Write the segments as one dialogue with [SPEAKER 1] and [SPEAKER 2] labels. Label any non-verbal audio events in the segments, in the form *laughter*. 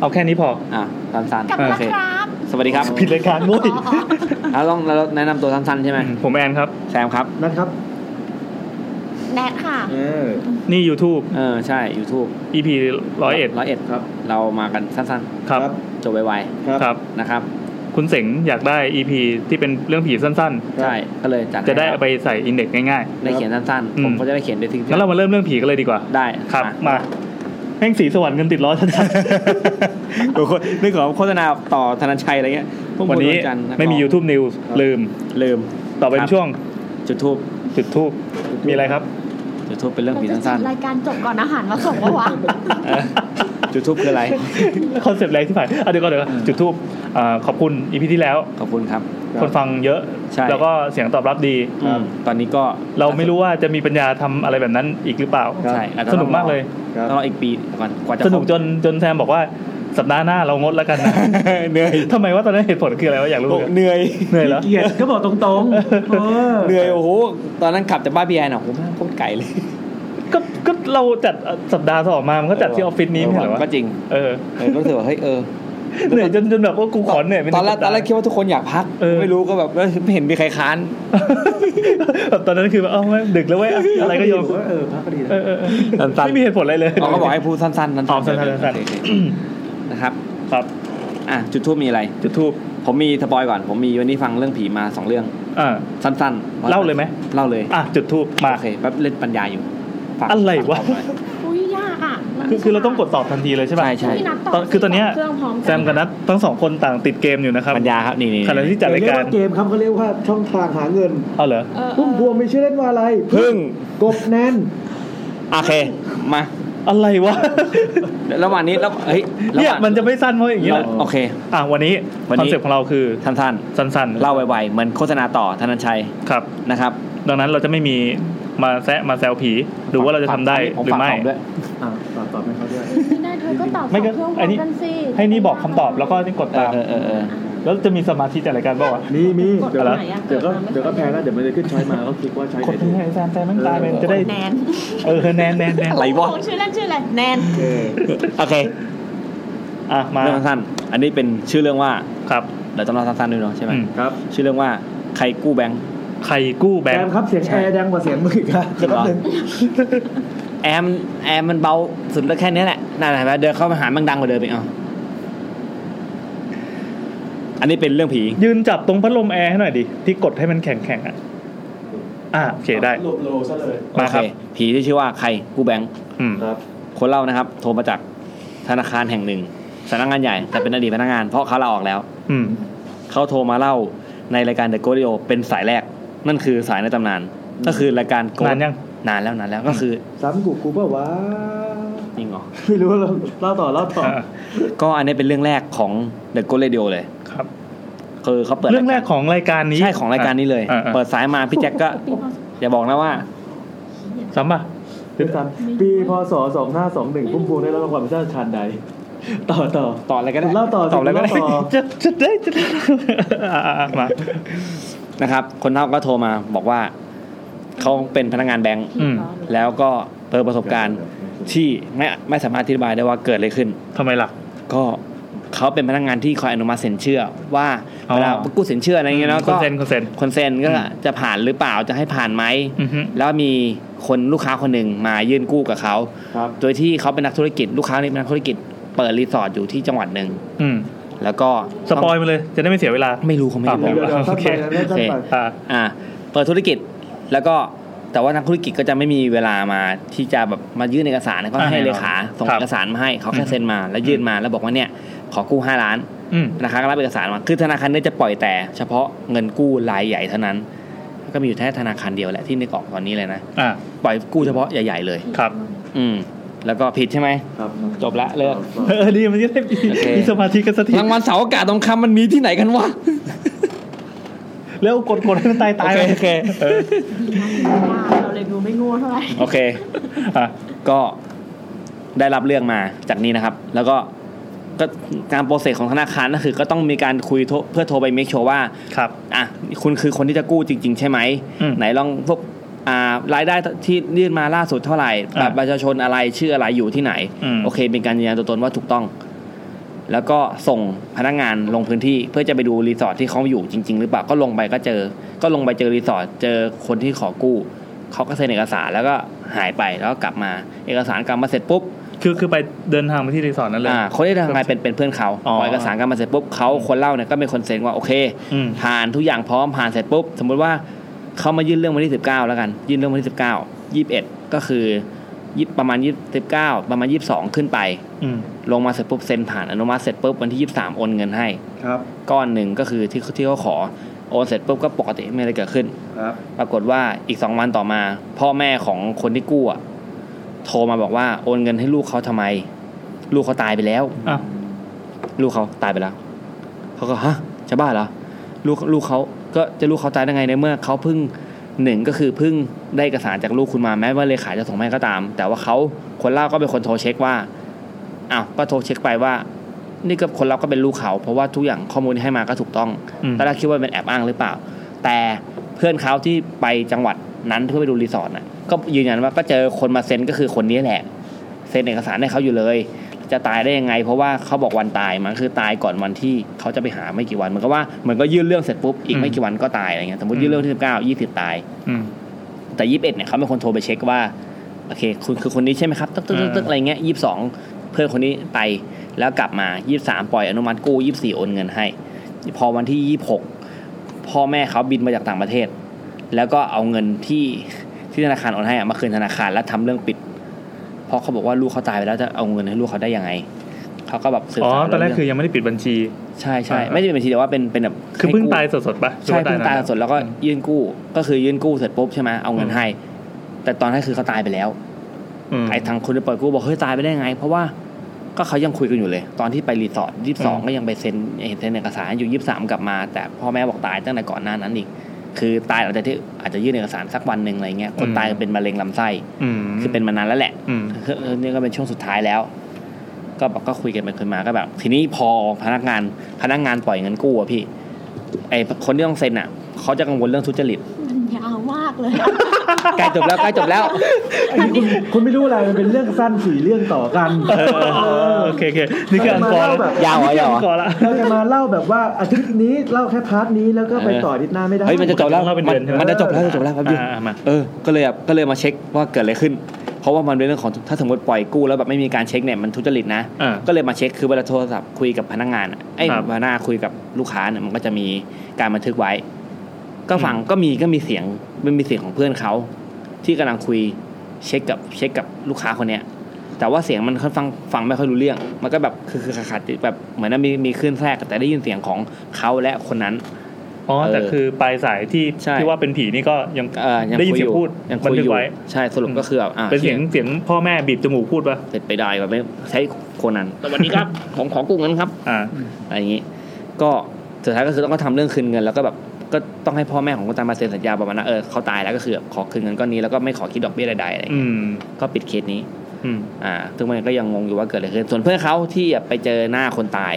[SPEAKER 1] เอาแค่นี้พอ
[SPEAKER 2] อ่ะสั้น
[SPEAKER 3] กลับ
[SPEAKER 1] โอ
[SPEAKER 3] มา
[SPEAKER 1] เค
[SPEAKER 3] ครับ
[SPEAKER 2] ๆสวัสดีครับ
[SPEAKER 1] ผิดรายการมุ้ย
[SPEAKER 3] อ๋ออ๋อ
[SPEAKER 2] เราต้องเราแนะนำตัวสั้นๆใช่ไหม
[SPEAKER 1] ผมแอนครับ
[SPEAKER 2] แซมครับ
[SPEAKER 4] นั่นครับ
[SPEAKER 3] แนทค่ะ
[SPEAKER 4] เออ
[SPEAKER 1] นี่ YouTube
[SPEAKER 2] เออใช่ YouTube
[SPEAKER 1] EP ร้อยเอ็ด
[SPEAKER 2] ร้อยเอ็ดครับ เรามากันสั้น
[SPEAKER 1] ครับ
[SPEAKER 2] ๆ จบไว
[SPEAKER 4] ครับ
[SPEAKER 1] ครับ
[SPEAKER 2] ๆนะครับ
[SPEAKER 1] คุณเสงอยากได้ EP ที่เป็นเรื่องผีสั้น
[SPEAKER 2] ใช่ก็เลยจัด
[SPEAKER 1] ๆ จะได้เอา
[SPEAKER 2] ให้
[SPEAKER 1] ไปใส่อินเด็กง่าย
[SPEAKER 2] ได้เขียนสั้น
[SPEAKER 1] อื
[SPEAKER 2] ๆ
[SPEAKER 1] ม
[SPEAKER 2] ผมก็จะได้เขียนด้วยทิ้ง
[SPEAKER 1] ๆงั้นเรามาเริ่มเรื่องผีกันเลยดีกว่า
[SPEAKER 2] ได้
[SPEAKER 1] ครับ
[SPEAKER 2] อ่ะ
[SPEAKER 1] มาแห่งสีสวรรค์กันติดล้อชัด
[SPEAKER 2] เดี๋ยวคนนึกของโฆษณาต่อธนันชัยอะไรเงี้ยพก
[SPEAKER 1] ๆวันนี้
[SPEAKER 2] คุณจัทร์
[SPEAKER 1] ไม่มี YouTube News ลืม
[SPEAKER 2] ลืม
[SPEAKER 1] ต่อไป
[SPEAKER 2] ครั
[SPEAKER 1] เป็น
[SPEAKER 2] บ
[SPEAKER 1] ช่วง
[SPEAKER 2] จุดทูบ
[SPEAKER 1] จุดทูบมีอะไรครับ
[SPEAKER 2] จุดทูบเป็นเรื่อง
[SPEAKER 3] เรา
[SPEAKER 2] ผี
[SPEAKER 3] จะจั
[SPEAKER 2] สั้
[SPEAKER 3] ด
[SPEAKER 2] น
[SPEAKER 3] รายการจบก่อนอาหารมาส่งปะ
[SPEAKER 1] *laughs*
[SPEAKER 3] วะ
[SPEAKER 2] ๆเออจุดทูบคืออะไร
[SPEAKER 1] คอนเซปต์แรงที่ผ่านอ่ะเดี๋ยวก่อนเดี๋ยวก่อนจุดทูบขอบคุณ EP ที่แล้ว
[SPEAKER 2] ขอบคุณครับ
[SPEAKER 1] คนฟังเยอะ
[SPEAKER 2] ใช่
[SPEAKER 1] แล้วก็เสียงตอบรับดี
[SPEAKER 2] อืมตอนนี้ก็
[SPEAKER 1] เราไม่รู้ว่าจะมีปัญญาทำอะไรแบบนั้นอีกหรือเปล่า
[SPEAKER 2] ใช่อาจจะ
[SPEAKER 1] สนุกมากเลย
[SPEAKER 4] ครับ
[SPEAKER 2] ต้องรออีกปีก่อนกว่าจะ
[SPEAKER 1] สนุกจนจนแซมบอก *laughs* ว่าสัปดาห์หน้าเรางด
[SPEAKER 2] *laughs*
[SPEAKER 1] แล้วกันนะ
[SPEAKER 4] เหนื่อย
[SPEAKER 1] ทำไมว่าตอนนั้นเหตุผลคืออะไรวะอยากรู้
[SPEAKER 4] โอ้
[SPEAKER 1] เหมือนกัน
[SPEAKER 4] เหนื่อย
[SPEAKER 1] เหนื่อยแล้ว
[SPEAKER 4] ขี้กีจก็บอกตรง
[SPEAKER 1] *laughs*
[SPEAKER 4] ๆเออ
[SPEAKER 2] เหนื่อยโอ้โหตอนนั้นขับจากบ้านพี่แอนอ่ะโอ้โหโคตรไกลเลย
[SPEAKER 1] ก็ก็เราจัดสัปดาห์สองมา มันก็จัดที่ออฟฟิศนี้ไม่ใช่เหรอวะ
[SPEAKER 2] ก็จริง
[SPEAKER 1] เออ
[SPEAKER 2] เออก็รู้สึกว่าเฮ้ยเออ
[SPEAKER 1] เหนื่อยจนจนแบบว่ากูขอเหนื่อยไปห
[SPEAKER 2] ต
[SPEAKER 1] ง
[SPEAKER 2] อนแรก
[SPEAKER 1] สั
[SPEAKER 2] ต
[SPEAKER 1] ป
[SPEAKER 2] อ
[SPEAKER 1] ดาห์
[SPEAKER 2] นแรกคิดว่าทุกคนอยากพัก
[SPEAKER 1] เออ
[SPEAKER 2] ไม่รู้ก็แบบเอ้ยไม่เห็นมีใครค้าน
[SPEAKER 1] แบบตอนนั้นคือแบบเอ้าไม่ดึกแล้วเว้ยอะไรก็โยน
[SPEAKER 4] เออพักก็ดีนะ
[SPEAKER 1] เออเออเอ
[SPEAKER 2] สั้
[SPEAKER 1] อน
[SPEAKER 2] ๆ
[SPEAKER 1] ไม่มีเหตุผลอะไรเลย
[SPEAKER 2] เราก็บอกให้พูดสั้นๆนั้น
[SPEAKER 1] อ๋อสั้นๆสั้นๆ
[SPEAKER 2] โอเคๆนะครับ
[SPEAKER 1] ครับ
[SPEAKER 2] อ่ะจุดทูบมีอะไร
[SPEAKER 1] จุดทูบ
[SPEAKER 2] ผมมีสปอยก่อน ผมมีวันนี้ฟังเรื่องผีมาสองเรื่อง
[SPEAKER 1] อ่า
[SPEAKER 2] สั้นๆ
[SPEAKER 1] เล่าเลยไหม
[SPEAKER 2] เล่าเลย
[SPEAKER 1] อ่ะจุดทูบมา
[SPEAKER 2] โอเคแป๊บเล่นปัญญาอยู่ฝาก
[SPEAKER 1] อะไรวะ
[SPEAKER 2] ฝากต่อไป
[SPEAKER 3] อุ้ยยากอ่ะ
[SPEAKER 1] คือคือเราต้องกดตอบทันทีเลยใช่ปะ
[SPEAKER 2] ใช่ใช่
[SPEAKER 3] พี่นัด
[SPEAKER 1] ตอนคือตอนเนี้ย
[SPEAKER 3] เครื่องพร้อม
[SPEAKER 1] แซมกับนัททั้งสองคนต่างติดเกมอยู่นะครับ
[SPEAKER 2] ปัญญาครับนี่นี่
[SPEAKER 1] ขณะที่จัดราย
[SPEAKER 4] เรียก
[SPEAKER 1] การ
[SPEAKER 4] ว่าเกมครับเขาเรียกว่าช่องทางหาเงิน
[SPEAKER 1] เอาเหรอ
[SPEAKER 3] เออเอ
[SPEAKER 4] พุ่มพว
[SPEAKER 3] อง
[SPEAKER 4] มีชื่อเล่นว่าอะไร
[SPEAKER 2] พึ่ง
[SPEAKER 4] กบแนน
[SPEAKER 2] โอเคมา
[SPEAKER 1] อะไรวะ
[SPEAKER 2] ระหว่างนี้แล้วเฮ้ยระห
[SPEAKER 1] เนี่ย
[SPEAKER 2] ว่าง
[SPEAKER 1] มันจะไม่สั้นเพราะอย่างนี้แห
[SPEAKER 2] เรา
[SPEAKER 1] ละ
[SPEAKER 2] โอเค
[SPEAKER 1] อ่ะวันนี้
[SPEAKER 2] วัน
[SPEAKER 1] ค
[SPEAKER 2] นี้
[SPEAKER 1] อนเซ็ปต์ของเราคือ
[SPEAKER 2] สั้น
[SPEAKER 1] สั้น
[SPEAKER 2] ๆเล่าไวๆเหมือนโฆษณาต่อธนันชัย
[SPEAKER 1] ครับ
[SPEAKER 2] นะครับ
[SPEAKER 1] ดังนั้นเราจะไม่มีมาแซะมาแซวผีดูว่าเราจะทำได้
[SPEAKER 2] ผ
[SPEAKER 1] หรือ
[SPEAKER 2] ฝา
[SPEAKER 1] ไม่
[SPEAKER 2] กตบด้วย
[SPEAKER 4] อ่าตอบตอบให้เขาด้วย
[SPEAKER 3] ไม่ได้เธอก็ตอบส
[SPEAKER 1] ไม่
[SPEAKER 3] อง
[SPEAKER 1] ก็
[SPEAKER 3] เครื่องพร้
[SPEAKER 1] อั
[SPEAKER 3] อนม
[SPEAKER 1] นี้
[SPEAKER 3] กันสิ
[SPEAKER 1] ให้นี่บอกคำตอบแล้วก็นี่กด
[SPEAKER 2] เอ
[SPEAKER 1] ตา
[SPEAKER 2] อ
[SPEAKER 1] ม
[SPEAKER 2] เออเออเออ
[SPEAKER 1] แล้วจะมีสมาธิจัดรายการเปล่าวะ
[SPEAKER 4] มีมี
[SPEAKER 3] กด
[SPEAKER 4] เดี๋ยว
[SPEAKER 3] ตรงไหนอ่ะ
[SPEAKER 4] เดี๋ยวก็
[SPEAKER 3] มาไม่
[SPEAKER 4] เดี๋ยว
[SPEAKER 3] ค่
[SPEAKER 4] ก็แพ้
[SPEAKER 3] อ
[SPEAKER 4] แล้วเดี๋ยวมันจะขึ้นช้อยมาก็คลิกว่าช้อยไห
[SPEAKER 1] กดต
[SPEAKER 4] น
[SPEAKER 1] ร
[SPEAKER 4] ถู
[SPEAKER 1] ง
[SPEAKER 4] ก
[SPEAKER 1] ไหนแซมแซมแม่งตายไปจะได้
[SPEAKER 3] แนน
[SPEAKER 1] เออแนนแนนแนน
[SPEAKER 2] อะไรวะ
[SPEAKER 3] โอ้ชื่อเล่นชื่ออะไรแนน
[SPEAKER 4] เออ
[SPEAKER 2] โอเค
[SPEAKER 1] อ่ะมา
[SPEAKER 2] เรื่องสั้นๆอันนี้เป็นชื่อเรื่องว่า
[SPEAKER 1] ครับ
[SPEAKER 2] เดี๋ยวต้องเล่าสั้นๆด้วยเนาะใช่ไหม
[SPEAKER 1] อืม
[SPEAKER 4] ครับ
[SPEAKER 2] ชื่อเรื่องว่าใครกู้แบงค์
[SPEAKER 1] ใครกู้แบ
[SPEAKER 4] แอง ม
[SPEAKER 1] ค์
[SPEAKER 4] ครับเสียงแอร์ดังกว่าเสียงมืออีกครับ
[SPEAKER 2] จริงเหรอ
[SPEAKER 4] แป๊บนึง
[SPEAKER 2] แอมแอมมันเบาสุดแล้วแค่นี้แหละนั่นแหละเดินเข้ามาหามันดังกว่าเดิมอีกเอาอันนี้เป็นเรื่องผี
[SPEAKER 1] ยืนจับตรงพัดลมแอร์ให้หน่อยดิที่กดให้มันแข็งแข็งๆอ่ะอ่ะโอเคได้
[SPEAKER 4] ลบโลซะเลย
[SPEAKER 1] มาครับ
[SPEAKER 2] โอเผีที่ชื่อว่าใครกู้แบงค์
[SPEAKER 1] อืม
[SPEAKER 4] ครับ
[SPEAKER 2] คนเล่านะครับ โทรมาจากธนาคารแห่งหนึ่งสำนักงานใหญ่แต่เป็นอดีตพนักงานเพราะเขาลาออกแล้ว
[SPEAKER 1] อืม
[SPEAKER 2] เขาโทรมาเล่าในรายการ The g o d i o เป็นสายแรก นั่นคือสายในตำนาน ก็คือรายการ Goat
[SPEAKER 1] นานยัง
[SPEAKER 2] นานแล้วนานแล้วก็คือ
[SPEAKER 4] ซ้ำกูกูเปล่าวะ
[SPEAKER 2] จริงเหรอ
[SPEAKER 4] ไม่รู้เราเล่าต่อเล่าต่อ
[SPEAKER 1] อ่ะ
[SPEAKER 2] ก็อันนี้เป็นเรื่องแรกของ The g o d i o เลย
[SPEAKER 1] ครับ
[SPEAKER 2] คือเขาเปิด
[SPEAKER 1] เรื่องแรกของรายการนี้
[SPEAKER 2] ใช่ของรายการนี้เลย
[SPEAKER 1] อ่ะอ่ะ
[SPEAKER 2] เปิดสายมาพี่แจ็คก็
[SPEAKER 3] ปีพศ
[SPEAKER 2] อย่าบอกนะว่า
[SPEAKER 1] ซ้ำป่ะ
[SPEAKER 4] เป็นซ้ำปีพศสองห้าสองหนึ่งพุ่มพวงได้รับรางวัลพระราชทานใด ต่อต่อ
[SPEAKER 2] ต่ออะไรก็ได้
[SPEAKER 4] เล่าต่อสิ
[SPEAKER 2] ตอบอะไรก็ได้
[SPEAKER 4] เล่าต่อ
[SPEAKER 1] จะจะได้จะได้อ่ะอ่ะอ่ะมา
[SPEAKER 2] นะครับ คนเล่าก็โทรมาบอกว่าเขาเป็นพนักงานแบงค์
[SPEAKER 3] ปีพศ
[SPEAKER 2] แล้วก็เปิดประสบการณ์ที่ไม่ไม่สามารถอธิบายได้ว่าเกิดอะไรขึ้น
[SPEAKER 1] ทำไมล่ะ
[SPEAKER 2] ก็เขาเป็นพนักงานที่คอยอนุมัติสินเชื่อว่า
[SPEAKER 1] อ๋อ
[SPEAKER 2] เวลากู้สินเชื่ออะไรเงี้ยเนาะ
[SPEAKER 1] ค
[SPEAKER 2] ก็
[SPEAKER 1] อนเซนคอนเซน
[SPEAKER 2] คนเซ็นก็
[SPEAKER 1] อืม
[SPEAKER 2] จะผ่านหรือเปล่าจะให้ผ่านไหม
[SPEAKER 1] อือฮึ
[SPEAKER 2] แล้วมีคนลูกค้าคนหนึ่งมายื่นกู้กับเขา
[SPEAKER 4] ครับ
[SPEAKER 2] โดยที่เขาเป็นนักธุรกิจลูกค้านี่เป็นนักธุรกิจเปิดรีสอร์ทอยู่ที่จังหวัดหนึ่ง
[SPEAKER 1] อืม
[SPEAKER 2] แล้วก็
[SPEAKER 1] สปอยล์มาเลยจะได้ไม่เสียเวลา
[SPEAKER 2] ไม่รู้เขาไม่
[SPEAKER 1] อ่ะ
[SPEAKER 2] รู้
[SPEAKER 4] เดี๋ยวเดี๋ยว
[SPEAKER 1] โอ
[SPEAKER 4] ซ้ำ
[SPEAKER 1] เค
[SPEAKER 4] ไปนะเล่า
[SPEAKER 2] โอเค
[SPEAKER 4] ซ้ำไป
[SPEAKER 1] อ่า
[SPEAKER 2] อ่าเปิดธุรกิจแล้วก็แต่ว่านักธุรกิจก็จะไม่มีเวลามาที่จะแบบมายื่นเอกสารนะก็
[SPEAKER 1] อ่า
[SPEAKER 2] ให้
[SPEAKER 1] แน่นอน
[SPEAKER 2] เลขาส่ง
[SPEAKER 1] ครับ
[SPEAKER 2] เอกสารมาให้เขาแค่
[SPEAKER 1] อืม
[SPEAKER 2] เซ็นมา แล้วยื่นมาแล้วบอกว่าเนี่ยขอกู้ห้าล้าน
[SPEAKER 1] อืม
[SPEAKER 2] ธนาคารก็รับเอกสารมาคือธนาคารเนี่ยจะปล่อยแต่ เฉพาะเงินกู้รายใหญ่เท่านั้น ก็มีอยู่แค่ธนาคารเดียวแหละที่นึกออกตอนนี้เลยนะ
[SPEAKER 1] อ่า
[SPEAKER 2] ปล่อยกู้เฉพาะใหญ่ๆเลย
[SPEAKER 1] ครับ
[SPEAKER 2] อืมแล้วก็ผิดใช่ไหม
[SPEAKER 4] ครับ
[SPEAKER 2] จบละเลิก
[SPEAKER 1] เออดีมันจะได้มี
[SPEAKER 2] โอเค
[SPEAKER 1] มีสมาธิกันสักที
[SPEAKER 2] รางวัลเสาอากาศทองคำมันมีที่ไหนกันวะ
[SPEAKER 1] แล้วกดกดให้มันตายตายไป
[SPEAKER 2] โอเค
[SPEAKER 1] เออ
[SPEAKER 3] เราเลยดูไม่โง่เท่า *laughs* ไหร่
[SPEAKER 2] โอเค
[SPEAKER 1] อ่ะ
[SPEAKER 2] ก็ได้รับเรื่องมาจากนี้นะครับ แล้วก็ก็การโปรเซสของธนาคารก็คือ ก็ต้องมีการคุยโทรเพื่อโทรไปเมคชัวว่า
[SPEAKER 1] ครับ
[SPEAKER 2] อ่ะคุณคือคนที่จะกู้จริง ๆ ใช่ไหม
[SPEAKER 1] อืม
[SPEAKER 2] ไหนลองพวกอ่ารายได้ที่ยื่นมาล่าสุดเท่าไหร่
[SPEAKER 1] อ่า
[SPEAKER 2] บัตรประชาชนอะไรชื่ออะไรอยู่ที่ไหน
[SPEAKER 1] อืม
[SPEAKER 2] โอเค เป็นการยืนยันตัวตนว่าถูกต้อง แล้วก็ส่งพนักงานลงพื้นที่เพื่อจะไปดูรีสอร์ทที่เขาอยู่จริง ๆ หรือเปล่าก็ลงไปก็เจอ ก็ลงไปเจอรีสอร์ทเจอคนที่ขอกู้เขาก็เซ็นเอกสารแล้วก็หายไปแล้วก็กลับมาเอกสารกลับมาเสร็จปุ๊บ
[SPEAKER 1] คือคือไปเดินทางไปที่รีสอร์ทนั่นเลย
[SPEAKER 2] อ่าคนที่ทำงานเป็นเป็นเพื่อนเขา
[SPEAKER 1] อ๋อ
[SPEAKER 2] พอเอกสารกันมาเสร็จปุ๊บเขาคนเล่าเนี่ยก็เป็นคนเซ็นว่าโอเค
[SPEAKER 1] อืม
[SPEAKER 2] ผ่านทุกอย่างพร้อมผ่านเสร็จปุ๊บ สมมติว่าเขามายื่นเรื่องวันที่สิบเก้าแล้วกัน ยื่นเรื่องวันที่สิบเก้ายี่สิบเอ็ดก็คือยี่ประมาณยี่สิบเก้าประมาณยี่สิบสองขึ้นไป
[SPEAKER 1] อืม
[SPEAKER 2] ลงมาเสร็จปุ๊บเซ็นผ่านอนุมัติเสร็จปุ๊บวันที่ยี่สิบสามโอนเงินให้
[SPEAKER 1] ครับ
[SPEAKER 2] ก้อนหนึ่งก็คือที่ที่เขาขอโอนเสร็จปุ๊บก็ปกติไม่มีอะไรเกิดขึ้น
[SPEAKER 1] ครับ
[SPEAKER 2] ปรากฏว่าอีกสองวันต่อมา พ่อแม่ของคนที่กู้อะโทรมาบอกว่าโอนเงินให้ลูกเขาทำไม ลูกเขาตายไปแล้ว
[SPEAKER 1] อ้าว
[SPEAKER 2] ลูกเขาตายไปแล้ว เขาก็ฮะจะบ้าเหรอ ลูกลูกเขาก็จะลูกเขาตายได้ไงในเมื่อเขาเพิ่งหนึ่งก็คือเพิ่งได้เอกสารจากลูกคุณมาแม้ว่าเลขาจะส่งมาให้ก็ตาม แต่ว่าเขาคนเล่าก็เป็นคนโทรเช็คว่าอ้าวก็โทรเช็คไปว่า นี่ก็คนเล่าก็เป็นลูกเขา เพราะว่าทุกอย่างข้อมูลที่ให้มาก็ถูกต้อง
[SPEAKER 1] อืม
[SPEAKER 2] ตอนแรกคิดว่าเป็นแอบอ้างหรือเปล่า แต่เพื่อนเขาที่ไปจังหวัดนั้นเพื่อไปดูรีสอร์ทน่ะก็ยืนยันว่าก็เจอคนมาเซ็นก็คือคนนี้แหละ เซ็นเอกสารให้เขาอยู่เลย จะตายได้ยังไง เพราะว่าเขาบอกวันตายมันคือตายก่อนวันที่เขาจะไปหาไม่กี่วันเหมือนกับว่าเหมือนก็ยื่นเรื่องเสร็จปุ๊บอีกไม่กี่วันก็ตายอะไรเงี้ยสมมติยื่นเรื่องที่สิบเก้ายี่สิบตาย
[SPEAKER 1] อืม
[SPEAKER 2] แต่ยี่สิบเอ็ดเนี่ยเขาเป็นคนโทรไปเช็คว่าโอเคคุณคือคนนี้ใช่ไหมครับตึ๊กตึ๊กตึ๊กตึ๊ก
[SPEAKER 1] อ่า
[SPEAKER 2] อะไรเงี้ยยี่สิบสองเพื่อนคนนี้ไปแล้วกลับมายี่สิบสามปล่อยอนุมัติกู้ยี่สิบสี่โอนเงินให้ พอวันที่ยี่สิบหกพ่อแม่เขาบินมาจากต่างประเทศ แล้วก็เอาเงินที่ที่ธนาคารโอนให้อะมาคืนธนาคารแล้วทำเรื่องปิด เพราะเขาบอกว่าลูกเขาตายไปแล้วจะเอาเงินให้ลูกเขาได้ยังไงเขาก็แบบสืบ
[SPEAKER 1] อ๋อ
[SPEAKER 2] สาว
[SPEAKER 1] ตอนแรกคือยังไม่ได้ปิดบัญชี
[SPEAKER 2] ใช่ใช่
[SPEAKER 1] อ่า
[SPEAKER 2] ไม่ได้เป็นบัญชีแต่ว่าเป็นเป็นแบบ
[SPEAKER 1] คือเพิ่ง
[SPEAKER 2] ให้กู้
[SPEAKER 1] ตายสดๆปะ
[SPEAKER 2] ใช่เพิ่งตาย
[SPEAKER 1] หรือว่
[SPEAKER 2] สดแล้วก็ยื่นกู้ ก็คือยื่นกู้เสร็จปุ๊บใช่ไหมเอาเงินให้ แต่ตอนนั้นคือเขาตายไปแล้ว
[SPEAKER 1] อืม
[SPEAKER 2] ไอ้ทางคนที่ปล่อยกู้บอกเฮ้ยตายไปได้ไง เพราะว่าก็เขายังคุยกันอยู่เลย ตอนที่ไปรีสอร์ทยี่สิบสอง
[SPEAKER 1] อืม
[SPEAKER 2] ก็ยังไปเซ็นเห็นเซ็นเอกสารอยู่ยี่สิบสามกลับมา แต่พ่อแม่บอกตายตั้งแต่ก่อนหน้านั้นอีก คือตายหลังจากที่อาจจะยื่นเอกสารสักวันหนึ่งอะไรเงี้ยคนตายเป็นมะเร็งลำไส้
[SPEAKER 1] อืม
[SPEAKER 2] คือเป็นมานานแล้วแหละ
[SPEAKER 1] อืม
[SPEAKER 2] คือเออนี่ก็เป็นช่วงสุดท้ายแล้ว ก็แบบก็คุยกันไปคุยมาก็แบบ ทีนี้พอพนักงานพนักงานปล่อยเงินกู้อะพี่ ไอคนที่ต้องเซ็นอ่ะเขาจะกังวลเรื่องทุจริต
[SPEAKER 3] มันยาวมากเลย *laughs*
[SPEAKER 2] ใกล้จบแล้วใกล้จบแล้ว
[SPEAKER 4] อันนี้คุณคุณไม่รู้อะไรมันเป็นเรื่องสั้นสี่เรื่องต่อกัน
[SPEAKER 1] เออโอเคโอเคนี่คืออังกอร์แล้ว
[SPEAKER 2] ยาวเหรอยาวเหรอ
[SPEAKER 1] อังกอร์ละ
[SPEAKER 4] เราจะมาเล่าแบบว่าอาทิตย์นี้เล่าแค่พาร์ทนี้แล้วก็ไปต่ออาทิตย์หน้าไม่ได้
[SPEAKER 2] เฮ้ยมันจะจบแล้ว
[SPEAKER 1] เล่าเป็น
[SPEAKER 2] มั
[SPEAKER 1] เดือนใช่ไหม
[SPEAKER 2] มันจะจบแล้วจะจบแล้วครับพี่
[SPEAKER 1] อ่ามา
[SPEAKER 2] เออก็เลยแบบก็เลยมาเช็คว่าเกิดอะไรขึ้น เพราะว่ามันเป็นเรื่องของถ้าสมมติปล่อยกู้แล้วแบบไม่มีการเช็คเนี่ยมันทุจริตนะ
[SPEAKER 1] อ่า
[SPEAKER 2] ก็เลยมาเช็คคือเวลาโทรศัพท์คุยกับพนักงานอะไอ้ย
[SPEAKER 1] ครับ
[SPEAKER 2] พนักงานคุยกับลูกค้าเนี่ยมันก็จะมีการบันทึกไว้ ก็ฟัง
[SPEAKER 1] อืม
[SPEAKER 2] ก็มีก็มีเสียงมันมีเสียงของเพื่อนเขา ที่กำลังคุยเช็คกับเช็คกับลูกค้าคนเนี้ย แต่ว่าเสียงมันค่อนฟังฟังไม่ค่อยรู้เรื่อง มันก็แบบคือคือขาดๆแบบเหมือนน่ะมีมีคลื่นแทรกแต่ได้ยินเสียงของเขาและคนนั้น
[SPEAKER 1] อ๋อแต่คือปลายสายที่
[SPEAKER 2] ใช่
[SPEAKER 1] ที่ว่าเป็นผีนี่ก็ยัง
[SPEAKER 2] เอ่อยัง
[SPEAKER 1] ได้ยิน
[SPEAKER 2] คุ
[SPEAKER 1] เสียงพูด
[SPEAKER 2] ยัง
[SPEAKER 1] บัน
[SPEAKER 2] คุย
[SPEAKER 1] ทึก
[SPEAKER 2] อยู่
[SPEAKER 1] ไว้
[SPEAKER 2] ใช่สรุป
[SPEAKER 1] อืม
[SPEAKER 2] ก็คือแบบอ่า
[SPEAKER 1] เป็นเสียงเสียงพ่อแม่บีบจมูกพูดปะ
[SPEAKER 2] เป็นไปได้แบบไม่ใช้คนนั้นสวัสดีครับ ผมขอกู้เงินครับ
[SPEAKER 1] อ่า
[SPEAKER 2] อะไรอย่างนี้ ก็สุดท้ายก็คือต้องก็ทำเรื่องคืนเงิน แล้วก็แบบก็ต้องให้พ่อแม่ของคนตายมาเซ็นสัญญาประมาณนั้นเออเขาตายแล้วก็คือขอคืนเงินก้อนนี้แล้วก็ไม่ขอคิดดอกเบี้ยใดๆอะไรอย่าง
[SPEAKER 1] อื
[SPEAKER 2] เงี้ย
[SPEAKER 1] ม
[SPEAKER 2] ก็ปิดเคสนี้
[SPEAKER 1] อืม
[SPEAKER 2] อ่าซึ่งมันก็ยังงงอยู่ว่าเกิดอะไรขึ้น ส่วนเพื่อนเขาที่ไปเจอหน้าคนตาย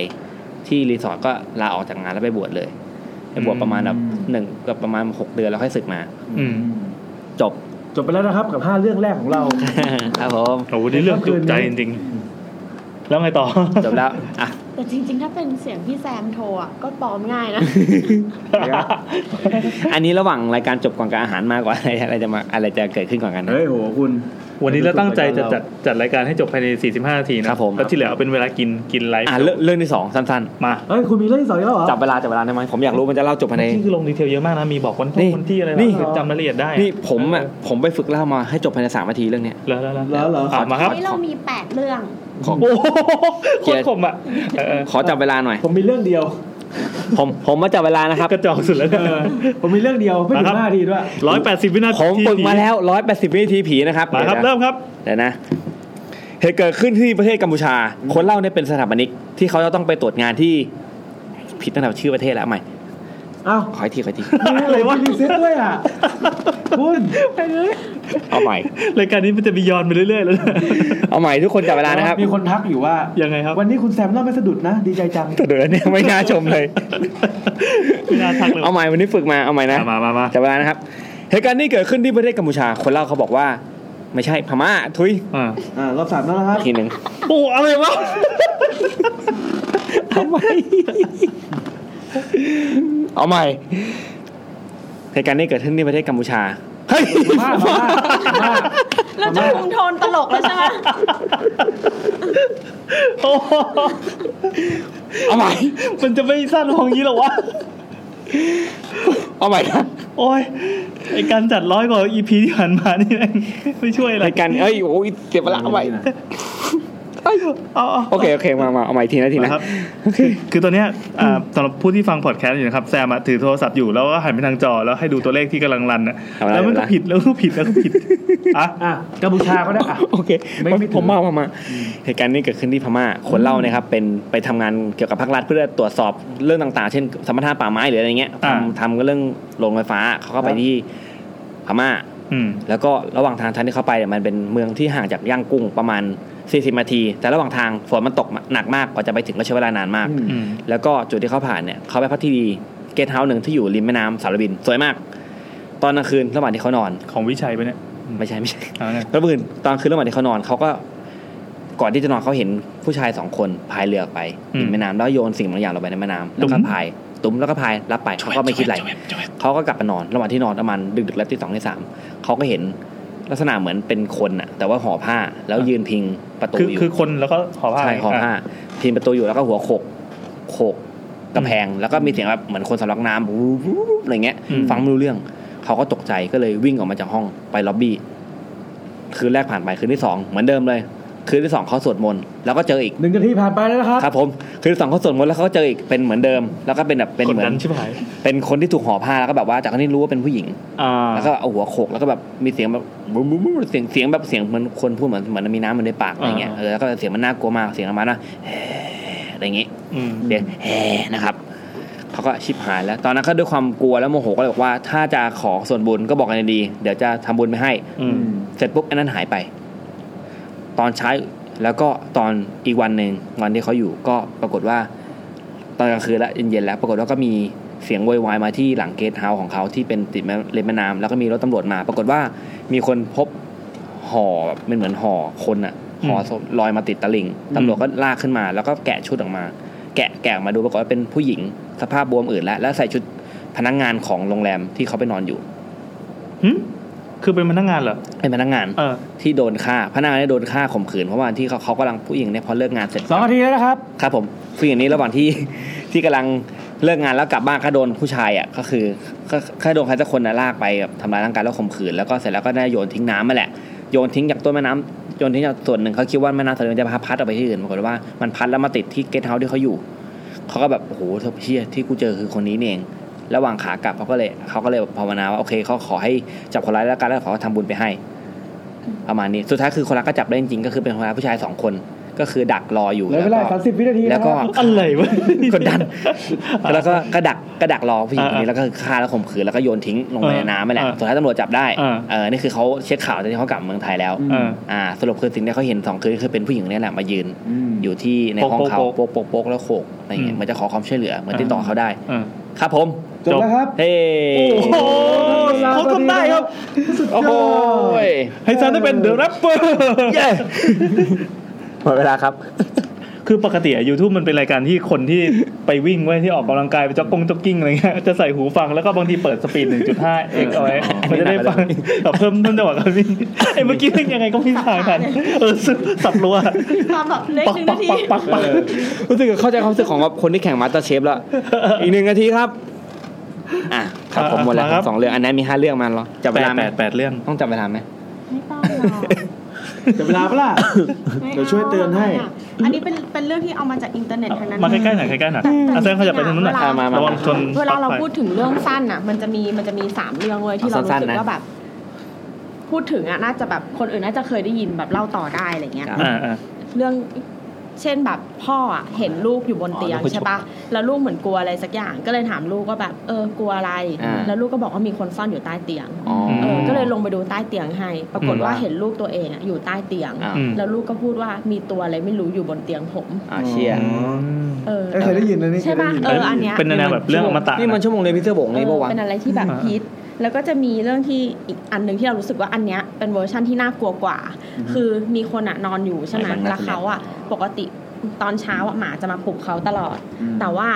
[SPEAKER 2] ที่รีสอร์ทก็ลาออกจากงานแล้วไปบวชเลยไปบวชประมาณแบบ
[SPEAKER 4] อืม
[SPEAKER 2] หนึ่งกับประมาณหกเดือนแล้วค่อยศึกมา
[SPEAKER 1] อืม
[SPEAKER 2] จบ *laughs*
[SPEAKER 4] จบไปแล้วนะครับกับห้าเรื่องแรกของเรา
[SPEAKER 2] ครับผม
[SPEAKER 1] โอ้โหนี่เรื่องจุกใจจริงๆ แล้วไงต่อ
[SPEAKER 2] จบแล้วอ่ะ
[SPEAKER 3] แต่จริง ๆ ถ้าเป็นเสียงพี่แซมโทรอ่ะก็ปลอมง่ายนะ
[SPEAKER 2] อันนี้ระหว่างรายการจบก่อนการอาหารมากกว่าอะไรอะไรจะมาอะไรจะเกิดขึ้นก่อนกันนะ
[SPEAKER 4] เฮ้ยโหคุณ
[SPEAKER 1] วันนี้เราตั้งใจจะจัดจัดรายการให้จบภายใน 45 นาทีนะครับ
[SPEAKER 2] ผม
[SPEAKER 1] แล้วที่เหลือเป็นเวลากินกินไลฟ์
[SPEAKER 2] อ่ะเรื่องเรื่องที่สองสั้น
[SPEAKER 1] มา
[SPEAKER 4] เฮ้ยคุณมีเรื่องที่สองอีกแล้วเหรอ
[SPEAKER 2] ๆจับเวลาจับเวลาได้ไหมผมอยากรู้มันจะเล่าจบภายใน
[SPEAKER 1] ที่คือลงดีเทลเยอะมากนะ มีบอกวัน
[SPEAKER 2] นี่
[SPEAKER 1] ที่วันที่อะไร
[SPEAKER 2] นี่
[SPEAKER 1] แบบจำรายละเอียดได้
[SPEAKER 2] นี่ผมอ่ะผมไปฝึกเล่ามาให้จบภายในสามนาทีเรื่องเนี้ย
[SPEAKER 1] แล้วแล้ว
[SPEAKER 4] แล้
[SPEAKER 1] แล้ว
[SPEAKER 4] เหรอ
[SPEAKER 1] ะมาครับ
[SPEAKER 3] นี่เรามีแปดเรื่อง
[SPEAKER 2] ขอ
[SPEAKER 1] โอ้โหโค
[SPEAKER 2] เกีย
[SPEAKER 1] ต
[SPEAKER 2] ร์
[SPEAKER 1] รคมอ่ะเออเออ
[SPEAKER 2] ขอจับเวลาหน่อย
[SPEAKER 4] ผมมีเรื่องเดียว
[SPEAKER 2] ผมผมมาจับเวลานะครับ
[SPEAKER 1] กระจอกสุดแล้วกัน
[SPEAKER 4] เออ ผมมีเรื่องเดียวไม่ถึ
[SPEAKER 1] มาครับ
[SPEAKER 4] งห้านาทีด้วย
[SPEAKER 1] ร้อยแปดสิบวินาที
[SPEAKER 2] ผมฝึกมาแล้วร้อยแปดสิบวินาทีผีนะครับ
[SPEAKER 1] มาครับ
[SPEAKER 2] เดี๋ยวนะ
[SPEAKER 1] เริ่มครับ
[SPEAKER 2] เดี๋ยวนะเหตุเกิดขึ้นที่ประเทศกัมพูชา คนเล่าเนี่ยเป็นสถาปนิกที่เขาจะต้องไปตรวจงานที่ ผิดตั้งแต่ชื่อประเทศแล้วเอาใหม่
[SPEAKER 4] อ้าว
[SPEAKER 2] ขออีกทีขออีกที
[SPEAKER 1] อะไรวะ
[SPEAKER 4] รีเซ็ตด้วยอ่ะ คุณ
[SPEAKER 2] เอาใหม่
[SPEAKER 1] รายการนี้มันจะมีย้อนไปเรื่อยๆแล้วนะ
[SPEAKER 2] เอาใหม่ทุกคนจับเวลานะครับ
[SPEAKER 4] มีคนทักอยู่ว่า
[SPEAKER 1] ยังไงครับ
[SPEAKER 4] วันนี้คุณแซมเล่าไม่สะดุดนะ ดีใจจัง
[SPEAKER 2] แต่เดี๋ยวนี้ไม่น่าชมเลย
[SPEAKER 1] ไม่น่าทักเลย
[SPEAKER 2] *laughs* เอาใหม่วันนี้ฝึกมาเอาใหม่นะ
[SPEAKER 1] อ่ะมามามา
[SPEAKER 2] จับเวลานะครับ เหตุการณ์นี้เกิดขึ้นที่ประเทศกัมพูชา คนเล่าเขาบอกว่า ไม่ใช่พม่าทุย
[SPEAKER 1] อ่า
[SPEAKER 4] อ่ารอบสามแล้วนะครับ
[SPEAKER 2] ทีหนึ่ง
[SPEAKER 1] ปู่อะไรวะ
[SPEAKER 2] ทำไม เอาใหม่เหตุการณ์นี้เกิดขึ้นที่ประเทศกัมพูชาเฮ้ย
[SPEAKER 4] พม่าพม่าพม่า
[SPEAKER 3] เราจะคงโทนตลกแล้วใช่ไหม
[SPEAKER 1] โอ้โห
[SPEAKER 2] เอาใหม่
[SPEAKER 1] มันจะไม่สั้นพออย่างนี้หรอวะ
[SPEAKER 2] เอาใหม่นะ
[SPEAKER 1] โอ้ยไอการจัดร้อยกว่า EP ที่ผ่านมานี่แม่งไม่ช่วยอะไร
[SPEAKER 2] เหตุการณ์เอ้ยโอ้ยเจ็บเวลาเอาใหม่
[SPEAKER 1] เอาเอา
[SPEAKER 2] โอเคโอเคมามาเอาใหม่ทีนะทีนะ
[SPEAKER 1] นะครับคือคือตัวเนี้ยอ่าสำหรับผู้ที่ฟังพอดแคสต์อยู่นะครับแซมอะถือโทรศัพท์อยู่แล้วก็หันไปทางจอแล้วให้ดูตัวเลขที่กำลังรันนะ
[SPEAKER 2] เอาละ
[SPEAKER 1] แล้วมันก็
[SPEAKER 2] เอาละ
[SPEAKER 1] ผิดแล้วก็ผิดแล้วก็ผิด *laughs* อ่ะ
[SPEAKER 4] อ่ะกัมพูชาก็ได้อ่ะ
[SPEAKER 2] โอเค
[SPEAKER 4] ไม่ไม่ถึง
[SPEAKER 2] ผมมาพม่าเหตุการณ์นี้เกิดขึ้นที่พม่าคนเล่านะครับเป็นไปทำงานเกี่ยวกับภาครัฐเพื่อตรวจสอบเรื่องต่างๆ เช่นสมรทานป่าไม้หรืออะไรเงี้ยทำทำก็เรื่องโรงไฟฟ้าเขาก็ไปที่พม่า
[SPEAKER 1] อืม
[SPEAKER 2] แล้วก็ระหว่างทางทันที่เข้าไปเนี่ยมันเป็นเมืองที่ห่างจากย่างกุ้งประมาณ 40นาที แต่ระหว่างทางฝนมันตกหนักมากกว่าจะไปถึงก็ใช้เวลานานมาก
[SPEAKER 4] อืม
[SPEAKER 1] อืม
[SPEAKER 2] แล้วก็จุดที่เขาผ่านเนี่ยเขาไปพักที่ดีเกสต์เฮาส์หนึ่งที่อยู่ริมแม่น้ำสารวินสวยมาก ตอนกลางคืนระหว่างที่เขานอน
[SPEAKER 1] ของวิชัยไปะเนี่ย
[SPEAKER 2] ไม่ใช่ไม่ใช่ *laughs*
[SPEAKER 1] เอาไง
[SPEAKER 2] แล้วมื่นตอนคืนระหว่างที่เขานอนเขาก็ก่อนที่จะนอนเขาเห็นผู้ชายสองคนพายเรือออกไปริมแม่น้ำแล้วโยนสิ่งบางอย่างลงไปในแม่น้ำแล้วก็พายตุ้มแล้วก็พายรับไปเขาก็ไม่คิดอะไรเขาก็กลับไปนอนระหว่างที่นอนประมาณดึกๆแล้วที่สองที่สามเขาก็เห็นลักษณะเหมือนเป็นคนน่ะ แต่ว่าห่อผ้าแล้วยืนพิงประตู
[SPEAKER 1] คือ
[SPEAKER 2] อยู่
[SPEAKER 1] คือคนแล้วก็ขอผ้า
[SPEAKER 2] ใช่ห่อผ้า
[SPEAKER 1] ะ
[SPEAKER 2] พิงประตูอยู่แล้วก็หัวโขกโขกกระแพงแล้วก็มีเสียงแบบเหมือนคนสำลักน้ำวูบวูบอะไรเงี้ย
[SPEAKER 1] อืม
[SPEAKER 2] ฟังไม่รู้เรื่อง เขาก็ตกใจก็เลยวิ่งออกมาจากห้องไปล็อบบี้ คืนแรกผ่านไปคืนที่สองเหมือนเดิมเลย คืนที่สองเขาสวดมนต์แล้วก็เจออีก
[SPEAKER 4] หนึ่งนาทีผ่านไปแล้วนะครับ
[SPEAKER 2] ครับผม คืนที่สองเขาสวดมนต์แล้วเขาก็เจออีกเป็นเหมือนเดิม แล้วก็เป็นแบบเป็น
[SPEAKER 1] กด
[SPEAKER 2] เหมือ
[SPEAKER 1] ดั
[SPEAKER 2] น
[SPEAKER 1] นชิบหาย
[SPEAKER 2] เป็นคนที่ถูกห่อผ้าแล้วก็แบบว่าจากที่รู้ว่าเป็นผู้หญิง
[SPEAKER 1] อ่า
[SPEAKER 2] แล้วก็เอาหัวโขกแล้วก็แบบมีเสียงแบบบูมบูมบูมเสียงเสียงแบบเสียงเหมือนคนพูดเหมือนเหมือนมีน้ำมันในปากอะไรเงี้ยเออแล้วก็เสียงมันน่ากลัวมากเสียงประมาณว่าเฮ้อะไรอย่างงี้
[SPEAKER 1] อืม
[SPEAKER 2] เดี๋ยวแฮนะครับเขาก็ชิบหายแล้ว ตอนนั้นก็ด้วยความกลัวแล้วโมโหก็เลยบอกว่า ถ้าจะขอส่วนบุญก็บอกกันดีๆเดี๋ยวจะทำบุญไปให้
[SPEAKER 1] อืม
[SPEAKER 2] เสร็จปุ๊บอันนั้นหายไป ตอนเช้าแล้วก็ตอนอีกวันหนึ่งวันที่เขาอยู่ก็ปรากฏว่า ตอนกลางคืนแล้วเย็นๆแล้ว ปรากฏว่าก็มีเสียงโวยวายมาที่หลังเกสต์เฮาส์ของเขาที่เป็นติดแม่เลนแม่น้ำแล้วก็มีรถตำรวจมา ปรากฏว่ามีคนพบห่อแบบมันเหมือนห่อคนอะห่อศพลอยมาติดตะลิงตำรวจก็ลากขึ้นมา แล้วก็แกะชุดออกมา แกะแกะออกมาดูปรากฏว่าเป็นผู้หญิงสภาพบวมอืดแล้วและใส่ชุดพนักงานของโรงแรมที่เขาไปนอนอยู่
[SPEAKER 1] หึคือเป็นพนักงานเหรอ
[SPEAKER 2] เป็นพนักงาน
[SPEAKER 1] เออ
[SPEAKER 2] ที่โดนฆ่าพนักงานได้โดนฆ่าข่มขืนเพราะว่าที่เขาเขากำลังผู้หญิงเนี่ยพอเลิกงานเสร็จ
[SPEAKER 4] สองนาทีแล้วนะครับ
[SPEAKER 2] ครับผมผู้หญิงนี้ระหว่างที่ *laughs* ที่กำลังเลิกงานแล้วกลับบ้านก็โดนผู้ชายอ่ะก็คือก็แค่โดนใครสักคนนะลากไปแบบทำร้ายร่างกายแล้วข่มขืนแล้วก็เสร็จแล้วก็ได้โยนทิ้งน้ำมาแหละโยนทิ้งจากต้นแม่น้ำโยนทิ้งจากส่วนหนึ่งเขาคิดว่าแม่น้ำสายมันจะพาพัดออกไปที่อื่นปรากฏว่ามันพัดแล้วมาติดที่เกสต์เฮาส์ที่เขาอยู่เขาก็แบบโอ้โหเชี่ยที่กูเจอคือคนนี้นี่เอง ระหว่างขากลับเขาก็เลยเขาก็เลยภาวนาว่าโอเคเขาขอให้จับคนร้ายแล้วกันแล้วเขาก็ทำบุญไปให้ ประมาณนี้สุดท้ายคือคนร้ายก็จับได้จริงๆก็คือเป็นคนร้ายผู้ชายสองคน ก็คือดักรออยู่
[SPEAKER 4] เหลือเวลา
[SPEAKER 2] ก็
[SPEAKER 4] สามสิบวินาที
[SPEAKER 2] แล้วก็
[SPEAKER 4] นะครับ
[SPEAKER 1] อะไรวะ
[SPEAKER 2] กดดัน แล้วก็ก็ดักก็ดักรอผู้หญิงคนนี้
[SPEAKER 1] อ่า
[SPEAKER 2] แล้วก็คือฆ่าแล้วข่มขืนแล้วก็โยนทิ้งลงไปในน้ำไปแหละ
[SPEAKER 1] อ่า
[SPEAKER 2] สุดท้ายตำรวจจับได้
[SPEAKER 1] อ่า
[SPEAKER 2] เออนี่คือเขาเช็คข่าวตอนที่เขากลับเมืองไทยแล้ว
[SPEAKER 1] เออ
[SPEAKER 2] อ่าสรุปคือสิ่งที่เขาเห็นสองคือคือเป็นผู้หญิงคนนี้แหละมายืน
[SPEAKER 4] ม
[SPEAKER 2] อยู่ที่ในห้องเขา
[SPEAKER 1] โป๊ะโป๊ะ
[SPEAKER 2] โป๊กโป๊กแล้วโขกอะไร
[SPEAKER 1] อื
[SPEAKER 2] เงี้ย
[SPEAKER 1] ม
[SPEAKER 2] เหมันจะขอความช่วยเหลือเหมือนติดต่ออา เขาได้
[SPEAKER 1] เออ
[SPEAKER 2] ครับผม
[SPEAKER 4] จบแล้วครับ
[SPEAKER 2] เฮ้
[SPEAKER 1] โอ้โหเขาทำได้ครับ
[SPEAKER 4] สุดย
[SPEAKER 2] โอ้โห
[SPEAKER 4] อด
[SPEAKER 1] ให้แซมได้เป็นเดอะแรปเปอ *laughs* ร์
[SPEAKER 2] เย้หมดเวลาครับ
[SPEAKER 1] คือปกติอะ YouTube มันเป็นรายการที่คนที่ไปวิ่งไว้ยที่ออกกำลังกายไปจ็อกกงจ็อกกิ้งอะไรเงี้ยจะใส่หูฟังแล้วก็บางทีเปิดสปีด 1.5 x เอาไว้มันจะได้ฟังแต่เพิ่มต้นจังหวะการวิ่งไอ้เมื่อกี้เรื่องยังไงก็พี่ทางทันเออสับรัว
[SPEAKER 3] ความแบบเล็ก
[SPEAKER 1] ปัก
[SPEAKER 3] หนึ่งนา
[SPEAKER 1] ปั
[SPEAKER 3] ก ที
[SPEAKER 1] ปักปักปัก
[SPEAKER 2] รู้สึกเข้าใจความรู้สึกของแบบคนที่แข่งมาสเตอร์เชฟแล้ว อีกหนึ่งนาทีครับ อ่ะ ครับผมหมดแล้วครับสองเรื่อง อันนั้นมีห้าเรื่องมันหรอจับเว
[SPEAKER 1] แป
[SPEAKER 2] ลา
[SPEAKER 1] ด
[SPEAKER 2] ไหม
[SPEAKER 1] แปดแปดเรื่อง
[SPEAKER 2] ต้องจับเวลาไหม
[SPEAKER 3] ไม่ต้องหรอก
[SPEAKER 4] จะเวลาปะล่ะ
[SPEAKER 3] ไม่อา
[SPEAKER 4] เดี๋ยวช่วยเตือนให้
[SPEAKER 3] อันนี้เป็นเป็นเรื่องที่เอามาจากอินเทอร์เน็ตทั้งนั้น
[SPEAKER 1] มาใกล้ๆหน่อยใกล้ๆหน่อยอาเซนเขาจะไปทางนู้นหน่อย
[SPEAKER 3] เวลา
[SPEAKER 2] อ่ะมามา
[SPEAKER 1] ระวัง
[SPEAKER 2] มา
[SPEAKER 1] ชน
[SPEAKER 3] เวลาเรา
[SPEAKER 1] ปลั๊กไฟ
[SPEAKER 3] พูดถึงเรื่องสั้นอ่ะ มันจะมีมันจะมีสามเรื่องเลยที่เรา
[SPEAKER 2] สั้
[SPEAKER 3] รู้
[SPEAKER 2] นๆ
[SPEAKER 3] สึก
[SPEAKER 2] นะ
[SPEAKER 3] ว่าแบบ พูดถึงอ่ะน่าจะแบบคนอื่นน่าจะเคยได้ยินแบบเล่าต่อได้อะไรเงี้ย
[SPEAKER 1] อ่าอ่า
[SPEAKER 3] เรื่องเช่นแบบพ่ออะเห็นลูกอยู่บนเตียงใช่ปะแล้วลูกเหมือนกลัวอะไรสักอย่าง ก็เลยถามลูกว่าแบบเออกลัวอะไร
[SPEAKER 2] อ่า
[SPEAKER 3] แล้วลูกก็บอกว่ามีคนซ่อนอยู่ใต้เตียง
[SPEAKER 2] อ๋อ
[SPEAKER 3] เออก็เลยลงไปดูใต้เตียงให้ ปรากฏ
[SPEAKER 1] อืม
[SPEAKER 3] ว่าเห็นลูกตัวเองอะอยู่ใต้เตียง
[SPEAKER 2] อ่า
[SPEAKER 1] อืม
[SPEAKER 3] แล้วลูกก็พูดว่ามีตัวอะไรไม่รู้อยู่บนเตียงผม
[SPEAKER 2] อ่ะเชีย
[SPEAKER 4] อ๋อ
[SPEAKER 3] เออ
[SPEAKER 4] เคยได้ยินนะนี่
[SPEAKER 3] ใช่ปะ
[SPEAKER 4] เคยได้ยิน
[SPEAKER 3] เอออันเนี้ย
[SPEAKER 1] เป็นแนวแบบเรื่องอมตะ
[SPEAKER 2] นี่มันชั่วโมงเลยพิเศษบง
[SPEAKER 3] เอ
[SPEAKER 2] นี่ปะ
[SPEAKER 3] อ
[SPEAKER 2] วะ
[SPEAKER 3] เป็นอะไรที่แบบฮิต แล้วก็จะมีเรื่องที่อีกอันหนึ่งที่เรารู้สึกว่าอันเนี้ยเป็นเวอร์ชั่นที่น่ากลัวกว่า คือมีคนอะนอนอยู่ใช่ไหม
[SPEAKER 2] ไหนบ้างนะ
[SPEAKER 3] แล้วเขาอะปกติตอนเช้าอะหมาจะมาปลุกเขาตลอด
[SPEAKER 4] อืม
[SPEAKER 3] แต่ว่า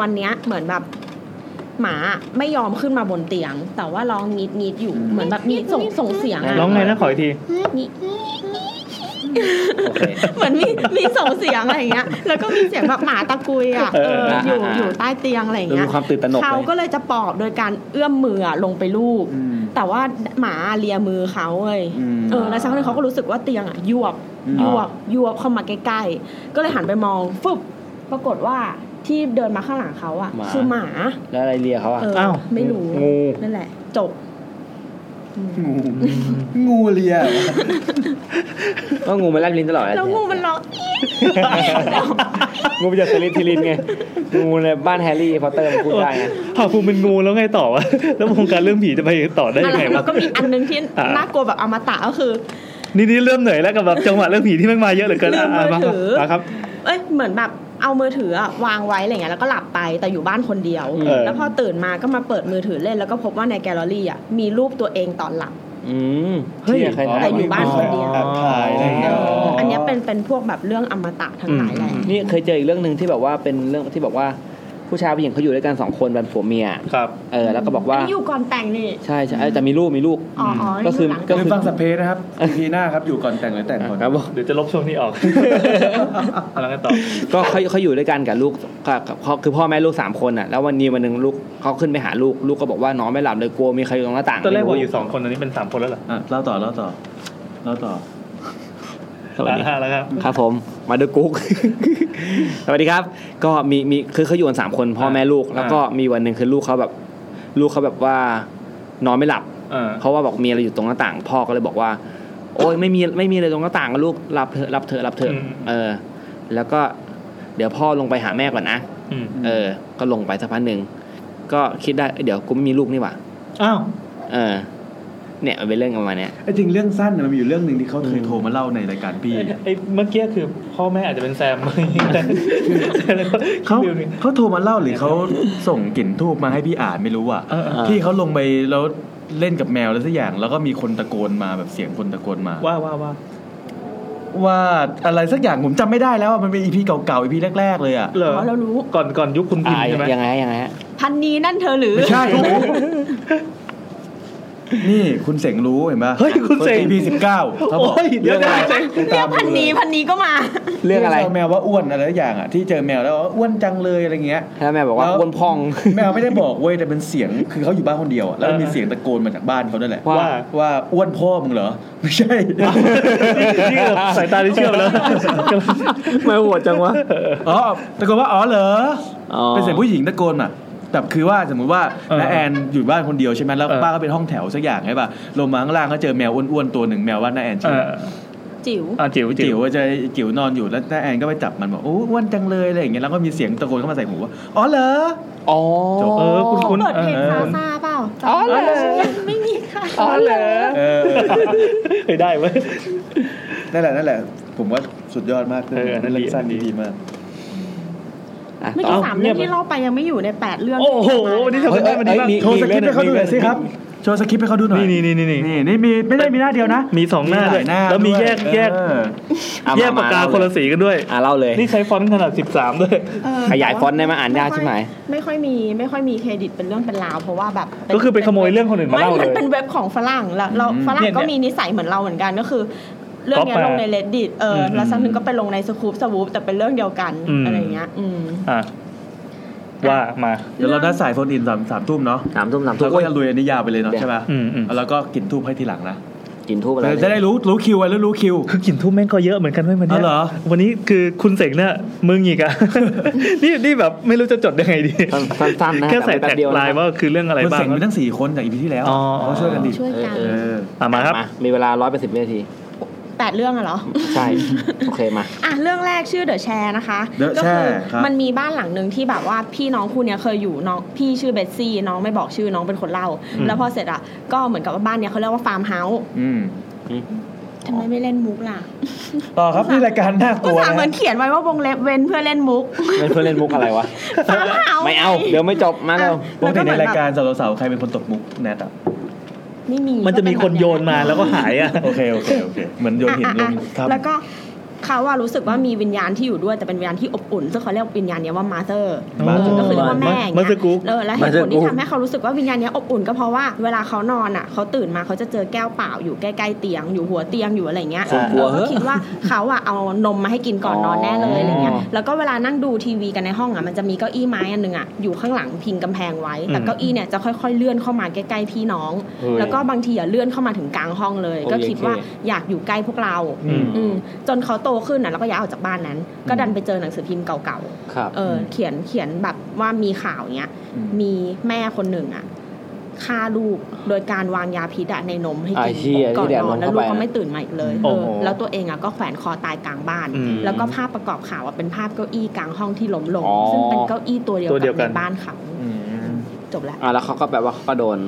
[SPEAKER 3] วันเนี้ยเหมือนแบบหมาอะไม่ยอมขึ้นมาบนเตียง แต่ว่าร้องงีดงีดอยู่เหมือนแบบมีส่งส่งเสียงอะ
[SPEAKER 1] ร้องไงนะขออีกที
[SPEAKER 3] งีด
[SPEAKER 2] โอเค
[SPEAKER 3] เหมือนมีมีส่งเสียงอะไรอย่างเงี้ย แล้วก็มีเสียงแบบหมาตะกุยอ่ะ เอ
[SPEAKER 1] เออ
[SPEAKER 3] อ
[SPEAKER 1] อ่า
[SPEAKER 3] อยู่
[SPEAKER 2] อ่า
[SPEAKER 3] อยู่ใต้เตียงอะไรอย่าง
[SPEAKER 2] ดู
[SPEAKER 3] เงี้ย
[SPEAKER 2] ความตื่นตระหนก
[SPEAKER 3] เขา
[SPEAKER 2] ไป
[SPEAKER 3] ก็เลยจะปอบโดยการเอื้อมมืออะลงไปลูบ
[SPEAKER 4] อืม
[SPEAKER 3] แต่ว่าหมาเลียมือเขาเว้ย
[SPEAKER 4] อืม
[SPEAKER 3] เออ แล้วสักพักหนึงเขาก็รู้สึกว่าเตียงอ่ะยวบ
[SPEAKER 4] อืม
[SPEAKER 3] ยวบยวบเข้ามาใกล้ๆ ก็เลยหันไปมองฟึบ ปรากฏว่าที่เดินมาข้างหลังเขาอ่ะ คือหมา
[SPEAKER 2] แล้วอะไรเลียเขาอ่ะ
[SPEAKER 3] เออ
[SPEAKER 1] อ้าว
[SPEAKER 3] ไม่รู้
[SPEAKER 2] งู
[SPEAKER 3] นั่นแหละ จบ
[SPEAKER 4] งูงูเลีย
[SPEAKER 2] ก็งูมันแลบลิ้นตลอดเลย
[SPEAKER 3] แล้วงูมันร้องอี๊ด
[SPEAKER 2] งูมันจะสลิดทีลินไงงูในบ้านแฮร์รี่พอตเตอร์มันพูดได้ไง
[SPEAKER 1] หาภูมิเป็นงูแล้วไงต่อวะ แล้ววงการเรื่องผีจะไปต่อได้ยังไง
[SPEAKER 3] แล้ว
[SPEAKER 1] ะ
[SPEAKER 3] วก็มีอันหนึงที่
[SPEAKER 1] อ่า
[SPEAKER 3] น่ากลัวแบบอมตะก็คือ
[SPEAKER 1] นี่นี่เริ่มเหนื่อยแล้วกับแบบจังหวะเรื่องผีที่แมันมาเยอะเหลือเกิน
[SPEAKER 3] ลืมมือ
[SPEAKER 1] มา
[SPEAKER 3] ถือ
[SPEAKER 1] มาครับ
[SPEAKER 3] เอ้ยเหมือนแบบเอามือถืออะวางไว้อะไรเงี้ยแล้วก็หลับไปแต่อยู่บ้านคนเดียว
[SPEAKER 2] เออ
[SPEAKER 3] แล้วพอตื่นมาก็มาเปิดมือถือเล่นแล้วก็พบว่าในแกลเลอรี่อ่ะมีรูปตัวเองตอนหลับ
[SPEAKER 2] อืม
[SPEAKER 1] เฮ้ย
[SPEAKER 2] ที่ใครถ่า
[SPEAKER 3] แต่
[SPEAKER 2] ย
[SPEAKER 3] อยู่บ้านคนเดียว
[SPEAKER 1] แอบถ่ายอะไรอย่างเงี้ย
[SPEAKER 3] อันเนี้ยเป็นเป็นพวกแบบเรื่องอมตะทั้งหลายแหละ
[SPEAKER 1] อืม
[SPEAKER 2] นี่เคยเจออีกเรื่องหนึ่งที่แบบว่าเป็นเรื่องที่บอกว่าผู้ชายผู้หญิงเขาอยู่ด้วยกันสองคนเป็นผัวเมีย
[SPEAKER 1] ครับ
[SPEAKER 2] เออแล้วก็บอกว่า
[SPEAKER 3] อันนี้อยู่ก่อนแต่งนี่
[SPEAKER 2] ใช่ใช่แต่มีลูกมีลูก
[SPEAKER 3] อ๋ออ๋อ
[SPEAKER 2] ก็คือ
[SPEAKER 3] หลัง
[SPEAKER 2] ก็
[SPEAKER 4] ลืมฟังสัพเพนะครับทีหน้าครับอยู่ก่อนแต่งหรือแต่งก่อน
[SPEAKER 2] ครับผม
[SPEAKER 1] เดี๋ยวจะลบช่วงนี้ออก *laughs* เอาแล้วกันต่อ
[SPEAKER 2] ก็เขาเขาอยู่ด้วยกันกับลูกกับกับพ่อคือพ่อแม่ลูกสามคนอ่ะ แล้ววันนี้วันหนึ่งลูกเขาขึ้นไปหาลูกลูกก็บอกว่านอนไม่หลับเลยกลัวมีใครอยู่ตรงหน้าต่าง
[SPEAKER 1] ตอนแรกบอกอยู่สองคนตอนนี้เป็นสามคนแล้วเหรอ
[SPEAKER 4] อ่ะเล่าต่อเล่าต่อเล่าต่อ
[SPEAKER 2] สวัสดี
[SPEAKER 1] อ่าแล้วครับ
[SPEAKER 2] ครับผมมาดูกุ๊ก *laughs* สวัสดีครับ ก็มีมีคือเขาอยู่กันสามคนพ่อแม่ลูก แล้วก็มีวันหนึ่งคือลูกเขาแบบ ลูกเขาแบบว่านอนไม่หลับ
[SPEAKER 1] อ่า
[SPEAKER 2] เพราะว่าบอกมีอะไรอยู่ตรงหน้าต่าง พ่อก็เลยบอกว่า โอ๊ยไม่มีไม่มีอะไรตรงหน้าต่างลูกรับเถอะรับเถอะรับเถอะ
[SPEAKER 1] อืม
[SPEAKER 2] เออ แล้วก็เดี๋ยวพ่อลงไปหาแม่ก่อนนะ
[SPEAKER 1] อืม
[SPEAKER 2] เออ ก็ลงไปสักพักหนึ่ง ก็คิดได้เอ้ยเดี๋ยวกูไม่มีลูกนี่หว่า
[SPEAKER 1] อ้าว
[SPEAKER 2] เออ เนี่ยมันเป็นเรื่องประมาณเนี้ย
[SPEAKER 4] ไอ้จริงเรื่องสั้นน่ะมันมีอยู่เรื่องหนึ่งที่เขาเคยโทรมาเล่าในรายการพี่
[SPEAKER 1] ไอ้เมื่อกี้คือพ่อแม่อาจจะเป็นแซม *laughs* แล้วก็
[SPEAKER 4] เขา
[SPEAKER 1] คิดดูนี่
[SPEAKER 4] เขาโทรมาเล่าหรือเขาส่งกลิ่นทูบมาให้พี่อ่านไม่รู้อ่ะ
[SPEAKER 1] เออเออ
[SPEAKER 4] พี่เขาลงไปแล้วเล่นกับแมวแล้วสักอย่าง แล้วก็มีคนตะโกนมาแบบเสียงคนตะโกนมา
[SPEAKER 1] ว่าว่าว่า
[SPEAKER 4] ว่าอะไรสักอย่างผมจำไม่ได้แล้วอะมันเป็นอีพีเก่าๆอีพีแรก ๆ เลยอ่ะ
[SPEAKER 1] เหร
[SPEAKER 3] อ๋
[SPEAKER 1] อ
[SPEAKER 3] อเรารู้
[SPEAKER 1] ก่อนก่อนยุคคุณพิม
[SPEAKER 2] อ่า
[SPEAKER 1] พ์ใช่ไหม
[SPEAKER 2] ยังไงฮะยังไงฮะ
[SPEAKER 3] พันนีนั่นเธอหรือ
[SPEAKER 4] ไม่ใช่ นี่คุณเสงรู้เห็นปะ
[SPEAKER 1] เฮ้ยคุณเสง
[SPEAKER 4] อีพีสิบเก้าเขาบอก
[SPEAKER 1] โอ้ยเดี๋ยวเดี๋ยวคุณเสง
[SPEAKER 3] เรียกพันนีพันนีก็มา
[SPEAKER 2] เรื่องอะไร
[SPEAKER 4] จแมวว่าอ้วนอะไรสักอย่างอ่ะที่เจอแมวแล้วว่าอ้วนจังเลยอะไรเงี้ย *laughs*
[SPEAKER 2] แล้วแม่บอกว่า
[SPEAKER 4] แล้ว
[SPEAKER 2] อ้วนพอง
[SPEAKER 4] แมวไม่ได้บอกเว้ยแต่เป็นเสียงคือเขาอยู่บ้านคนเดียวอะแล้วมันมีเสียงตะโกนมาจากบ้านเขาด้วยแหละ
[SPEAKER 2] ว่า
[SPEAKER 1] ว่า
[SPEAKER 4] ว่าอ้วนพ่อมึงเหรอ *laughs* ไม่ใช่
[SPEAKER 1] นี่คือสายตาที่เชื่อม *laughs* แล้ว
[SPEAKER 2] ไม่โหดจังวะ
[SPEAKER 4] อ๋อตะโกนว่าอ๋อเหรอ
[SPEAKER 2] อ๋อ
[SPEAKER 4] เป็นเสียงผู้หญิงตะโกนอ่ะแต่คือว่าสมมุติว่า
[SPEAKER 1] เออ
[SPEAKER 4] น้าแอนอยู่บ้านคนเดียวใช่ไหมแล้ว
[SPEAKER 1] เออ
[SPEAKER 4] ป้าก็เป็นห้องแถวสักอย่างใช่ป่ะลงมาข้างล่างก็เจอแมวอ้วนๆตัวหนึ่งแมวว่าน้าแอน
[SPEAKER 1] เอ
[SPEAKER 4] ชื่อ
[SPEAKER 1] อ
[SPEAKER 3] จิ๋ว
[SPEAKER 1] อ่าจิ๋ว
[SPEAKER 4] จิ๋
[SPEAKER 1] จิ๋
[SPEAKER 4] ว
[SPEAKER 1] ว
[SPEAKER 4] ว่าจะจิ๋วนอนอยู่แล้วน้าแอนก็ไปจับมันบอกโอ้อ้วนจังเลยอะไรอย่างเงี้ยแล้วก็มีเสียงตะโกนเข้ามาใส่หูว่าอ๋อเหรอ
[SPEAKER 2] อ๋อ
[SPEAKER 4] จบ
[SPEAKER 1] เออคุณคุณ
[SPEAKER 3] เปิดเพลง
[SPEAKER 1] เออ
[SPEAKER 3] ซาซาเปล่า
[SPEAKER 2] อ๋อเหรอ
[SPEAKER 3] ไม่มีค่ะ
[SPEAKER 2] อ๋อเหรอ
[SPEAKER 4] เออ
[SPEAKER 1] เฮ้ยได้เว้ย
[SPEAKER 4] นั่นแหละนั่นแหละ ผมว่าสุดยอดมาก
[SPEAKER 1] เออนั่นดี
[SPEAKER 4] รื่องสั้นดีดีมาก
[SPEAKER 2] อ่ะ
[SPEAKER 3] เมื่อ
[SPEAKER 2] ต่
[SPEAKER 3] กี้
[SPEAKER 2] อ
[SPEAKER 3] สามเรื่องที่เล่าไปยังไม่อยู่ในแปดเรื่อง
[SPEAKER 1] โอ้โหวันนี้
[SPEAKER 3] ที่
[SPEAKER 1] ทำ
[SPEAKER 3] เล่ามา
[SPEAKER 1] กันได้วันนี้มาก
[SPEAKER 4] โชว์สคริปต์ให้เขาดูหน่อยสิครับ โชว์สคริปต์ให้เขาดูหน่อย
[SPEAKER 1] นี่นี่นี่นี่
[SPEAKER 4] นี่นี่มีไม่ได้มีหน้าเดียวนะ
[SPEAKER 1] มีสองหน้า
[SPEAKER 4] ล
[SPEAKER 1] ด้วย
[SPEAKER 4] ยหน้า
[SPEAKER 1] แล้วมี
[SPEAKER 4] ด้
[SPEAKER 1] แยกแยก
[SPEAKER 4] เออ
[SPEAKER 2] อ่ะม
[SPEAKER 1] แยกปากกาคนละสีกันด้วย
[SPEAKER 2] อ่ะเล่าเลย
[SPEAKER 1] นี่ใช้ฟอนต์ขนาด 13 ด้วย
[SPEAKER 3] เออ
[SPEAKER 2] ขยายฟอนต์ได้ไหมอ่านยาก
[SPEAKER 3] ค่
[SPEAKER 2] ใช่ไหม
[SPEAKER 3] ไม่ค่อยมีไม่ค่อยมีเครดิตเป็นเรื่องเป็นราวเพราะว่าแบบเน
[SPEAKER 1] ก็คือไปขโมยเรื่องคนอื่นมา
[SPEAKER 3] ไม่
[SPEAKER 1] เล่าเล
[SPEAKER 3] มัน
[SPEAKER 1] ย
[SPEAKER 3] เป็นเว็บของฝรั่งแล้วเราฝรั่งก็มีนิสัยเหมือนเราเหมือนกันก็คือ เรื่องเนี้ย
[SPEAKER 1] ก๊
[SPEAKER 3] ล
[SPEAKER 1] อป
[SPEAKER 3] ง
[SPEAKER 1] มา
[SPEAKER 3] ใน reddit เอออ
[SPEAKER 1] ม
[SPEAKER 3] แล้วสักหนึงก็ไปลงในสคูปสวูปแต่เป็นเรื่องเดียวกัน
[SPEAKER 1] อืม
[SPEAKER 3] อะไรอย่างเงี้ยอืม
[SPEAKER 1] อ่ะว่ามา
[SPEAKER 4] เดี๋ยวเราได้สายโฟนอินสามสามทุ่มเนาะ
[SPEAKER 2] สามทุ่มสามทุ่
[SPEAKER 4] เรา
[SPEAKER 2] ม
[SPEAKER 4] ก็จะลุยอันนี้ยาวไปเลยเนาะใช่ป่ะ
[SPEAKER 1] อืมอืม
[SPEAKER 4] แล้วก็กินทูบให้ทีหลังนะ
[SPEAKER 2] กินทูบอะไร
[SPEAKER 4] เออจะได้รู้รู้คิวไว้แล้วรู้คิว
[SPEAKER 1] คือกลิ่นทูบแม่งก็เยอะเหมือนกันไม่มันเนี่ย
[SPEAKER 4] อ๋อเหรอ
[SPEAKER 1] วันนี้คือคุณเสกเนี่ยมึงอีก *laughs* อะ นี่นี่แบบไม่รู้จะจดยังไงดี
[SPEAKER 2] สั้นๆนะ
[SPEAKER 1] แค่ใส่
[SPEAKER 2] ต่
[SPEAKER 1] แท็
[SPEAKER 2] ป๊
[SPEAKER 1] ก
[SPEAKER 2] บเดียวนะ
[SPEAKER 1] ไลน์ว่าคือเรื่องอะไร
[SPEAKER 4] มัน
[SPEAKER 1] บ้าง
[SPEAKER 4] เสียงมีทั้งสี่คนจากอีพีที่แล้ว
[SPEAKER 1] อ๋อ
[SPEAKER 4] เขาช่วยกันดิ
[SPEAKER 3] ช่วยกัน
[SPEAKER 2] เอ
[SPEAKER 4] เอ
[SPEAKER 2] อ
[SPEAKER 4] อ
[SPEAKER 1] อ่ะมาครับ
[SPEAKER 2] มามีเวลาร้อยแปดสิบวินาที
[SPEAKER 3] แปดเรื่องอะเหรอ
[SPEAKER 2] ใช่ โอเคมา
[SPEAKER 3] อ่ะเรื่องแรกชื่อเดอะแชร์นะคะ
[SPEAKER 4] The
[SPEAKER 3] ก็
[SPEAKER 4] Share ครับ
[SPEAKER 3] มันมีบ้านหลังหนึ่งที่แบบว่าพี่น้องคู่เนี้ยเคยอยู่น้องพี่ชื่อเบสซี่น้องไม่บอกชื่อน้องเป็นคนเล่า
[SPEAKER 1] อืม
[SPEAKER 3] แล้วพอเสร็จอ่ะก็เหมือนกับว่าบ้านเนี้ยเขาเรียกว่าฟาร์มเฮาส์
[SPEAKER 4] อืม
[SPEAKER 3] ทำไมไม่เล่นมุกล่ะ
[SPEAKER 4] ต่อครับนี่รายการน่าก
[SPEAKER 3] กู
[SPEAKER 4] ลัว
[SPEAKER 3] สาห์
[SPEAKER 4] นะ
[SPEAKER 3] เหมือนเขียนไว้ว่าวงเล็บเว้นเพื่อเล่นมุก
[SPEAKER 2] ไม่เพื่อเล่นมุกอะไรวะ
[SPEAKER 3] *laughs* ฟ้าผ่า
[SPEAKER 2] ไม่เอา เดี๋ยวไม่จบมาแล้ว
[SPEAKER 4] ปกติในรายการสาวๆใครเป็นคนตกมุกแนทอะ
[SPEAKER 3] ไม่มี
[SPEAKER 1] มันจะมีคนโยนมาแล้วก็หายอ่ะ
[SPEAKER 4] โอเคโอเคโอเคเหมือนโยนหินลง
[SPEAKER 3] อ่ะ
[SPEAKER 4] ถ้ำ
[SPEAKER 3] แล้วก็เขาว่ารู้สึกว่ามีวิญญาณที่อยู่ด้วยแต่เป็นวิญญาณที่อบอุ่นซึ่งเขาเรียกวิญญาณเนี้ยว่ามาเตอร์
[SPEAKER 4] มาเตอร์
[SPEAKER 3] ก็คือเรียกว่าแม่อย่างเงี้ย
[SPEAKER 1] มาเตอร์กุ๊ก
[SPEAKER 3] เออและเหตุผล
[SPEAKER 2] มาเตอร์กุ๊
[SPEAKER 3] ที่
[SPEAKER 2] ก
[SPEAKER 3] ทำให้เขารู้สึกว่าวิญญาณเนี้ยอบอุ่นก็เพราะว่าเวลาเขานอนอ่ะเขาตื่นมาเขาจะเจอแก้วเปล่าอยู่ใกล้ๆเตียง อยู่หัวเตียงอยู่อะไรเงี้ย
[SPEAKER 2] ส่วนกลัว
[SPEAKER 3] เราก็
[SPEAKER 2] เหอะ
[SPEAKER 3] คิดว่าเขาอะเอานมมาให้กินก่อนนอนแน่เลยอะไรเงี้ย
[SPEAKER 2] อ๋อ
[SPEAKER 3] แล้วก็เวลานั่งดูทีวีกันในห้องอะมันจะมีเก้าอี้ไม้อันหนึ่งอะอยู่ข้างหลังพิงกำแพงไว้ แต่
[SPEAKER 4] อืม
[SPEAKER 3] เก้าอี้เนี่ยจะค่อยๆเลื่อนเข้ามาใกล้ๆพี่น้อง
[SPEAKER 2] เฮ้ย
[SPEAKER 3] แล้วก็บางทีอะเลื่อนเข้ามาถึงกลางห้องเลย
[SPEAKER 2] โอเค
[SPEAKER 3] ก็คิดว่า
[SPEAKER 2] โอเค
[SPEAKER 3] อยากอยู่ใกล้พวกเรา
[SPEAKER 4] อืม
[SPEAKER 3] อืมจนเขาโตขึ้นอะแล้วก็ย้ายออกจากบ้านนั้น ก็ดันไปเจอหนังสือพิมพ์เก่า
[SPEAKER 2] ครับ
[SPEAKER 3] ๆ เอออ
[SPEAKER 4] ม
[SPEAKER 3] เขียนเขียนแบบว่ามีข่าวเนี้ย
[SPEAKER 4] อืม
[SPEAKER 3] มีแม่คนหนึ่งอะฆ่าลูกโดยการวางยาพิษอะในนมให้กิ
[SPEAKER 2] ไอ้เหี้ย
[SPEAKER 3] ก่อน
[SPEAKER 2] ที่แดด
[SPEAKER 3] นอน
[SPEAKER 2] ลง
[SPEAKER 3] แล้ว
[SPEAKER 2] เข้า
[SPEAKER 3] ลู
[SPEAKER 2] ไป
[SPEAKER 3] กก็ไม่ตื่นมาอีกเลย
[SPEAKER 2] โอ้
[SPEAKER 3] เอ
[SPEAKER 2] โห
[SPEAKER 3] อแล้วตัวเองอะก็แขวนคอตายกลางบ้าน
[SPEAKER 1] อืม
[SPEAKER 3] แล้วก็ภาพประกอบข่าวอะเป็นภาพเก้าอี้กลางห้องที่ล้มลง
[SPEAKER 2] อ๋อ
[SPEAKER 3] ซึ่งเป็นเก้าอี้ตัวเดียว
[SPEAKER 1] ตัวเดียวกั
[SPEAKER 3] กัน บในบ้านเขา
[SPEAKER 4] อืม
[SPEAKER 3] จบแล้ว
[SPEAKER 2] อ่ะแล้วเขาก็แบบว่าเขาก็โดน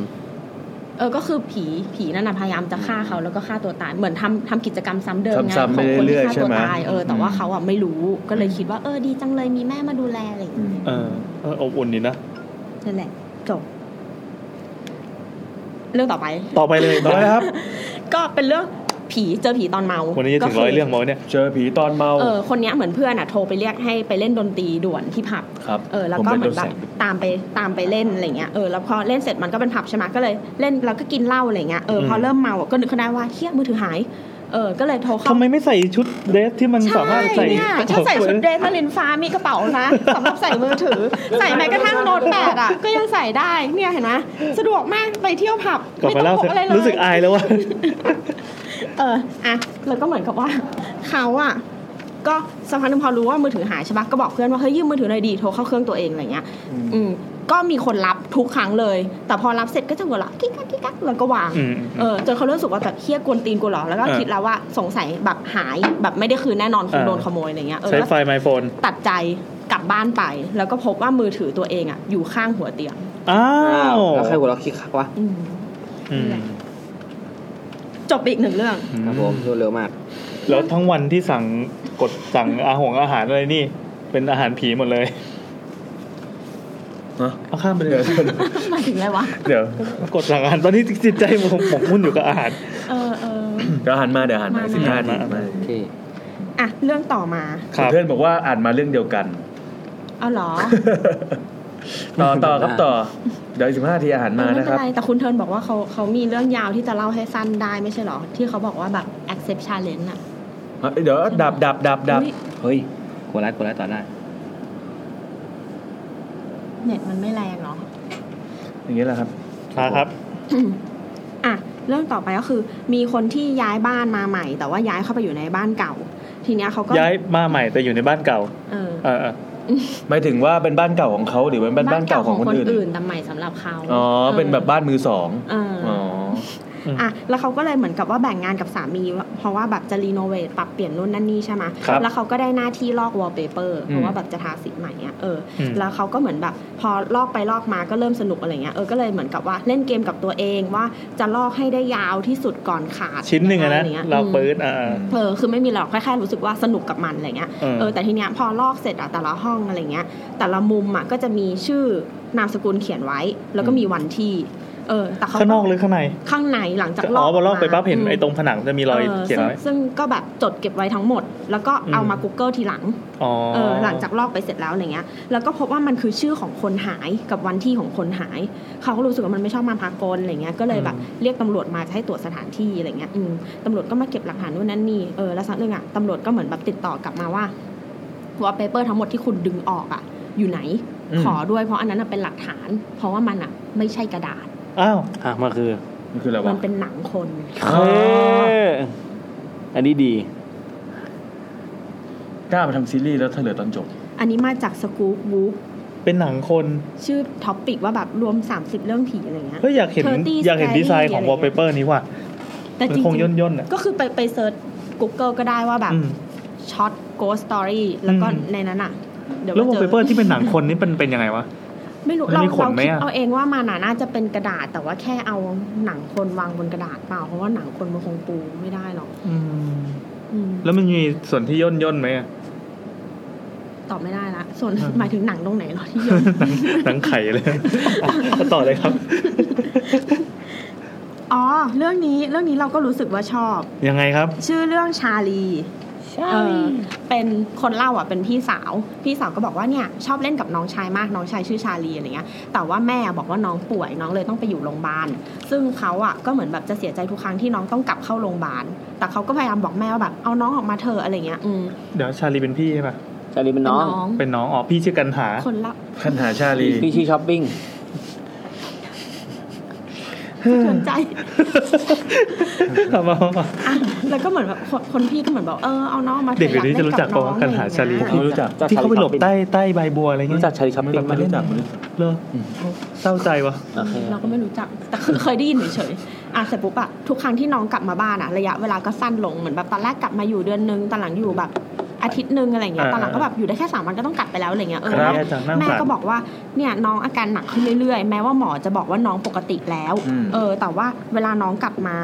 [SPEAKER 3] เออก็คือผีผีนั่นนะพยายามจะฆ่าเขาแล้วก็ฆ่าตัวตายเหมือนทำทำกิจกรรมซ้ำเดิมไง
[SPEAKER 4] ซ้ำๆ
[SPEAKER 3] ของคน
[SPEAKER 4] ไปเรื่
[SPEAKER 3] ที่
[SPEAKER 4] อยๆ
[SPEAKER 3] ฆ่าตัว
[SPEAKER 4] ใช่ไหม
[SPEAKER 3] ตายเออแต่ว่าเขาอะไม่รู้ก็เลยคิดว่าเออดีจังเลยมีแม่มาดูแลอะไรอย่างเงี้ย
[SPEAKER 4] อืม
[SPEAKER 1] เออเอออบอุ่นดีนะ
[SPEAKER 3] นั่นแหละจบเรื่องต่อไป
[SPEAKER 1] ต่อไปเลย
[SPEAKER 4] ต่อเลยครับ
[SPEAKER 3] ก็เป็นเรื่องผีเจอผีตอนเมา
[SPEAKER 1] วันนี้จะถึง
[SPEAKER 3] ก็คื
[SPEAKER 1] ร้อยเรื่องมั้ยเนี่ย
[SPEAKER 4] เจอผีตอนเมา
[SPEAKER 3] เออคนเนี้ยเหมือนเพื่อนอ่ะโทรไปเรียกให้ไปเล่นดนตรีด่วนที่ผับ
[SPEAKER 4] ครับ
[SPEAKER 3] เออแล้ว
[SPEAKER 4] ผม
[SPEAKER 3] ก็
[SPEAKER 4] ป็
[SPEAKER 3] เหมือน
[SPEAKER 4] โด
[SPEAKER 3] แบบ
[SPEAKER 4] สง
[SPEAKER 3] ตามไปตามไปเล่นอะไรเงี้ยเออแล้วพอเล่นเสร็จมันก็เป็นผับใช่ไหมก็เลยเล่นแล้วก็กินเหล้าอะไรเงี้ยเออพอ
[SPEAKER 1] ม
[SPEAKER 3] เริ่มเมาอ่ะก็นึกขึ้นได้ว่าเฮียมือถือหายเออก็เลยโทรเข้า
[SPEAKER 1] ทำไมไม่ใส่ชุดเดรสที่มันสามารถใส่
[SPEAKER 3] ใช่เนี่ยถ้าใส่ชุดเดรสมาลินฟ้ามีกระเป๋านะสำหรับใส่มือถือ ใส่แม้กระทั่งโน้ตแปดอ่ะ ก็ยังใส่ได้เนี่ยเห็นไหมสะดวกมากไปเที่ยวผับ
[SPEAKER 1] กลับ
[SPEAKER 3] ไม่
[SPEAKER 1] มา
[SPEAKER 3] ต้อ
[SPEAKER 1] เล่าง
[SPEAKER 3] พกอะไรเลย
[SPEAKER 1] รู้สึกอายแล้วว่า
[SPEAKER 3] *laughs* เอออ่ะแล้วก็เหมือนกับว่า เขาอ่ะก็สักพักหนึงพอรู้ว่ามือถือหายใช่ปะก็บอกเพื่อนว่าเฮ้ยยืมมือถือหน่อยดีโทรเข้าเครื่องตัวเองอะไรเงี้ย อืมก็มีคนรับทุกครั้งเลย แต่พอรับเสร็จก็จะหัวเราะกิ๊กกักกิ๊กกักแล้วก็วาง
[SPEAKER 1] อืม
[SPEAKER 3] เออจนเขารู้สึกว่าแบบเฮี้ยกวนตีนกูเหรอแล้วก็
[SPEAKER 1] เออ
[SPEAKER 3] คิดแล้วว่าสงสัยแบบหายแบบไม่ได้คืนแน่นอนคง
[SPEAKER 1] เออ
[SPEAKER 3] โดนขโมยอะไรเงี้ยเออ
[SPEAKER 1] ใช้
[SPEAKER 3] ก็
[SPEAKER 1] ไฟไมโฟน
[SPEAKER 3] ตัดใจกลับบ้านไป แล้วก็พบว่ามือถือตัวเองอ่ะอยู่ข้างหัวเตียง
[SPEAKER 1] อ้า
[SPEAKER 2] อ้าว
[SPEAKER 1] ว
[SPEAKER 2] แล้วใครหัวเราะคิกคักวะ
[SPEAKER 3] อืม
[SPEAKER 1] อืม
[SPEAKER 3] จบไปอีกหนึ่งเรื่อง
[SPEAKER 2] ครับผมรวดเร็วมาก
[SPEAKER 1] แล้วทั้งวันที่สั่งกดสั่งอาหงอาหารอะไรนี่ เป็นอาหารผีหมดเลย
[SPEAKER 4] ฮะ
[SPEAKER 1] เอาข้ามไปเล
[SPEAKER 4] เดี๋ยวย
[SPEAKER 3] มาถึงอะไรวะ
[SPEAKER 4] เดี๋ยว
[SPEAKER 1] กดสั่งอาหารตอนนี้จิตใจผมหมกมุ่นอยู่กับอาหาร
[SPEAKER 3] เออเออ
[SPEAKER 4] เดี๋ยวหันมาเดี๋ยวหันมา
[SPEAKER 3] มา
[SPEAKER 4] สิบห้า
[SPEAKER 1] มา
[SPEAKER 4] ทีมา
[SPEAKER 2] โอเค
[SPEAKER 3] อ่ะเรื่องต่อมา
[SPEAKER 1] ครับ
[SPEAKER 4] เพื่อนบอกว่าอ่านมาเรื่องเดียวกัน
[SPEAKER 3] เอาเหรอ
[SPEAKER 4] ต่อต่อครับต่อ เดี๋ยวสิบห้าทีอาหาร
[SPEAKER 3] เอ
[SPEAKER 4] มา
[SPEAKER 3] อไม่
[SPEAKER 4] นะ
[SPEAKER 3] เป็
[SPEAKER 4] คน รับ
[SPEAKER 3] ไรแต่คุณเทิร์นบอกว่าเขาเขามีเรื่องยาวที่จะเล่าให้สั้นได้ไม่ใช่เหรอ ที่เขาบอกว่าแบบ accept challenge อ่ะ
[SPEAKER 4] เดี๋ยวดับดับดับดับ
[SPEAKER 3] อุ๊ย
[SPEAKER 2] เฮ้ยกดไลค์กดไลค์ต่อได้
[SPEAKER 3] เน็ตมันไม่แรงเหรอ *coughs*
[SPEAKER 4] อย่างเงี้ยแหละครับ
[SPEAKER 1] มาครับ
[SPEAKER 3] อ่ะเรื่องต่อไปก็คือ มีคนที่ย้ายบ้านมาใหม่ แต่ว่าย้ายเข้าไปอยู่ในบ้านเก่า ทีเนี้ยเขาก็
[SPEAKER 1] ย้ายมาใหม่แต่อยู่ในบ้านเก่า
[SPEAKER 3] เออ
[SPEAKER 1] เออเออ
[SPEAKER 4] หมายถึงว่าเป็นบ้านเก่าของเขาหรือเป็นบ้านเก่าของคนอื่น
[SPEAKER 3] แต่ใหม่สำหรับเขา
[SPEAKER 4] อ๋อ เป็นแบบบ้านมือสอง
[SPEAKER 3] เออ
[SPEAKER 4] อ๋อ
[SPEAKER 3] อ่ะแล้วเขาก็เลยเหมือนกับว่าแบ่งงานกับสามี เพราะว่าแบบจะรีโนเวทปรับเปลี่ยนนู่นนั่นนี่ใช่ไหม
[SPEAKER 4] ครับ
[SPEAKER 3] แล้วเขาก็ได้หน้าที่ลอกวอลเปเปอร์
[SPEAKER 4] อืม
[SPEAKER 3] เพราะว่าแบบจะทาสีใหม่อ่ะเอออ
[SPEAKER 1] ม
[SPEAKER 3] แล้วเขาก็เหมือนแบบ พอลอกไปลอกมาก็เริ่มสนุกอะไรเงี้ยเออก็เลยเหมือนกับว่าเล่นเกมกับตัวเองว่าจะลอกให้ได้ยาวที่สุดก่อนขาด
[SPEAKER 1] ชิ้นหนึ่งอะนะ
[SPEAKER 3] ไรงี้ย
[SPEAKER 1] เราปืดอ่า
[SPEAKER 3] เออคือไม่มีหรอกแค่แค่รู้สึกว่าสนุกกับมันอะไรเงี้ย
[SPEAKER 1] เออ
[SPEAKER 3] เออแต่ทีเนี้ยพอลอกเสร็จอะแต่ละห้องอะไรเงี้ย แต่ละมุมอะก็จะมีชื่อนามสกุลเขียนไว้ แล้วก็มีวันที่ เออ แต่เขา
[SPEAKER 1] ข้างนอกหรือข้างใน
[SPEAKER 3] ข้างในหลังจากล
[SPEAKER 1] อ๋
[SPEAKER 3] อก
[SPEAKER 1] อพอลอกไปปั๊บเห็น
[SPEAKER 3] ม
[SPEAKER 1] ไอ้ตรงผนังจะมีรอย
[SPEAKER 3] ออ
[SPEAKER 1] เขียนไว้
[SPEAKER 3] ซึ่งซึ่งก็แบบจดเก็บไว้ทั้งหมด แล้วก็เอามา
[SPEAKER 1] อืม
[SPEAKER 3] Google ทีหลัง
[SPEAKER 1] อ๋อ
[SPEAKER 3] เออหลังจากลอกไปเสร็จแล้วอะไรเงี้ย แล้วก็พบว่ามันคือชื่อของคนหายกับวันที่ของคนหาย เขาก็รู้สึกว่ามันไม่ชอบมาพากลอะไรเงี้ยก็เลยแบบเรียกตำรวจมาจะให้ตรวจสถานที่อะไรเงี้ยอืมตำรวจก็มาเก็บหลักฐานนู่นนั่นนี่เออแล้วสักเรื่องอ่ะตำรวจก็เหมือนแบบติดต่อกลับมาว่าวอลเปเปอร์ทั้งหมดที่คุณดึงออกอ่ะ อยู่ไหน
[SPEAKER 4] อืม
[SPEAKER 3] ขอด้วยเพราะอันนั้นนะเป็นหลักฐาน เพราะว่ามันอ่ะ ไม่ใช่กระดาษ
[SPEAKER 1] อ้าว
[SPEAKER 2] อ่ะมันคือ
[SPEAKER 4] มันคืออะไร
[SPEAKER 3] มั
[SPEAKER 4] วะ
[SPEAKER 3] นเป็นหนังคน
[SPEAKER 4] อ๋อ
[SPEAKER 2] เฮ้ยอันนี้ดี
[SPEAKER 4] กล้ามาทำซีรีส์แล้วเฉลยตอนจบ
[SPEAKER 3] อันนี้มาจากสกู๊ปวูฟ
[SPEAKER 1] เป็นหนังคน
[SPEAKER 3] ชื่อท็อปปิกว่าแบบรวม 30 เรื่องผีอะไรเงี้ย
[SPEAKER 1] เฮ้ยอยากเห็น
[SPEAKER 3] 30
[SPEAKER 1] อยากเห็นดีไซน์ของ
[SPEAKER 3] scary
[SPEAKER 1] วอลเปเปอร์นี้ว่ะ
[SPEAKER 3] แต่จ
[SPEAKER 1] มัน
[SPEAKER 3] ริ
[SPEAKER 1] คง
[SPEAKER 3] ง
[SPEAKER 1] ย่นย่นๆอ่ะ
[SPEAKER 3] ๆก็คือไปไปเซิร์ช Google ก็ได้ว่าแบบ
[SPEAKER 1] อืม
[SPEAKER 3] ช็อตโกสตอรี่แล้วก็
[SPEAKER 1] อืม
[SPEAKER 3] ในนั้นอ่ะเดี๋ยว
[SPEAKER 1] แล้วว
[SPEAKER 3] ก็
[SPEAKER 1] อล
[SPEAKER 3] เจ
[SPEAKER 1] เป
[SPEAKER 3] อ
[SPEAKER 1] เปอร์ที่เป็นหนังคนนี่เป็นเป็นยังไงวะ
[SPEAKER 3] ไม่รู้
[SPEAKER 1] มัน
[SPEAKER 3] เรา
[SPEAKER 1] มีขน
[SPEAKER 3] เรา
[SPEAKER 1] ไหม
[SPEAKER 3] คิด
[SPEAKER 1] อะ
[SPEAKER 3] เอาเองว่ามันอะน่าจะเป็นกระดาษแต่ว่าแค่เอาหนังคนวางบนกระดาษเปล่าเพราะว่าหนังคนมันคงปูไม่ได้หรอก
[SPEAKER 1] อืม แล้วมันมีส่วนที่ย่นย่นๆไหมอะ *laughs*
[SPEAKER 3] ตอบไม่ได้ละ ส่วน
[SPEAKER 1] อ่า
[SPEAKER 3] หมายถึงหนังตรงไหนเหรอที่
[SPEAKER 1] *laughs*
[SPEAKER 3] ย่น
[SPEAKER 1] หนังหนังไข่เลย *laughs* ต่อเลยครับ
[SPEAKER 3] อ๋อ เรื่องนี้เรื่องนี้เราก็รู้สึกว่าชอบ
[SPEAKER 1] ยังไงครับ
[SPEAKER 3] ชื่อเรื่องชาลี เออเป็นคนเล่าอ่ะเป็นพี่สาว พี่สาวก็บอกว่าเนี่ยชอบเล่นกับน้องชายมากน้องชายชื่อชาลีอะไรเงี้ย แต่ว่าแม่บอกว่าน้องป่วยน้องเลยต้องไปอยู่โรงพยาบาล ซึ่งเขาอ่ะก็เหมือนแบบจะเสียใจทุกครั้งที่น้องต้องกลับเข้าโรงพยาบาล แต่เขาก็พยายามบอกแม่ว่าแบบเอาน้องออกมาเถอะอะไรเงี้ย อืม
[SPEAKER 1] เดี๋ยวชาลีเป็นพี่ใช่ปะ
[SPEAKER 5] ชาลีเป็นน้อง
[SPEAKER 1] เป็นน้องอ๋อพี่ชื่อกันหา
[SPEAKER 3] คนเล่า
[SPEAKER 4] ปัญหาชาลี
[SPEAKER 5] พี่ชื่อช้อปปิ้ง
[SPEAKER 3] สนใจ
[SPEAKER 1] เอามาเอามา
[SPEAKER 3] อ่ะแล้วก็เหมือนแบบคนคนพี่ก็เหมือนบอกเออเอาน้องมาถอะ
[SPEAKER 1] เด็กเดี๋ยวนี้จะรู้จักเปล่าวะกันหาชาลี
[SPEAKER 3] อยก
[SPEAKER 1] เขา
[SPEAKER 3] เล่น
[SPEAKER 1] ไม่รู้จัก
[SPEAKER 5] รู้จัก
[SPEAKER 1] ที่เขาไปหลบ
[SPEAKER 5] ชาลี
[SPEAKER 1] ใต้ใต้ใบบัวอะไรเงี้
[SPEAKER 5] รู้
[SPEAKER 1] ย
[SPEAKER 5] จักชาลีช้อปปิ้งไหม
[SPEAKER 4] ไม่รู้จักไม่รู้จัก
[SPEAKER 1] เหรอเศร้าใจวะ
[SPEAKER 5] โอเค
[SPEAKER 3] กับน้องอะไรเงี้ยเราก็ไม่รู้จักแต่คือเคยได้ยินเฉยๆอ่ะเสร็จปุ๊บอะทุกครั้งที่น้องกลับมาบ้านอะระยะเวลาก็สั้นลงเหมือนแบบตอนแรกกลับมาอยู่เดือนนึงตอนหลังอยู่แบบอาทิตย์นึงอะไรเงี้ยตอนหลังก็แบบอยู่ได้แค่สามวันก็ต้องกลับไปแล้วอะไรเงี้ยเออ
[SPEAKER 1] ค
[SPEAKER 3] แล้
[SPEAKER 1] รับ
[SPEAKER 3] ว
[SPEAKER 1] จากนั่ง
[SPEAKER 3] แม่
[SPEAKER 1] ฝัน
[SPEAKER 3] ก็บอกว่าเนี่ยน้องอาการหนักขึ้นเรื่อยๆ แม้ว่าหมอจะบอกว่าน้องปกติแล้ว
[SPEAKER 4] อืม
[SPEAKER 3] เออ แต่ว่าเวลาน้องกลับมา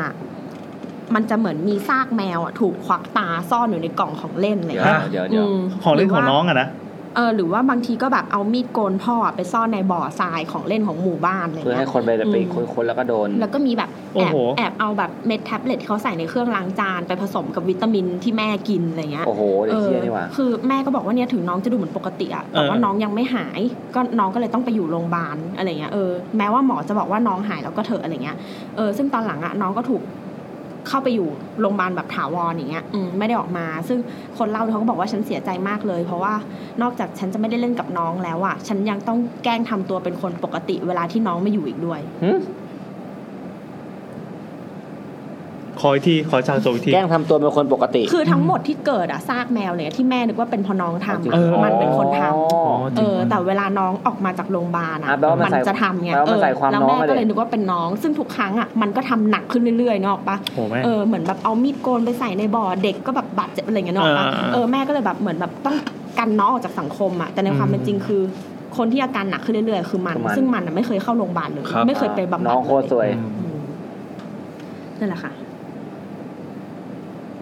[SPEAKER 3] มันจะเหมือนมีซากแมวอะถูกควักตาซ่อนอยู่ในกล่องของเล่นอะไรอย่างเงี้ย
[SPEAKER 5] เดี๋ยว
[SPEAKER 3] อื
[SPEAKER 5] เดี๋ยว
[SPEAKER 3] ม
[SPEAKER 1] ของเล่
[SPEAKER 3] ห
[SPEAKER 1] น
[SPEAKER 3] รื
[SPEAKER 1] ของ
[SPEAKER 3] ว่า
[SPEAKER 1] น้องอะนะ
[SPEAKER 3] เออหรือว่าบางทีก็แบบเอามีดโกนพ่ออะไปซ่อนในบ่อทรายของเล่นของหมู่บ้านอะไร
[SPEAKER 5] เพื่อ
[SPEAKER 3] เงี้
[SPEAKER 5] ให้
[SPEAKER 3] ย
[SPEAKER 5] คนไปไป
[SPEAKER 3] อืม
[SPEAKER 5] ค้นๆแล้วก็โดน
[SPEAKER 3] แล้วก็มีแบบ
[SPEAKER 1] โอ้
[SPEAKER 3] แอบ
[SPEAKER 1] โห
[SPEAKER 3] แอบเอาแบบเม็ดแท็บเล็ตที่เขาใส่ในเครื่องล้างจานไปผสมกับวิตามินที่แม่กินอะไรเงี้ย
[SPEAKER 5] โอ้โหเดี๋ยวเชี่ยนี่หว่า
[SPEAKER 3] เออคือแม่ก็บอกว่าเนี่ยถึงน้องจะดูเหมือนปกติอะแต่ว่า
[SPEAKER 1] เออ
[SPEAKER 3] น้องยังไม่หาย ก็น้องก็เลยต้องไปอยู่โรงพยาบาลอะไรเงี้ย เออ แม้ว่าหมอจะบอกว่าน้องหายแล้วก็เถอะอะไรเงี้ย เออ ซึ่งตอนหลังอะน้องก็ถูกเข้าไปอยู่โรงพยาบาลแบบถาวรอย่างเงี้ย อืมไม่ได้ออกมา ซึ่งคนเล่าเขาก็บอกว่าฉันเสียใจมากเลย เพราะว่านอกจากฉันจะไม่ได้เล่นกับน้องแล้วอะฉันยังต้องแกล้งทำตัวเป็นคนปกติเวลาที่น้องไม่อยู่อีกด้วย
[SPEAKER 1] ขออีกทีขอฉากจบอีกที
[SPEAKER 5] แกล้งทำตัวเป็นคนปกติ
[SPEAKER 3] คือทั้งหมดที่เกิดอะซากแมวเนี่ยที่แม่นึกว่าเป็นเพอน้องทำอะ
[SPEAKER 1] เออ
[SPEAKER 3] มันเป็นคนทำ
[SPEAKER 1] อ๋อจ
[SPEAKER 3] เอ
[SPEAKER 1] ริง
[SPEAKER 3] อแต่เวลาน้องออกมาจากโรงพยาบาล
[SPEAKER 5] อ่ะแปลว่ามั
[SPEAKER 3] มัน
[SPEAKER 5] ใส่
[SPEAKER 3] จะทำไง
[SPEAKER 5] แปลว่า
[SPEAKER 3] เอ
[SPEAKER 5] มัน
[SPEAKER 3] อ
[SPEAKER 5] ใส่ความ
[SPEAKER 3] แล้ว
[SPEAKER 5] น้อง
[SPEAKER 3] แม่
[SPEAKER 5] มาดิ
[SPEAKER 3] ก็เลยนึกว่าเป็นน้อง ซึ่งทุกครั้งอ่ะมันก็ทำหนักขึ้นเรื่อยๆเนกออกปะ
[SPEAKER 1] โอ้โหแม่
[SPEAKER 3] เออเหมือนแบบเอามีดโกนไปใส่ในบ่อเด็กก็แบบบาดเจ็บอะไรอย่างเงี้ยเนกออกปะ
[SPEAKER 1] เออเออ
[SPEAKER 3] เออแม่ก็เลยแบบเหมือนแบบต้องกันน้องออกจากสังคมอ่ะแต่ในความเป็นจริงคือ คนที่อาการหนักขึ้นเรื่อยๆคือมัน
[SPEAKER 5] คือมัน
[SPEAKER 3] ซึ่งมันอะไม่เคยเข้าโรงพยาบาลเลย
[SPEAKER 4] ครับ
[SPEAKER 3] ไม่เคยไปบำบัด
[SPEAKER 5] น้องโคตรสวย
[SPEAKER 1] อืม
[SPEAKER 3] อืมนั่นแหละค่ะ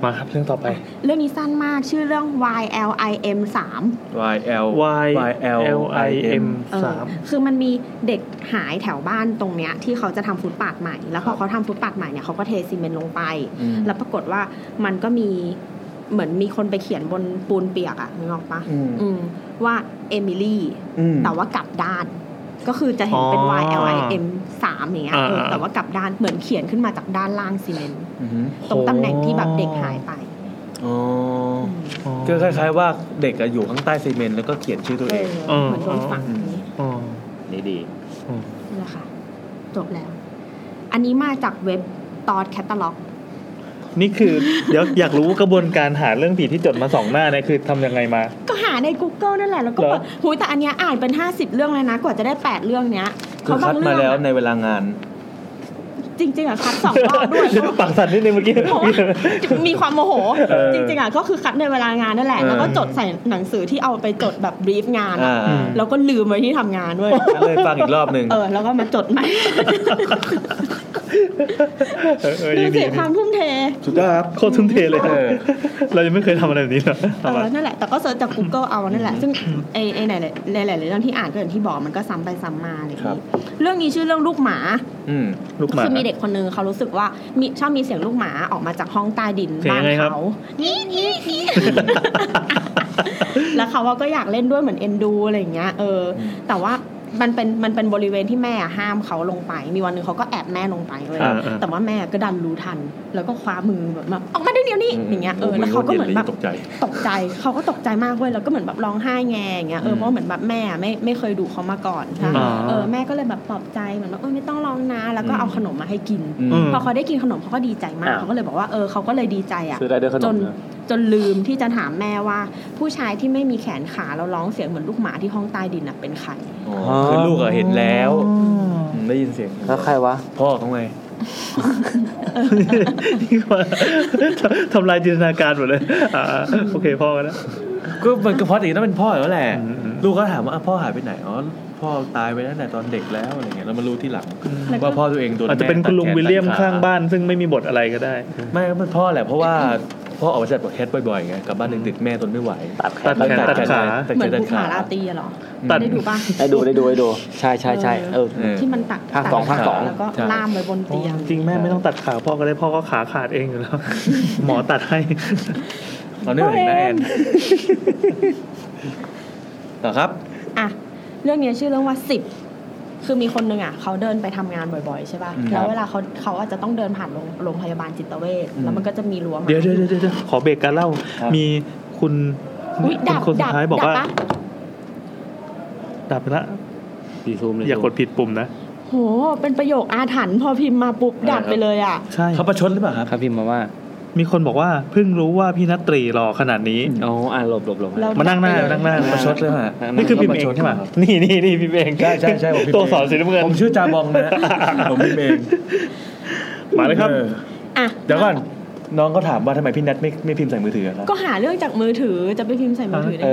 [SPEAKER 1] มาครับเรื่องต่อไป
[SPEAKER 3] เรื่องนี้สั้นมากชื่อเรื่อง Y L I M 3
[SPEAKER 4] Y L
[SPEAKER 1] Y
[SPEAKER 4] L
[SPEAKER 1] L
[SPEAKER 4] I
[SPEAKER 1] I
[SPEAKER 4] M
[SPEAKER 1] M
[SPEAKER 3] เออ
[SPEAKER 1] สาม
[SPEAKER 3] คือมันมีเด็กหายแถวบ้านตรงเนี้ยที่เขาจะทำฟุตปาดใหม่ แล้วพอเขาทำฟุตปาดใหม่เนี่ยเขาก็เทซีเมนต์ลงไป แล้วปรากฏว่ามันก็มีเหมือนมีคนไปเขียนบนปูนเปียกอะนึกออกปะอืมว่าเอมิลี่แต่ว่ากลับด้าน ก็คือจะเห็นเป็น y l i m สามอย่างเงี้ยเออแต่ว่ากลับด้านเหมือนเขียนขึ้นมาจากด้านล่างซีเมนต์ตรงตำแหน่งที่แบบเด็กหายไป
[SPEAKER 4] อ๋อ
[SPEAKER 3] อืม
[SPEAKER 1] อ๋อ
[SPEAKER 4] ก็คล้าย ๆ ว่าเด็กอะอยู่ข้างใต้ซีเมนต์แล้วก็เขียนชื่อตัว
[SPEAKER 3] เอ
[SPEAKER 4] เอง
[SPEAKER 3] อเหมือนโดนฝังอย่างงี้
[SPEAKER 1] อ๋อ
[SPEAKER 5] นี่ดี
[SPEAKER 1] อืม
[SPEAKER 3] นี่นแหละค่ะจบแล้ว อันนี้มาจากเว็บตอดแคตตาล็อก
[SPEAKER 1] นี่คือ *laughs* เดี๋ยวอยากรู้กระบวนการหาเรื่องผีที่จดมาสองหน้าเนี่ยคือทำยังไงมา
[SPEAKER 3] ก็หาใน Google นั่นแหละ แล้วก็
[SPEAKER 1] เหรอ
[SPEAKER 3] เปิดหูยแต่อันเนี้ยอ่านเป็น 50 เรื่องเลยนะ กว่าจะได้ 8 เรื่องเนี้ย
[SPEAKER 4] คือ
[SPEAKER 3] พระ
[SPEAKER 4] คัดมาแล้ว
[SPEAKER 3] อะ
[SPEAKER 4] ในเวลางาน
[SPEAKER 3] จริงๆอ่ะคัดสองรอบด้วย
[SPEAKER 4] *laughs*
[SPEAKER 1] ปากสั่นนิดนึงเมื่อกี้
[SPEAKER 3] เพราะว่ามีความโมโห
[SPEAKER 4] เออ
[SPEAKER 3] จริงๆอ่ะก็คือคัดในเวลางานนั่นแหละ
[SPEAKER 4] เออ
[SPEAKER 3] แล้วก็จดใส่หนังสือที่เอาไปจดแบบบรีฟงานอะ
[SPEAKER 4] อ่า
[SPEAKER 1] อืม
[SPEAKER 3] แล้วก็ลืมไว้ที่ทำงานด้วย
[SPEAKER 4] ก็เลยฟังอีกรอบหนึ่ง
[SPEAKER 3] เออ แล้วก็มาจดใหม่
[SPEAKER 1] เออเออ
[SPEAKER 3] ดู
[SPEAKER 1] ยัง
[SPEAKER 3] สิ
[SPEAKER 1] ดี
[SPEAKER 3] ความทุ่ม *laughs* เท
[SPEAKER 4] สุดยอดครับ
[SPEAKER 1] โคตรทุ่มเทเลย
[SPEAKER 4] เออ
[SPEAKER 1] เรายังไม่เคยทำอะไรแบบนี้เลย
[SPEAKER 3] เอ
[SPEAKER 1] เอามา
[SPEAKER 3] อนั่นแหละ แต่ก็เซิร์ชจาก Google เอานั่นแหละ ซึ่งไอ้ไอ้ไหนหลายๆหลายๆเรื่องที่อ่านก็อย่างที่บอกมันก็ซ้ำไปซ้ำมาอะไรอย่าง
[SPEAKER 4] ครับ
[SPEAKER 3] นี้เรื่องนี้ชื่อเรื่องลูกหมา
[SPEAKER 4] อืม
[SPEAKER 1] ลูกหมา
[SPEAKER 3] คือมีเด็กคนนึงเขารู้สึกว่ามีชอบมีเสียงลูกหมาออกมาจากห้องใต้ดิน
[SPEAKER 1] เสียง
[SPEAKER 3] บ้าน
[SPEAKER 1] ยังไงครับ
[SPEAKER 3] เขาอีดอีดอีด *laughs* แล้วเขาว่าก็อยากเล่นด้วยเหมือนเอ็นดูอะไรอย่างเงี้ย เออ
[SPEAKER 4] อืม
[SPEAKER 3] แต่ว่ามันเป็นมันเป็นบริเวณที่แม่อะห้ามเขาลงไป มีวันหนึ่งเขาก็แอบแม่ลงไปเลย
[SPEAKER 1] อ่าอ่า
[SPEAKER 3] แต่ว่าแม่ก็ดันรู้ทัน แล้วก็คว้ามือแบบมาออกมาได้เดี๋ยวนี้อย่างเงี้ย เออ แล้วเขาก็เหมือนแบบ
[SPEAKER 4] ตกใจ
[SPEAKER 3] ตกใจเขาก็ตกใจมากเว้ยแล้วก็เหมือนแบบร้องไห้แงอย่างเงี้ยเออ
[SPEAKER 4] อืม
[SPEAKER 3] เพราะเหมือนแบบแม่ไม่ไม่เคยดุเขามาก่อนใช่ไหม
[SPEAKER 1] อ่า
[SPEAKER 3] เออแม่ก็เลยแบบปลอบใจเหมือนว่าเออไม่ต้องร้องนะแล้วก็
[SPEAKER 4] อืม
[SPEAKER 3] เอาขนมมาให้กิน
[SPEAKER 4] อืม
[SPEAKER 1] อืม
[SPEAKER 3] พอเขาได้กินขนมเขาก็ดีใจมาก
[SPEAKER 5] อ่า
[SPEAKER 3] เขาก็เลยบอกว่าเออเขาก็เลยดีใจอ่ะ
[SPEAKER 5] ซื้อได้ด้วยขน
[SPEAKER 3] จ
[SPEAKER 5] ม
[SPEAKER 3] น
[SPEAKER 5] นะ
[SPEAKER 3] จนลืมที่จะถามแม่ว่า ผู้ชายที่ไม่มีแขนขาแล้วร้องเสียงเหมือนลูกหมาที่ห้องใต้ดินน่ะเป็นใคร
[SPEAKER 4] อ๋อคือลูกอะเห็นแล้วอืมได้ยินเสียง
[SPEAKER 5] แล้วใครวะ
[SPEAKER 4] พ่อเขาไง
[SPEAKER 1] นี่ว่า *laughs* ทำลายจินตนาการหมดเลยอ่าโอเคพ่อกันแล้ว
[SPEAKER 4] ก็มันก็เพราะอีกนั่นเป็นพ่อแล้วแหละ
[SPEAKER 1] อืมอืม
[SPEAKER 4] ลูกก็ถามว่าอ่ะพ่อหายไปไหนอ๋อพ่อตายไปตั้งแต่ตอนเด็กแล้วอะไรเงี้ยแล้วมารู้ที่หลังว่าพ่อตัวเองโดน
[SPEAKER 1] อาจจะเป็น
[SPEAKER 4] แม่ตัด
[SPEAKER 1] คุณลุง
[SPEAKER 4] แขน
[SPEAKER 1] วิลเลียม
[SPEAKER 4] ตัดข
[SPEAKER 1] ข้างบ้านซึ่งไม่มีบทอะไรก็ได้
[SPEAKER 4] ไม่ก็เป็นพ่อแหละเพราะว่า พ่อออกมาจากประเทศบ่อยๆไงกลับบ้านติดๆแม่ทนไม่ไหว
[SPEAKER 5] ตัดแข
[SPEAKER 1] ตัด
[SPEAKER 5] น
[SPEAKER 1] แขนตัดขา
[SPEAKER 4] ตัด
[SPEAKER 3] เหมื
[SPEAKER 4] แข
[SPEAKER 3] อน
[SPEAKER 4] นตั
[SPEAKER 3] ภู
[SPEAKER 4] ด
[SPEAKER 3] ขา
[SPEAKER 4] ขา
[SPEAKER 3] ราตรีอะเหรอ
[SPEAKER 1] ตัด
[SPEAKER 3] ได้ดูป่ะ
[SPEAKER 5] ได้ดูได้ดูได้ดูใช่ใช่ใช่เออ
[SPEAKER 4] เออ
[SPEAKER 3] ที่มันตัด
[SPEAKER 5] ภาคสอง
[SPEAKER 3] ตัด
[SPEAKER 5] ภาคสอง
[SPEAKER 3] แล้วก็
[SPEAKER 4] ใช่
[SPEAKER 3] ล่ามไว้บนเตียง
[SPEAKER 1] จริงแม่ไม่ต้องตัดขาพ่อก็ได้พ่อก็ขาขาดเองอ
[SPEAKER 3] *laughs*
[SPEAKER 1] ยู่แล้ว หมอตัดให้
[SPEAKER 4] เราเหนื่อยนะแอนต่อครับ
[SPEAKER 3] อ่ะเรื่องเนี้ยชื่อเรื่องว่าสิบคือมีคนหนึ่งอ่ะเขาเดินไปทำงานบ่อยๆใช่ป่ะ
[SPEAKER 4] อืม
[SPEAKER 3] แล้วเวลาเขาเขาอาจจะต้องเดินผ่านโรงโรงพยาบาลจิตเวชแล้วมันก็จะมีรั้วไม้
[SPEAKER 1] เดี๋ยวเดี๋ยวเดี๋ยวเดี๋ยวขอเบรกการเล่า
[SPEAKER 5] ครับ
[SPEAKER 1] มีคุณ
[SPEAKER 3] อุ๊ยดับ
[SPEAKER 1] คนสุ
[SPEAKER 3] ดั
[SPEAKER 1] ด
[SPEAKER 3] บ
[SPEAKER 1] ท้ายบอก
[SPEAKER 3] ดับ
[SPEAKER 1] ว่า
[SPEAKER 3] ปะ
[SPEAKER 1] ดับไปละ
[SPEAKER 2] ดีซูมเลย
[SPEAKER 1] อย่ากดผิดปุ่มนะ
[SPEAKER 3] โห เป็นประโยคอาถรรพ์พอพิมพ์มาปุ๊บดับไปเลยอ่ะ
[SPEAKER 1] ใช่
[SPEAKER 4] เขาประชดหรือเปล่าครับ
[SPEAKER 2] ครับพิมพ์มาว่า
[SPEAKER 1] มีคนบอกว่าเพิ่งรู้ว่าพี่นัตตรีรอขนาดนี้
[SPEAKER 2] โอ้อ่านหลบหลบหลบ
[SPEAKER 3] เรา
[SPEAKER 1] มานั่งหน้า
[SPEAKER 3] ดับไปเลย
[SPEAKER 1] มานั่งหน้า
[SPEAKER 4] ประชดเลยฮะ
[SPEAKER 1] นี่คือพิมพ์เองใช่ไหมนี่นี่นี่พิมพ์เอง
[SPEAKER 4] ใช่ใช่ใช่ผมพิมพ์เอง
[SPEAKER 1] ตัวสอนสีน้ำเงิน
[SPEAKER 4] ผมชื่อจาบองนะ ผมพิมพ์เอง
[SPEAKER 1] มาเลยครับ
[SPEAKER 4] ออ
[SPEAKER 3] อ่ะ
[SPEAKER 4] เดี๋ยวก่อนน้องเขาถามว่าทำไมพี่นัทไม่ไม่พิมพ์ใส่มือถือครับ
[SPEAKER 3] ก็หาเรื่องจากมือถือจะไปพิมพ์ใส่มือถือได้
[SPEAKER 4] เอ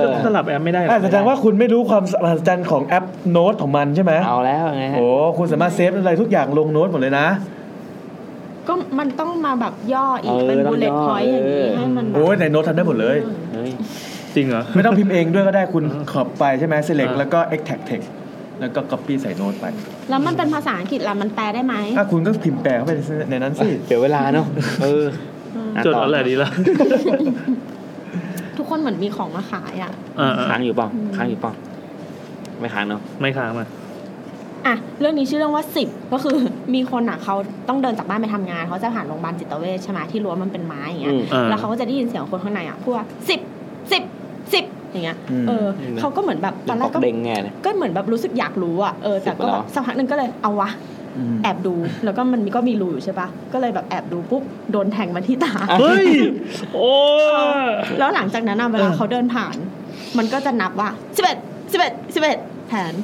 [SPEAKER 3] ไง
[SPEAKER 4] อ
[SPEAKER 1] สลับแอปไม่ได้หรอ
[SPEAKER 4] อ่ะแสดงว่าคุณไม่รู้ความมหัศจรรย์ของแอปโน้ตของมันใช่ไหม
[SPEAKER 5] เอาแล้วไงฮะ
[SPEAKER 4] โอ้คุณสามารถเซฟอะไรทุกอย่างลงโน้ตหมดเลยนะ
[SPEAKER 3] ก็มันต้องมาแบบย่ออีกเป็นบูเลต์พอยต์อย่างนี้ให้มันแบบ
[SPEAKER 4] โอ้ยในโน้ตทำได้หมดเลย
[SPEAKER 5] เฮ้ย
[SPEAKER 1] จริงเหรอ
[SPEAKER 4] ไม่ต้องพิมพ์เองด้วยก็ได้คุณขอบไปใช่ไหม select
[SPEAKER 1] อ่า
[SPEAKER 4] แล้วก็ extract text แล้วก็ copy ใส่โน้ตไป
[SPEAKER 3] แล้วมันเป็นภาษาอังกฤษล่ะมันแปลได้ไหม
[SPEAKER 4] อ่ะคุณก็พิมพ์แปลเข้าไปในนั้นสิ
[SPEAKER 2] เดี๋ยวเวลาเนาะเออ
[SPEAKER 3] อืม
[SPEAKER 2] อ่ะ
[SPEAKER 1] จด
[SPEAKER 2] ต่
[SPEAKER 1] อะไรดี
[SPEAKER 4] *laughs*
[SPEAKER 1] ล่ะ
[SPEAKER 3] ทุกคนเหมือนมีของมาขายอ่ะ
[SPEAKER 1] อ่า
[SPEAKER 2] ค้าง
[SPEAKER 1] ๆ
[SPEAKER 2] อยู่เปล่าค้างอยู่เปล่าไม่ค้างเนาะ
[SPEAKER 1] ไม่ค้างมา
[SPEAKER 3] อ่ะเรื่องนี้ชื่อเรื่องว่าสิบก็คือ *laughs* มีคนอ่ะเขาต้องเดินจากบ้านไปทำงานเขาจะผ่านโรงพยาบาลจิตเวชใช่ไหมที่รั้วมันเป็นไม้อย่างเงี้
[SPEAKER 5] อื
[SPEAKER 3] ย
[SPEAKER 5] ม
[SPEAKER 1] อ่า
[SPEAKER 3] แล้วเขาก็จะได้ยินเสียงคนข้างในอ่ะพูดว่าสิบสิบสิบอย่างเงี้ย
[SPEAKER 4] อืม
[SPEAKER 3] เออ
[SPEAKER 2] เห็นไหม
[SPEAKER 3] เขาก็เหมือนแบบตอนแร
[SPEAKER 5] อก อก
[SPEAKER 3] ก็
[SPEAKER 5] เด้งแง่เนี่ย
[SPEAKER 3] ก็เหมือนแบบรู้สึกอยากรู้อ่ะเออแต่ก็
[SPEAKER 5] สิบเห
[SPEAKER 3] แบ
[SPEAKER 5] รอ
[SPEAKER 3] บสักพักหนึ่งก็เลยเอาวะ แอบดูแล้วก็มันมีก็มีรูอยู่ใช่ปะก็เลยแบบแอบดูปุ๊บโดนแทงมาที่ตา
[SPEAKER 1] เฮ้ยโอ้
[SPEAKER 3] แล้วหลังจากนั้นอะเวลาเขาเดินผ่าน มันก็จะนับว่าสิบเอ็ดสิบเอ็ดสิบเอ็ดแทน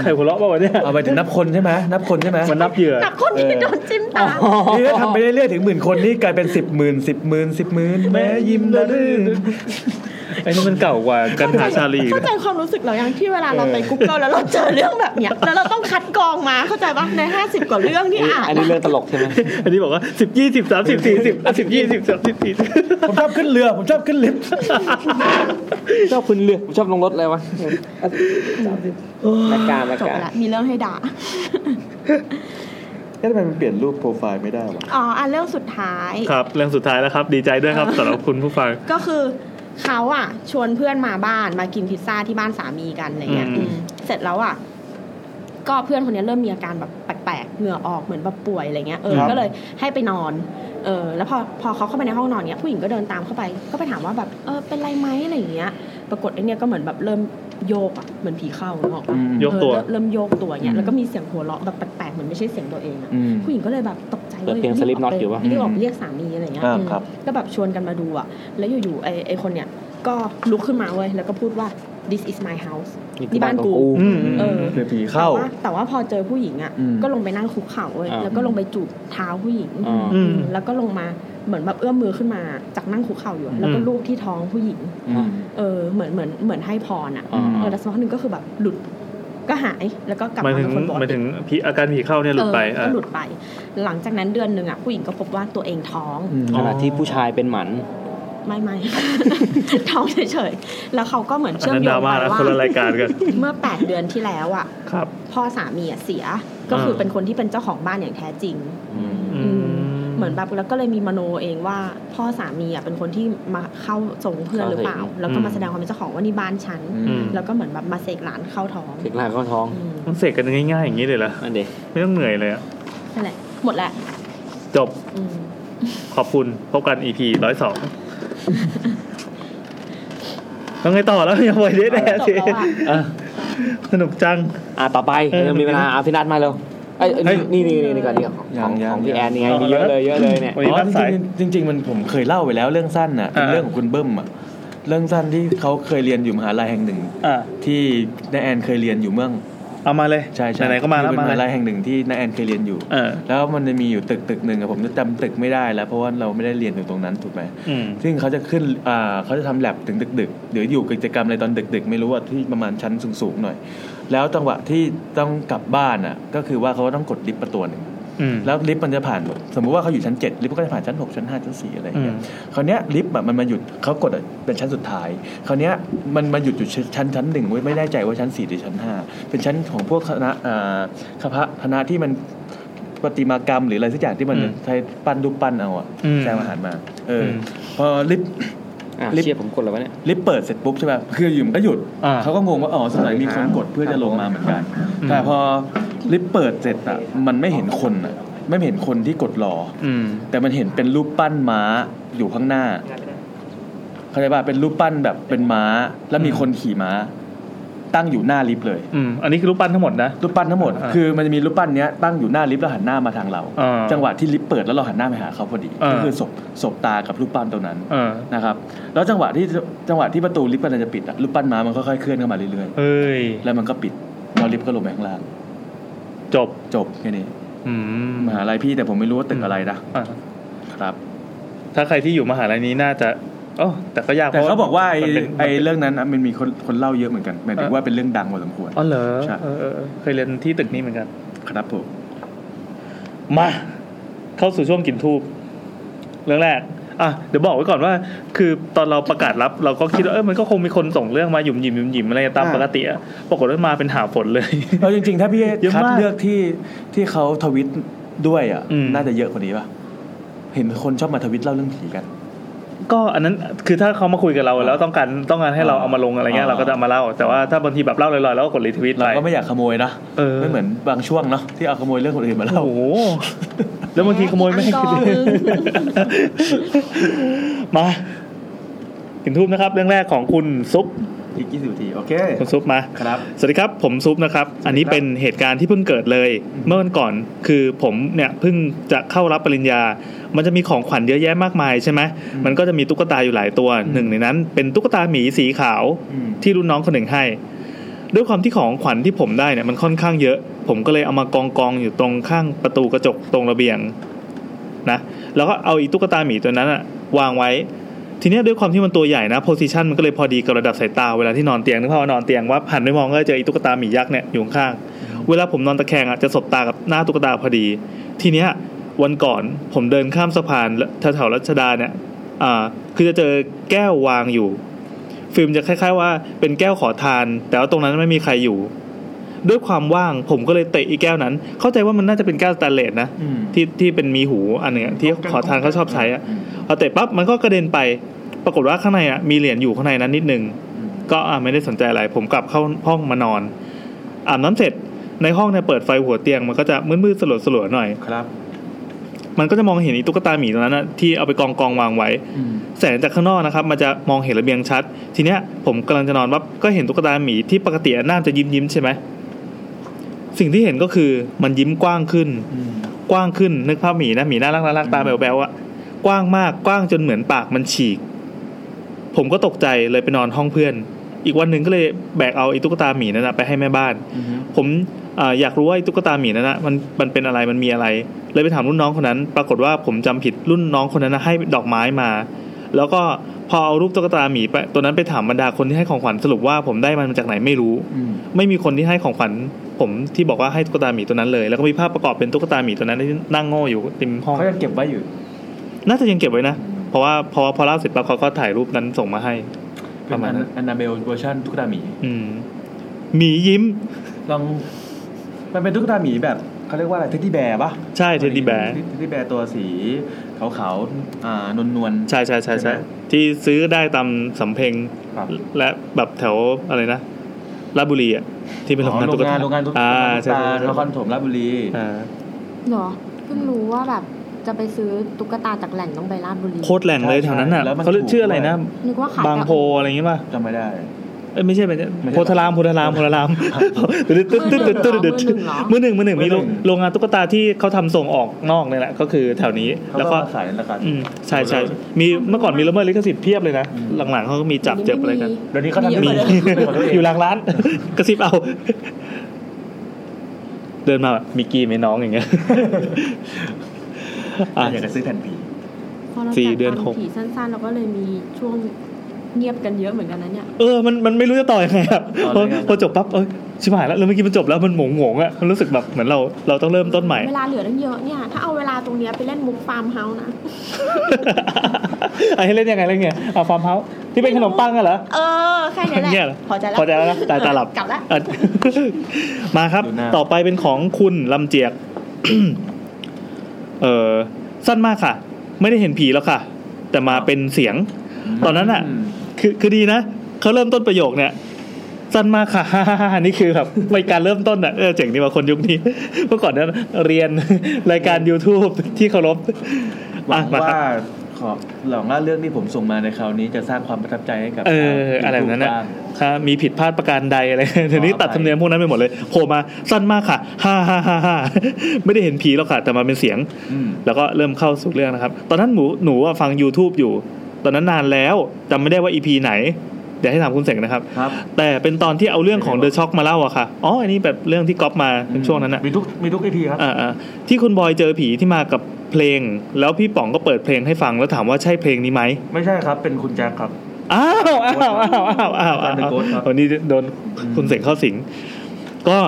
[SPEAKER 1] ใครหัวเราะบ้างวะเนี่ย
[SPEAKER 4] เอาไปถึงนับคนใช่ไหมนับคนใช่ไหม
[SPEAKER 1] มันนับเหยื่อ
[SPEAKER 3] นับคนที่
[SPEAKER 4] เออ
[SPEAKER 3] โดนจิ้มตา
[SPEAKER 4] นี่ถ้าทำไปเรื่อยๆถึงหมื่นคนนี่กลายเป็นสิบหมื่นสิบหมื่นสิบหมื่นแม่ยิ้มละรื่น
[SPEAKER 1] ไอ้นี่มันเก่ากว่ากันหาชาลีอีก
[SPEAKER 3] เข้าใจ
[SPEAKER 1] นะ
[SPEAKER 3] ความรู้สึกเรายังที่เวลาเราไป Google แล้วเราเจอเรื่องแบบเนี้ยแล้วเราต้องคัดกรองมาเข้าใจปะในห้าสิบกว่าเรื่องที่อ่าน
[SPEAKER 5] อันนี้เรื่องตลกใช่ไหม
[SPEAKER 1] อันนี้บอกว่าสิบยี่สิบสามสิบสี่สิบสิบยี่สิบสามสิบสี่
[SPEAKER 4] ผมชอบขึ้นเรือ ผมชอบขึ้นลิฟต์
[SPEAKER 5] ชอบคุณเรือชอบลงรถเลยวะรายการราย
[SPEAKER 3] จบ
[SPEAKER 5] การ
[SPEAKER 3] ละมีเรื่องให้ด่า
[SPEAKER 4] แล้วทำไมมันเปลี่ยนรูปโปรไฟล์ไม่ได้วะ
[SPEAKER 3] อ๋ออันเรื่องสุดท้าย
[SPEAKER 1] ครับเรื่องสุดท้ายแล้วครับ ดีใจด้วยครับสำหรับคุณผู้ฟัง
[SPEAKER 3] ก็คือเขาอ่ะ ชวนเพื่อนมาบ้านมากินพิซซ่าที่บ้านสามีกันอะไรเงี้ย
[SPEAKER 1] อืม
[SPEAKER 3] อืมเสร็จแล้วอ่ะก็เพื่อนคนนี้เริ่มมีอาการแบบแปลกๆเหงื่อออกเหมือนแบบป่วยอะไรเงี้ยเออก็เลยให้ไปนอน เออ แล้วพอพอเขาเข้าไปในห้องนอนเนี้ยผู้หญิงก็เดินตามเข้าไป ก็ไปถามว่าแบบเออเป็นไรไหมอะไรอย่างเงี้ย ปรากฏไอเนี้ยก็เหมือนแบบเริ่มโยกอ่ะเหมือนผีเข้านึกออกปะ
[SPEAKER 1] ยกตัว
[SPEAKER 3] เออเริ่มเริ่มโยกตัวเงี้ยแล้วก็มีเสียงหัวเราะแบบแปลกๆเหมือนไม่ใช่เสียงตัวเองอะ
[SPEAKER 4] อืม
[SPEAKER 3] ผู้หญิงก็เลยแบบตกใจ
[SPEAKER 5] เปิดเพลงสลิปน็อตอยู่ปะ
[SPEAKER 3] รีบออกไปเรียกสามีอะไรเงี้ย
[SPEAKER 4] อ่า
[SPEAKER 3] อืม
[SPEAKER 4] ครับ
[SPEAKER 3] ก็แบบชวนกันมาดูอ่ะ แล้วอยู่ๆไอ้ไอ้คนเนี้ยก็ลุกขึ้นมาเว้ยแล้วก็พูดว่า this is my house นี่บ้านกู
[SPEAKER 1] อืม
[SPEAKER 3] เออ
[SPEAKER 4] เดี๋ยวผีเข้า
[SPEAKER 3] แต่ว่แต่ว่าพอเจอผู้หญิงอ่ะ
[SPEAKER 4] อืม
[SPEAKER 3] ก็ลงไปนั่งคุกเข่าเว้ย
[SPEAKER 5] อ่า
[SPEAKER 3] แล้วก็ลงไปจูบเท้าผู้หญิง
[SPEAKER 5] อ่า
[SPEAKER 1] อืม
[SPEAKER 3] แล้วก็ลงมาเหมือนแบบเอื้อมมือขึ้นมาจากนั่งคุกเข่าอยู่อะแล้วก็
[SPEAKER 1] อืม
[SPEAKER 3] ลูบที่ท้องผู้หญิง
[SPEAKER 4] อืม
[SPEAKER 3] เออเหมือนเหมือนเหมือนให้พรอ่ะ
[SPEAKER 5] อ่า
[SPEAKER 3] เออแต่สักพักหนึ่งก็คือแบบหลุดก็หายแล้วก็กลับ
[SPEAKER 1] หมาย
[SPEAKER 3] มา
[SPEAKER 1] ถึ
[SPEAKER 3] เป็
[SPEAKER 1] ง
[SPEAKER 3] นคนปก
[SPEAKER 1] หมาย
[SPEAKER 3] ติ
[SPEAKER 1] ถึงผีอาการผีเข้าเนี่ยหลุดไป
[SPEAKER 3] เออ
[SPEAKER 1] อ่ะ
[SPEAKER 3] ก็หลุดไป หลังจากนั้นเดือนหนึ่งอ่ะผู้หญิงก็พบว่าตัวเองท้อง
[SPEAKER 4] อืม
[SPEAKER 5] ขณะที่ผู้ชายเป็นหมัน
[SPEAKER 3] ไม่ไม่ *laughs* ท้องเฉยๆ แล้วเขาก็เหมือน
[SPEAKER 1] อัน
[SPEAKER 3] เชื่อม
[SPEAKER 1] นั้น
[SPEAKER 3] โย
[SPEAKER 1] ดราง
[SPEAKER 3] ไป
[SPEAKER 1] ม่านะ
[SPEAKER 3] ว่า
[SPEAKER 1] คนละรายการกัน
[SPEAKER 3] เมื่อ 8 เดือนที่แล้วอ่ะ
[SPEAKER 1] ครับ
[SPEAKER 3] พ่อสามีอ่ะเสียก็คือเป็นคนที่เป็นเจ้าของบ้านอย่างแท้จริง
[SPEAKER 1] อืม
[SPEAKER 3] เหมือนแบบแล้วก็เลยมีมโนเองว่า พ่อสามีอ่ะเป็นคนที่มาเข้าทรงเพื่อนหรือเปล่า
[SPEAKER 5] เข้าสิง
[SPEAKER 3] แล้วก็มา
[SPEAKER 1] อืม
[SPEAKER 3] แสดงความเป็นเจ้าของว่านี่บ้านฉัน
[SPEAKER 1] อืม
[SPEAKER 3] แล้วก็เหมือนแบบมาเสกหลานเข้าท้อง
[SPEAKER 5] เด็กลากเข้าท้อง
[SPEAKER 3] อืม
[SPEAKER 1] มันเสกกันง่ายๆอย่างนี้เลยเหรอ
[SPEAKER 5] นั่นเด็ก
[SPEAKER 1] ไม่ต้องเหนื่อยเลยอ่ะ
[SPEAKER 3] นั่นแหละหมดแหละ
[SPEAKER 1] จบ
[SPEAKER 3] อืม
[SPEAKER 1] ขอบคุณพบกัน EP ร้อยสอง *laughs* แล้วไงต่อแล้ว *laughs* ยังไว้ได้แน่
[SPEAKER 3] จบ
[SPEAKER 1] สิ
[SPEAKER 3] แล้วอ่ะ
[SPEAKER 5] อ่ะ
[SPEAKER 1] สนุกจัง
[SPEAKER 5] อ่ะต่อไป
[SPEAKER 1] เออ
[SPEAKER 5] เรามีเวลาอ่ะพี่นัทมาเร็วเอ้ย
[SPEAKER 1] เฮ้ย
[SPEAKER 5] นี่นี่นี่นี่ก่อนนี่ของ
[SPEAKER 4] ยั
[SPEAKER 5] ของ ง
[SPEAKER 4] ยัง
[SPEAKER 5] ของพี่
[SPEAKER 4] ยัง
[SPEAKER 5] แอนนี่ไง
[SPEAKER 1] า
[SPEAKER 5] มีเยอะเลยเยอะเลยเนี่ย
[SPEAKER 1] วันนี้
[SPEAKER 4] อ๋อ
[SPEAKER 1] รับสาย
[SPEAKER 4] จริงๆจริง ๆ มันผมเคยเล่าไปแล้วเรื่องสั้นน่ะเป็น
[SPEAKER 1] อ่า
[SPEAKER 4] เรื่องของคุณเบิ้มอ่ะเรื่องสั้นที่เขาเคยเรียนอยู่มหาลัยแห่งหนึ่ง
[SPEAKER 1] อ่ะ
[SPEAKER 4] ที่นาแอนเคยเรียนอยู่เมือง
[SPEAKER 1] เอามาเลย
[SPEAKER 4] ใช่ใช่
[SPEAKER 1] ไหนๆก็มาแล้ว
[SPEAKER 4] เป็น
[SPEAKER 1] มาม
[SPEAKER 4] หา
[SPEAKER 1] เล
[SPEAKER 4] ลั
[SPEAKER 1] ย
[SPEAKER 4] ยแห่งหนึ่งที่นาแอนเคยเรียนอยู่
[SPEAKER 1] เออ
[SPEAKER 4] แล้วมันจะมีอยู่ตึกตึกหนึ่งอะผมจะจำตึกไม่ได้แล้ว เพราะว่าเราไม่ได้เรียนอยู่ตรงนั้นถูกไหม
[SPEAKER 1] อืม
[SPEAKER 4] ซึ่งเขาจะขึ้นอ่าเขาจะทำแลบถึงดึกดึกๆเดี๋ยวอยู่กิจกรรมอะไรตอนดึกดึกๆไม่รู้ว่าที่ประมาณชั้นสูงๆหน่อย แล้วจังหวะที่ต้องกลับบ้านอ่ะก็คือว่าเขาก็ต้องกดลิฟต์ประตูหนึ่ง
[SPEAKER 2] อืม
[SPEAKER 4] แล้วลิฟต์มันจะผ่านสมมุติว่าเขาอยู่ชั้นเจ็ดลิฟต์ก็จะผ่านชั้นหกชั้นห้าชั้นสี่อะไรอย่างเงี้ยคราวเนี้ยลิฟต์อะมันมาหยุดเขากดอะเป็นชั้นสุดท้ายคราวเนี้ยมันมาหยุดอยู่ชั้นชั้นหนึ่งไว้ยไม่แน่ใจว่าชั้นสี่หรือชั้นห้าเป็นชั้นของพวกคณะอ่าคณะคณะที่มันประติมากรรมหรืออะไรสักอย่างที่มัน
[SPEAKER 2] อืม
[SPEAKER 4] ใช้ปั้นรูปปั้นเอาอะ
[SPEAKER 2] อืม
[SPEAKER 4] แจงอาหารมา เอออ
[SPEAKER 2] ม
[SPEAKER 4] พอลิฟต์
[SPEAKER 2] อ่ะ
[SPEAKER 4] ลิฟต์
[SPEAKER 2] เชียผมกดแล้ววะเนี่ย
[SPEAKER 4] ลิฟต์เปิดเสร็จปุ๊บใช่ป่ะคืออยู่มันก็หยุด
[SPEAKER 2] อ่า
[SPEAKER 4] เขาก็งงว่าอ๋อสงสัยมีคนกดเพื่อจะลงมาเหมือนกัน
[SPEAKER 2] อืม
[SPEAKER 4] แต่พอลิฟต์เปิดเสร็จอ่ะมันไม่เห็นคนอ่ะ ไม่เห็นคนที่กดรอ
[SPEAKER 2] อืม
[SPEAKER 4] แต่มันเห็นเป็นรูปปั้นม้าอยู่ข้างหน้า เข้าใจป่ะเป็นรูปปั้นแบบเป็นม้า แล้วมี
[SPEAKER 2] อืม
[SPEAKER 4] คนขี่ม้า ตั้งอยู่หน้าลิฟต์เลย
[SPEAKER 1] อืมอันนี้คือรูปปั้นทั้งหมดนะ
[SPEAKER 4] รูปปั้นทั้งหมด
[SPEAKER 1] อ่า
[SPEAKER 4] คือมันจะมีรูปปั้นเนี้ยตั้งอยู่หน้าลิฟต์แล้วหันหน้ามาทางเรา
[SPEAKER 1] อ่า
[SPEAKER 4] จังหวะที่ลิฟต์เปิดแล้วเราหันหน้าไปหาเขาพอดี
[SPEAKER 1] อ่า
[SPEAKER 4] ก็คือศพศพตากับรูปปั้นตัวนั้น
[SPEAKER 1] เออ
[SPEAKER 4] นะครับแล้วจังหวะที่จังหวะที่ประตูลิฟต์กำลังจะปิดอะรูปปั้นม้ามันค่อยๆเคลื่อนเข้ามาเรื่อย
[SPEAKER 1] เฮ้ย
[SPEAKER 4] ๆแล้วมันก็ปิดแล้วลิฟต์ก็ลงไปข้างล่าง
[SPEAKER 1] จบ
[SPEAKER 4] จบแค่นี้
[SPEAKER 1] อืม
[SPEAKER 4] มหาลัยพี่แต่ผมไม่รู้ว่าตึกอะไรนะ
[SPEAKER 1] อ่ะ
[SPEAKER 4] ครับ
[SPEAKER 1] ถ้าใครที่อยู่มหาลัยนี้น่าจะโอ้แต่ก็ยาก
[SPEAKER 4] แต่เขาบอกว่าไอ้
[SPEAKER 1] มันเป็น
[SPEAKER 4] ไอ้เรื่องนั้นอะมันมีคนคนเล่าเยอะเหมือนกันหมายถึงว่าเป็นเรื่องดังพอสมควร
[SPEAKER 1] อ๋อเหรอ
[SPEAKER 4] ใช่
[SPEAKER 1] เออเออเออเคยเรียนที่ตึกนี้เหมือนกัน
[SPEAKER 4] ครับผม
[SPEAKER 1] มา เข้าสู่ช่วงกินทูบเรื่องแรก อ่ะเดี๋ยวบอกไว้ก่อนว่า คือตอนเราประกาศรับ เราก็คิดว่าเออมันก็คงมีคนส่งเรื่องมาหยุ่มหยิมหยุ่มหยิมอะไรตามปกติอะปรากฏว่ามาเป็นหาฝนเลย
[SPEAKER 4] เราจริงๆ ถ้าพี่
[SPEAKER 1] เยอะมาก
[SPEAKER 4] คัดเลือกที่ที่เขาทวิตด้วยอ่ะ
[SPEAKER 1] อืม
[SPEAKER 4] น่าจะเยอะกว่านี้ป่ะเห็นคนชอบมาทวิตเล่าเรื่องผีกัน
[SPEAKER 1] ก็อันนั้นคือถ้าเขามาคุยกับเราแล้วต้องการต้องการให้เราเอามาลงอะไรเงี้ย
[SPEAKER 4] อ่า
[SPEAKER 1] เราก็จะเอามาเล่า แต่ว่าถ้าบางทีแบบเล่าลอยๆแล้วก็กดรีทวิต
[SPEAKER 4] เรา
[SPEAKER 1] ไป
[SPEAKER 4] ก็ไม่อยากขโมยนะ
[SPEAKER 1] เออ
[SPEAKER 4] ไม่เหมือนบางช่วงเนาะที่เอาขโมยเรื่องคนอื่นมาเล่า
[SPEAKER 1] โอ้โห *laughs* แล้วบางทีขโมยไม่ให้
[SPEAKER 3] อังก
[SPEAKER 1] กิน
[SPEAKER 3] อร์มึง
[SPEAKER 1] มากินทูบนะครับ เรื่องแรกของคุณซุป
[SPEAKER 4] อีก20นาทีโอเค
[SPEAKER 1] คุณซุปมา
[SPEAKER 4] ครับ
[SPEAKER 1] สวัสดีครับ ผมซุปนะครับ อันนี้เป็นเหตุการณ์ที่เพิ่งเกิดเลย เมื่อวันก่อนคือผมเนี่ยเพิ่งจะเข้ารับปริญญา มันจะมีของขวัญเยอะแยะมากมายใช่ไหมมันก็จะมีตุ๊กตาอยู่หลายตัวหนึ่งในนั้น เป็นตุ๊กตาหมีสีขาว
[SPEAKER 4] อืม
[SPEAKER 1] ที่รุ่นน้องคนหนึ่งให้ ด้วยความที่ของขวัญที่ผมได้เนี่ยมันค่อนข้างเยอะ ผมก็เลยเอามากองกองๆอยู่ตรงข้างประตูกระจกตรงระเบียงนะแล้วก็เอาอีตุ๊กตาหมีตัวนั้นอะวางไว้ ทีเนี้ยด้วยความที่มันตัวใหญ่นะโพซิชันมันก็เลยพอดีกับระดับสายตาเวลาที่นอนเตียงนึกภาพว่านอนเตียงว่าหันไปมองก็จะเจอไอีตุ๊กตาหมียักษ์เนี่ยอยู่ข้างๆเวลาผมนอนตะแคงอ่ะจะสบตากับหน้าตุ๊กตาพอดี ทีเนี้ยวันก่อนผมเดินข้ามสะพานแถวๆรัชดาเนี่ยอ่าคือจะเจอแก้ววางอยู่ ฟิล์มจะคล้ายๆว่าเป็นแก้วขอทาน แต่ว่าตรงนั้นไม่มีใครอยู่ ด้วยความว่างผมก็เลยเตะอีแก้วนั้น เข้าใจว่ามันน่าจะเป็นแก้วสแตนเลสนะ
[SPEAKER 4] อืม
[SPEAKER 1] ที่ที่เป็นมีหูอันเนี้ยที่ขอทานเขาชอบใช้อะพอเตะปั๊บมันก็กระเด็นไป ปรากฏว่าข้างในอะมีเหรียญอยู่ข้างในนั้นนิดนึง ก็อ่ะไม่ได้สนใจอะไร ผมกลับเข้าห้องมานอนอาบน้ำเสร็จในห้องเนี่ยเปิดไฟหัวเตียงมันก็จะมืดๆสลัวสลัวๆหน่อย
[SPEAKER 4] ครับ
[SPEAKER 1] มันก็จะมองเห็นไอีตุ๊กตาหมีตัวนั้นอะที่เอาไปกองกองๆวางไว้ แสงจากข้างนอกนะครับ มันจะมองเห็นระเบียงชัด ทีเนี้ยผมกำลังจะนอนวับก็เห็นตุ๊กตาหมีที่ปกติหน้ามันจะยิ้มยิ้มๆใช่ไหมสิ่งที่เห็นก็คือมันยิ้มกว้างขึ้น กว้างขึ้นนึกภาพหมีนะหมีน่ารักน่ารักตาแบวๆอะกว้างมากกว้างจนเหมือนปากมันฉีก ผมก็ตกใจเลยไปนอนห้องเพื่อน อีกวันหนึ่งก็เลยแบกเอาไอ้ตุ๊กตาหมีนั่นนะไปให้แม่บ้าน ผมเอออยากรู้ว่าไอ้ตุ๊กตาหมีนั่นนะมันมันเป็นอะไรมันมีอะไร เลยไปถามรุ่นน้องคนนั้น ปรากฏว่าผมจำผิดรุ่นน้องคนนั้นนะให้ดอกไม้มา แล้วก็พอเอารูปตุ๊กตาหมีไปตัวนั้นไปถามบรรดาคนที่ให้ของขวัญสรุปว่าผมได้มันมาจากไหนไม่รู้ ไม่มีคนที่ให้ของขวัญผมที่บอกว่าให้ตุ๊กตาหมีตัวนั้นเลย แล้วก็มีภาพประกอบเป็นตุ๊กตาหมีตัวนั้นที่นั่งโง่อยู่ริมห้อง
[SPEAKER 4] เขายังเก็บไว้อยู่
[SPEAKER 1] น่าจะยังเก็บไว้นะ เพราะว่าพอพอเล่าเสร็จปั๊บเขาก็ถ่ายรูปนั้นส่งมาให้
[SPEAKER 4] ประมาณอันนาเบลเวอร์ชันตุ๊กตาหมี
[SPEAKER 1] อืมหมียิ้ม
[SPEAKER 4] ลอง มันเป็นตุ๊กตาหมีแบบเขาเรียกว่าอะไรเท็ดดี้แบร์ปะ
[SPEAKER 1] ใช่ teddy bear
[SPEAKER 4] เท็ดดี้แบร์ตัวสีขาวๆอ่านวลนวล
[SPEAKER 1] ใช่ใช่ใช่
[SPEAKER 4] ใช่
[SPEAKER 1] ใช่
[SPEAKER 4] ไหม
[SPEAKER 1] ที่ซื้อได้ตามสำเพ็ง
[SPEAKER 4] ๆครับ
[SPEAKER 1] และแบบแถวอะไรนะราชบุรีอ่ะที่เป็นโรงงาน
[SPEAKER 4] อ๋อ
[SPEAKER 1] ตุ๊กตา
[SPEAKER 4] โรงงานตุ๊ก
[SPEAKER 1] อ่า
[SPEAKER 4] ตา
[SPEAKER 1] ใช่
[SPEAKER 4] ตา
[SPEAKER 1] ใช่
[SPEAKER 4] น
[SPEAKER 1] ใช่
[SPEAKER 4] ครปฐมราชบุรี
[SPEAKER 1] อ่า
[SPEAKER 3] เหรอเพิ่งรู้ว่าแบบจะไปซื้อตุ๊กตาจากแหล่งต้องไปราชบุรี
[SPEAKER 1] โคตรแหล่งเลยแถวนั้นอ่ะ
[SPEAKER 4] ใช่แล้วมัน
[SPEAKER 1] เขาเรียกชื่ออะไร
[SPEAKER 4] ถูกด้
[SPEAKER 1] นะ
[SPEAKER 4] วย
[SPEAKER 3] นึกว่าขาย
[SPEAKER 1] บาง
[SPEAKER 3] แต่
[SPEAKER 1] โพอะไรอย่างงี้ป่ะ
[SPEAKER 4] จำไม่ได้
[SPEAKER 1] เอ้ยไม่ใช่ไม่ใช่
[SPEAKER 4] ไม่ใช่
[SPEAKER 1] โพธารามโพธารามโพธารามตึ๊ดตึ๊ดตึ๊ดตึ๊ดตึ๊ดตึ๊ดตึ๊ดมือหนึ่งมือหนึ่ง
[SPEAKER 4] มื
[SPEAKER 1] มี
[SPEAKER 4] อหนึ่ง
[SPEAKER 1] โรงงานตุ๊กตาที่เขาทำส่งออกนอกเนี่ยแหละ ก็คือแถวนี้
[SPEAKER 4] เขา
[SPEAKER 1] แล้ว
[SPEAKER 4] ก็
[SPEAKER 1] ก็
[SPEAKER 4] มาขายในราคา
[SPEAKER 1] อืมใช่ใช่มีเมื่อก่อนมีละเมิดลิขสิทธิ์เพียบเลยนะ หลังๆเขาก็มีจับเจ็บอะไรกัน
[SPEAKER 4] เดี๋ยวนี้เขาทำ
[SPEAKER 1] มี
[SPEAKER 4] อ
[SPEAKER 1] อยู่ ยู่หลังร้าน *laughs* กระซิบเอา เดินมาแบบมีกีไหมน้องอย่างเงี้ย *laughs* อ่ะ
[SPEAKER 4] อยากจะซื้อแผ่นผี
[SPEAKER 3] พราะรา
[SPEAKER 1] สี่เดือนหก
[SPEAKER 3] จัตามผีสั้นๆเราก็เลยมีช่วงเงียบกันเยอะเหมือนกันนะเนี่ย
[SPEAKER 1] เออมันมันไม่รู้จะต่อยังไงอ่ะพอพอจบปั๊บเอ้ย ชิบหายแล้วแล้วเมื่อกี้มันจบแล้วมันหมงงงๆอ่ะมันรู้สึกแบบเหมือนเราเราต้องเริ่มต้นใหม่
[SPEAKER 3] เวลาเหลือตั้งเยอะเนี่ย ถ้าเอาเวลาตรงเนี้ยไปเล่นมุกฟาร์มเฮาส์นะ
[SPEAKER 1] ไอ้เล่นยังไงเล่นไงเอาฟาร์มเฮาส์ที่เป็นขนมปังอะเหรอ
[SPEAKER 3] เออ แค่นี้แหละ
[SPEAKER 1] เนี่ยเหรอ
[SPEAKER 3] พอใจแล้ว
[SPEAKER 1] พอใจแล้วนะตาตาหลับ
[SPEAKER 3] กลับละ
[SPEAKER 1] อ่ะ *laughs* มาครับ
[SPEAKER 6] ดูหน้า
[SPEAKER 1] ต่อไปเป็นของคุณลำเจียก *coughs* เออสั้นมากค่ะ ไม่ได้เห็นผีแล้วค่ะ แต่มาเป็นเสียง ตอนนั้นอ่ะ คือคือดีนะเขาเริ่มต้นประโยคเนี่ย สั้นมากค่ะ *laughs* นี่คือแบบรายการเริ่มต้นอ่ะเออเจ๋งดีว่าคนยุคนี้ *laughs* เมื่อก่อนนั้นเรียน *laughs* รายการ YouTube ที่เคารพ
[SPEAKER 6] หวั
[SPEAKER 1] อ่ะ
[SPEAKER 6] ง
[SPEAKER 1] มาค
[SPEAKER 6] ว่า
[SPEAKER 1] รับ
[SPEAKER 6] ขอบหลังว่าเรื่องที่ผมส่งมาในคราวนี้จะสร้างความประทับใจให้กับ
[SPEAKER 1] เออ
[SPEAKER 6] ชาว
[SPEAKER 1] อะไรแบบนั้นนะ
[SPEAKER 6] บ้าง
[SPEAKER 1] ถ้ามีผิดพลาดประการใดอะไร
[SPEAKER 6] *laughs*
[SPEAKER 1] เดี๋ยวนี้
[SPEAKER 6] ขออภัย
[SPEAKER 1] ตัดธรรมเนียมพวกนั้นไปหมดเลยโผล่มาสั้นมากค่ะ *laughs* ฮ่าฮ่าฮ่าฮ่าไม่ได้เห็นผีแล้วค่ะ แต่มาเป็นเสียง
[SPEAKER 6] อืม
[SPEAKER 1] แล้วก็เริ่มเข้าสู่เรื่องนะครับ ตอนนั้นหนูหนูอะฟัง YouTube อยู่ ตอนนั้นนานแล้วจำไม่ได้ว่า EP ไหน เดี๋ยวให้ถามคุณเสกนะครับ
[SPEAKER 6] ครับ
[SPEAKER 1] แต่เป็นตอนที่เอาเรื่องของเดอะช็อคมาเล่าอะค่ะอ๋ออันนี้แบบเรื่องที่ก๊อปมาเป็นช่วงนั้นอะ
[SPEAKER 6] มีทุกมีทุกไอทีครับ
[SPEAKER 1] อ่าๆที่คุณบอยเจอผีที่มากับเพลง แล้วพี่ป๋องก็เปิดเพลงให้ฟังแล้วถามว่าใช่เพลงนี้ไหม
[SPEAKER 6] ไม่ใช่ครับ เป็นคุณแจ็คครับ
[SPEAKER 1] อ้าวอ้าวอ้าวอ้าวอ้าวอ้าว
[SPEAKER 6] อาจารย์โกรธครับ
[SPEAKER 1] วันนี้โดนคุณเสกเข้าสิง ก็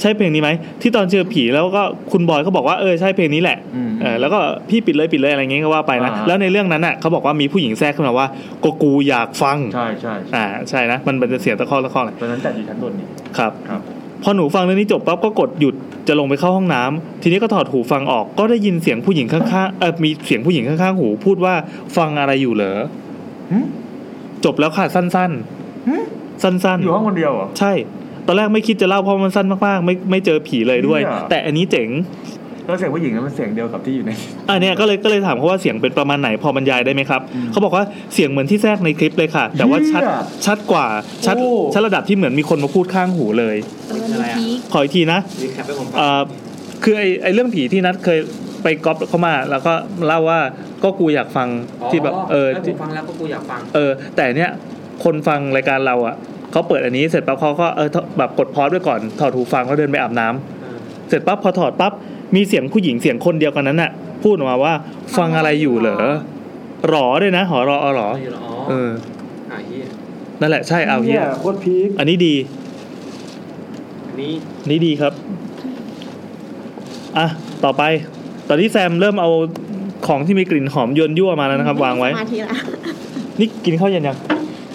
[SPEAKER 1] ใช่เพลงนี้ไหม ที่ตอนเจอผีแล้วก็คุณบอยก็บอกว่าเออใช่เพลงนี้แหละ
[SPEAKER 6] อืม
[SPEAKER 1] เออแล้วก็พี่ปิดเลยปิดเลยอะไรเงี้ยก็ว่าไปนะ
[SPEAKER 6] อ่า
[SPEAKER 1] แล้วในเรื่องนั้นอ่ะเขาบอกว่ามีผู้หญิงแทรกขึ้นมาว่าก็กูอยากฟัง
[SPEAKER 6] ใช่ใช่ใช่
[SPEAKER 1] อ่าใช่นะ มันมันจะเสียงตะคอกตะคอกเลย
[SPEAKER 6] ตอนนั้นจัดอยู่ชั้นบนนี่
[SPEAKER 1] ครับ
[SPEAKER 6] ครับ
[SPEAKER 1] พอหนูฟังเรื่องนี้จบปั๊บก็กดหยุดจะลงไปเข้าห้องน้ำทีนี้ก็ถอดหูฟังออกก็ได้ยินเสียงผู้หญิงข้างๆเออมีเสียงผู้หญิงข้างๆหู พูดว่าฟังอะไรอยู่เหรอ
[SPEAKER 6] หึ
[SPEAKER 1] จบแล้วค่ะสั้น
[SPEAKER 6] หึ
[SPEAKER 1] ๆ สั้น
[SPEAKER 6] อยู่ห้องคนเดียวเหรอ
[SPEAKER 1] ๆ ใช่ ตอนแรกไม่คิดจะเล่าเพราะมันสั้นมากๆ ไม่ไม่เจอผีเลยด้วย
[SPEAKER 6] เนี่ย
[SPEAKER 1] แต่อันนี้เจ๋ง
[SPEAKER 6] แล้วเสียงผู้หญิงนั้นมันเสียงเดียวกับที่อยู่ใน
[SPEAKER 1] อันเนี้ยก็เลยก็เลยถามเขาว่าเสียงเป็นประมาณไหนพอบรรยายได้ไหมครับ
[SPEAKER 6] อืม
[SPEAKER 1] เขาบอกว่าเสียงเหมือนที่แทรกในคลิปเลยค่ะ แต่ว่าชัด
[SPEAKER 6] เหี้ย
[SPEAKER 1] ชัดกว่าชัด
[SPEAKER 6] โอ้
[SPEAKER 1] ชัดระดับที่เหมือนมีคนมาพูดข้างหูเลย
[SPEAKER 3] เออมีพีค
[SPEAKER 1] ขออีกทีนะ
[SPEAKER 5] รีแคปให้ผม
[SPEAKER 1] เอ่อคือไอไอเรื่องผีที่นัดเคยไปก๊อปเข้ามา แล้วก็เล่าว่าก็กูอยากฟังที่แบบเออ
[SPEAKER 5] ผมฟังแล้วก็กูอยากฟัง
[SPEAKER 1] เออแต่เนี้ยคนฟังรายการเราอ่ะเขาเปิดอันนี้เสร็จปั๊บเขาก็เออแบบกดพอสไว้ก่อนถอดหูฟังแล้วเดินไปอาบน้ำเสร็จปั๊บพอถอดปั๊บมีเสียงผู้หญิงเสียงคนเดียวกันนั้นน่ะ พูดออกมาว่าฟังอะไรอยู่เหรอหรอด้วยนะหอรออหรอเออนั่นแหละใช่เอาเฮีย
[SPEAKER 4] โคตรพีค
[SPEAKER 1] อันนี้ดี อันนี้ดีครับอ่ะต่อไป ตอนนี้แซมเริ่มเอาของที่มีกลิ่นหอมยวนยั่วมาแล้วนะครับ วางไว้
[SPEAKER 3] สมาธิละ
[SPEAKER 1] นี่กินข้าวเย็นยัง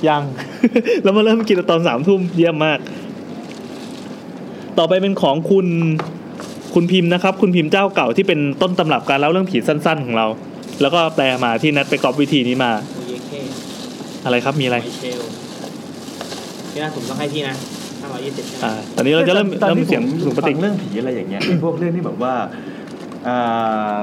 [SPEAKER 1] ยัง แล้วมาเริ่มกินตอนสามทุ่มเยี่ยมมาก ต่อไปเป็นของคุณคุณพิมพ์นะครับ คุณพิมพ์เจ้าเก่าที่เป็นต้นตำรับการเล่าเรื่องผีสั้น ๆ ของเรา แล้วก็แปลมาที่นัดไปกอบวิธีนี้มา อะไรครับมีอะไร
[SPEAKER 5] เชลพี่นะผมต้องให้พี่นะห้าร้อยยี่สิบใช่ไหม
[SPEAKER 1] อ่าตอนนี้เราจะเริ่ม
[SPEAKER 6] ตอน
[SPEAKER 1] เริ่ม
[SPEAKER 6] ที่
[SPEAKER 1] เสียง
[SPEAKER 6] ผ
[SPEAKER 1] สุ
[SPEAKER 6] ม
[SPEAKER 1] ป
[SPEAKER 6] ฟั
[SPEAKER 1] ฏิ
[SPEAKER 6] งเรื่องผีอะไรอย่างเงี้ย พวกเรื่องที่แบบว่าอ่า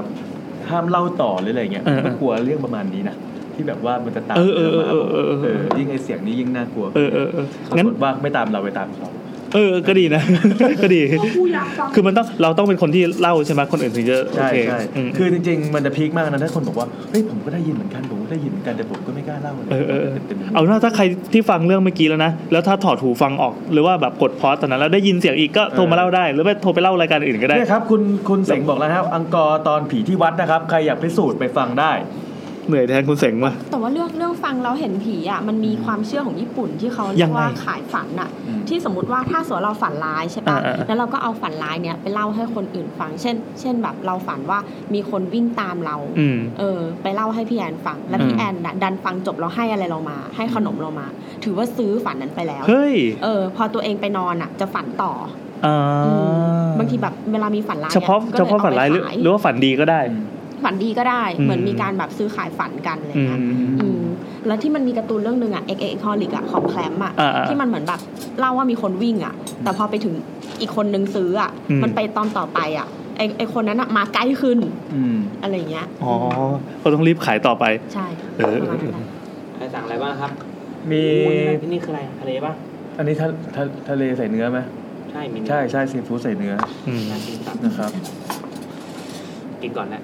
[SPEAKER 6] ห้ามเล่าต่อหรืออะไรเงี้ยก็กลัวเรื่องประมาณนี้นะที่แบบว่ามันจะตาม
[SPEAKER 1] เออเออเออเออเออ
[SPEAKER 6] เออยิ่งไอเสียงนี้ยิ่งน่ากลัว
[SPEAKER 1] เออเออเออ
[SPEAKER 6] ปรา
[SPEAKER 1] งั้น
[SPEAKER 6] กฏว่าไม่ตามเราไปตามเขา
[SPEAKER 1] เออก็ดีนะ *laughs* ก็ดี
[SPEAKER 3] ก็กูอยากฟัง
[SPEAKER 1] คือมันต้องเราต้องเป็นคนที่เล่าใช่ไหมคนอื่นถึงจะโอ
[SPEAKER 6] ใช่
[SPEAKER 1] เค
[SPEAKER 6] ใช่
[SPEAKER 1] อืม
[SPEAKER 6] คือจริง ๆ มันจะพีคมากนะถ้าคนบอกว่าเฮ้ยผมก็ได้ยินเหมือนกันผมก็ได้ยินเหมือนกันแต่ผมก็ไม่กล้าเล่าอะไร
[SPEAKER 1] เออเออเออ
[SPEAKER 6] ต็มๆ
[SPEAKER 1] เอาหน้าถ้าใครที่ฟังเรื่องเมื่อกี้แล้วนะ แล้วถ้าถอดหูฟังออกหรือว่าแบบกดพอสตอนนั้นแล้วได้ยินเสียงอีกก็โทรมาเล่าได้ หรือไปโทรไปเล่ารายการอื่นก็ได้
[SPEAKER 6] เนี่ยครับคุณคุณเสงบอกแล้วนะครับ อังกอร์ตอนผีที่วัดนะครับ ใครอยากพิสูจน์ไปฟังได้
[SPEAKER 1] เหนื่อยแทนคุณเสงว่ะ
[SPEAKER 3] แต่ว่าเรื่องเรื่องฟังเราเห็นผีอ่ะมันมีความเชื่อของญี่ปุ่นที่เขาเรี
[SPEAKER 1] ยั
[SPEAKER 3] ย
[SPEAKER 1] ง
[SPEAKER 3] ก
[SPEAKER 1] ไง
[SPEAKER 3] ว่าขายฝันอ่ะ
[SPEAKER 6] อืม
[SPEAKER 3] ที่สมมติว่าถ้าสมมติเราฝันร้ายใช่ปะ
[SPEAKER 1] อ่าๆ
[SPEAKER 3] แล้วเราก็เอาฝันร้ายเนี้ยไปเล่าให้คนอื่นฟัง เช่น เช่นแบบเราฝันว่ามีคนวิ่งตามเรา
[SPEAKER 1] อืม
[SPEAKER 3] เออไปเล่าให้พี่แอนฟัง แล้ว
[SPEAKER 1] อืม
[SPEAKER 3] พี่แอนน่ะดันฟังจบแล้วให้อะไรเรามา ให้ขนมเรามา ถือว่าซื้อฝันนั้นไปแล้ว
[SPEAKER 1] เฮ้ย
[SPEAKER 3] เออ พอตัวเองไปนอนอ่ะ จะฝันต่อ
[SPEAKER 1] อ่า
[SPEAKER 3] อมบางทีแบบเวลามีฝันร้าย
[SPEAKER 1] เฉพาะ
[SPEAKER 3] อก็ลย
[SPEAKER 1] เฉพาะฝันร้ายหรือ
[SPEAKER 3] เอไปข
[SPEAKER 1] หรือว่าฝันดีก็ได้
[SPEAKER 3] ฝันดีก็ได้ เหมือน
[SPEAKER 1] อืม
[SPEAKER 3] มีการแบบซื้อขายฝันกันอะไร
[SPEAKER 1] อืม
[SPEAKER 3] เงี้ยอืมแล้วที่มันมีการ์ตูนเรื่องหนึ่งอ่ะเอ็กเอ็กฮอลิกอ่ะของแคลมอ่ะ
[SPEAKER 1] อ่าๆ
[SPEAKER 3] ที่มันเหมือนแบบเล่าว่ามีคนวิ่งอ่ะ แต่พอไปถึงอีกคนนึงซื้ออ่ะ
[SPEAKER 1] อืม
[SPEAKER 3] มันไปตอนต่อไปอ่ะไอไอคนนั้นอ่ะมาใกล้ขึ้น
[SPEAKER 6] อืม
[SPEAKER 3] อะไรเงี้ย
[SPEAKER 1] อ๋อก็ต้องรีบขายต่อไป
[SPEAKER 3] ใช่
[SPEAKER 1] เออ
[SPEAKER 3] ประมาณนั้นแหละ
[SPEAKER 5] ใครสั่งอะไรบ้างครับ
[SPEAKER 6] มี
[SPEAKER 5] ที่นี่คืออะไรทะเลป่ะ
[SPEAKER 6] อันนี้ทะทะทะเลใส่เนื้อไหม
[SPEAKER 5] ใช่มี
[SPEAKER 6] ใช่ใช่ซีฟู้ดใส่เนื้อ
[SPEAKER 1] อืม
[SPEAKER 5] น่ากินสัตว์
[SPEAKER 6] นะครับ
[SPEAKER 5] กินก่อนแหละ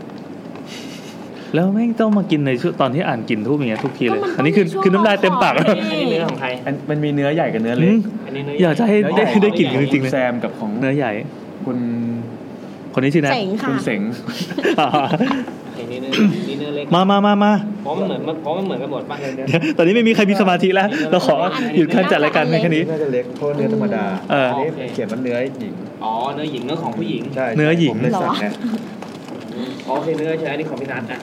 [SPEAKER 1] แล้วแม่งต้องมากินในช่วงตอนที่อ่านกลินทูบอย่างเงี้ยทุกทีเลย
[SPEAKER 3] ก็มั
[SPEAKER 1] อันนี้คือ
[SPEAKER 3] ต้งมีช่วง
[SPEAKER 1] คือน้ำลายเต็มปาก
[SPEAKER 3] ข
[SPEAKER 1] แล้
[SPEAKER 3] อ
[SPEAKER 1] ว
[SPEAKER 3] ง
[SPEAKER 5] อันนี้เนื้อของใคร
[SPEAKER 6] อันมันมีเนื้อใหญ่กับเนื้อเล็
[SPEAKER 1] อื
[SPEAKER 6] ก
[SPEAKER 1] ม
[SPEAKER 5] อันนี้เนื้ออย
[SPEAKER 1] อากจะให้ได้ได้กินกันจริง
[SPEAKER 6] ขอ
[SPEAKER 1] ๆเล
[SPEAKER 6] ง
[SPEAKER 1] ย
[SPEAKER 6] แซมกับของ
[SPEAKER 1] เนื้อใหญ่
[SPEAKER 6] คุณ
[SPEAKER 1] คนนี้ชื่อนะ
[SPEAKER 3] เจ๋ง
[SPEAKER 6] คุ
[SPEAKER 3] ค่ะ
[SPEAKER 6] ณเสง
[SPEAKER 1] อ่า
[SPEAKER 5] โอเค นี่เนื้อ นี่เนื้อเล็ก
[SPEAKER 1] *laughs* มามามามา
[SPEAKER 5] เพราะมันเหมือนมันเพราะมันเหมือนกันหมดป่ะเดี๋ยว
[SPEAKER 1] ตอนนี้ไม่มีใครมีสมาธิ
[SPEAKER 4] *laughs*
[SPEAKER 1] แล้วเราขอหยุดการจัดรายการในแค่นี้
[SPEAKER 4] น่าจะเล็กเพราะเนื้อธรรมดา
[SPEAKER 1] เอออั
[SPEAKER 4] นนี้เขียนว่าเนื้อหญิง
[SPEAKER 5] ๆอ๋อเนื้อหญิงเนื้อของผู้หญิง
[SPEAKER 4] ใช่
[SPEAKER 1] เนื้อหญิง
[SPEAKER 4] ผมเลยสั่งนะ
[SPEAKER 5] อ๋อโอเคเนื้อใช่ไหมอันนี่ของพี่นัทอ่ะ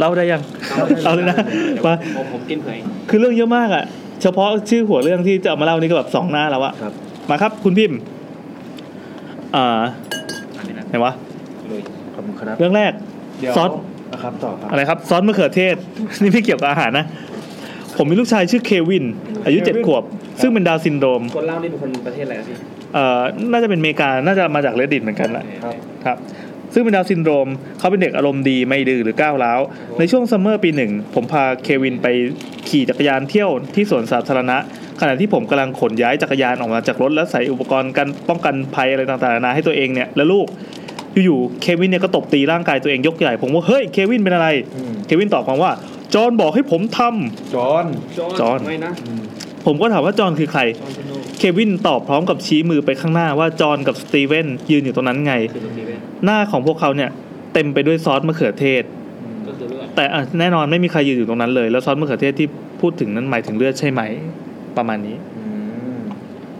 [SPEAKER 1] เราได้ยังเอาเลย
[SPEAKER 4] *laughs*
[SPEAKER 1] นะมา
[SPEAKER 5] ผมผมกินเผย
[SPEAKER 1] คือเรื่องเยอะมากอะ่ะ เฉพาะชื่อหัวเรื่องที่จะเอามาเล่านี่ก็แบบสองหน้าแล้วอะ
[SPEAKER 4] ครับ
[SPEAKER 1] มาครับคุณพิมพ์อ่าไหนวะ
[SPEAKER 4] ขอบคุณครับ
[SPEAKER 1] เรื่องแรก
[SPEAKER 4] เดี๋ยว
[SPEAKER 1] ซอส
[SPEAKER 4] นะครับต่อครับ
[SPEAKER 1] อะไรครับซอสมะเขือเทศ *laughs* นี่ไม่เกี่ยวกับอาหารนะ ผมมีลูกชายชื่อเควิน อายุเจ็ดขวบ ซึ่งเป็นดาวน์ซินโดรม
[SPEAKER 5] คนเล่านี่เป็นคนประเทศอะไรนะพี่
[SPEAKER 1] เอ่อน่าจะเป็นอเมริกาน่าจะมาจากเลดิตเหมือนกันแหละ
[SPEAKER 4] ครับ
[SPEAKER 1] ครับซึ่งเป็นดาวน์ซินโดรมเขาเป็นเด็กอารมณ์ดีไม่ดื้อหรือก้าวร้าว ในช่วงซัมเมอร์ปีหนึ่ง ผมพาเควินไปขี่จักรยานเที่ยวที่สวนสาธารณะ ขณะที่ผมกำลังขนย้ายจักรยานออกมาจากรถ และใส่อุปกรณ์กันป้องกันภัยอะไรต่างๆนานาให้ตัวเองเนี่ยและลูก อยู่ๆเควินเนี่ยก็ตบตีร่างกายตัวเองยกใหญ่ ผมว่าเฮ้ยเควินเป็นอะไร
[SPEAKER 4] อืม
[SPEAKER 1] เควินตอบมาว่าจอห์นบอกให้ผมทำ
[SPEAKER 4] จอห์น
[SPEAKER 1] จอน
[SPEAKER 5] ไม่นะ
[SPEAKER 1] ผมก็ถามว่าจอห์นคือใคร
[SPEAKER 5] จอนชโน
[SPEAKER 1] เควินตอบพร้อมกับชี้มือไปข้างหน้าว่าจอห์นกับสตีเวนยืนอยู่ตรงนั้นไง
[SPEAKER 5] คือตรงนี้เว้ย
[SPEAKER 1] หน้าของพวกเขาเนี่ยเต็มไปด้วยซอสมะเขือเทศ
[SPEAKER 5] ก็คือเลือด
[SPEAKER 1] แต่อ่ะแน่นอนไม่มีใครยืนอยู่ตรงนั้นเลย แล้วซอสมะเขือเทศที่พูดถึงนั้นหมายถึงเลือดใช่ไหม ประมาณนี้
[SPEAKER 4] อืม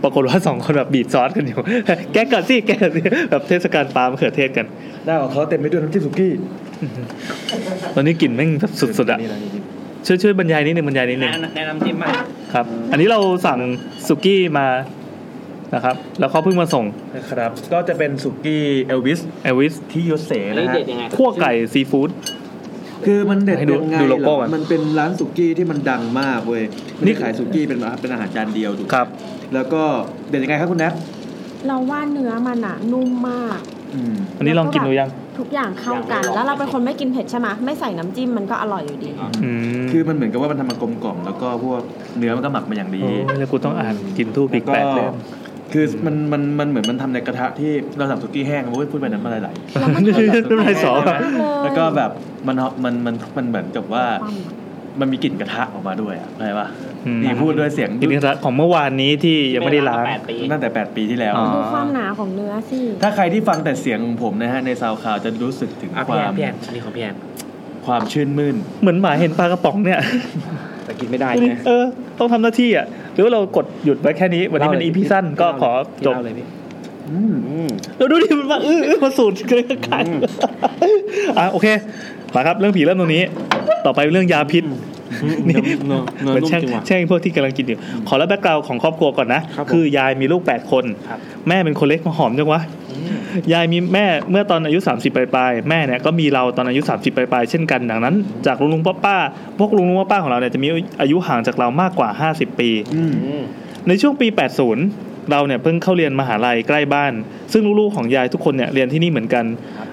[SPEAKER 1] ปรากฏว่าสองคนแบบบีบซอสกันอยู่ แกะก่อนสิแกะก่อนสิแบบเทศกาลปลามะเขือเทศกัน
[SPEAKER 4] หน้าของเขาเต็มไปด้วยน้ำจิ้มสุกี้
[SPEAKER 1] ตอนนี้กลิ่นแม่งแบบสุดๆอ่ะ
[SPEAKER 4] นี่นนี่นี่
[SPEAKER 1] ช่วยช่วยบรรยายนิดนึงบรรยายนิดนึง
[SPEAKER 5] แนะนำจิ้มมา
[SPEAKER 1] ครับ อันนี้เราสั่งสุกี้มานะครับ แล้วเขาเพิ่งมาส่ง
[SPEAKER 4] นะครับ ก็จะเป็นสุกี้เอลวิส
[SPEAKER 1] เอลวิส
[SPEAKER 4] ที่โยเซ
[SPEAKER 5] อัน
[SPEAKER 4] นะ
[SPEAKER 5] นี้
[SPEAKER 4] ฮะ
[SPEAKER 5] เด็ดยังไง
[SPEAKER 1] คั่วไก่ซีฟู้ด
[SPEAKER 7] คือมันเด็ด
[SPEAKER 1] ให้ดู
[SPEAKER 7] ยังไง
[SPEAKER 1] ดู
[SPEAKER 7] เห
[SPEAKER 1] โลโก้
[SPEAKER 7] รอ
[SPEAKER 1] ก่อน
[SPEAKER 7] มันเป็นร้านสุกี้ที่มันดังมากเว้ย
[SPEAKER 1] นี่
[SPEAKER 7] นี่ขายสุกี้เป็นเป็นอาหารจานเดียวถูกไหม
[SPEAKER 1] ครับ
[SPEAKER 7] แล้วก็เด็ดยังไงครับคุณแนท
[SPEAKER 3] เราว่าเนื้อมันอะนุ่มมาก
[SPEAKER 7] อืม
[SPEAKER 1] อันนี้ลองกินดูยัง
[SPEAKER 3] ทุกอย่างเข้ากัน แล้วเราเป็นคนไม่กินเผ็ดใช่ไหมไม่ใส่น้ำจิ้มมันก็อร่อยอยู่ดี
[SPEAKER 1] อืม
[SPEAKER 7] คือมันเหมือนกับว่ามันทำมากลมกล่อมแล้วก็พวกเนื้อมันก็หมักมาอย่างดี
[SPEAKER 1] โอ้ยแล้วกูต้องอ่านกินทูบอีกแปดเล่ม
[SPEAKER 7] คือมันมันมันเหมือนมันทำในกระทะที่เราสั่งสุกี้แห้งพูดพูดไปนั้นมาหลาย
[SPEAKER 3] แล้วมัน
[SPEAKER 1] นี่
[SPEAKER 3] ก็แบบ
[SPEAKER 1] น้ำลายสอ
[SPEAKER 7] ๆใช่ไหม
[SPEAKER 1] อะ
[SPEAKER 7] แล้วก็แบบมันมันมันมันเหมือนกับว่า
[SPEAKER 3] ปั้ม
[SPEAKER 7] มันมีกลิ่นกระทะออกมาด้วยอะเข้าใจปะ
[SPEAKER 1] อืม
[SPEAKER 7] นี่พูดด้วยเสียง
[SPEAKER 1] กินกระทะของเมื่อวานนี้ที่ยังไม่ได้ล้าง
[SPEAKER 5] แปดปี
[SPEAKER 7] ตั้งแต่แปดปีที่แล้ว
[SPEAKER 1] อ๋อ
[SPEAKER 3] ดูความหนาของเนื้อสิ
[SPEAKER 7] ถ้าใครที่ฟังแต่เสียงของผมนะฮะในซาวคลาวจะรู้สึกถึง
[SPEAKER 5] อ่ะ
[SPEAKER 7] ค
[SPEAKER 5] พี่แอ
[SPEAKER 7] วาม
[SPEAKER 5] นพี่แอนอันนี้ของพี่แอน
[SPEAKER 7] ความชื่นมื่น
[SPEAKER 1] เหมือนหมาเห็นปลากระป๋องเนี่ย
[SPEAKER 5] แต่กินไม่ได้ใช่ไหม
[SPEAKER 1] เออ ต้องทำหน้าที่อ่ะ หรือว่าเรากดหยุดไว้แค่นี้ วันนี้เป็นอีพีสั้นก็ขอจบ
[SPEAKER 5] เล่าเลยพี่
[SPEAKER 1] แล้วดูดิมันมาเออเออมาสูตรกันกัน อ่ะโอเค มาครับ เรื่องผีเริ่มตรงนี้ ต่อไปเรื่องยาพิษ นี่เหมือนแช่งแช่งพวกที่กำลังกินอยู่ ขอแล้วแบ็กกราวของครอบครัวก่อนนะ
[SPEAKER 5] ครับผม
[SPEAKER 1] คือยายมีลูก 8 คน
[SPEAKER 5] ครับ
[SPEAKER 1] แม่เป็นคนเล็กมาหอมจังวะ ยายมีแม่เมื่อตอนอายุ 30ปลายๆแม่เนี่ยก็มีเราตอนอายุ 30ปลายๆเช่นกันดังนั้น จากลุงลุงป้าป้าพวกลุงลุงป้าป้าของเราเนี่ยจะมีอายุห่างจากเรามากกว่า 50 ปี
[SPEAKER 5] อืม
[SPEAKER 1] ในช่วงปี 80 เราเนี่ยเพิ่งเข้าเรียนมหาลัยใกล้บ้าน ซึ่งลูกๆของยายทุกคนเนี่ยเรียนที่นี่เหมือนกัน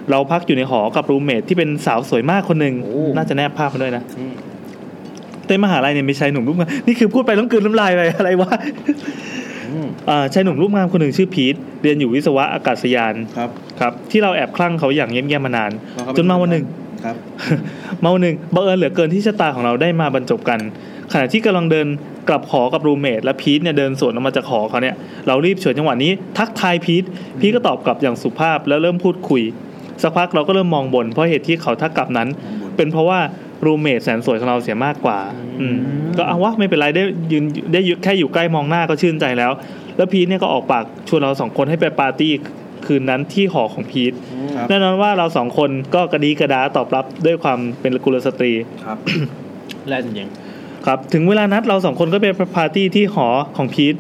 [SPEAKER 1] เราพักอยู่ในหอกับรูมเมทที่เป็นสาวสวยมากคนหนึ่งน่าจะแนบภาพมาด้วยนะ
[SPEAKER 5] อืม
[SPEAKER 1] ในมหาลัยเนี่ยมีชายหนุ่มรูปงามนี่คือพูดไปต้องกลืนน้ำลายไปอะไรวะอ่าชายหนุ่มรูปงามคนหนึ่งชื่อพีทเรียนอยู่วิศวะอากาศยาน
[SPEAKER 7] ครับ
[SPEAKER 1] ครับที่เราแอบคลั่งเขาอย่างเงียบๆมานาน
[SPEAKER 7] เพระเขเป็
[SPEAKER 1] จนมาวันหนึ่ง
[SPEAKER 7] ครับ
[SPEAKER 1] *laughs* เมาหนึ่งบังเอิญเหลือเกินที่ชะตาของเราได้มาบรรจบกัน ขณะที่กำลังเดินกลับหอกับรูเมทและพีทเนี่ยเดินสวนออกมาจากหอเขาเนี่ยเรารีบเฉวยจังหวะนี้ทักทายพีทพีทก็ตอบกลับอย่างสุภาพแล้วเริ่มพูดคุยสักพักเราก็เริ่มมองบน เพราะเหตุที่เขาทักกลับนั้น เป็นเพราะว่ารูเมทแสนสวยของเราเสียมากกว่า อืมก็เอาวะไม่เป็นไรได้ยืนได้อยู่แค่อยู่ใกล้มองหน้าก็ชื่นใจแล้ว แล้วพีทเนี่ยก็ออกปากชวนเราสองคนให้ไปปาร์ตี้คืนนั้นที่หอของพีท
[SPEAKER 7] ครับ
[SPEAKER 1] แน่นอนว่าเราสองคนก็กระดีกระดาตอบรับด้วยความเป็นกุลสตรี
[SPEAKER 7] ครับ
[SPEAKER 5] แล้วจริง
[SPEAKER 1] ครับ ถึงเวลานัดเราสองคนก็ไปปาร์ตี้ที่หอของพีท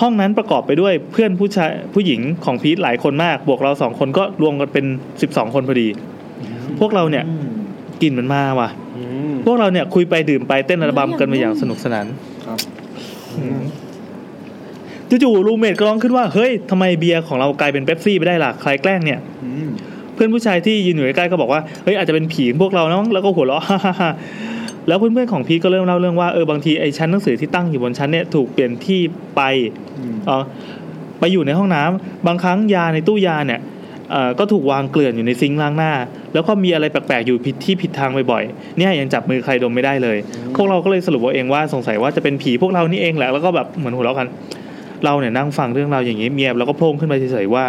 [SPEAKER 1] ห้องนั้นประกอบไปด้วยเพื่อนผู้ชายผู้หญิงของพีทหลายคนมาก บวกเราสองคนก็รวมกันเป็น 12 คนพอดี พวกเราเนี่ยกลิ่นมันมาว่ะ พวกเราเนี่ยคุยไปดื่มไปเต้นระบำกันไปอย่างสนุกสนาน
[SPEAKER 7] ครับ
[SPEAKER 1] อืมจู่ๆรูเมทก็ร้องขึ้นว่าเฮ้ยทำไมเบียร์ของเรากลายเป็นเป๊ปซี่ไปได้ล่ะใครแกล้งเนี่ย
[SPEAKER 7] อืม
[SPEAKER 1] เพื่อนผู้ชายที่ยืนอยู่ใกล้ๆก็บอกว่าเฮ้ยอาจจะเป็นผีของพวกเรานะมั้งแล้วก็หัวเราะ *laughs* ฮ่าๆๆแล้วเพื่อนๆของพีทก็เริ่มเล่าเรื่องว่าเออบางทีไอ้ชั้นหนังสือที่ตั้งอยู่บนชั้นเนี่ยถูกเปลี่ยนที่ไปเออไปอยู่ในห้องน้ำบางครั้งยาในตู้ยาเนี่ยเอ่อก็ถูกวางเกลื่อนอยู่ในซิงค์ล้างหน้า แล้วก็มีอะไรแปลกๆอยู่ผิดที่ผิดทางบ่อยๆเนี่ยยังจับมือใครดมไม่ได้เลย พวกเราก็เลยสรุปว่าเองว่าสงสัยว่าจะเป็นผีพวกเรานี่เองแหละแล้วก็แบบเหมือนหัวเราะกัน เราเนี่ยนั่งฟังเรื่องราวอย่างนี้เมียแล้วก็โพลงขึ้นมาเฉยๆว่า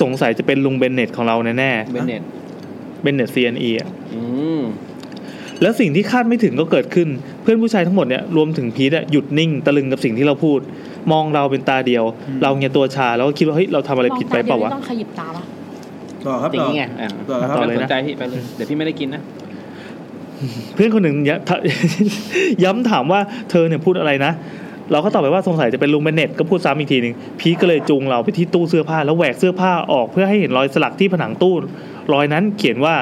[SPEAKER 1] สงสัยจะเป็นลุงเบนเน็ตของเราแน่
[SPEAKER 5] เบนเน็ต
[SPEAKER 1] เบนเนตซีเอ็นอีอ่ะ
[SPEAKER 2] อืม
[SPEAKER 1] แล้วสิ่งที่คาดไม่ถึงก็เกิดขึ้น เพื่อนผู้ชายทั้งหมดเนี่ยรวมถึงพีทอะหยุดนิ่งตะลึงกับสิ่งที่เราพูด มองเราเป็นตาเดียว เราเนี่ยตัวชาแล้วก็คิดว่าเฮ้ยเราทำอะไรผิดไปเปล่าวะ
[SPEAKER 3] มองตดียนี่ต้องขยิบตาปะ
[SPEAKER 7] ต่อครับ
[SPEAKER 2] ติ่าง
[SPEAKER 7] ต่อ
[SPEAKER 2] นี้ไงอ่ะ
[SPEAKER 7] ต่อเลยครับ
[SPEAKER 2] ไม่
[SPEAKER 1] ต่อเลย
[SPEAKER 2] ส
[SPEAKER 1] นะ
[SPEAKER 2] นใจพี่ไปเลยเดี๋ยวพี่ไม่ได้กินนะ
[SPEAKER 1] เพื่อนคนหนึ่ง *laughs* ยะทะ *laughs* ย้ำถามว่าเธอเนี่ยพูดอะไรนะ เราก็ตอบไปว่าสงสัยจะเป็นลุงเบนเน็ตก็พูดซ้ำอีกทีหนึ่งพีทก็เลยจูงเราไปที่ตู้เสื้อผ้าแล้วแหวกเสื้อผ้าออกเพื่อให้เห็นรอยสลักที่ผนังตู้รอยนั้นเขียนว่า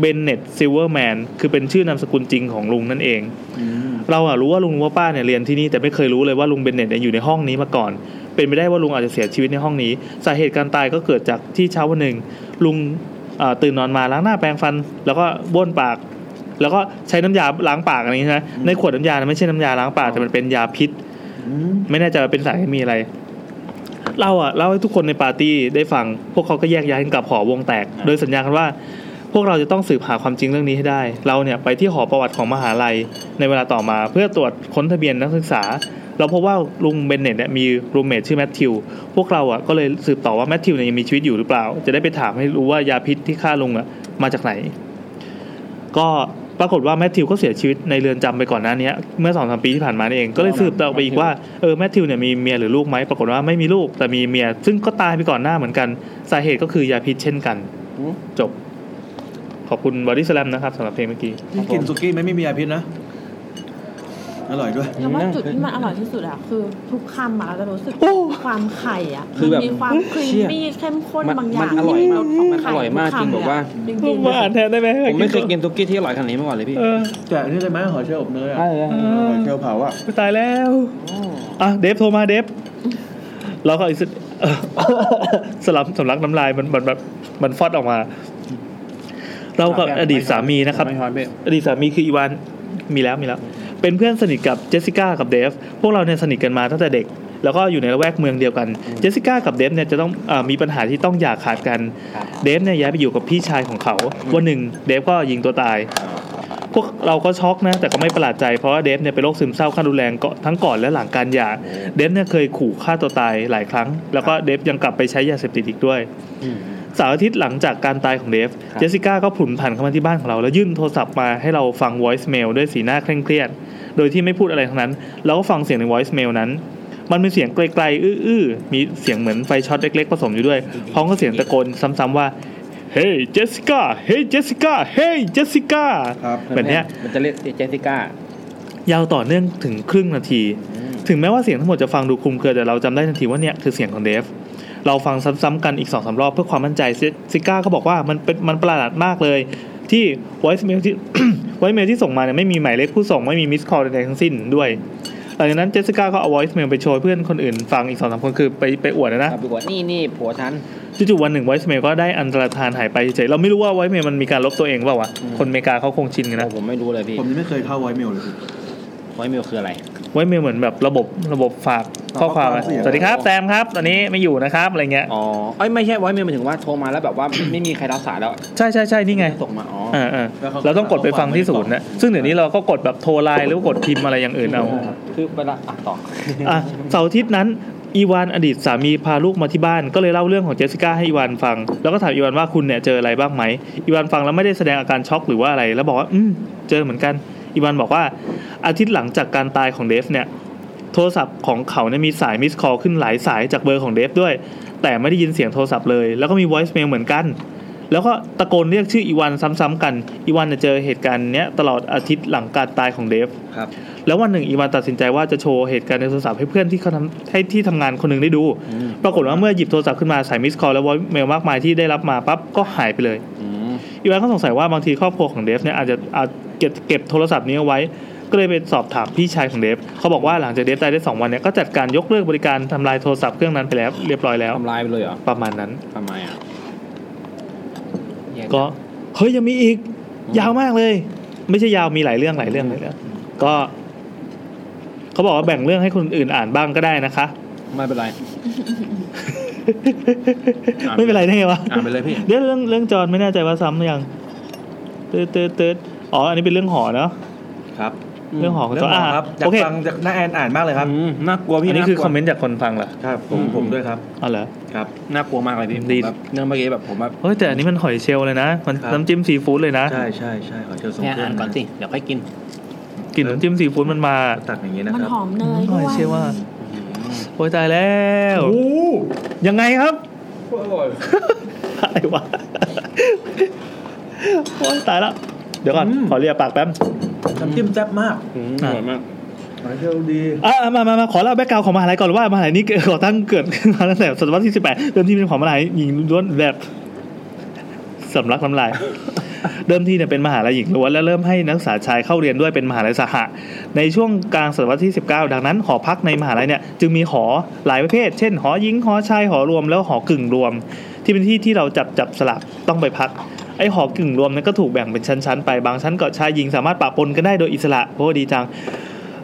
[SPEAKER 1] เบนเน็ตซิลเวอร์แมนคือเป็นชื่อนามสกุลจริงของลุงนั่นเอง เราอะรู้ว่าลุงว่าป้าเนี่ยเรียนที่นี่แต่ไม่เคยรู้เลยว่าลุงเบนเน็ตเนี่ยอยู่ในห้องนี้มาก่อน เป็นไปได้ว่าลุงอาจจะเสียชีวิตในห้องนี้ สาเหตุการตายก็เกิดจากที่เช้าวันหนึ่งลุงเอ่อตื่นนอนมาล้างหน้าแปรงฟัน แล้วก็บ้วนปาก แล้วก็ใช้น้ำยาล้างปากอะไรอย่างนี้นะในขวดน้ำยานะไม่ใช่น้ำยาล้างปากแต่มันเป็นยาพิษ ไม่แน่ใจว่าเป็นสารเคมีอะไร เราอะเล่าให้ทุกคนในปาร์ตี้ได้ฟัง พวกเขาก็แยกย้ายกันกลับหอวงแตก โดยสัญญากันว่า พวกเราจะต้องสืบหาความจริงเรื่องนี้ให้ได้ เราเนี่ยไปที่หอประวัติของมหาลัยในเวลาต่อมา เพื่อตรวจค้นทะเบียนนักศึกษา เราพบว่าลุงเบนเน็ตเนี่ยมีรูมเมทชื่อแมทธิว พวกเราอ่ะก็เลยสืบต่อว่าแมทธิวเนี่ยยังมีชีวิตอยู่หรือเปล่า จะได้ไปถามให้รู้ว่ายาพิษที่ฆ่าลุงอ่ะมาจากไหน ก็ปรากฏว่าแมทธิวก็เสียชีวิตในเรือนจำไปก่อนหน้านี้เมื่อสองสามปีที่ผ่านมานี่เองก็เลยสืบต่อไปอีกว่าเออแมทธิวเนี่ยมีเมียหรือลูกไหมปรากฏว่าไม่มีลูกแต่มีเมีย ซึ่งก็ตายไปก่อนหน้าเหมือนกันสาเหตุก็คือยาพิษเช่นกัน จบ ขอบคุณบอดี้สแลมนะครับสำหรับเพลงเมื่อกี้
[SPEAKER 7] นี่กินสุกี้ไหม่ไม่มียาพิษนะ อร่อยด้วย
[SPEAKER 3] แล้วว่าจุดที่มันอร่อยที่สุดอะคือทุกคำอะเราจะรู้สึกความไข่อะ
[SPEAKER 2] คือแบบ
[SPEAKER 3] มันมีความครีมมี่เข้มข้น
[SPEAKER 2] มัน
[SPEAKER 3] บางอย่าง
[SPEAKER 2] มันอร่อยมาก
[SPEAKER 3] ที่
[SPEAKER 2] มันอร่อยมากจริงบอกว่า
[SPEAKER 3] จริงๆ
[SPEAKER 1] มาอ่านแทนได้ไหม
[SPEAKER 2] ผมไม่เคยกินตุกกี้ที่อร่อยขนาดนี้มาก่อนเลยพี่
[SPEAKER 1] เออ
[SPEAKER 6] แต่อันนี่เลยไหมหอยเชลล์อบเนยอะ
[SPEAKER 2] ใช่เลย
[SPEAKER 6] หอยเชลล์เผาอ่ะ
[SPEAKER 1] กูตายแล้วอ่ะเดฟโทรมาเดฟแล้วก็อีกสุดเอ *laughs* อสลับสำลักน้ำลายมันมันแบบมันฟอดออกมา เรากับอดีตสามีนะครับ
[SPEAKER 2] ไม่ฮอตพี่
[SPEAKER 1] อดีตสามีคืออีวานมีแล้วมีแล้ว เป็นเพื่อนสนิทกับเจสสิก้ากับเดฟพวกเราเนี่ยสนิทกันมาตั้งแต่เด็ก แล้วก็อยู่ในละแวกเมืองเดียวกันเจสสิก้ากับเดฟเนี่ยจะต้องเออมีปัญหาที่ต้องหย่าขาดกันเดฟเนี่ยย้ายไปอยู่กับพี่ชายของเขาวันหนึ่งเดฟก็ยิงตัวตาย พวกเราก็ช็อกนะ แต่ก็ไม่ประหลาดใจเพราะว่าเดฟเนี่ยเป็นโรคซึมเศร้าขั้นรุนแรงก็ทั้งก่อนและหลังการหย่าเดฟเนี่ยเคยขู่ฆ่าตัวตายหลายครั้ง แล้วก็เดฟยังกลับไปใช้ยาเสพติดอีกด้วย เสาร์อาทิตย์หลังจากการตายของเดฟ เจสสิก้าก็ผลุนผ่านเข้ามาที่บ้านของเรา แล้วยื่นโทรศัพท์มาให้เราฟัง voice mail ด้วยสีหน้าเคร่งเครียด โดยที่ไม่พูดอะไรทั้งนั้น เราก็ฟังเสียงใน voice mail นั้น มันเป็นเสียงไกลๆ อื้อๆ มีเสียงเหมือนไฟช็อตเล็กๆ ผสมอยู่ด้วย พร้อมกับเสียงตะโกนซ้ำๆว่า เฮ้ยเจสสิก้า เฮ้ยเจสสิก้า เฮ้ยเจสสิก้า
[SPEAKER 6] ครับ
[SPEAKER 1] แบบเนี้ย
[SPEAKER 2] มันจะเรียกเจสสิก้า
[SPEAKER 1] ยาวต่อเนื่องถึงครึ่งนาที ถึงแม้ว่าเสียงทั้งหมดจะฟังดูคลุมเครือแต่เราจำได้ทันทีว่าเนี่ยคือเสียงของเดฟ เราฟังซ้ำๆกันอีกสองสารอบเพื่อความมั่นใจซิซิก้าก็บอกว่ามันเป็นมันประหลาดมากเลย ที่ voice mail ที่ *coughs* voice mail ที่ส่งมาเนี่ยไม่มีหมายเลขผู้ส่งไม่มี miss call ใดๆทั้งสิ้นด้วยหลังจากนั้นเจสสิก้าก็เอา voice mail ไปโชว์เพื่อนคนอื่นฟังอีกสองสามคนคือไปไปอวดนะนะ
[SPEAKER 2] กลับไปกว่านี่นี่ผัวฉัน
[SPEAKER 1] จู่ๆวันหนึ่งไวส์เมลก็ได้อันตรธานหายไปเฉยๆเราไม่รู้ว่าไวส์เมลมันมีการลบตัวเองเปล่าวะคนอเมริกาเขาคงชินกันนะ
[SPEAKER 2] ผมไม่รู้เลยพี่
[SPEAKER 7] ผมยังไม่เคยเข้าไวเมลเลย
[SPEAKER 2] ไวเมลคืออะไร
[SPEAKER 1] ไวส์เมลเหมือนแบบระบบระบบฝากข้อความอะ
[SPEAKER 7] ข้อความเสียง
[SPEAKER 1] สวัสดีครับแซมครับ ตอนนี้ไม่อยู่นะครับอะไรเงี้ย
[SPEAKER 2] อ๋อเอ้ยไม่ใช่ไวเมลหมายถึงว่าโทรมาแล้วแบบว่า *coughs* ไม่มีใครรับสายแล้ว
[SPEAKER 1] ใช่ใช่ใช่นี่ไง
[SPEAKER 2] ส่งมา อ๋อ
[SPEAKER 1] เออเออเราต้องกดไปฟังที่ศูนย์นะซึ่งเดี๋ยวนี้เราก็กดแบบโทรไลน์หรือกดพิมพ์อะไรอย่างอื่นเอา
[SPEAKER 2] คือเวลาอ่ะต่อ *laughs*
[SPEAKER 1] อ่ะเสาร์อาทิตย์นั้นอีวานอดีตสามีพาลูกมาที่บ้านก็เลยเล่าเรื่องของเจสสิก้าให้อีวานฟัง แล้วก็ถามอีวานว่าคุณเนี่ยเจออะไรบ้างไหมอีวานฟังแล้วไม่ได้แสดงอาการช็อกหรือว่าอะไร แล้วบอกว่าอืมเจอเหมือนกันอีวานบอกว่าอาทิตย์หลังจากการตายของเดฟเนี่ยโทรศัพท์ของเขาเนี่ยมีสายมิสคอลขึ้นหลายสายจากเบอร์ของเดฟด้วย แต่ไม่ได้ยินเสียงโทรศัพท์เลย แล้วก็มี voice mail เหมือนกัน แล้วก็ตะโกนเรียกชื่ออีวานซ้ำๆกันอีวานเนี่ยเจอเหตุการณ์เนี้ยตลอดอาทิตย์หลังการตายของเดฟ แล้ววันหนึ่งอีวานตัดสินใจว่าจะโชว์เหตุการณ์ในโทรศัพท์ให้เพื่อนที่เขาทำให้ที่ทำงานคนหนึ่งได้ดู ปรากฏว่าเมื่อหยิบโทรศัพท์ขึ้นมาสายมิสคอลและวอยเมลมากมายที่ได้รับมาปั๊บก็หายไปเลย อีวานก็สงสัยว่าบางทีครอบครัวของเดฟเนี่ยอาจจะอาจเก็บเก็บโทรศัพท์นี้เอาไว้ ก็เลยไปสอบถามพี่ชายของเดฟเขาบอกว่าหลังจากเดฟตายได้สองวันเนี่ยก็จัดการยกเลิกบริการทำลายโทรศัพท์เครื่องนั้นไปแล้วเรียบร้อยแล้ว
[SPEAKER 2] ทำลายไปเลยเหรอ
[SPEAKER 1] ประมาณนั้น
[SPEAKER 2] ทำไมอ่ะ
[SPEAKER 1] ก็เฮ้ยยังมีอีก ยาวมากเลย ไม่ใช่ยาวมีหลายเรื่องหลายเรื่องหลายเรื่องก็เขาบอกว่าแบ่งเรื่องให้คนอื่นอ่านบ้างก็ได้นะคะ
[SPEAKER 2] ไม่เป็นไร อ่าน
[SPEAKER 1] ไม่เป็นไรได้ไงวะ
[SPEAKER 2] อ่านไปเลยพี่
[SPEAKER 1] เดี๋ยวเรื่องเรื่องจอนไม่แน่ใจว่าซ้ำหรือยังเติร์ดเติร์ดเติร์ดอ๋ออันนี้เป็นเรื่องหอเนาะ
[SPEAKER 7] ครับ
[SPEAKER 1] เรื่องหอ
[SPEAKER 6] เรื่องหอ
[SPEAKER 1] อ่ะ
[SPEAKER 6] ครับอยา
[SPEAKER 1] โอกเค
[SPEAKER 6] ฟังจากน้าแอนอ่านมากเลยครับ
[SPEAKER 5] อืมน่ากลัวพี่
[SPEAKER 1] อันนี้คือคอม
[SPEAKER 5] ากลัว
[SPEAKER 1] เมนต์จากคนฟังเหรอ
[SPEAKER 6] ครับผมผมด้วยครับ
[SPEAKER 1] อ๋อเหรอ
[SPEAKER 5] น่ากลัวมากเลยพี่
[SPEAKER 1] ดี
[SPEAKER 5] แบบเรื่องเมื่อกี้แบบผมแบบ
[SPEAKER 1] เฮ้ยแต่อันนี้มันหอยเชลล์เลยนะ มัน
[SPEAKER 6] ครับ
[SPEAKER 1] น้ำจิ้มซีฟู้ดเลยนะ
[SPEAKER 6] ใช่ใช่ใช่ขอเชิญส่ง
[SPEAKER 5] เนี่ย
[SPEAKER 6] เครื่
[SPEAKER 5] อ่า
[SPEAKER 6] อน ง
[SPEAKER 5] ก่อนสิเดี๋ยวค่อยกิน
[SPEAKER 1] กลิ่นน้ำจิ้มซีฟู้ดมันมา
[SPEAKER 6] ตักอย่างนี้นะ
[SPEAKER 3] มัน
[SPEAKER 6] ครับ
[SPEAKER 3] หอมเนย
[SPEAKER 1] ห
[SPEAKER 3] ด้
[SPEAKER 1] อ
[SPEAKER 3] วย ย
[SPEAKER 1] เชลล์ว่าโอ้ยตายแล้ว ยังไงครับอะไรวะโอ้ยตายแล้ว เดี๋ยวก่อน ขอเรียปากแป๊บ
[SPEAKER 6] น้ำจิ้มแซ่บมาก
[SPEAKER 5] อืมอร่อยมาก
[SPEAKER 6] ขอเชิญดี
[SPEAKER 1] อ่ะมามามาขอเล่าแบ็กกราวของมหาลัยก่อนว่ามหาลัยนี้ก่อตั้งเกิด *laughs* ขึ้นมาตั้งแต่ศตวรรษที่ 18 เริ่มที่เป็นของมหาลัยหญิงล้วนแบบสำลักน้ำลาย *laughs* เริ่มที่เนี่ยเป็นมหาลัยหญิงล้วนและเริ่มให้นักศึกษาชายเข้าเรียนด้วยเป็นมหาลัยสหะ ในช่วงกลางศตวรรษที่ 19 ดังนั้นหอพักในมหาลัยเนี่ยจึงมีหอหลายประเภท เช่น หอหญิงหอชายหอรวมแล้วหอกึ่งรวม ที่เป็นที่ที่เราจับจับสลักต้องไปพัก ไอ้หอกึ่งรวมนั้นก็ถูกแบ่งเป็นชั้นๆไปบางชั้นก็ชายหญิงสามารถปะปนกันได้โดยอิสระโอ้ดีจัง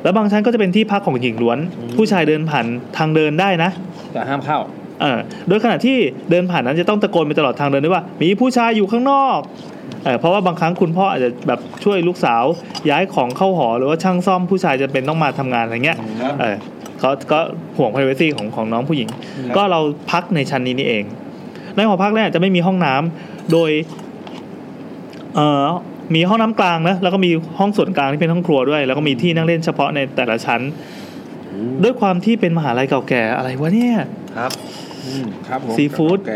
[SPEAKER 1] แล้วบางชั้นก็จะเป็นที่พักของหญิงล้วน ผู้ชายเดินผ่านทางเดินได้นะ
[SPEAKER 5] แต่ห้ามเข้า
[SPEAKER 1] เออโดยขณะที่เดินผ่านนั้นจะต้องตะโกนไปตลอดทางเดินด้วยว่า มีผู้ชายอยู่ข้างนอกเออเพราะว่าบางครั้งคุณพ่ออาจจะแบบช่วยลูกสาว ย้ายของเข้าหอหรือว่าช่างซ่อมผู้ชายจะเป็นต้องมาทำงานอะไรเงี้ยเออเขาก็ห่วง p r i v a c y ของของน้องผู้หญิง ก็เราพักในชั้นนี้นี่เอง ในหอพักแรกจะไม่มีห้องน้ำโดยเออมีห้องน้ำกลางนะแล้วก็มีห้องส่วนกลางที่เป็นห้องครัวด้วย แล้วก็มีที่นั่งเล่นเฉพาะในแต่ละชั้น ด้วยความที่เป็นมหาลัยเก่าแก่อะไรวะเนี่ย
[SPEAKER 5] ครับผม
[SPEAKER 1] ซีฟู้ด
[SPEAKER 5] แก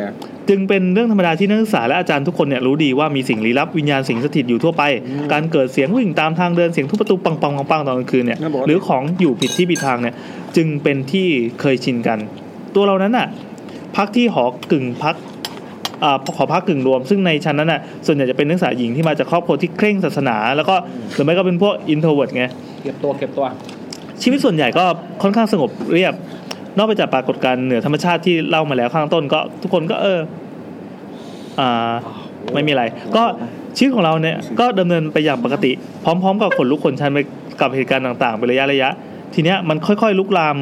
[SPEAKER 1] จึงเป็นเรื่องธรรมดาที่นักศึกษาและอาจารย์ทุกคนเนี่ยรู้ดีว่ามีสิ่งลี้ลับวิญญาณสิงสถิตอยู่ทั่วไป การเกิดเสียงวิ่งตามทางเดินเสียงทุบประตูปังปังปังปังตอนกลางคืนเนี่ยหรือของอยู่ผิดที่ผิดทางเนี่ยจึงเป็นที่เคยชินกัน ตัวเรานั้นน่ะพักที่หอกึ่งพักอ่าขอพักกึ่งรวม ซึ่งในชั้นนั้นน่ะส่วนใหญ่จะเป็นนักศึกษาหญิงที่มาจากครอบครัวที่เคร่งศาสนา แล้วก็หรือไม่ก็เป็นพวกอินโทรเวิร์ดไง
[SPEAKER 5] เก็บตัวเก็บตัว
[SPEAKER 1] ชีวิตส่วนใหญ่ก็ค่อนข้างสงบเรียบ นอกไปจากปรากฏการณ์เหนือธรรมชาติที่เล่ามาแล้วข้างต้นก็ทุกคนก็เอออ่าไม่มีอะไร ก็ชีวิตของเราเนี่ยก็ดำเนินไปอย่างปกติ พร้อม ๆ กับขนลุกขนชันไปกับเหตุการณ์ต่างๆเป็นระยะระยะ ทีเนี้ยมันค่อยๆ ลุกลาม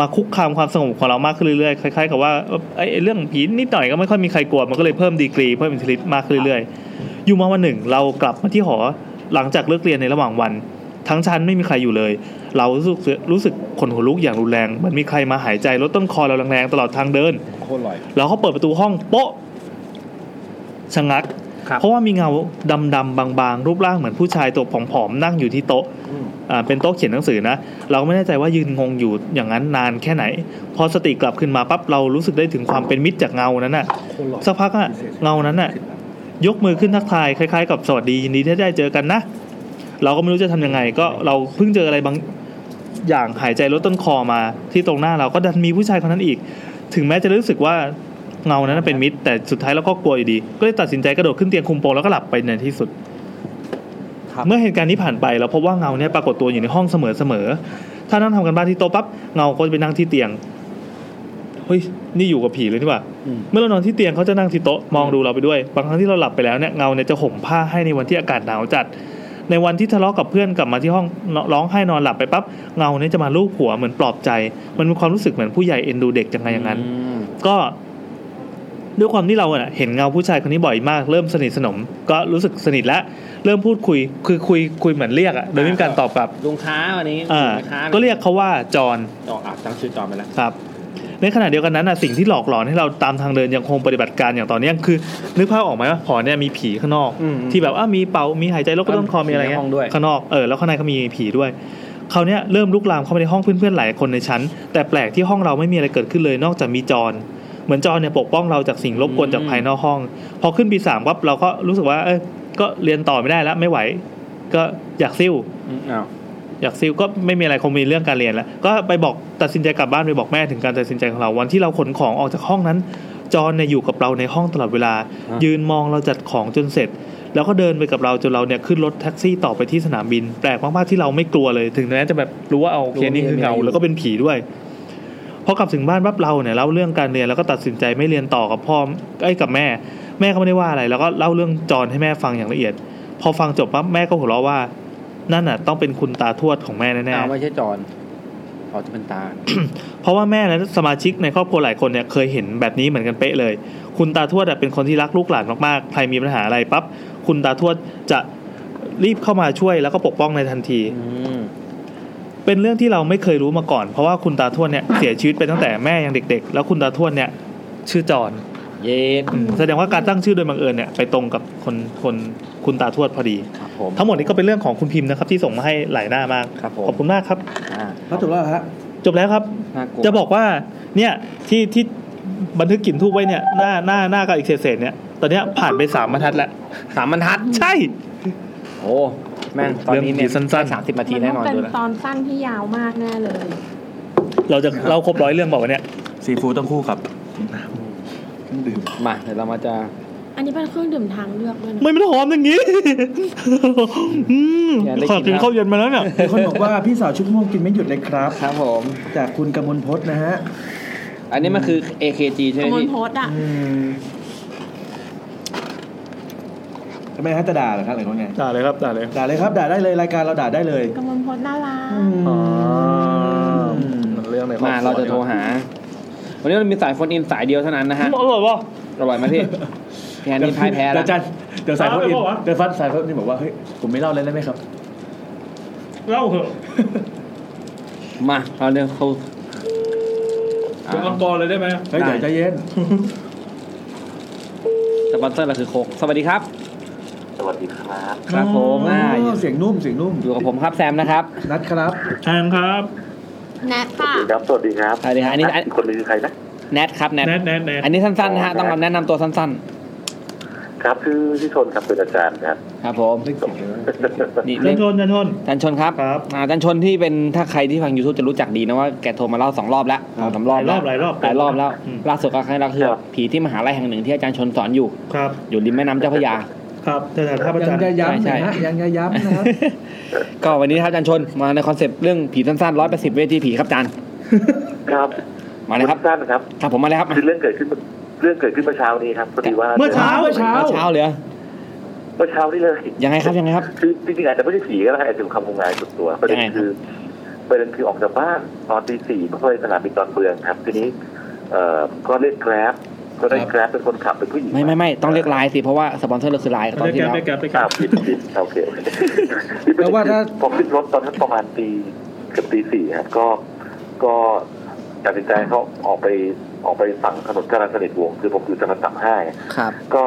[SPEAKER 1] มาคุกคามความสงบของเรามากขึ้นเรื่อยๆคล้ายๆกับว่าไอ้ไอ้เรื่องผีนิดหน่อยก็ไม่ค่อยมีใครกลัวมันก็เลยเพิ่มดีกรีเพิ่มอิทธิฤทธิ์มากขึ้นเรื่อยๆ อยู่มาวันหนึ่งเรากลับมาที่หอหลังจากเลิกเรียนในระหว่างวัน ทั้งชั้นไม่มีใครอยู่เลย เรารู้สึกรู้สึกขนหัวลุกอย่างรุนแรงเหมันมีใครมาหายใจลดต้นคอเราแรงๆตลอดทางเดิน
[SPEAKER 5] โคตรอร่อย
[SPEAKER 1] แล้วเขาเปิดประตูห้องโป๊ะชะงัก
[SPEAKER 5] ครับ
[SPEAKER 1] เพราะว่ามีเงาดำๆบางๆ รูปร่างเหมือนผู้ชายตัวผอมๆนั่งอยู่ที่โต๊ะอ่าเป็นโต๊ะเขียนหนังสือนะ เราก็ไม่แน่ใจว่ายืนงงอยู่อย่างนั้นนานแค่ไหน พอสติกลับขึ้นมาปั๊บเรารู้สึกได้ถึงความเป็นมิตรจากเงานั้นน่ะสักพักอะเงานั้นน่ะ ยกมือขึ้นทักทายคล้ายๆ กับสวัสดียินดีที่ได้เจอกันนะ เราก็ไม่รู้จะทำยังไง ก็เราเพิ่งเจออะไรบางอย่างหายใจลดต้นคอมาที่ตรงหน้าเราก็ดันมีผู้ชายคนนั้นอีก ถึงแม้จะรู้สึกว่าเงานั้นนะเป็นมิตร แต่สุดท้ายเราก็กลัวอยู่ดี ก็เลยตัดสินใจกระโดดขึ้นเตียงคุมโปงแล้วก็หลับไปในที่สุด เมื่อเหตุการณ์นี้ผ่านไปเราพบว่าเงาเนี่ยปรากฏตัวอยู่ในห้องเสมอๆถ้านั่งทำกันบ้านที่โต๊ะปั๊บเงาก็จะไปนั่งที่เตียงเฮ้ยนี่อยู่กับผีเลยนี่หว่า เมื่อเรานอนที่เตียงเขาจะนั่งที่โต๊ะมองดูเราไปด้วย บางครั้งที่เราหลับไปแล้วเนี่ยเงาเนี่ยจะห่มผ้าให้ในวันที่อากาศหนาวจัด ในวันที่ทะเลาะกับเพื่อนกลับมาที่ห้องร้องไห้นอนหลับไปปั๊บเงาเนี่ยจะมาลูบหัวเหมือนปลอบใจ มันมีความรู้สึกเหมือนผู้ใหญ่เอ็นดูเด็กยังไงอย่างนั้น ก็ด้วยความที่เราอะเห็นเงาผู้ชายคนนี้บ่อยมากเริ่มสนิทสนม ก็รู้สึกสนิทแล้วเริ่มพูดคุยคือคุยคุยเหมือนเรียกอะโดยไม่มีการตอบกลับ
[SPEAKER 5] ลุงค้าวันนี้
[SPEAKER 1] อ่า
[SPEAKER 5] ลุงค้า
[SPEAKER 1] ก็เรียกเขาว่าจอห์น
[SPEAKER 5] จออ่ะตั้งชื่อจอไปแล้ว
[SPEAKER 1] ครับในขณะเดียวกันนั้นน่ะสิ่งที่หลอกหลอนให้เราตามทางเดินยังคงปฏิบัติการอย่างต่อเนื่องคือ นึกภาพออกไหมว่าหอเนี่ยมีผีข้างนอก ที่แบบว่ามีเป่ามีหายใจลบก็ต้นคอมีอะไร
[SPEAKER 5] มี
[SPEAKER 1] เงี้
[SPEAKER 5] ในห้องด้วย
[SPEAKER 1] ข้างนอกเออแล้วข้างในก็มีผีด้วยคราวเนี้ยเริ่มลุกลามเข้าไปในห้องเพื่อนๆหลายคนในชั้น แต่แปลกที่ห้องเราไม่มีอะไรเกิดขึ้นเลยนอกจากมีจอนเหมือนจอนเนี่ยปกป้องเราจากสิ่งรบกวนจากภายนอกห้อง พอขึ้นปีสามปั๊บเราก็รู้สึกว่าเอ้ยก็เรียนต่อไม่ได้แล้วไม่ไหว ก็อยากซิ่ว
[SPEAKER 5] อืมอ้าว
[SPEAKER 1] อยากซิลก็ไม่มีอะไรคงมีเรื่องการเรียนแล้ว ก็ไปบอกตัดสินใจกลับบ้านไปบอกแม่ถึงการตัดสินใจของเราวันที่เราขนของออกจากห้องนั้น จอห์นเนี่ยอยู่กับเราในห้องตลอดเวลา ยืนมองเราจัดของจนเสร็จ แล้วก็เดินไปกับเราจนเราเนี่ยขึ้นรถแท็กซี่ต่อไปที่สนามบิน แปลกมากๆที่เราไม่กลัวเลยถึงแม้จะแบบรู้ว่าเอาโอเคนี่คือเงาแล้วก็เป็นผีด้วยพอกลับถึงบ้านปั๊บเราเนี่ยเล่าเรื่องการเรียนแล้วก็ตัดสินใจไม่เรียนต่อกับพ่อไอ้ยกับแม่ แม่ก็ไม่ได้ว่าอะไร แล้วก็เล่าเรื่องจอห์นให้แม่ฟังอย่างละเอียด พอฟังจบปั๊บแม่ก็หัวเราะว่า นั่นน่ะต้องเป็นคุณตาทวดของแม่แน่
[SPEAKER 5] อ้าวไม่ใช่จอนอ๋อจะเป็นตา
[SPEAKER 1] ๆ เพราะว่าแม่และสมาชิกในครอบครัวหลายคนเนี่ยเคยเห็นแบบนี้เหมือนกันเป๊ะเลย คุณตาทวดอะเป็นคนที่รักลูกหลานมากๆ ใครมีปัญหาอะไรปั๊บคุณตาทวดจะ รีบเข้ามาช่วยแล้วก็ปกป้องในทันที เป็นเรื่องที่เราไม่เคยรู้มาก่อน เพราะว่าคุณตาทวดเนี่ยเสียชีวิตไปตั้งแต่แม่ยังเด็ก ๆ แล้วคุณตาทวดเนี่ยชื่อจอน
[SPEAKER 2] เย็น
[SPEAKER 1] อืมแสดงว่าการตั้งชื่อโดยบังเอิญเนี่ยไปตรงกับคนคนคุณตาทวดพอดี
[SPEAKER 2] ครับผม
[SPEAKER 1] ทั้งหมดนี้ก็เป็นเรื่องของคุณพิมพ์นะครับที่ส่งมาให้หลายหน้ามาก
[SPEAKER 2] ครับผม
[SPEAKER 1] ขอบคุณมากครับ
[SPEAKER 2] อ่า
[SPEAKER 7] แล้วจบแล้วเหรอฮะ
[SPEAKER 1] จบแล้วครับ
[SPEAKER 2] น่ากลัว
[SPEAKER 1] จะบอกว่าเนี่ยที่ที่บันทึกกลิ่นทูบไว้เนี่ยหน้าหน้าหน้ากับอีกเศษๆเนี่ยตอนเนี้ยผ่านไปสามบรรทัดแล้ว
[SPEAKER 2] สามบรรทัด
[SPEAKER 1] ใช่
[SPEAKER 2] โอ้แม่งตอนนี้เนี่ย
[SPEAKER 1] เรื่องสั้นๆ
[SPEAKER 2] สามสิบนาทีแน่นอน
[SPEAKER 3] มั
[SPEAKER 2] ดู
[SPEAKER 3] เป็น
[SPEAKER 2] แล้ว
[SPEAKER 3] ตอนสั้นที่ยาวมากแน่เลย
[SPEAKER 1] เราจะเราครบร้อยเรื่องบอกว่าวะเนี่ย
[SPEAKER 6] ซีฟู้ดต้องคู่กับ
[SPEAKER 2] มาเดี๋ยวเรามาจะ
[SPEAKER 3] อันนี้เป็นเครื่องดื่มทางเลือกด้วยนะ
[SPEAKER 1] ไม่มันหอมอย่างนี้ อืม
[SPEAKER 2] อย่าได้
[SPEAKER 1] ขอ
[SPEAKER 2] กิ
[SPEAKER 1] กิ
[SPEAKER 2] น
[SPEAKER 1] น
[SPEAKER 2] นะ
[SPEAKER 1] ข้าวเย็นมาแล้วเนี่ย
[SPEAKER 7] มีคนบอกว่าพี่สาวชุบม่วงกินไม่หยุดเลยครับ
[SPEAKER 2] ครับผม
[SPEAKER 7] จากคุณกมลพจน์นะฮะ
[SPEAKER 2] อันนี้มันคือ AKG ใช่
[SPEAKER 3] ก
[SPEAKER 2] ไหม
[SPEAKER 3] มล
[SPEAKER 2] พี่
[SPEAKER 3] โพสต์อ่ะ
[SPEAKER 7] อืมทำไมฮะจะด่าเหรอครับหรือว่าไง
[SPEAKER 1] ด่าเลยครับด่าเลย
[SPEAKER 7] ด่าเลยครับด่าได้เลยรายการเราด่าได้เลย
[SPEAKER 3] กมลโพสต์น่ารัก
[SPEAKER 1] อ๋อ
[SPEAKER 7] ม
[SPEAKER 1] มันเรื่องใน
[SPEAKER 2] มาเราจะโทรหา วันนี้เรามีสายโฟนอินสายเดียวเท่านั้นนะฮะ
[SPEAKER 1] อร่อยป่ะ
[SPEAKER 2] อร่อยไหมพี่พี่แอนนี่พ่ายแพ้
[SPEAKER 7] เดี๋ยว
[SPEAKER 2] แล้ว
[SPEAKER 7] อาจารย์เดี๋ยวสายโฟนอิน
[SPEAKER 1] เอาไปบอกว่า
[SPEAKER 7] เดี๋ยวฟัดสายโฟนอินบอกว่าเฮ้ยผมไม่เล่าเลยได้ไหมครับ
[SPEAKER 1] เล่าเหอะ
[SPEAKER 2] มา เราเรียกเขาอ่า
[SPEAKER 1] เป็นองกรเลยได้ไหม
[SPEAKER 7] เฮ้ยเดี๋ยวใจเย็น
[SPEAKER 2] สปอนเซอร์เราคือโคกสวัสดีครับ
[SPEAKER 8] สวัสดีครับ
[SPEAKER 2] ครับผมอ่า
[SPEAKER 7] โอ้เสียงนุ่มเสียงนุ่ม
[SPEAKER 2] อยู่กับผมครับแซมนะครับ
[SPEAKER 7] นัดครับ
[SPEAKER 1] แทนครับ
[SPEAKER 3] แนะค่ะ
[SPEAKER 8] สวัสดีครับ สวัสดีครับ
[SPEAKER 2] สวัสดีครับอันนี้อัน
[SPEAKER 8] อีกคนหนึงคือใครนะ
[SPEAKER 2] แนทครับแนท
[SPEAKER 1] แนทแนทแนท
[SPEAKER 2] อันนี้สั้นๆนะฮะต้องมาแนะนำตัวสั้น
[SPEAKER 8] ครับคือพี่ชนครับเป็นอาจารย์ครับ
[SPEAKER 2] ๆ ครับผมนี่
[SPEAKER 1] ช
[SPEAKER 2] เรีย
[SPEAKER 1] น
[SPEAKER 2] ก
[SPEAKER 1] ชนชนชน
[SPEAKER 2] จันชนครับ
[SPEAKER 1] ครับ
[SPEAKER 2] อ่าจันชนที่เป็นถ้าใครที่ฟัง YouTube จะรู้จักดีนะว่าแกโทรมาเล่าสองรอบแล้วสองสามร
[SPEAKER 1] ห
[SPEAKER 2] อ
[SPEAKER 1] ลายร
[SPEAKER 2] บแล้
[SPEAKER 1] อ
[SPEAKER 2] ว
[SPEAKER 1] บหลายรอบ
[SPEAKER 2] หลายรอบแล้ว
[SPEAKER 1] ม
[SPEAKER 2] ล่าสุดก็ครั้งแรกคือ
[SPEAKER 8] ครับ
[SPEAKER 2] ผีที่มหาลัยแห่งหนึ่งที่อาจารย์ชนสอนอยู่
[SPEAKER 1] ครับ
[SPEAKER 2] อยู่ริมแม่น้ำเจ้าพระยา
[SPEAKER 1] ครับแต่แต่ถ้าประ
[SPEAKER 7] ยั
[SPEAKER 1] จัน
[SPEAKER 7] ง
[SPEAKER 1] ทร์
[SPEAKER 7] จะย้ำ
[SPEAKER 2] ใช่
[SPEAKER 7] นะ
[SPEAKER 2] ใช่
[SPEAKER 7] ฮะยังจะย้ำนะครับ
[SPEAKER 2] *laughs* ก็วันนี้นะครับอาจารย์ชนมาในคอนเซปต์เรื่องผีสั้นๆร้อยแปดสิบเวทีผีครับอาจารย์
[SPEAKER 8] ครับ
[SPEAKER 2] มาเลยครับ
[SPEAKER 8] สั้นครับ
[SPEAKER 2] ครับผมมาเลยครับมา
[SPEAKER 8] คือเรื่องเกิดขึ้นเรื่องเกิดขึ้นเมื่อเช้านี้ครับพอดีว่า
[SPEAKER 1] เมื่อเช้า
[SPEAKER 7] เช้า
[SPEAKER 2] เช้าเหลย
[SPEAKER 8] เมื่อเช้านี่เลย
[SPEAKER 2] ยังไงครับยังไงครับ
[SPEAKER 8] คือจริงๆอาจจะไม่ใช่ผีก็ได้อาจจะเป็นความคงงานส่วนตัวประเด็น
[SPEAKER 2] ยังไงครับ
[SPEAKER 8] คือประเด็นคือออกจากบ้านตอนตีสี่เพื่อไปสนามบินดอนเมืองครับ ทีนี้ เอ่อก็เรียกแกร็บก็ได้แกร็บเป็นคนขับเป็นผู้หญิง
[SPEAKER 2] ไม่ไม่ไม่ต้องเรียกไลน์สิเพราะว่าสปอนเซอร์เราคือไลน์ตอนที่แล้ว
[SPEAKER 1] ไปแกะไป
[SPEAKER 8] ค
[SPEAKER 1] แกะ
[SPEAKER 8] รับผิดผิดโอเคโอเค
[SPEAKER 7] แล้วว่าถ้า
[SPEAKER 8] ผมขึ้นรถตอนนั้นประมาณตีเกือบตีสี่ครับก็ก็ตัดสินใจเขาออกไปออกไปฝั่งถนนจรัญสนิทวงศ์คือผมอยู่จรัญสามห้าไง
[SPEAKER 2] ครับ
[SPEAKER 8] ก็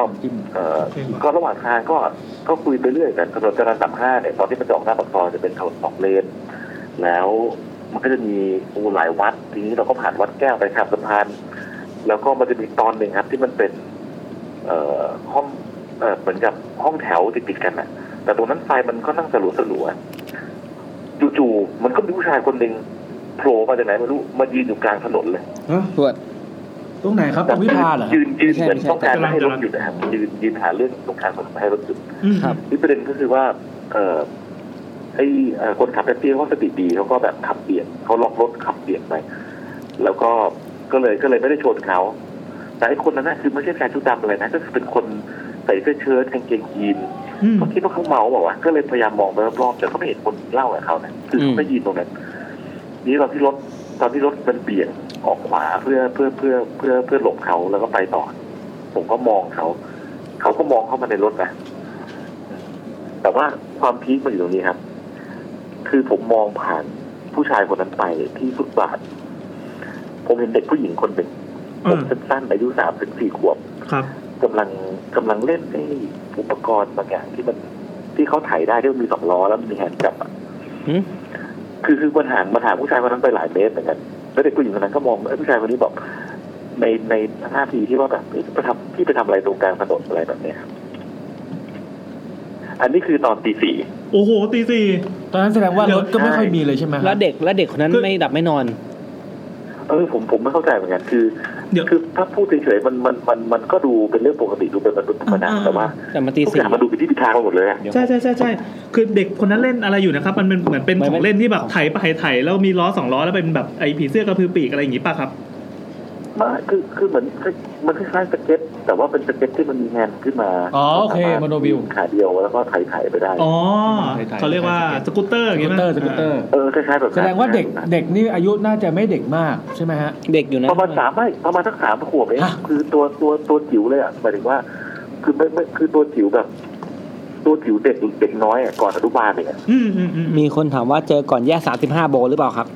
[SPEAKER 8] เอ่อก็ระหว่างทางก็ก็คุยไปเรื่อยกันถนนจราจรห้าเนี่ยตอนที่มันจะออกหน้าปากซอยจะเป็นถนนสองเลนแล้วมันก็จะมีโอ้หลายวัดทีนี้เราก็ผ่านวัดแก้วไปขับสะพานแล้วก็มันจะมีตอนหนึ่งครับที่มันเป็น เอ่อห้องเอ่อเหมือนกับห้องแถวติดติดๆกันอะแต่ตรงนั้นไฟมันก็นั่งสลัวสลัวๆจู่ๆมันก็มีผู้ชายคนหนึ่งโผล่มาจากไหนไม่รู้มายืนอยู่กลางถนนเลย
[SPEAKER 2] ตรวจ
[SPEAKER 7] ตรงไหนครับตรงวิภาเหรอ
[SPEAKER 8] ยืนยืนเหมือน
[SPEAKER 2] ไม่ใช่
[SPEAKER 8] ต้องการไม่ให้รถหยุดนะครับยืนยืนหาเรื่องตรงกลางถนนไม่ให้รถหยุด
[SPEAKER 1] อืม
[SPEAKER 2] ครับ
[SPEAKER 8] นี่ประเด็นก็คือว่า เออไอเอ่อคนขับแท็กซี่เขาสติดีเขาก็แบบขับเบียดเขาล็อกรถขับเบียดไปแล้วก็ก็เลยก็เลยไม่ได้ชนเขาแต่ไอคนนั้นนะคือไม่ใช่แฟนชุดดำอะไรนะก็คือเป็นคนใส่เสื้อเชิ้ตกางเกงยีน
[SPEAKER 1] อืม
[SPEAKER 8] เขาคิดว่าเขาเมาบอกว่าวะก็เลยพยายามมองไปรอบๆแต่เขาไม่เห็นคนเหล่ากับเขานะคือเขาไม่ยินตรงนั้น นี่ตอนที่รถตอนที่รถมันเบี่ยงออกขวาเพื่อเพื่อเพื่อเพื่อเพื่อหลบเขาแล้วก็ไปต่อ ผมก็มองเขา เขาก็มองเข้ามาในรถนะแต่ว่าความพีคมันอยู่ตรงนี้ครับ คือผมมองผ่านผู้ชายคนนั้นไปที่ฟุตบาท ผมเห็นเด็กผู้หญิงคนหนึ่งผมสั้นๆอายุสามถึงสี่ขวบ
[SPEAKER 1] ครับ
[SPEAKER 8] กำลังกำลังเล่นไอ้อุปกรณ์บางอย่างที่มันที่เขาถ่ายได้ที่มันมีสองล้อแล้วมันมีแฮนด์จับอะ
[SPEAKER 2] หืม
[SPEAKER 8] คือคือปัญหาปัญหาผู้ชายคนนั้นไปหลายเมตรเหมือนกันแล้วเด็กผู้หญิงคนนั้นก็มองเอ้ยผู้ชายคนนี้บอกในในท่าทีที่ว่าแบบเอ้ยไปทำที่ไปทำอะไรตรงกลางถนนอะไรแบบเนี้ยครับอันนี้คือตอนตีสี่
[SPEAKER 1] โอ้โหตีสี่
[SPEAKER 7] ตอนนั้นแสดงว่ารถก็ไม่ค่อยมีเลยใช่ไหมค
[SPEAKER 2] แล้
[SPEAKER 7] รับ
[SPEAKER 2] วเด็กแล้วเด็กคนนั้นไม่ดับไม่นอน
[SPEAKER 8] เออผมผมไม่เข้าใจเหมือนกันคือ
[SPEAKER 1] เดี๋ยว
[SPEAKER 8] คือถ้าพูดเฉยๆมันมันมันมันก็ดูเป็นเรื่องปกติดูเป็นมนุษย์ธรรมดาแต่ว่า
[SPEAKER 2] แต่มาตี
[SPEAKER 8] ทุกอ
[SPEAKER 2] สี่
[SPEAKER 8] ย่างมันดูเป็นที่ผิดทางไปหมดเลยอะ
[SPEAKER 1] ใช่ใช่ใช่ใช่คือเด็กคนนั้นเล่นอะไรอยู่นะครับ มันเป็นเหมือนเป็นข
[SPEAKER 2] ไม่ไม่
[SPEAKER 1] องเล่นที่แบบไถไปไถแล้วมีล้อสองล้อแล้วเป็นแบบไอ้ผีเสื้อกระพือปีกอะไรอย่างงี้ป่ะครับ
[SPEAKER 8] ไม่คือคือเหมือนมันคล้ายๆสเก็ต แต่ว่าเป็นสเก็ตที่มันมีแฮนด์ขึ้นมา
[SPEAKER 7] อ๋อโอเค
[SPEAKER 8] สาารถ
[SPEAKER 7] โมโนวิว
[SPEAKER 8] ขาเดียวแล้วก็ไถ่ไถไปได้
[SPEAKER 1] อ๋อ
[SPEAKER 7] ไถไถ
[SPEAKER 1] เขาเรียกว่าสกูตเตอร์อย่าง
[SPEAKER 7] ส
[SPEAKER 1] งี้
[SPEAKER 7] กูต
[SPEAKER 1] ไหม
[SPEAKER 7] เตอร์สกูตเตอร์
[SPEAKER 8] เออคล้ายๆแบบนั้น
[SPEAKER 7] แสดงว่าเด็กเด็กนี่อายุน่าจะไม่เด็กมากใช่ไหมฮะ
[SPEAKER 2] เด็กอยู่นะ
[SPEAKER 8] ประมาณสามไม่ประมาณสักสามขวบเอง
[SPEAKER 7] ฮะ
[SPEAKER 8] คือตัวตัวตัวจิ๋วเลยอ่ะหมายถึงว่า คือไม่ไม่คือตัวจิ๋วแบบ ตัวจิ๋วเด็กเด็กน้อยอะก่อนอนุบาลเนี่ย
[SPEAKER 1] อืมอืมอืม
[SPEAKER 2] มีคนถามว่าเจอก่อนแยกสามสิบห้าโบหรือเปล่าครับ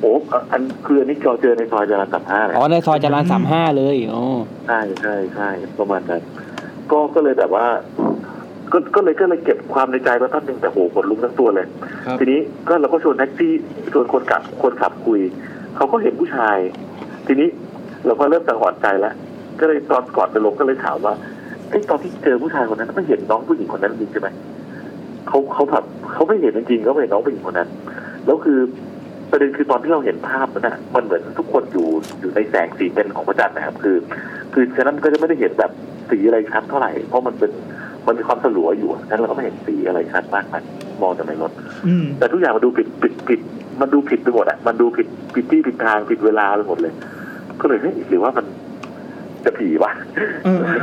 [SPEAKER 8] โอ้อ่ะอันคืออันนี้เราเจอในซอยจรัญสัมห้าเนี่ย
[SPEAKER 2] อ๋อในซอยจรัญสามห้าเลยอ๋อ
[SPEAKER 8] ใช่ใช่ใช่ประมาณนั้นก็ก็เลยแบบว่า ก็ก็เลยก็เลยเก็บความในใจไว้พักหนึ่งแต่โหขนลุกทั้งตัวเลย
[SPEAKER 6] ครับ
[SPEAKER 8] ทีนี้ก็เราก็ชวนแท็กซี่ชวนคนขับคนขับคุย เขาก็เห็นผู้ชาย ทีนี้เราก็เริ่มตังหอนใจแล้วก็เลยตอนก่อนจะลงก็เลยถามว่าไอ้ยตอนที่เจอผู้ชายคนนั้นไม่เห็นน้องผู้หญิงคนนั้นจริงใช่ไหมเขาเขาแบบเขาไม่เห็นจริงๆเขาไม่เห็นน้องผู้หญิงคนนั้น แล้วคือประเด็นคือตอนที่เราเห็นภาพนั้นน่ะมันเหมือนทุกคนอยู่อยู่ในแสงสีเป็นของพระจันทร์นะครับคือ คือฉะนั้นมันก็จะไม่ได้เห็นแบบสีอะไรชัดเท่าไหร่ เพราะมันเป็นมันมีความสลัวอยู่ฉะนั้นเราก็ไม่เห็นสีอะไรชัดมากนักมองจากในรถ
[SPEAKER 1] อืม
[SPEAKER 8] แต่ทุกอย่างมันดูผิดผิดผิด มันดูผิดไปหมดอะมันดูผิดผิดที่ผิดทางผิดเวลาไปหมดเลย ก็เลยเฮ้ยหรือว่ามันจะผีวะ *laughs*
[SPEAKER 1] เออเออ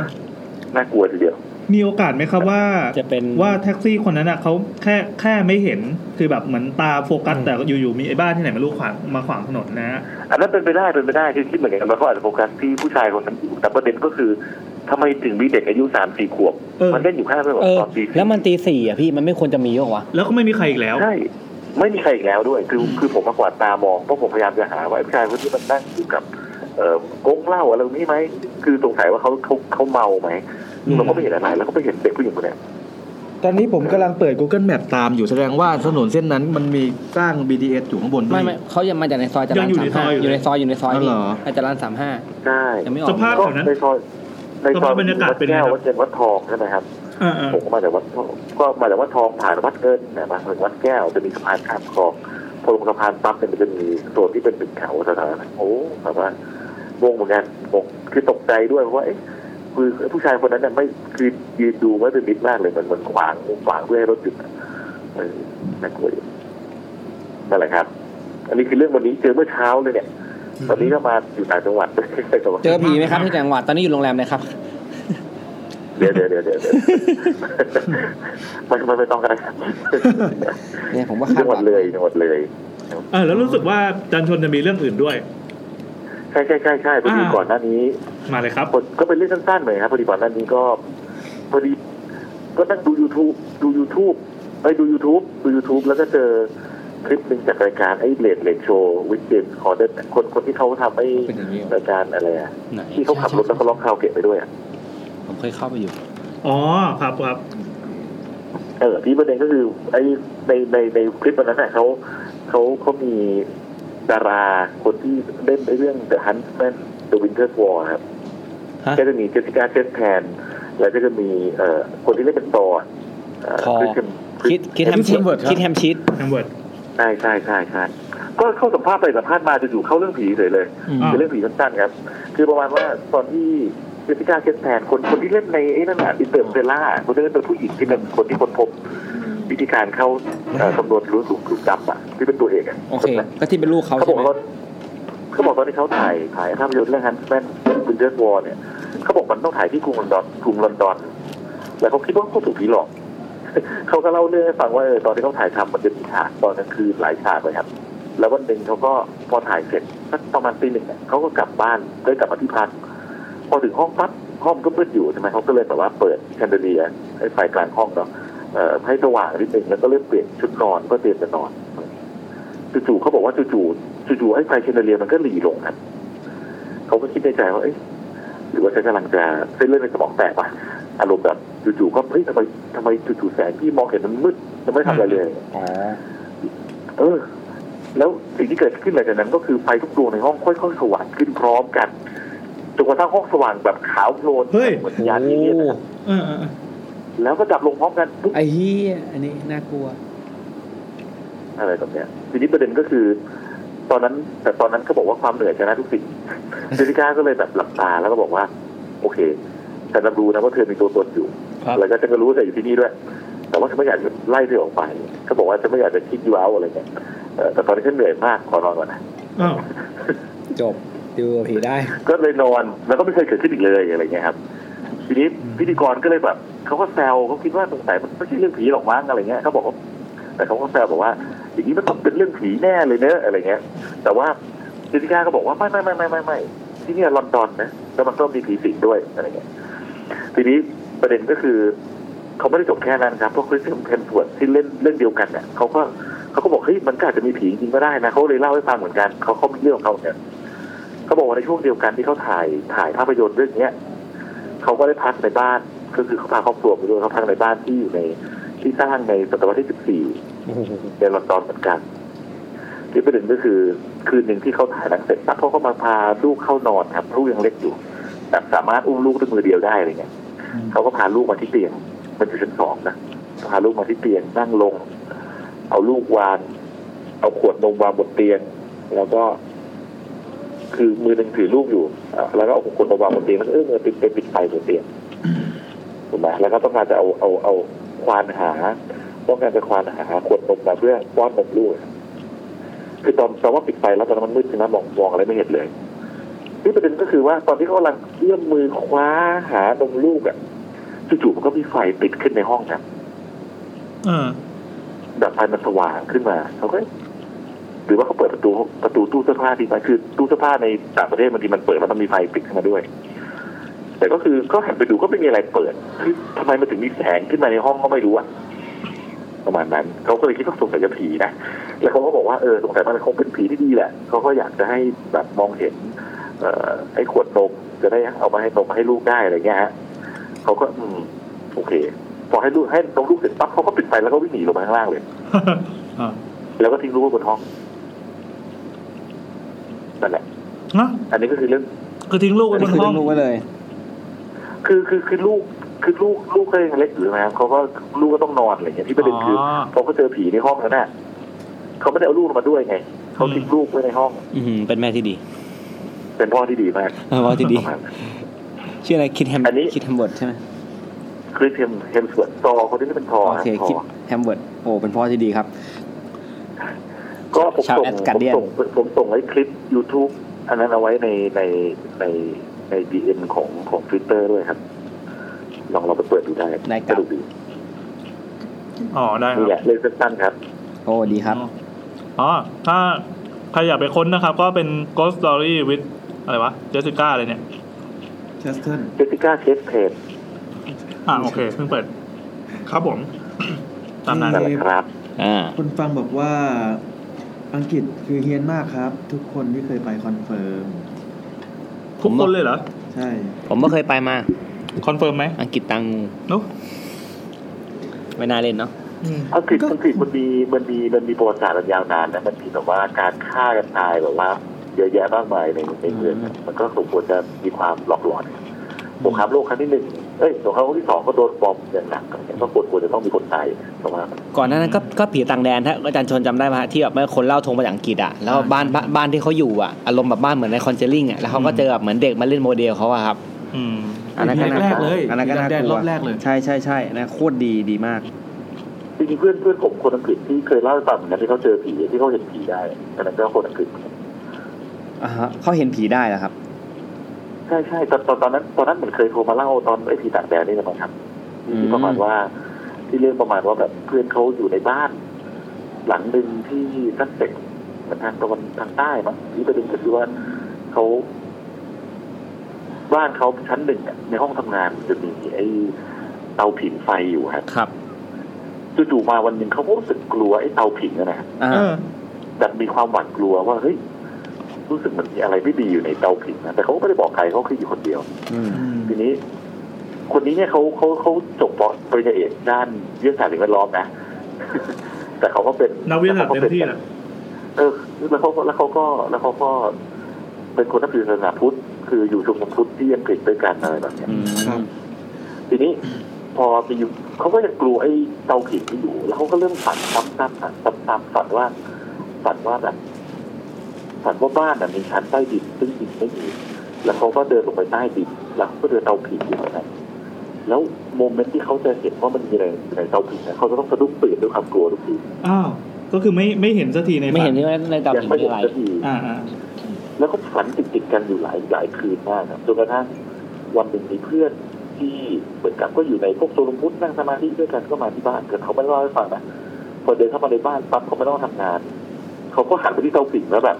[SPEAKER 8] น่ากลัวทีเดียว
[SPEAKER 1] มีโอกาสไหมครับว่า
[SPEAKER 2] จะเป็น
[SPEAKER 1] ว่าแท็กซี่คนนั้นอ่ะเขาแค่แค่ไม่เห็นคือแบบเหมือนตาโฟกัสแต่อยู่ๆมีไอ้บ้านที่ไหนไม่รู้ขวางมาขวางถนนนะ
[SPEAKER 8] อันนั้นเป็นไปได้เป็นไปได้คือคิดเหมือนกันมันก็อาจจะโฟกัสที่ผู้ชายคนนั้นอยู่แต่ประเด็นก็คือทำไมถึงมีเด็กอายุสามสี่ขวบ
[SPEAKER 1] เออ
[SPEAKER 8] มันเล่นอยู่ข้างถนน
[SPEAKER 2] เออ
[SPEAKER 8] ตอนตีสี่
[SPEAKER 2] แล้วมันตีสี่อ่ะพี่มันไม่ควรจะมีหรอวะ
[SPEAKER 1] แล้วก็ไม่มีใครอีกแล้ว
[SPEAKER 8] ใช่ไม่มีใครอีกแล้วด้วย คือคือผมมากวาดตามองเพราะผมพยายามจะหาว่าไอ้ผู้ชายคนที่มันนั่งอยู่กับ เอ่อกงเหล้าอะไรนี้ไหมคือสงสัยว่าเขาเขาเขาเมาไหม
[SPEAKER 1] อืม
[SPEAKER 8] เราก็ไม่เห็นอะไรแล้วก็ไปเห็นเด็กผู้หญิงคนเนี้ย
[SPEAKER 6] ตอนนี้ผมกำลังเปิด Google Map ตามอยู่แสดงว่าถนนเส้นนั้นมันมีสร้าง BTS อยู่ข้างบนด้ว
[SPEAKER 2] ไม่
[SPEAKER 6] ย
[SPEAKER 2] ไม่เขายังมาจากในซอยจรัญ
[SPEAKER 1] ยังอยู่
[SPEAKER 2] สา
[SPEAKER 1] ใน
[SPEAKER 2] ม
[SPEAKER 1] ซ
[SPEAKER 2] ห้า
[SPEAKER 1] อยอยู่
[SPEAKER 2] อยู่ในซอยอยู่ในซอยพี่
[SPEAKER 6] อ๋อเหรอ
[SPEAKER 2] ในจรัญสามห้า
[SPEAKER 8] ใช่
[SPEAKER 2] ยังไม่ออก
[SPEAKER 1] สภาพ
[SPEAKER 8] ก็
[SPEAKER 1] แถวนั้น
[SPEAKER 8] ในซอยในซ
[SPEAKER 1] ส
[SPEAKER 8] อ
[SPEAKER 1] ภาย พบรรยากาศเป็นไง
[SPEAKER 8] แก้
[SPEAKER 1] ครั
[SPEAKER 8] ว
[SPEAKER 1] บ
[SPEAKER 8] วัดเจนวัดทองใช่ไหมครับ
[SPEAKER 1] เออเออ
[SPEAKER 8] ผมก็มาจากวัดทองก็มาจากวัดทองผ่านวัดเอิญเนยมาถึงวัดแก้วจะมีสะพานข้ามคลองพอลงสะพานปั๊บเนี่ยมันจะมีส่วนที่เป็นตึกเขาแถวๆนั้นโอ้แบบว่างงเหมือนกันงงคือตกใจด้วยเพราะว่าเอ๊ะคือผู้ชายคนนั้นเนี่ยไม่คือยืนดูไม่เป็นมิตรมากเลยมันเหมือนขวางขวางเพื่อให้รถหยุดอะเออน่ากลัวอยู่นั่นแหละครับ อันนี้คือเรื่องวันนี้เจอเมื่อเช้าเลยเนี่ย ตอนนี้ก็มาอยู่ต่างจังหวัด
[SPEAKER 2] เจอผีไหมครับที่ต่างจังหวัดตอนนี้อยู่โรงแรมเลยครับ
[SPEAKER 8] *laughs* เดี๋ยวเดี๋ยวเดี๋ยวเดี๋ยวเดี๋ยวมันมันไม่ต้องกันนะครับ
[SPEAKER 2] เนี่ยผมว่าคา
[SPEAKER 8] จั
[SPEAKER 2] ด
[SPEAKER 8] งห
[SPEAKER 2] ห
[SPEAKER 8] วั
[SPEAKER 2] วั
[SPEAKER 8] ด
[SPEAKER 2] ง
[SPEAKER 8] เลยจังหวัดเลย
[SPEAKER 1] เออแล้วรู้สึกว่าจันชนจะมีเรื่องอื่นด้วย
[SPEAKER 8] ใช่ใช่ใช่ใช่พอดี
[SPEAKER 1] อ่า
[SPEAKER 8] ก่อนหน้านี้
[SPEAKER 1] มาเลยครับ
[SPEAKER 8] คนก็เป็นเรื่องสั้นๆเหมือนครับพอดีก่อนหน้านี้ก็พอดีก็นั่งดู YouTube ดู YouTube ไปดู YouTube ดู YouTube แล้วก็เจอคลิปหนึ่งจากรายการไอ้เลดเลดโชว์วิดเจมส์คอร์เดนคนคนที่เขาทำไอ้
[SPEAKER 2] เป็นอย่างนี้เหรอ
[SPEAKER 8] รายการอะไรอะ
[SPEAKER 2] ไหน
[SPEAKER 8] ที่เขาขับรถแล้วก็ร้องคาราโอเกะไปด้วยอะ
[SPEAKER 2] ผมเคยเข้าไปอยู่
[SPEAKER 1] อ๋อครับครับ
[SPEAKER 8] เออที่ประเด็นก็คือไอ้ในในในคลิปวันนั้นน่ะเขาเขาเขามีดาราคนที่เล่นในเรื่อง The Huntsman The Winter War ครับ
[SPEAKER 2] ฮะ
[SPEAKER 8] ก็จะมีเจสสิก้าเชสแพนแล้วก็จะมีเอ่อคนที่เล่นเป็นตอร์เอ่อ
[SPEAKER 2] ทอ
[SPEAKER 8] Christian-
[SPEAKER 2] คิดคิดแฮมชีสคิดแฮมชีส
[SPEAKER 1] แอมเวิร์ด
[SPEAKER 8] ใช่ใช่ใช่ใช่ก็เข้าสัมภาษณ์ไปสัมภาษณ์มาจะอยู่เข้าเรื่องผีเฉยเลย
[SPEAKER 1] อืม
[SPEAKER 8] เป็นเรื่องผีสั้นๆครับ คือประมาณว่าตอนที่เจสสิก้าเคสแพนคนคนที่เล่นในไอ้นั่นน่ะอินเตอร์เซล่าคนที่เล่นเป็นผู้หญิงที่เป็นคนที่คนพบ วิธีการเข้าเอ่อคำนวณรู้สูงถูกดำอ่ะที่เป็นตัวเอกอ่ะ
[SPEAKER 2] โอเค ก็ที่เป็นลูกเขา
[SPEAKER 8] เขาบ
[SPEAKER 2] ใช่
[SPEAKER 8] อก
[SPEAKER 2] ไหม
[SPEAKER 8] ว่าเขาบอกตอนที่เขาถ่ายถ่ายภาพยนตร์เรื่องฮันส์แมนบุนเดอร์วอลเนี่ยเขาบอกมันต้องถ่ายที่กรุงลอนดอนกรุงลอนดอน แล้วเขาคิดว่าเขาถูกผีหลอก *laughs* เขาก็เล่าเรื่องให้ฟังว่าเออตอนที่เขาถ่ายทำมันจะมีฉากตอนกลางคืนหลายฉากเลยครับ แล้ววันหนึ่งเขาก็พอถ่ายเสร็จสักประมาณตีหนึ่งเนี่ยเขาก็กลับบ้านได้กลับมาที่พักพอถึงห้องปั๊บห้องก็มืดอยู่ใช่ไหมเขาก็เลยแบบว่าเปิดแคนเดเลียให้ไฟกลางห้องเนาะเอ่อให้สว่างนิดนึงแล้วก็เริ่มเปลี่ยนชุดนอนก็เตรียมจะนอนจู่ๆเขาบอกว่าจู่ๆจู่ๆไอ้ไฟแคนเดเลียมันก็หลีลงครับเขาก็คิดในใจว่าเอ๊ะหรือว่าฉันกำลังจะเส้นเลือดในสมองแตกปะ อารมณ์แบบจู่ๆก็เฮ้ยทำไมทำไมจู่ๆแสงที่มองเห็นมันมืดมันไม่ทำอะไรเลย
[SPEAKER 2] อ๋อ
[SPEAKER 8] เออ แล้วสิ่งที่เกิดขึ้นหลังจากนั้นก็คือไฟทุกดวงในห้องค่อยๆสว่างขึ้นพร้อมกันจนกระทั่งห้องสว่างแบบขาวโพลน
[SPEAKER 1] เฮ้ย
[SPEAKER 8] เหมือนยานที่เนี่ยนะ
[SPEAKER 1] เออเออเออ
[SPEAKER 8] แล้วก็ดับลงพร้อมกันปุ๊บ
[SPEAKER 2] ไอ้เหี้ยอันนี้น่ากลัว
[SPEAKER 8] อะไรแบบเนี้ยทีนี้ประเด็นก็คือ ตอนนั้น แต่ตอนนั้นเขาบอกว่าความเหนื่อยชนะทุกสิ่ง *laughs* เจสิก้าก็เลยแบบหลับตาแล้วก็บอกว่า โอเคฉันรับรู้นะว่าเธอมีตัวตนอยู่
[SPEAKER 6] ครับ
[SPEAKER 8] แล้วก็ฉันก็รู้ว่าเธออยู่ที่นี่ด้วย แต่ว่าฉันไม่อยากจะไล่เธอออกไปก็บอกว่าฉันไม่อยากจะคิดยูเอาอะไรเงี้ยเอ่อแต่ตอนนี้ฉันเหนื่อยมากขอนอนก่อนนะ
[SPEAKER 1] อ้าว
[SPEAKER 2] จบดูผีได้
[SPEAKER 8] ก็เลยนอนแล้วก็ไม่เคยเกิดขึ้นอีกเลยอะไรเงี้ยครับ ทีนี้พิธีกรก็เลยแบบเขาก็แซวเขาคิดว่าสงสัยมันไม่ใช่เรื่องผีหรอกมั้งอะไรเงี้ยเขาบอกว่าแต่เขาก็แซวบอกว่า อย่างนี้มันต้องเป็นเรื่องผีแน่เลยเนอะอะไรเงี้ย แต่ว่าเจสสิก้าก็บอกว่าไม่ไม่ไม่ไม่ไม่ไม่ที่เนี่ยลอนดอนนะแล้วมันก็มีผีสิงด้วยอะไรเงี้ยทีนี้ประเด็นก็คือ เขาไม่ได้จบแค่นั้นครับเพราะคริสเตียนเพนสวดที่เล่นเรื่องเดียวกันเนี่ยเขาก็เขาก็บอกเฮ้ยมันก็อาจจะมีผีจริงก็ได้นะเขาเลยเล่าให้ฟังเหมือนกันเขาเขามีเรื่องของเขาเนี่ยเขาบอกว่าในช่วงเดียวกันที่เขาถ่ายถ่ายภาพยนตร์เรื่องเนี้ยเขาก็ได้พักในบ้านก็คือเขาพาครอบครัวไปด้วยเขาพักในบ้านที่อยู่ในที่สร้างในศตวรรษที่สิบสี่ในลอนดอนเหมือนกัน ที่ประเด็นก็คือคืนหนึ่งที่เขาถ่ายหนังเสร็จปั๊บเขาก็มาพาลูกเข้านอนครับลูกยังเล็กอยู่แต่สามารถอุ้มลูกด้วยมือเดียวได้อะไรเงี้ยเขาก็พาลูกมาที่เตียงมันอยู่ชั้นสองนะพาลูกมาที่เตียงนั่งลง เอาลูกวาง เอาขวดนมวางบนเตียง แล้วก็ คือมือหนึ่งถือลูกอยู่อ่ะแล้วก็เอาขวดนมวางบนเตียงแล้วก็เอื้อมมือไปไปปิดไฟบนเตียงถูกไหมแล้วก็ต้องการจะเอาเอาเอาควานหาต้องการจะควานหาขวดนมมาเพื่อป้อนนมลูก คือตอนตอนว่าปิดไฟแล้วตอนนั้นมันมืดใช่ไหมมองมองอะไรไม่เห็นเลยนี่ประเด็นก็คือว่าตอนที่เขากำลังเอื้อมมือคว้าหานมลูกอ่ะจู่ๆมันก็มีไฟติดขึ้นในห้องนะ
[SPEAKER 1] เออ
[SPEAKER 8] แบบไฟมันสว่างขึ้นมาเขาก็เอ๊ะหรือว่าเขาเปิดประตูประตูตู้เสื้อผ้าดีไหมคือตู้เสื้อผ้าในต่างประเทศบางทีมันเปิดแล้วมันมีไฟติดขึ้นมาด้วย แต่ก็คือก็หันไปดูก็ไม่มีอะไรเปิดคือทำไมมันถึงมีแสงขึ้นมาในห้องก็ไม่รู้อะประมาณนั้นเขาก็เลยคิดว่าสงสัยจะผีนะ แล้วเขาก็บอกว่าเออสงสัยมันคงเป็นผีที่ดีแหละเขาก็อยากจะให้แบบมองเห็น เอ่อไอ้ขวดนมจะได้เอามาให้นมให้ลูกได้อะไรเงี้ยฮะเขาก็อืมโอเค พอให้ลูกให้นมลูกเสร็จปั๊บเขาก็ปิดไฟแล้วก็วิ่งหนีลงมาข้างล่างเลย
[SPEAKER 1] *laughs* อ่ะ
[SPEAKER 8] แล้วก็ทิ้งลูกไว้บนห้องนั่นแหละ
[SPEAKER 1] ฮะ
[SPEAKER 8] อันนี้ก็คือเรื่อง
[SPEAKER 1] คือทิ้งลูกไว้บน
[SPEAKER 2] คือ
[SPEAKER 1] ห้
[SPEAKER 2] ต้
[SPEAKER 1] อ
[SPEAKER 2] องงรู้ไว้เลย
[SPEAKER 8] คือคือคือลูกคือลูกลูกก็ยังเล็กอยู่นะครับเขาก็ลูกก็ต้องนอนอะไรเงี้ยที่ประเด็นคืออพอเขาเจอผีในห้องนั้นน่ะเขาไม่ได้เอาลูกลงมาด้วยไงเขาทิ้งลูกไว้ในห้อง
[SPEAKER 2] อือหือเป็นแม่ที่ดี
[SPEAKER 8] เป็นพ่อที่ดีมาก
[SPEAKER 2] เออว่าที่ดี
[SPEAKER 8] ประมาณนั้น
[SPEAKER 2] ชื่ออะไรคิดแฮม
[SPEAKER 8] อันนี้
[SPEAKER 2] คิดแฮมเวิร์ดใช่ไหม
[SPEAKER 8] คริสเฮมเฮมสวดซอคนที่นี่เป็นทอ
[SPEAKER 2] โอ
[SPEAKER 8] นะ
[SPEAKER 2] เค
[SPEAKER 8] ทอ
[SPEAKER 2] คิดแฮมเวิร์ดโอ้เป็นพ่อที่ดีครับ
[SPEAKER 8] ก็ผม
[SPEAKER 2] ชาว
[SPEAKER 8] ส่ง
[SPEAKER 2] แอด
[SPEAKER 8] ผม
[SPEAKER 2] การ์เดียน
[SPEAKER 8] ส่งผมส่งไอ้คลิป YouTube อันนั้นเอาไว้ในในในในดีเอ็มของของทวิตเตอร์ด้วยครับ ลองเราไปเปิดดูได้
[SPEAKER 2] ได้ค
[SPEAKER 8] ส
[SPEAKER 2] รับ
[SPEAKER 8] นุกดี
[SPEAKER 1] อ๋อได้ครั
[SPEAKER 8] นี่
[SPEAKER 1] บ
[SPEAKER 8] แหละเรื่องสั้นๆครับ
[SPEAKER 2] โอ้ดีครับ
[SPEAKER 1] อ๋อ ถ้าใครอยากไปค้นนะครับ ก็เป็น Ghost Story with อะไรวะ เจสิก้าเลยเนี่ย
[SPEAKER 7] เชสเทิล
[SPEAKER 8] เจสิก้าเชสเพน
[SPEAKER 1] อ่าโอเค เพิ่งเปิด ครับผม *coughs* ตามนั้น
[SPEAKER 8] นั่นแหละครับ
[SPEAKER 2] อ่า
[SPEAKER 7] คนฟังบอกว่าอังกฤษคือเฮียนมากครับ ทุกคนที่เคยไปคอนเฟิร์ม
[SPEAKER 1] ทุกคนเลยเหรอ
[SPEAKER 7] ใช่
[SPEAKER 2] ผมก็เคยไปมา
[SPEAKER 1] คอนเฟิร์มไหม
[SPEAKER 2] อังกฤษตังงู
[SPEAKER 1] เนุ๊ก
[SPEAKER 2] ไม่น่าเล่นเนาะ
[SPEAKER 8] อังกฤษอังกฤษมันมีมันมีมันมีประวัติศาสตร์มันยาวนานนะมันมีแบบว่าการฆ่ากันตายแบบว่าเยอะแยะมากมายในในเมืองนะมันก็สมควรจะมีความหลอกหลอนสงครามโลกครั้งที่หนึ่งเอ้ยสงครามโลกที่สองก็โดนบอมอย่างหนักอะไรเงี้ยก็ควรควรจะต้องมีคนตายประมาณนั้น
[SPEAKER 2] ก่อนหน้านั้นก็ก็ผีต่างแดนฮะอาจารย์ชนจำได้ไหมฮะที่แบบเมื่อคนเล่าทงภาษาอังกฤษอ่ะแล้วบ้านบ้านบ้านที่เขาอยู่อ่ะอารมณ์แบบบ้านเหมือนในคอนเจลลิ่งอ่ะแล้วเขาก็เจอแบบเหมือนเด็กมาเล่นโมเดลเขาอะครับ
[SPEAKER 1] อืม
[SPEAKER 2] อันนั้นก็น่า
[SPEAKER 7] แร
[SPEAKER 2] ก
[SPEAKER 7] กๆ
[SPEAKER 2] ลัว
[SPEAKER 7] เลย
[SPEAKER 2] อันนั้นก็น่าก
[SPEAKER 7] แดน
[SPEAKER 2] ลั
[SPEAKER 7] ร
[SPEAKER 2] ว
[SPEAKER 7] อบแรกเลย
[SPEAKER 2] ใช่ใช่ใช่นะโคตรดีดีมาก
[SPEAKER 8] จริงๆเพื่อนเพื่อนผมคนอังกฤษที่เคยเล่าให้ฟังเหมือนกันที่เขาเจอผีที่เขาเห็นผีได้อันนั้นก็คนอังกฤษ
[SPEAKER 2] อ่าฮะเขาเห็นผีได้แล้วครับ
[SPEAKER 8] ใช่ใช่ตอนตอนตอนนั้นตอนนั้นเหมือนเคยโทรมาเล่าตอนไอ้ผีต่างแดนนี่แหละมั้งครับ
[SPEAKER 2] อืม
[SPEAKER 8] ที่ประมาณว่าที่เรื่องประมาณว่าแบบเพื่อนเขาอยู่ในบ้าน หลังหนึ่งที่สักเซ็กทางตะวันทางใต้มั้งที่ประเด็นก็คือว่าเขาบ้านเขาชั้นหนึ่งอะในห้องทำงานจะมีไอ้เตาผิงไฟอยู่ครับ
[SPEAKER 2] ครับ
[SPEAKER 8] จู่ๆมาวันหนึ่งเขาก็รู้สึกกลัวไอ้เตาผิงนั่นนะฮะ
[SPEAKER 2] อ่า
[SPEAKER 1] เออ
[SPEAKER 8] แบบมีความหวาดกลัวว่าเฮ้ยรู้สึกเหมือนมีอะไรไม่ดีอยู่ในเตาผิงนะแต่เขาก็ไม่ได้บอกใครเขาคืออยู่คนเดียว
[SPEAKER 2] อืม
[SPEAKER 8] ทีนี้ คนนี้เนี่ยเขาเขาเขาจบปอปริญญาเอกด้านวิทยาศาสตร์สิ่งแวดล้อมนะ *laughs* แต่เขาก็เป็น
[SPEAKER 1] นักวิทยาศาสตร์เต็มที่แหละ
[SPEAKER 8] เออแล้วเขาก็แล้วเขาก็แล้วเขาก็เป็นคนนับถือศาสนาพุทธ คืออยู่ชมรมพุทธที่อังกฤษด้วยกันอะไรแบบเนี้ย
[SPEAKER 2] อืม
[SPEAKER 7] ครับ
[SPEAKER 8] ทีนี้ พอไปอยู่เขาก็ยังกลัวไอ้เตาผิงที่อยู่ แล้วเขาก็เริ่มฝันซ้ำซ้ำฝันซ้ำซ้ำฝันว่าฝันว่าแบบฝันว่าบ้านน่ะมีชั้นใต้ดินซึ่งดินไม่มี แล้วเขาก็เดินลงไปใต้ดิน แล้วเขาก็เดินเตาผิงอยู่ตรงนั้นแล้วโมเมนต์ที่เขาจะเห็นว่ามันมีอะไรอยู่ในเตาผิงนะเขาจะต้องสะดุ้งตื่นด้วยความกลัวทุกที
[SPEAKER 1] อ้าว ก็คือไม่ไม่เห็นสักทีใน
[SPEAKER 2] ไม่เห็น
[SPEAKER 1] ฝั
[SPEAKER 2] ที่ว่าในตา
[SPEAKER 8] ยั
[SPEAKER 2] ผี
[SPEAKER 8] ไม่
[SPEAKER 2] มี
[SPEAKER 8] เห็น
[SPEAKER 2] อะไร
[SPEAKER 8] สักที
[SPEAKER 1] อ่าอ่า
[SPEAKER 8] แล้วก็ฝันติดติดๆกันอยู่หลายหลายคืนมากครับจนกระทั่งวันหนึ่งมีเพื่อนที่เหมือนกับก็อยู่ในพวกโซลมพุทธนั่งสมาธิด้วยกันก็มาที่บ้านแต่เขาไม่เล่าให้ฟังนะพอเดินเข้ามาในบ้านปั๊บเขาไม่ต้องทำงาน เขาก็หันไปที่เตาผิงแล้วแบบ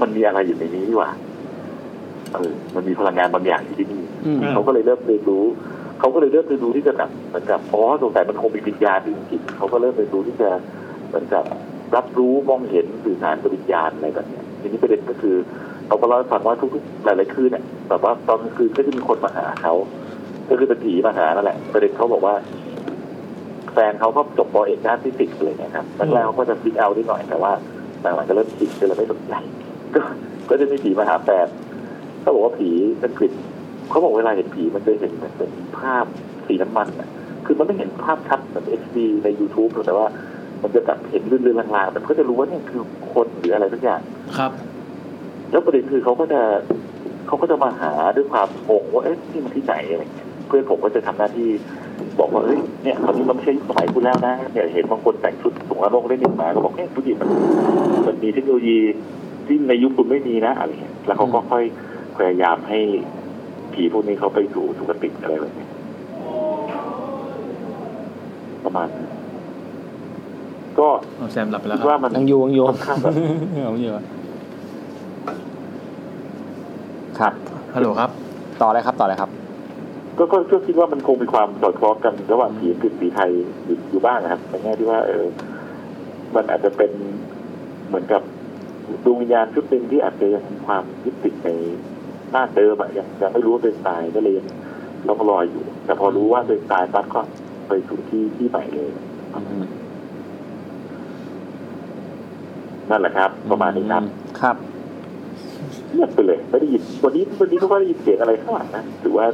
[SPEAKER 8] มันมีอะไรอยู่ในนี้นี่หว่าเออมันมีพลังงานบางอย่างอยู่ที่นี่
[SPEAKER 2] อืม
[SPEAKER 8] เขาก็เลยเริ่มเรียนรู้ เขาก็เลยเริ่มไปดูที่จะแบบเหมือนกับอ๋อสงสัยมันคงมีวิญญาณอยู่จริงๆเขาก็เริ่มไปดูที่จะเหมือนกับรับรู้มองเห็นสื่อสารกับวิญญาณอะไรแบบเนี้ยทีนี้ประเด็นก็คือเขาก็เล่าให้ฟังว่าทุกๆหลายๆคืนเนี่ยแบบว่าตอนกลางคืนก็จะมีคนมาหาเขาก็คือเป็นผีมาหานั่นแหละ ประเด็นเขาบอกว่า แฟนเขาก็จบปอเอกด้านฟิสิกส์อะไรเลยนะครับแรกๆเขาก็จะฟิกเอานิดหน่อยแต่ว่าหลังๆก็เริ่มคิดก็เลยไม่สนใจก็ก็จะมีผีมาหาแฟนเขาบอกว่าผีอังกฤษเขาบอกเวลาเห็นผีมันจะเห็นเหมือนเป็นภาพสีน้ำมันอะคือมันไม่เห็นภาพชัดเหมือน HD ใน YouTube หรอกแต่ว่า มันจะแบบเห็นเรื่อยๆลางๆแต่มันก็จะรู้ว่าเนี่ยคือคนหรืออะไรสักอย่าง
[SPEAKER 6] ครับ
[SPEAKER 8] แล้วประเด็นคือเขาก็จะเขาก็จะมาหาด้วยความงงว่าเอ๊ะนี่มันที่ไหนอะไรเงี้ยเพื่อนผมก็จะทำหน้าที่บอกว่าเอ้ยเนี่ยคราวนี้มันไม่ใช่ยุคสมัยคุณแล้วนะเนี่ยเห็นบางคนแต่งชุดถุงอาโนกเล่นหนึ่งหมาก็บอกเนี่ยทุกทีมันมันมีเทคโนโลยีที่ในยุคคุณไม่มีนะอะไรเงี้ยแล้วเขาก็ค่อยพยายามให้ผีพวกนี้เขาไปสู่สุคติอะไรแบบเนี้ยประมาณนั้นก็
[SPEAKER 6] เอาแซมหลับไปแล้ว
[SPEAKER 8] คิด
[SPEAKER 6] ครับ
[SPEAKER 8] ว่ามัน
[SPEAKER 2] ยังอยู่ยังอยู่
[SPEAKER 8] ค่อนข้างแบบ
[SPEAKER 2] ยังอยู่ครับ
[SPEAKER 6] ฮัลโหลครับ
[SPEAKER 2] ต่อเลยครับต่อเลยครับ
[SPEAKER 8] ก็ก็ก็คิดว่ามันคงมีความสอดคล้องกันระหว่างผีอังกฤษผีไทยอยู่อยู่บ้างนะครับในแง่ที่ว่าเออมันอาจจะเป็นเหมือนกับดวงวิญญาณชุดหนึ่งที่อาจจะยังมีความยึดติดในหน้าเดิมอะยังยังไม่รู้ว่าเป็นตายก็เลยยังเราก็ลอยอยู่ แต่พอรู้ว่าเป็นตายปั๊บก็ไปสู่ที่ที่ใหม่เลยนั่นแหละครับ ประมาณนี้ครับ
[SPEAKER 2] ครับ
[SPEAKER 8] เงียบไปเลยไม่ได้ยินวันนี้วันนี้ก็ไม่ได้ยินเสียงอะไรข้างหลังนะถือว่า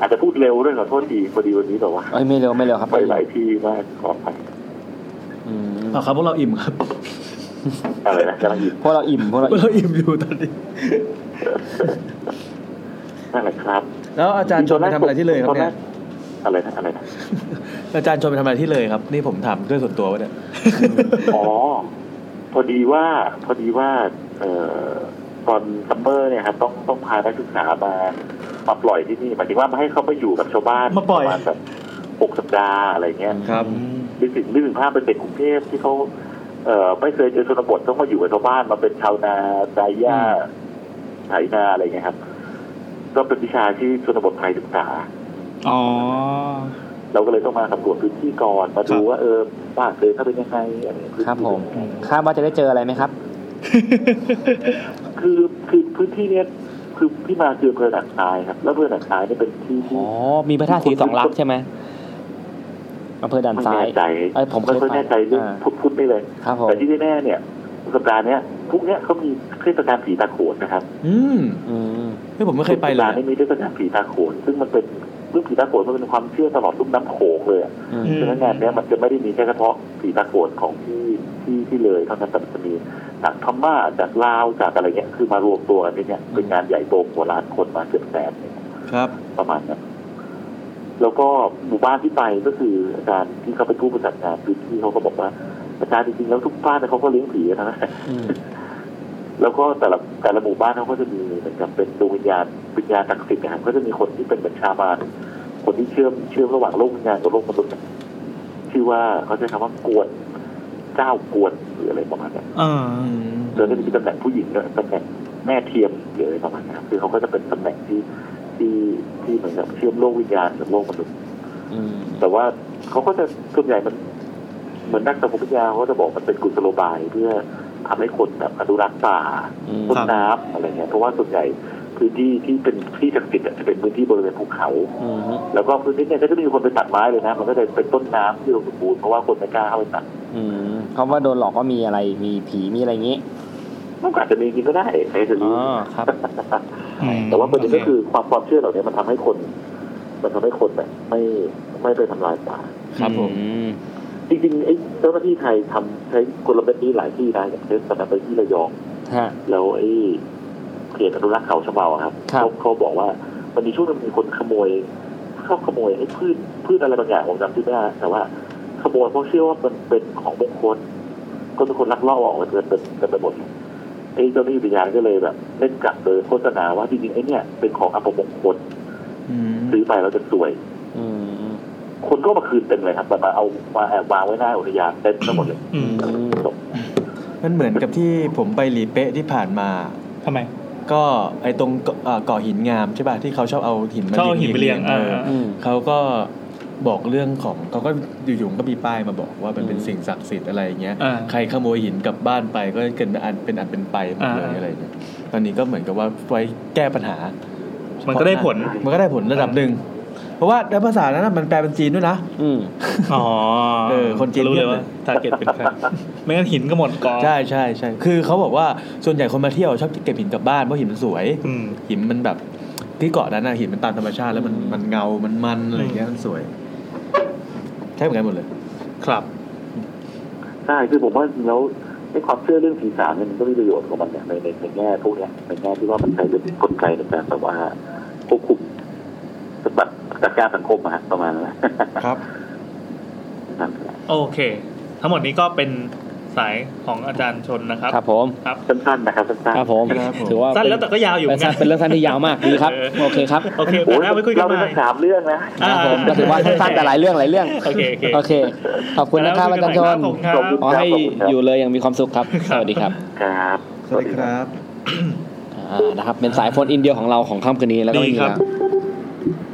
[SPEAKER 8] อาจจะพูดเร็วด้วยขอโทษทีพอดีวันนี้แบบว่า
[SPEAKER 2] เอ้ยไม่เร็วไม่เร็วครับ
[SPEAKER 8] ไปหลายที่มากขออภัย
[SPEAKER 2] อืม
[SPEAKER 6] เอาครับพวกเราอิ่มครับ *laughs*
[SPEAKER 8] อะไรนะกำลังหยิบ
[SPEAKER 2] พวกเราอิ่มพวกเรา
[SPEAKER 6] พวก
[SPEAKER 2] อิ่ม
[SPEAKER 6] เราอิ่มอยู่ตอนนี้
[SPEAKER 8] นั่นแหละครับ
[SPEAKER 6] แล้วอาจารย์ชวนไปทำอะไรที่เลยครับเนี่ย
[SPEAKER 8] อะไรนะอะไรนะ
[SPEAKER 6] อาจารย์ชวนไปทำอะไรที่เลยครับ นี่ผมถามเรื่องส่วนตัววะเนี่ย
[SPEAKER 8] อ๋อพอดีว่าพอดีว่า เอ่อตอนซัมเมอร์เนี่ยครับต้องต้องพานักศึกษามามาปล่อยที่นี่หมายถึงว่ามาให้เขาไปอยู่กับชาวบ้าน
[SPEAKER 4] มาปล่อย
[SPEAKER 8] ระมาณแบบหกสัปดาห์อะไรเงี้ย
[SPEAKER 6] ครับ
[SPEAKER 8] นึกถึงนึกถึงภาพเป็นเด็กกรุงเทพที่เขาเอ่อไม่เคยเจอชนบทต้องมาอยู่กับชาวบ้านมาเป็นชาวนาไร่หญ้าไถนาอะไรเงี้ยครับ ก็เป็นวิชาที่ชนบทไทยศึกษา
[SPEAKER 1] อ๋อ
[SPEAKER 8] เราก็เลยต้องมาสำรวจพื้นที่ก่อนมาดูว่าเออบ้านเดินเขาเป็นยังไงอะไรเงี้ยพื้นที่
[SPEAKER 2] ครับผมคาดว่าจะได้เจออะไรไหมครับ
[SPEAKER 8] คือคือพื้นที่เนี้ยคือที่มาคืออำเภอหนักทรายครับ แล้วอำเภอหนักทรายเนี่ยเป็นที่ที่
[SPEAKER 2] อ๋อ มีพระธาตุสีสองลักษณ์ใช่ไหมอำเภอด่าน
[SPEAKER 8] ไม่
[SPEAKER 2] ซ้าย
[SPEAKER 8] แน่ใจ
[SPEAKER 2] เอ้ยผมเคย
[SPEAKER 8] ไม่ค่อยแน่ใจเรื่อง
[SPEAKER 2] อ่า
[SPEAKER 8] พูดพูดไม่เลย
[SPEAKER 2] ครับผม
[SPEAKER 8] แต่ที่แน่ๆเนี่ยสัปดาห์เนี้ยพวกเนี้ยเขามีเทศกาลผีตาโขนนะครับ
[SPEAKER 6] อืม
[SPEAKER 2] อืม
[SPEAKER 6] เฮ้ยผมไม่เคยไปเลย
[SPEAKER 8] ร้านนี้มีเรื่องการผีตาโขน ซึ่งมันเป็นเรื่องผีตาโขนมันเป็นความเชื่อตลอดลุ่มน้ำโขงเลยอะ
[SPEAKER 2] อืม
[SPEAKER 1] อืม
[SPEAKER 8] ฉะนั้นงานเนี้ยมันจะไม่ได้มีแค่เฉพาะผีตาโขนของที่ที่ที่เลยเท่านั้นแต่มันจะมีจากพม่าจากลาวจากอะไรเงี้ยคือมารวมตัวกันที่เนี่ยเป็นงานใหญ่โตกว่าล้านคนมาเกือบแสนเนี่ย
[SPEAKER 6] ครับ
[SPEAKER 8] ประมาณนั้นแล้วก็หมู่บ้านที่ไปก็คืออาจารย์ที่เขาเป็นผู้ประสานงานพื้นที่เขาก็บอกว่าอาจารย์จริงๆแล้วทุกบ้านเนี่ยเขาก็เลี้ยงผีกันทั้งนะ
[SPEAKER 2] อืม
[SPEAKER 8] แล้วก็แต่ละแต่ละหมู่บ้านเขาก็จะมีเหมือนกับเป็นดวงวิญญาณวิญญาณศักดิ์สิทธิ์นะครับก็จะมีคนที่เป็นเหมือนชาวบ้านคนที่เชื่อมเชื่อมระหว่างโลกวิญญาณกับโลกมนุษย์เนี่ยชื่อว่าเขาใช้คำว่ากวนเจ้ากวนหรืออะไรประมาณเนี้ย
[SPEAKER 1] อ่า
[SPEAKER 8] โดยที่มีตำแหน่งผู้หญิงด้วยตำแหน่งแม่เทียมหรืออะไรประมาณเนี้ยครับคือเขาก็จะเป็นตำแหน่งที่ที่ที่เหมือนกับเชื่อมโลกวิญญาณกับโลกมนุษย์
[SPEAKER 2] อืม
[SPEAKER 8] แต่ว่าเขาก็จะส่วนใหญ่มันเหมือนนักสังคมวิทยาเขาก็จะบอกมันเป็นกุศโลบายเพื่อทำให้คนแบบอนุรักษ์ป่า
[SPEAKER 2] อืม
[SPEAKER 8] ต้นน้ำอะไรเงี้ยเพราะว่าส่วนใหญ่พื้นที่ที่เป็นที่ศักดิ์สิทธิ์อะจะเป็นพื้นที่บริเวณภูเขา
[SPEAKER 2] อืม
[SPEAKER 8] แล้วก็พื้นที่เนี่ยก็จะไมมีคนไปตัดไม้เลยนะมันก็จะเป็นต้นน้ำที่อุดมสมบูรณ์เพราะว่าคนไม่กล้าเข้าไปตัด
[SPEAKER 2] อืมคำว่าโดนหลอกก็มีอะไร มีผี มีอะไรอย่างงี้
[SPEAKER 8] มันก็อาจจะมีจริงก็ได้ใครจะ
[SPEAKER 2] อ๋
[SPEAKER 8] รู้
[SPEAKER 2] อ ครับ
[SPEAKER 8] แต่ว่าประเด็นก็คือความความเชื่อเหล่านี้มันทำให้คน มันทำให้คนแบบไม่ไม่ไปทำลายป่า
[SPEAKER 6] ครับผม
[SPEAKER 2] อืม
[SPEAKER 8] จริงๆไอ้เจ้าหน้าที่ไทยทำใช้กลเม็ดนี้หลายที่นะอย่างเช่นสถานไปที่ระยอง
[SPEAKER 2] ฮะ
[SPEAKER 8] แล้วไอ้เขตอนุรักษ์เขาชะเมาอะครับ
[SPEAKER 2] ครับ
[SPEAKER 8] เขาเขาบอกว่ามันมีช่วงหนึงมีคนขโมยชอบขโมยไอ้พืชพืชอะไรบางอย่างผมจำชื่อไม่ได้แต่ว่าขโมยเพราะเชื่อว่ามันเป็นของมงคลก็ทุกคนลักลอบเอาออกไปเกินเป็นเกินไปหมดไอ้เจ้าหน้าที่อุทยานก็เลยแบบเล่นกลับเลยโฆษณาว่าจริงๆไอ้เนี่ยเป็นของอัปมงคล
[SPEAKER 6] อืม
[SPEAKER 8] ซื้อไปแล้วจะสวย
[SPEAKER 2] อืมอืม
[SPEAKER 8] คนก็เอามาคืนเต็มเลยครับแต่มาเอามาแอบวางไว้หน้าอุทยานเต็มทั้งหมดเลย
[SPEAKER 1] อืม
[SPEAKER 8] จบ
[SPEAKER 6] มันเหมือนกับที่ผมไปหลีเป๊ะที่ผ่านมา
[SPEAKER 1] ทำไม
[SPEAKER 6] ก็ไอ้ตรงเกาะอ่าเกาะหินงามใช่ป่ะที่เขาชอบเอาหินมา
[SPEAKER 1] ชอบเอาหินไปเรียง
[SPEAKER 6] เออ
[SPEAKER 1] อ่า
[SPEAKER 2] อืม
[SPEAKER 6] เขาก็บอกเรื่องของเขาก็อยู่ๆก็มีป้ายมาบอกว่ามันเป็นสิ่งศักดิ์สิทธิ์อะไรอย่างเงี้ย
[SPEAKER 1] อ่า
[SPEAKER 6] ใครขโมยหินกลับบ้านไปก็เกิดอันเป็นอันเป็นไปหมดเล
[SPEAKER 1] อ่าย
[SPEAKER 6] อะไรเงี้ยตอนนี้ก็เหมือนกับว่าไว้แก้ปัญหา
[SPEAKER 1] มั
[SPEAKER 6] มัน
[SPEAKER 1] ก็ได้ผล
[SPEAKER 6] มันก็ได้ผลระดับหนึ่งเพราะว่าในภาษานั้นนะมันแปลเป็นจีนด้วยนะ
[SPEAKER 2] อืม
[SPEAKER 1] อ๋อ
[SPEAKER 6] เออคนจีน
[SPEAKER 1] รู้เลย
[SPEAKER 6] เยอะเลย
[SPEAKER 1] ว่าทาร์เก็ตเป็นใครไม่งั้นหินก็หมดกอง
[SPEAKER 6] ใช่ใช่ใช่คือเขาบอกว่าส่วนใหญ่คนมาเที่ยวชอบเก็บหินกลับบ้านเพราะหินมันสวย
[SPEAKER 1] อืม
[SPEAKER 6] หินมันแบบที่เกาะนั้นนะหินมันตามธรรมชาติแล้วมันมันเงา มันมันอะไรอย่างเงี้ยมันสวย ใช่เหมือนกันหมดเลย
[SPEAKER 1] ครับ
[SPEAKER 8] ใช่คือผมว่าจริงแล้วไอ้ความเชื่อเรื่องผีสางเนี่ยมันก็มีประโยชน์ของมันเนี่ยในในในแง่พวกเนี้ยในแง่ที่ว่ามันใช้เป็นกลไกในการแบบว่าควบคุมแบบจัดการสังคมอะฮะประมาณนั้นแหละ *laughs*
[SPEAKER 6] ครับ
[SPEAKER 8] นั่นแหละ
[SPEAKER 1] โอเค ทั้งหมดนี้ก็เป็นสายของอาจารย์ชนนะครับ
[SPEAKER 2] ครับผม
[SPEAKER 1] ครับ
[SPEAKER 8] สั้นๆนะครับสั้น
[SPEAKER 2] ค
[SPEAKER 8] ๆ
[SPEAKER 2] รับผม
[SPEAKER 6] ครับผม
[SPEAKER 2] ถือว่า
[SPEAKER 1] สั้นแล้วแต่ก็ยาวอยู่เหมื
[SPEAKER 2] เป็
[SPEAKER 1] อน นกัน
[SPEAKER 2] สั้นเป็นเรื่องสั้นที่ยาวมากดีครับ
[SPEAKER 1] เออ
[SPEAKER 2] โอเคครับ
[SPEAKER 1] โอเคแต่หน้าไว้คุยกัน
[SPEAKER 8] เรา
[SPEAKER 1] ให
[SPEAKER 8] เป็
[SPEAKER 1] ม่
[SPEAKER 8] นสามเรื่องนะ
[SPEAKER 2] ครับผม
[SPEAKER 1] อ่า
[SPEAKER 2] ก็ถือว่าสั้นๆแต่หลายเรื่องหลายเรื่อง
[SPEAKER 1] โอเคโอเค
[SPEAKER 2] โอเค ขอบคุณนะครับอาจารย์ชน
[SPEAKER 1] ขอบคุณครับ
[SPEAKER 2] ขอให้
[SPEAKER 8] ขอบคุณครับ
[SPEAKER 2] อยู่เลยอย่างมีความสุขครับ สวัสดีครับ
[SPEAKER 8] ครับ
[SPEAKER 7] สวัสดีครับ
[SPEAKER 2] อ่านะครับ เป็นสายโฟนอินเดียของเราของค่ำคืนนี้แล้วก็
[SPEAKER 1] ดี
[SPEAKER 2] ไม่มี
[SPEAKER 1] ครับ
[SPEAKER 2] แล้ว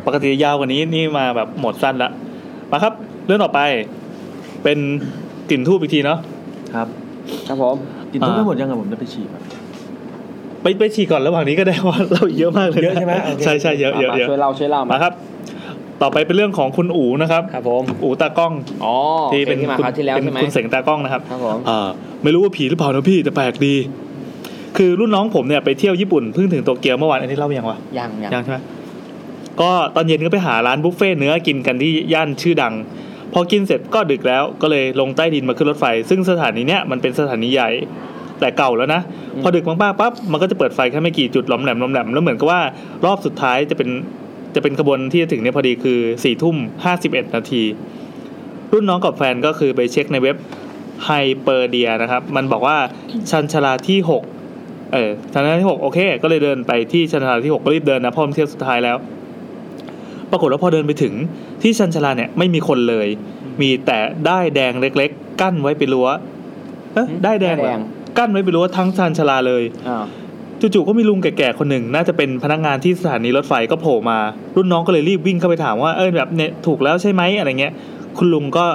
[SPEAKER 1] ปกติยาวกว่านี้นี่มาแบบหมดสั้นละ มาครับ เรื่องต่อไป เป็นกลิ่นทูบอีกทีเนาะ
[SPEAKER 6] ครับ
[SPEAKER 2] ครับผม
[SPEAKER 6] กินทุก
[SPEAKER 1] อ่า
[SPEAKER 6] ไม่หมดยังไงผมจะไปฉี่ครับ
[SPEAKER 1] ไปไปฉี่ก่อนระหว่างนี้ก็ได้ว่าเราเยอะมากเลยน
[SPEAKER 6] เยอะใช่ไหมโอเค
[SPEAKER 1] ใช่ใช่เยอะเยอะเยอะ
[SPEAKER 2] ช่วยเล่าช่วยเล่ามา
[SPEAKER 1] มาครับ ต่อไปเป็นเรื่องของคุณอู๋นะครับ
[SPEAKER 2] ครับผม
[SPEAKER 1] อู๋ตากล้อง
[SPEAKER 2] อ๋อ
[SPEAKER 1] ที่เป็น
[SPEAKER 2] ที่มาคราวที่แล้ว
[SPEAKER 1] เป็น
[SPEAKER 2] ใช่ไหม
[SPEAKER 1] คุณเสงตากล้องนะครับ
[SPEAKER 2] ครับผม
[SPEAKER 1] อ่าไม่รู้ว่าผีหรือเปล่านะพี่แต่แปลกดี คือรุ่นน้องผมเนี่ยไปเที่ยวญี่ปุ่นเพิ่งถึงโตเกียวเมื่อวานอันนี้เล่ายังวะ
[SPEAKER 2] ยังยัง
[SPEAKER 1] ยังใช่ไหมก็ตอนเย็นก็ไปหาร้านบุฟเฟ่ต์เนื้อกินกันที่ย่านชื่อดัง พอกินเสร็จก็ดึกแล้วก็เลยลงใต้ดินมาขึ้นรถไฟ ซึ่งสถานีเนี้ยมันเป็นสถานีใหญ่ แต่เก่าแล้วนะพอดึกมากๆปั๊บมันก็จะเปิดไฟแค่ไม่กี่จุดหลอมแหลมหลอมแหลมแล้วเหมือนกับว่ารอบสุดท้ายจะเป็นจะเป็นขบวนที่จะถึงเนี่ยพอดีคือสี่ทุ่มห้าสิบเอ็ดนาที รุ่นน้องกับแฟนก็คือไปเช็คในเว็บ ไฮเปอร์เดียนะครับ มันบอกว่าชันชาลาที่ 6 เออชันชาลาที่ 6 โอเค ก็เลยเดินไปที่ชันชาลาที่ 6 ก็รีบเดินนะเพราะมันเที่ยวสุดท้ายแล้ว ปรากฏว่าพอเดินไปถึงที่ชันชาลาเนี่ยไม่มีคนเลย มีแต่ได้ายแดงเล็กๆ กั้นไว้เป็นรั้วเอ๊ะได้ายแดงเหรอ
[SPEAKER 2] ด้า
[SPEAKER 1] ย
[SPEAKER 2] แดง
[SPEAKER 1] กั้นไว้เป็นรั้วทั้งชันชาลาเลย
[SPEAKER 2] อ่า
[SPEAKER 1] จู่ๆก็มีลุงแก่ๆคนหนึ่ง น่าจะเป็นพนักงานที่สถานีรถไฟก็โผล่มา รุ่นน้องก็เลยรีบวิ่งเข้าไปถามว่าเออแบบเนี่ยถูกแล้วใช่ไหมอะไรเงี้ย คุณลุงก็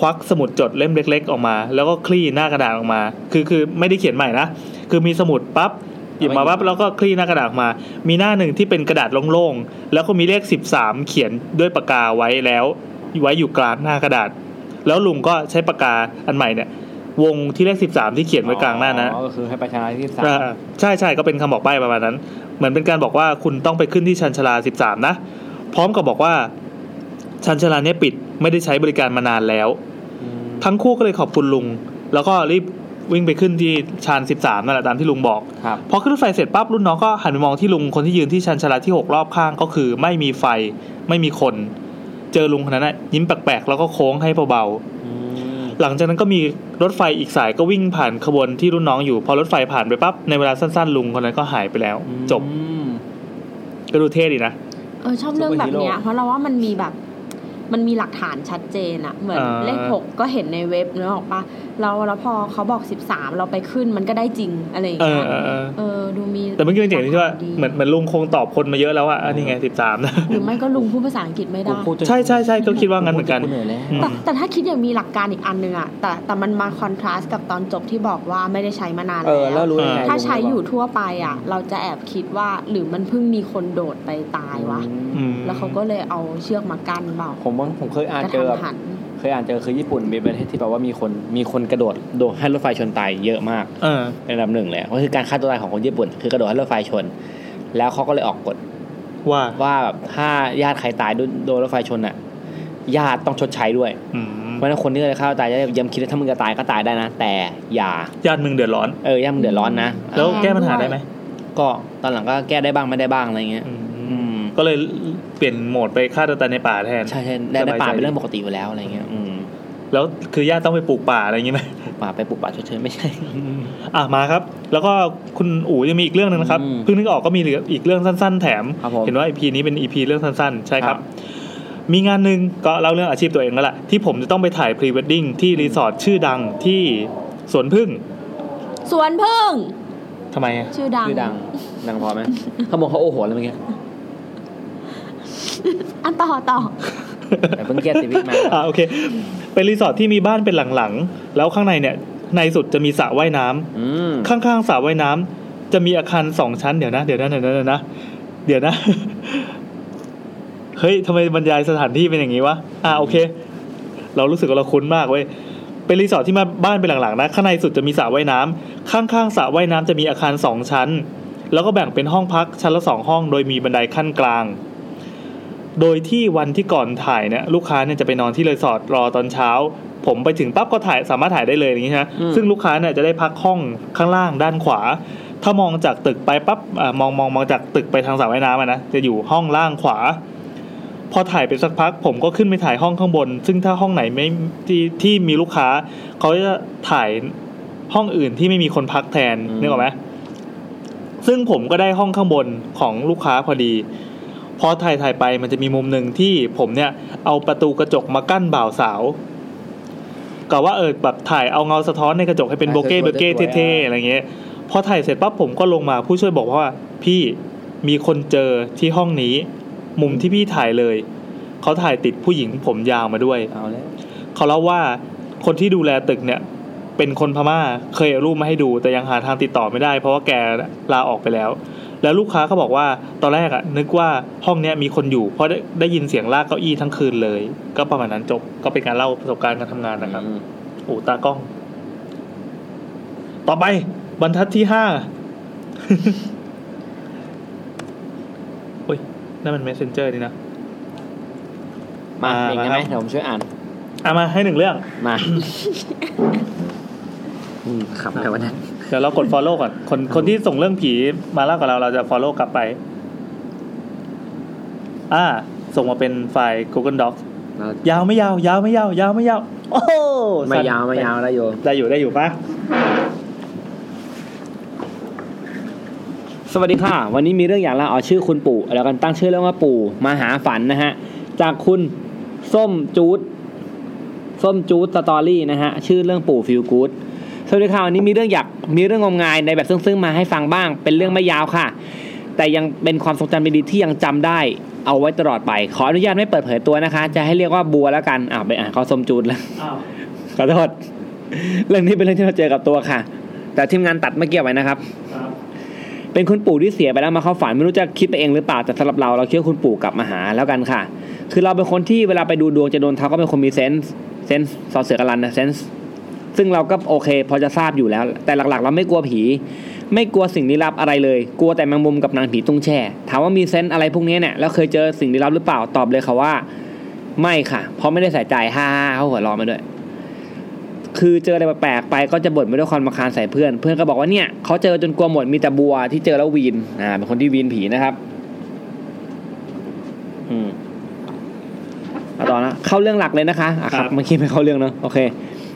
[SPEAKER 1] ควักสมุดจดเล่มเล็ก ๆ ออกมา แล้วก็คลี่หน้ากระดาษออกมา คือคือไม่ได้เขียนใหม่นะคือมีสมุดปั๊บหยิบมาปั๊บแล้วก็คลี่หน้ากระดาษออกมา มีหน้าหนึ่งที่เป็นกระดาษโล่งๆแล้วก็มีเลข 13 เขียนด้วยปากกาไว้แล้ว ไว้อยู่กลางหน้ากระดาษ แล้วลุงก็ใช้ปากกาอันใหม่เนี่ยวงที่เลข 13 ที่เขียนไว้กลางหน้านะ
[SPEAKER 2] อ๋อก็คือให้ไปชนะที่สาม
[SPEAKER 1] อ่าใช่ใช่ก็เป็นคำบอกใบ้ประมาณนั้น เหมือนเป็นการบอกว่าคุณต้องไปขึ้นที่ชันชาลา 13 นะ พร้อมกับบอกว่า ชันชาลาเนี่ยปิดไม่ได้ใช้บริการมานานแล้ว ทั้งคู่ก็เลยขอบคุณลุง แล้วก็รีบวิ่งไปขึ้นที่ชาน 13นั่นแหละตามที่ลุงบอก
[SPEAKER 2] ครับ
[SPEAKER 1] พอขึ้นรถไฟเสร็จปั๊บรุ่นน้องก็หันไปมองที่ลุงคนที่ยืนที่ชันชาลาที่ 6 รอบข้างก็คือ ไม่มีไฟไม่มีคน เจอลุงคนนั้นนะยิ้มแปลกๆแล้วก็โค้งให้เบาๆ
[SPEAKER 2] อืม
[SPEAKER 1] หลังจากนั้นก็มีรถไฟอีกสายก็วิ่งผ่านขบวนที่รุ่นน้องอยู่ พอรถไฟผ่านไปปั๊บ ในเวลาสั้นๆ ลุงคนนั้นก็หายไปแล้ว จบ
[SPEAKER 2] อืม
[SPEAKER 1] ก็ดูเท่ดีนะ
[SPEAKER 3] เออชอบเรื่องแบบเนี้ย
[SPEAKER 2] Superhero
[SPEAKER 3] เพราะเราว่ามันมีแบบ มันมีหลักฐานชัดเจนอะเหมือน
[SPEAKER 1] อ่า
[SPEAKER 3] เลขหกก็เห็นในเว็บเนอะออกปะเราแล้วพอเขาบอกสิบสามเราไปขึ้นมันก็ได้จริงอะไรอย่าง
[SPEAKER 1] เอ
[SPEAKER 3] เงี้
[SPEAKER 1] อย เออเออ
[SPEAKER 3] เออดูมี
[SPEAKER 1] แต่เมื่อกี้มันเจ๋งที่ว่าเหมือนเหมือนลุงคงตอบคนมาเยอะแล้วว่าอันนี้ไงสิบสามนะ
[SPEAKER 3] หรือไม่ก็ลุงพูดภาษาอังกฤษไม่ได้
[SPEAKER 2] พูดจน
[SPEAKER 1] ใช่ใช่ใช่ก็คิดว่างั้นเหมือนกัน
[SPEAKER 2] พูดจเหนื่อยแล้ว
[SPEAKER 1] อืม
[SPEAKER 3] แต่แต่ถ้าคิดอย่างมีหลักการอีกอันหนึ่งอะแต่แต่มันมาคอนทราสต์กับตอนจบที่บอกว่าไม่ได้ใช้มานาน
[SPEAKER 2] เออแล้วรู้ยังไง
[SPEAKER 3] ถ้าใช้อยู่ทั่วไปอะเราจะแอบคิดว่าหรือมันเพิ่งมีคนโดดไปตายวะ
[SPEAKER 1] อืม
[SPEAKER 3] แล้วเขาก็เลยเอาเชือกมากั้นเปล่า
[SPEAKER 2] ผมว่าผมเคยอ่าน
[SPEAKER 3] กระ
[SPEAKER 2] เจอแบบ
[SPEAKER 3] ทำหัน
[SPEAKER 2] เคยอ่านเจอคือญี่ปุ่นเป็นประเทศที่แบบว่ามีคนมีคนกระโดดโดดให้รถไฟชนตายเยอะมาก
[SPEAKER 1] เออ
[SPEAKER 2] เป็นอันดับหนึ่งเลยก็คือการฆ่าตัวตายของคนญี่ปุ่น คือกระโดดให้รถไฟชน แล้วเขาก็เลยออกกฎ
[SPEAKER 1] ว่า
[SPEAKER 2] ว่าแบบถ้าญาติใครตายโดนโดนรถไฟชนอ่ะญาติต้องชดใช้ด้วย
[SPEAKER 1] อืม
[SPEAKER 2] เพราะฉะนั้นคนที่เคยฆ่าตัวตายจะย้ำคิดว่าถ้ามึงจะตายก็ตายได้นะ แต่อย่า
[SPEAKER 1] ญาติมึงเดือดร้อน
[SPEAKER 2] เออย่ามึงเดือดร้อนนะ
[SPEAKER 1] แล้ว
[SPEAKER 3] อ่า
[SPEAKER 1] แก้ปัญหาได้ไหม
[SPEAKER 2] ก็ตอนหลังก็แก้ได้บ้างไม่ได้บ้างอะไรเงี้ย
[SPEAKER 1] อืม
[SPEAKER 2] อืม
[SPEAKER 1] ก็เลยเปลี่ยนโหมดไปฆ่าตัวตายในป่าแทน
[SPEAKER 2] ใช่ใช่ได้ได้ป่า
[SPEAKER 1] สบายใจ
[SPEAKER 2] เป็นเรื่องปกติอยู่แล้วอะไรเงี้ยอืม
[SPEAKER 1] แล้วคือญาติต้องไปปลูกป่าอะไรอย่างงี้ไหม
[SPEAKER 2] ปลูกป่าไปปลูกป่าเฉยๆไม่ใช่
[SPEAKER 1] อ่ะมาครับ แล้วก็คุณอู๋ยังมีอีกเรื่องหนึงนะครับ
[SPEAKER 2] อืม
[SPEAKER 1] เพิ่งนึกออกก็มีเหลืออีกเรื่องสั้น ๆ แถม
[SPEAKER 2] ครับผม
[SPEAKER 1] เห็นว่า EP นี้เป็น EP เรื่องสั้นๆ ใช่ครั
[SPEAKER 2] ครับ บ
[SPEAKER 1] มีงานหนึ่งก็เล่าเรื่องอาชีพตัวเองแล้วล่ะ ที่ผมจะต้องไปถ่ายพรีเวดดิ้งที่รีสอร์ทชื่อดังที่สวนพึ่ง
[SPEAKER 3] สวนพึ่ง
[SPEAKER 1] ทำไมอะ
[SPEAKER 3] ชื่อดัง
[SPEAKER 2] ชื่อดัง ดังพอไหมเขาบอกเขาโอ้โหอะไรเมื่อกี้
[SPEAKER 3] อันต่อต่อ
[SPEAKER 2] แต่เพิ่งแก้ติวิกมา
[SPEAKER 1] อ่าโอเค เป็นรีสอร์ทที่มีบ้านเป็นหลังๆ แล้วข้างในเนี่ย ในสุดจะมีสระว่ายน้ำ
[SPEAKER 2] อืม
[SPEAKER 1] ข้างๆสระว่ายน้ำจะมีอาคารสองชั้นเดี๋ยวนะเดี๋ยวนะเดี๋ยวนะเดี๋ยวนะเดี๋ยวนะ เฮ้ยทำไมบรรยายสถานที่เป็นอย่างนี้วะอ่าโอเค เรารู้สึกว่าเราคุ้นมากเว้ยเป็นรีสอร์ทที่มาบ้านเป็นหลังๆนะข้างในสุดจะมีสระว่ายน้ำข้างๆสระว่ายน้ำจะมีอาคารสองชั้น แล้วก็แบ่งเป็นห้องพักชั้นละสองห้อง โดยมีบันไดขั้นกลาง โดยที่วันที่ก่อนถ่ายเนี่ยลูกค้าเนี่ยจะไปนอนที่รีสอร์ทรอตอนเช้า ผมไปถึงปั๊บก็ถ่ายสามารถถ่ายได้เลยอย่างนี้นะซึ่งลูกค้าเนี่ยจะได้พักห้องข้างล่างด้านขวา ถ้ามองจากตึกไปปั๊บอ่ามองมองมองจากตึกไปทางสระว่ายน้ำอะนะจะอยู่ห้องล่างขวา พอถ่ายไปสักพัก ผมก็ขึ้นไปถ่ายห้องข้างบน ซึ่งถ้าห้องไหนไม่ที่ที่มีลูกค้า เขาจะถ่ายห้องอื่นที่ไม่มีคนพักแทนนึกออกไหมซึ่งผมก็ได้ห้องข้างบนของลูกค้าพอดี พอถ่ายถ่ายไปมันจะมีมุมหนึ่งที่ผมเนี่ยเอาประตูกระจกมากั้นบ่าวสาวกะว่าเออแบบถ่ายเอาเงาสะท้อนในกระจกให้เป็นโบเก้โบเก้เท่ๆอะไรเงี้ยพอถ่ายเสร็จปั๊บผมก็ลงมาผู้ช่วยบอกว่า พี่มีคนเจอที่ห้องนี้ มุมที่พี่ถ่ายเลย เขาถ่ายติดผู้หญิงผมยาวมาด้วย
[SPEAKER 2] เอาแล้ว
[SPEAKER 1] เขาเล่าว่าคนที่ดูแลตึกเนี่ย เป็นคนพม่าเคยเอารูปมาให้ดูแต่ยังหาทางติดต่อไม่ได้ เพราะว่าแกลาออกไปแล้ว แล้วลูกค้าก็บอกว่าตอนแรกอะนึกว่าห้องเนี้ยมีคนอยู่ เพราะได้ได้ยินเสียงลากเก้าอี้ทั้งคืนเลย ก็ประมาณนั้นจบก็เป็นการเล่าประสบการณ์การทำงานนะครับ
[SPEAKER 2] อืม
[SPEAKER 1] โอ้ตากล้อง ต่อไปบรรทัดที่ห้า โอ้ยนั่นมัน messenger นี่นะ
[SPEAKER 2] มา
[SPEAKER 1] มา
[SPEAKER 2] เองได้ไหม
[SPEAKER 1] มาครับ
[SPEAKER 2] เดี๋ยวผมช่วยอ่าน
[SPEAKER 1] เอามาให้หนึ่งเรื่อง
[SPEAKER 2] มาอืม *laughs* ขับแต่วันนั้น
[SPEAKER 1] เดี๋ยวเรากด follow ก่อน คนคนที่ส่งเรื่องผีมาเล่ากับเรา เราจะ follow กลับไป อ่า ส่งมาเป็นไฟล์ Google Docs ยาวไม่ยาว ยาวไม่ยาว ยาวไม่ยาว โอ้โห
[SPEAKER 2] ไม่
[SPEAKER 1] สั้น
[SPEAKER 2] ยาวไม่ยาวแล้วโยม
[SPEAKER 1] ได้อยู่ได้อยู่ปะ
[SPEAKER 2] สวัสดีค่ะ วันนี้มีเรื่องอยากเล่าเอาชื่อคุณปู่แล้วกันตั้งชื่อเรื่องว่าปู่มาหาฝันนะฮะ จากคุณส้มจูดส้มจูดสตอรี่นะฮะ ชื่อเรื่องปู่ฟิลกูดสวัสดีค่ะวันนี้มีเรื่องอยากมีเรื่องงมงายในแบบซึ้งๆมาให้ฟังบ้าง เป็นเรื่องไม่ยาวค่ะ แต่ยังเป็นความทรงจำดีๆที่ยังจำได้ เอาไว้ตลอดไป ขออนุญาตไม่เปิดเผยตัวนะคะ จะให้เรียกว่าบัวแล้วกันอ่าไปอ่านเขาส้มจูดแล้ว ขอโทษ เรื่องนี้เป็นเรื่องที่เราเจอกับตัวค่ะ แต่ทีมงานตัดเมื่อกี้ไว้นะครับ เป็นคุณปู่ที่เสียไปแล้วมาเข้าฝันไม่รู้จะคิดไปเองหรือเปล่าแต่สำหรับเราเราเชื่อคุณปู่กลับมาหาแล้วกันค่ะ คือเราเป็นคนที่เวลาไปดูดวงจะโดนทักก็เป็นคนมีเซนส์เซนส์สอเสือกบลันนะเซนส์ซึ่งเราก็โอเค พอจะทราบอยู่แล้ว แต่หลักๆ เราไม่กลัวผี ไม่กลัวสิ่งลี้ลับอะไรเลย กลัวแต่แมงมุมกับนางผีตุ้งแช่ถามว่ามีเซนส์อะไรพวกนี้เนี่ยแล้วเคยเจอสิ่งลี้ลับหรือเปล่าตอบเลยค่ะว่า ไม่ค่ะเพราะไม่ได้ใส่ใจฮ่าๆเขาหัวเราะมาด้วย คือเจออะไรแปลกๆไปก็จะบ่นไม่ด้วยความรำคาญใส่เพื่อน เพื่อนก็บอกว่าเนี่ยเขาเจอจนกลัวหมดมีแต่บัวที่เจอแล้ววีนอ่าเป็นคนที่วีนผีนะครับ อืมเอาต่อนะเข้าเรื่องหลักเลยนะคะอ่ะครับเมื่อกี้ไม่เข้าเรื่องเนอะโอเค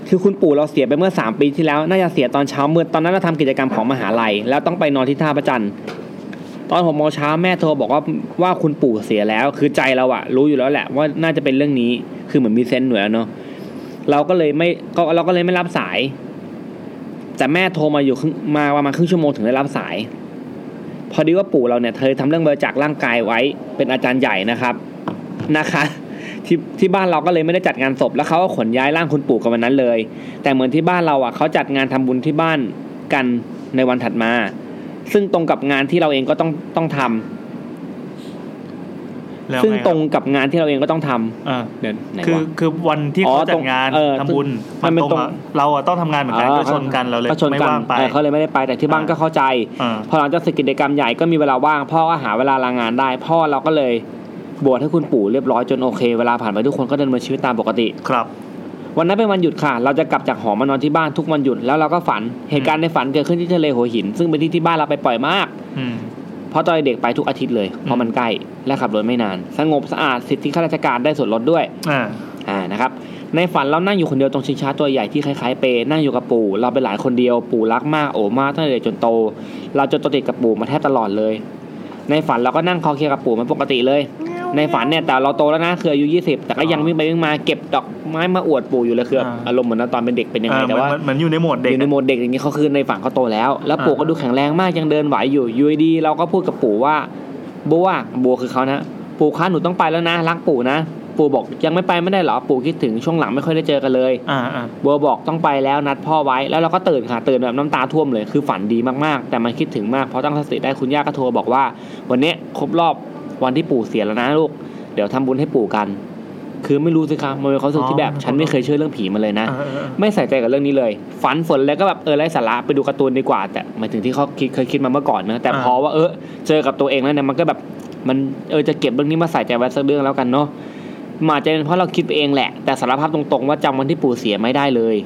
[SPEAKER 2] คือคุณปู่เราเสียไปเมื่อสามปีที่แล้ว น่าจะเสียตอนเช้ามืดตอนนั้นเราทำกิจกรรมของมหาลัย แล้วต้องไปนอนที่ท่าประจันทร์ตอนหกโมงเช้าแม่โทรบอกว่าว่าคุณปู่เสียแล้ว คือใจเราอะรู้อยู่แล้วแหละ ว่าน่าจะเป็นเรื่องนี้คือเหมือนมีเซนส์หน่วยแล้วเนาะ เราก็เลยไม่ก็เราก็เลยไม่รับสาย แต่แม่โทรมาอยู่ครึ่งมาประมาณครึ่งชั่วโมงถึงได้รับสาย พอดีว่าปู่เราเนี่ยเคยทำเรื่องบริจาคร่างกายไว้ เป็นอาจารย์ใหญ่นะครับนะคะ *laughs* ที่ที่บ้านเราก็เลยไม่ได้จัดงานศพแล้วเขาก็ขนย้ายร่างคุณปู่กันวันนั้นเลย แต่เหมือนที่บ้านเราอ่ะเขาจัดงานทำบุญที่บ้านกันในวันถัดมา ซึ่งตรงกับงานที่เราเองก็ต้องต้องทำ
[SPEAKER 1] แล้ว
[SPEAKER 2] ซึ่ง
[SPEAKER 1] ไคบ
[SPEAKER 2] ตรงกับงานที่เราเองก็ต้องทำ
[SPEAKER 1] อ่า
[SPEAKER 2] เดี๋ยวไหน
[SPEAKER 1] คือ
[SPEAKER 2] วะ
[SPEAKER 1] คือวันที่
[SPEAKER 2] อ๋อ
[SPEAKER 1] เขาจั
[SPEAKER 2] ตร
[SPEAKER 1] ด
[SPEAKER 2] ง
[SPEAKER 1] งาน
[SPEAKER 2] เออ
[SPEAKER 1] ทำบุญ
[SPEAKER 2] มั
[SPEAKER 1] มัน น
[SPEAKER 2] เป็น
[SPEAKER 1] ตรง
[SPEAKER 2] ตรง
[SPEAKER 1] อะเราอะต้องทำงานเหมือนกันก็ชนกันเราเลย
[SPEAKER 2] ก็ชน
[SPEAKER 1] ไม่
[SPEAKER 2] กัน
[SPEAKER 1] ว่างไป
[SPEAKER 2] เออเขาเลยไม่ได้ไปแต่ที่บ้าน
[SPEAKER 1] อ่า
[SPEAKER 2] ก็เข้าใจ
[SPEAKER 1] อ่า
[SPEAKER 2] พอหลังจากเสร็จกิจกรรมใหญ่ก็มีเวลาว่าง พ่อก็หาเวลาลางานได้ พ่อเราก็เลยบวชให้คุณปู่เรียบร้อยจนโอเค เวลาผ่านไปทุกคนก็ดำเนินชีวิตตามปกติ
[SPEAKER 1] ครับ
[SPEAKER 2] วันนั้นเป็นวันหยุดค่ะ เราจะกลับจากหอมานอนที่บ้านทุกวันหยุดแล้วเราก็ฝันเหตุการณ์ในฝันเกิดขึ้นที่ทะเลหัวหิน ซึ่งเป็นที่ที่บ้านเราไปปล่อยมาก
[SPEAKER 1] อืม
[SPEAKER 2] เพราะตอนเด็กไปทุกอาทิตย์เลยเพราะมันใกล้และขับรถไม่นาน สงบสะอาดสิทธิข้าราชการได้ส่วนลดด้วย
[SPEAKER 1] อ่า
[SPEAKER 2] อ่านะครับในฝันเรานั่งอยู่คนเดียวตรงชิงช้าตัวใหญ่ที่คล้ายๆเปนั่งอยู่กับปู่ เราเป็นหลานคนเดียวปู่รักมากโอบมากตั้งแต่เด็กจนโต เราจนโตติดกับปู่มาแทบตลอดเลย ในฝันเราก็นั่งคอเคลียร์กับปู่เหมันปกติเลย ในฝันเนี่ยแต่เราโตแล้วนะคืออายุยี่สิบแต่ก็ยังวิ่งไปวิ่งมาเก็บดอกไม้มาอวดปู่อยู่เลยคือแบบ
[SPEAKER 1] อ่า
[SPEAKER 2] อารมณ์เหมือนตอนเป็นเด็กเป็นยังไงแต่ว่า
[SPEAKER 1] อ่าเหมือนเหมือนอยู่ในโหมดเด็
[SPEAKER 2] อก ยู่ในโหมดเด็กอย่างนี้เขาคือในฝั่งเขาโตแล้ว แล้วปู่
[SPEAKER 1] อ่า
[SPEAKER 2] ก็ดูแข็งแรงมากยังเดินไหวอยู่อยูดีๆเราก็พูดกับปู่ว่าบัวบัวคือเขานะปู่คะหนูต้องไปแล้วนะรักปู่นะ ปู่บอกยังไม่ไปไม่ได้เหรอปู่คิดถึงช่วงหลังไม่ค่อยได้เจอกันเลย
[SPEAKER 1] อ่าอ่า
[SPEAKER 2] บัวบอกต้องไปแล้วนัดพ่อไว้แล้วเราก็ตื่นค่ะตื่นแบบน้ำตาท่วมเลยคือฝันดีมากๆ แต่มันคิดถึงมากเพราะตั้งสติได้คุณย่าก็โทรบอกว่า วันเนี้ยครบรอบวันที่ปู่เสียแล้วนะลูกเดี๋ยวทำบุญให้ปู่กัน คือไม่รู้สิคะมันเป็นความรู้สึกที่แบบฉันไม่เคยเชื่อเรื่องผีมาเลยนะ
[SPEAKER 1] อ่าอ่า
[SPEAKER 2] ไม่ใส่ใจกับเรื่องนี้เลย ฝันฝนแล้วก็แบบเออไร้สาระไปดูการ์ตูนดีกว่า แต่หมายถึงที่เขาคิดเคยคิดมาเมื่อก่อนนะแต่
[SPEAKER 1] อ่า
[SPEAKER 2] พอว่าเออเจอกับตัวเองแล้วเนี่ยมันก็แบบมันเออจะเก็บเรื่องนี้มาใส่ใจไว้สักเรื่องแล้วกันเนาะมนอาจจะเป็นเพราะเราคิดไปเองแหละ แต่สารภาพตรงๆว่าจำวันที่ปู่เสียไม่ได้เลย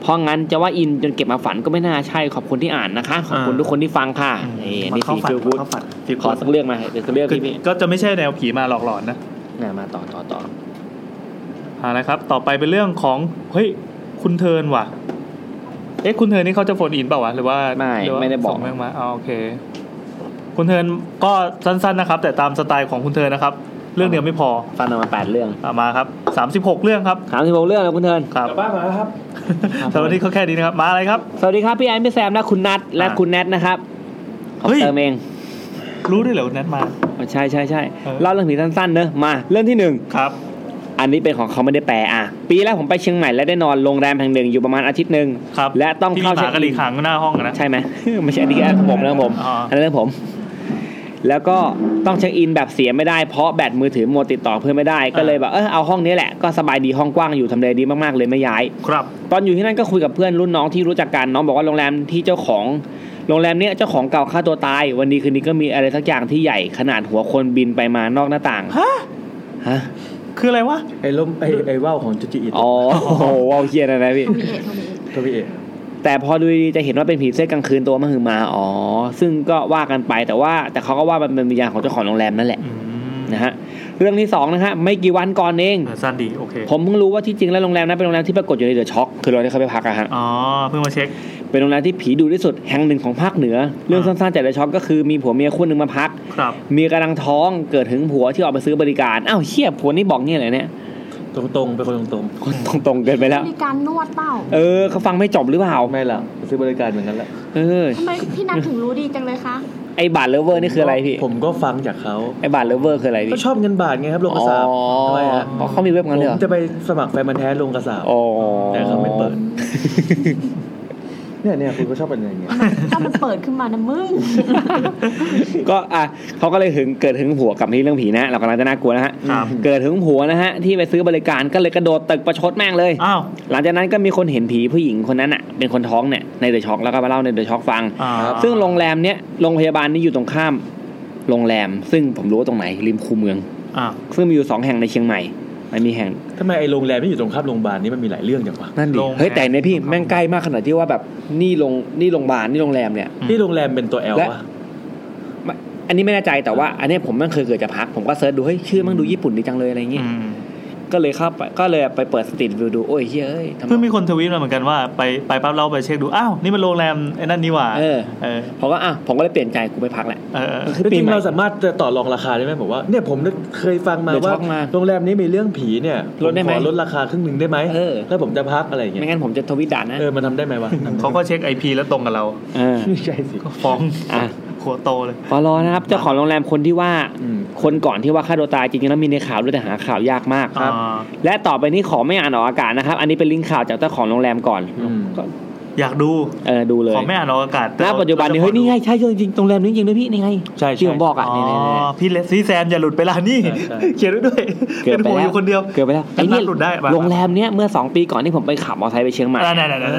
[SPEAKER 2] เพราะงั้นจะว่าอินจนเก็บมาฝันก็ไม่น่าใช่ขอบคุณที่อ่านนะคะ ขอบคุณทุกคนที่ฟังค่ะนี่อันนี่
[SPEAKER 1] เข้า
[SPEAKER 2] ฟี
[SPEAKER 1] ฝัน
[SPEAKER 2] ฟิลกูด
[SPEAKER 1] เข้าฝัน
[SPEAKER 2] ขอสักเรื่องมาเดี๋ยวสักเรื่อง
[SPEAKER 1] คือ
[SPEAKER 2] พี่พี่
[SPEAKER 1] ก็จะไม่ใช่แนวผีมาหลอกหลอนนะ
[SPEAKER 2] น่ะมาต่อต่อต่อ
[SPEAKER 1] เอาละครับ ต่อไปเป็นเรื่องของ เฮ้ย คุณเทิร์นว่ะ เอ๊ะ คุณเทิร์นนี่เขาจะโฟนอินเปล่าวะ หรือว่า
[SPEAKER 2] ไม่
[SPEAKER 1] หรืว่า
[SPEAKER 2] ไม่ได้บอก
[SPEAKER 1] ส่งแม่งมาอ๋อโอเค คุณเทิร์นก็สั้น ๆนะครับ แต่ตามสไตล์ของคุณเทิร์นนะครับ เรื่องเดียวไม่พอ
[SPEAKER 2] ฟังเอามาแปดเรื่อง
[SPEAKER 1] เอามาครับสามสิบหกเรื่องครับ
[SPEAKER 2] ถามสิบหกเรื่องแล้วคุณเทิน
[SPEAKER 1] ครับ
[SPEAKER 9] บ้านมาแล้วครับ
[SPEAKER 1] สำหรับวันนี้เขาแค่นี้นะครับ มาอะไรครับ
[SPEAKER 2] สวัสดีครับพี่ไอ้พี่แซมและคุณนัทและ
[SPEAKER 1] อ่ะ
[SPEAKER 2] คุณแนทนะครับขอ
[SPEAKER 1] เฮ้ย
[SPEAKER 2] เติมเอง
[SPEAKER 1] รู้ด้วยเหรอว่านัดมา
[SPEAKER 2] อ๋อใช่ใช่ใช่
[SPEAKER 1] เออ
[SPEAKER 2] เล่าเรื่องผีสั้นๆเนอะมาเรื่องที่หนึ่ง
[SPEAKER 1] ครับ
[SPEAKER 2] อันนี้เป็นของเขาไม่ได้แปลอ่ะ ปีแรกผมไปเชียงใหม่และได้นอนโรงแรมแห่งหนึ่งอยู่ประมาณอาทิตย์หนึ่ง
[SPEAKER 1] ครับ
[SPEAKER 2] และต้อง
[SPEAKER 1] ที่
[SPEAKER 2] เข้า
[SPEAKER 1] มีหมา
[SPEAKER 2] เช็ค
[SPEAKER 1] กระ
[SPEAKER 2] อิ
[SPEAKER 1] ดิกหางหน้าห้องอะนะ
[SPEAKER 2] ใช่ไหม *laughs* ไม่ใช่อันนี้ก็ของผมเรื่องผม
[SPEAKER 1] อ๋ออั
[SPEAKER 2] อันนั้นเรื่องผม แล้วก็ต้องเช็คอินแบบเสียไม่ได้เพราะแบตมือถือหมดติดต่อเพื่อนไม่ได้ก็เลยแบบเออเอาห้องนี้แหละก็สบายดีห้องกว้างอยู่ทำเลดีมากๆเลยไม่ย้าย
[SPEAKER 1] ครับ
[SPEAKER 2] ตอนอยู่ที่นั่นก็คุยกับเพื่อนรุ่นน้องที่รู้จักกันน้องบอกว่าโรงแรมที่เจ้าของโรงแรมเนี้ยเจ้าของเก่าฆ่าตัวตาย วันนี้คืนนี้ก็มีอะไรสักอย่างที่ใหญ่ขนาดหัวคนบินไปมานอกหน้าต่าง
[SPEAKER 1] ฮะ
[SPEAKER 2] ฮะ
[SPEAKER 1] คืออะไรวะ
[SPEAKER 4] ไอ้ล่มไอ้ไอ้ว่าวของจุจิอิต
[SPEAKER 2] อ๋อโอ้โหว้าวเฮียนะนะ
[SPEAKER 1] *laughs*
[SPEAKER 2] พี่
[SPEAKER 3] โทมิเอะโทมิเอะ
[SPEAKER 4] ทวีเอก
[SPEAKER 2] แต่พอดูดีๆจะเห็นว่าเป็นผีเสื้อกลางคืนตัวมหึมาอ๋อซึ่งก็ว่ากันไปแต่ว่าแต่เขาก็ว่ามันเป็นวิญญาณของเจ้าของโรงแรมนั่นแหละ
[SPEAKER 1] อืม
[SPEAKER 2] นะฮะเรื่องที่สองนะฮะไม่กี่วันก่อนเอง
[SPEAKER 1] เออสั้นดี โอเค
[SPEAKER 2] ผมเพิ่งรู้ว่าที่จริงแล้วโรงแรมนั้นเป็นโรงแรมที่ปรากฏอยู่ในเดอะช็อคคือเราได้เข้าไปพักอะฮะ
[SPEAKER 1] อ๋อ เพิ่งมาเช็ค
[SPEAKER 2] เป็นโรงแรมที่ผีดุที่สุดแห่งหนึ่งของภาคเหนือ เรื่อง
[SPEAKER 1] อ่า
[SPEAKER 2] สั้นๆแต่ละช็อตก็คือมีผัวเมียคู่หนึ่งมาพัก
[SPEAKER 1] ครับ
[SPEAKER 2] เมียกำลังท้องเกิดถึงผัวที่ออกไปซื้อบริการ อ้าวเฮียผัวนี่บอกเงี้ยเลยเนี่ย
[SPEAKER 4] ตรงๆเป็นคนตรง
[SPEAKER 2] คนตรงๆเกินไปแล้ว
[SPEAKER 3] บริการนวดเปล่า
[SPEAKER 2] เออเขาฟังไม่จบหรือเปล่า
[SPEAKER 9] ไม่ล่ะซื้อบริการเหมือนกันแหละ
[SPEAKER 2] เออ
[SPEAKER 3] ทำไมพี่นัทถึงรู้ดีจังเลยคะ
[SPEAKER 2] ไอ้บาทเลฟเวอร์
[SPEAKER 4] ๆ
[SPEAKER 2] นี่คืออะไรพี่
[SPEAKER 4] ผมก็ฟังจากเขา
[SPEAKER 2] ไอ้บาทเลฟเวอร์คืออะไร
[SPEAKER 4] ก็
[SPEAKER 2] พี่
[SPEAKER 4] ชอบเงินบาทไงครับลง
[SPEAKER 2] อ๋
[SPEAKER 4] กระ
[SPEAKER 2] อ
[SPEAKER 4] สาบทำไมฮะ
[SPEAKER 2] เพราะเขามีเว็บงั้นเลยเห
[SPEAKER 4] ผ
[SPEAKER 2] รอ
[SPEAKER 4] มจะไปสมัครแฟนมันธุ์แท้ลงกระสาบ
[SPEAKER 2] อ๋อ
[SPEAKER 4] แต่เขาไม่เปิด
[SPEAKER 10] เนี่ยเนี่ยคุณก็ชอบเป็นอย่างเงี้ย
[SPEAKER 3] ถ้ามันเปิดขึ้นมานะมึง
[SPEAKER 2] ก็อ่ะเขาก็เลยหึงเกิดหึงผัวกลับมาที่เรื่องผีนะเรากำลังจะน่ากลัวนะฮะ
[SPEAKER 1] ครับ
[SPEAKER 2] เกิดหึงผัวนะฮะที่ไปซื้อบริการก็เลยกระโดดตึกประชดแม่งเลย
[SPEAKER 1] อ้าว
[SPEAKER 2] หลังจากนั้นก็มีคนเห็นผีผู้หญิงคนนั้นอ่ะเป็นคนท้องเนี่ยในเดอะช็อกแล้วก็มาเล่าในเดอะช็อกฟัง
[SPEAKER 1] อ่า
[SPEAKER 2] ซึ่งโรงแรมเนี้ยโรงพยาบาลนี้อยู่ตรงข้ามโรงแรม ซึ่งผมรู้ว่าตรงไหนริมคูเมือง
[SPEAKER 1] อ่า
[SPEAKER 2] ซึ่งมีอยู่สองแห่งในเชียงใหม่มันมีแห่ง
[SPEAKER 4] ทำไมไอ้โรงแรมที่อยู่ตรงข้ามโรงพยาบาลนี่มันมีหลายเรื่องจังวะ
[SPEAKER 2] นั่นดิ
[SPEAKER 1] โรงแรม
[SPEAKER 2] เฮ้ยแต่เนี่ยพี่แม่งใกล้มากขนาดที่ว่าแบบนี่โรงนี่โรงพยาบาลนี่โรงแรมเนี่ย
[SPEAKER 1] อืม
[SPEAKER 4] ที่โรงแรมเป็นตัวแอล
[SPEAKER 2] และ
[SPEAKER 4] วะ
[SPEAKER 2] ไม่อันนี้ไม่แน่ใจแต่ว่า อันเนี้ยผมแม่งเคยเกิดจะพักผมก็เซิร์ชดูเฮ้ยชื่อแม่งดูญี่ปุ่นดีจังเลยอะไรเงี้ย
[SPEAKER 1] อืม
[SPEAKER 2] ก็เลยเข้าไปก็เลยไปเปิดสตรีทวิวดูโอ้ยเฮ้ยเอ้ยทำไม
[SPEAKER 1] เพิ่งมีคนทวีตมาเหมือนกันว่าไปไปปั๊บเราไปเช็คดู อ้าว นี่มันโรงแรมไอ้นั่นนี่หว่า
[SPEAKER 2] เออ
[SPEAKER 1] เออ
[SPEAKER 2] ผมก็อ่ะผมก็เลยเปลี่ยนใจกูไม่พักแหละ
[SPEAKER 1] เออเออ
[SPEAKER 2] คือ
[SPEAKER 4] จ
[SPEAKER 2] ปี
[SPEAKER 4] ริ
[SPEAKER 2] ให
[SPEAKER 4] ง
[SPEAKER 2] ม่
[SPEAKER 4] ๆเราสามารถจะต่อรองราคาได้ไหมบอกว่าเนี่ยผมเคยฟังมา
[SPEAKER 2] เดี๋ยว
[SPEAKER 4] ว่า
[SPEAKER 2] ช็อกมา
[SPEAKER 4] โรงแรมนี้มีเรื่องผีเนี่ย
[SPEAKER 2] ลดได้ไหม
[SPEAKER 4] ผขอลดราคาครึ่งหนึ่งได้ไหม
[SPEAKER 2] เออ
[SPEAKER 4] แล้วผมจะพักอะไรอย่างเงี้
[SPEAKER 2] ไม่
[SPEAKER 4] ย
[SPEAKER 2] งั้นผมจะทวิตด่านะ
[SPEAKER 4] เออมันทำได้ไหมวะ
[SPEAKER 1] เขาก็เช็คไอพีแล้วตรงกับเรา
[SPEAKER 2] เออ
[SPEAKER 4] ไม่ใช่สิ
[SPEAKER 1] ก็ฟ้อง
[SPEAKER 2] อ่ะ
[SPEAKER 1] หัวโตเลย
[SPEAKER 2] ขอรอนะครับเจ้าของโรงแรมคนที่ว่า
[SPEAKER 4] อืม
[SPEAKER 2] คนก่อนที่ว่าฆ่าตัวตายจริงๆแล้วมีในข่าวด้วยแต่หาข่าวยากมาก
[SPEAKER 1] อ่า
[SPEAKER 2] และต่อไปนี้ขอไม่อ่านออกอากาศนะครับ อันนี้เป็นลิงก์ข่าวจากเจ้าของโรงแรมก่อน
[SPEAKER 4] อืม
[SPEAKER 2] ก็
[SPEAKER 1] อยากดู
[SPEAKER 2] เออดูเลย
[SPEAKER 1] ขอไม่อ่านออกอากาศ
[SPEAKER 2] ณปัจจุบันนี้เฮ้ยนี่ไงใช่จริงๆโรงแรมนี้จริงด้วยพี่นี่ไง
[SPEAKER 4] ใช่ใช่
[SPEAKER 2] ที่ผมบอก
[SPEAKER 1] อ๋
[SPEAKER 2] อ่ะนี่
[SPEAKER 1] อ
[SPEAKER 2] ๆ
[SPEAKER 1] พี่เลสซี่แซมอย่าหลุดไปล่ะนี่
[SPEAKER 4] ใช่ใช่
[SPEAKER 1] เขียนไว้ด้วย
[SPEAKER 2] ๆ
[SPEAKER 1] เป็นห่วงอยู่คนเดียว
[SPEAKER 2] เกิดไปแล้ว
[SPEAKER 1] อันนั้นหลุดได้ปะ
[SPEAKER 2] โรงแรมเนี้ยเมื่อสองปีก่อนที่ผมไปขับมอเตอร์ไซค์ไปเชียงใหม่
[SPEAKER 1] นั่นนั่นนั่น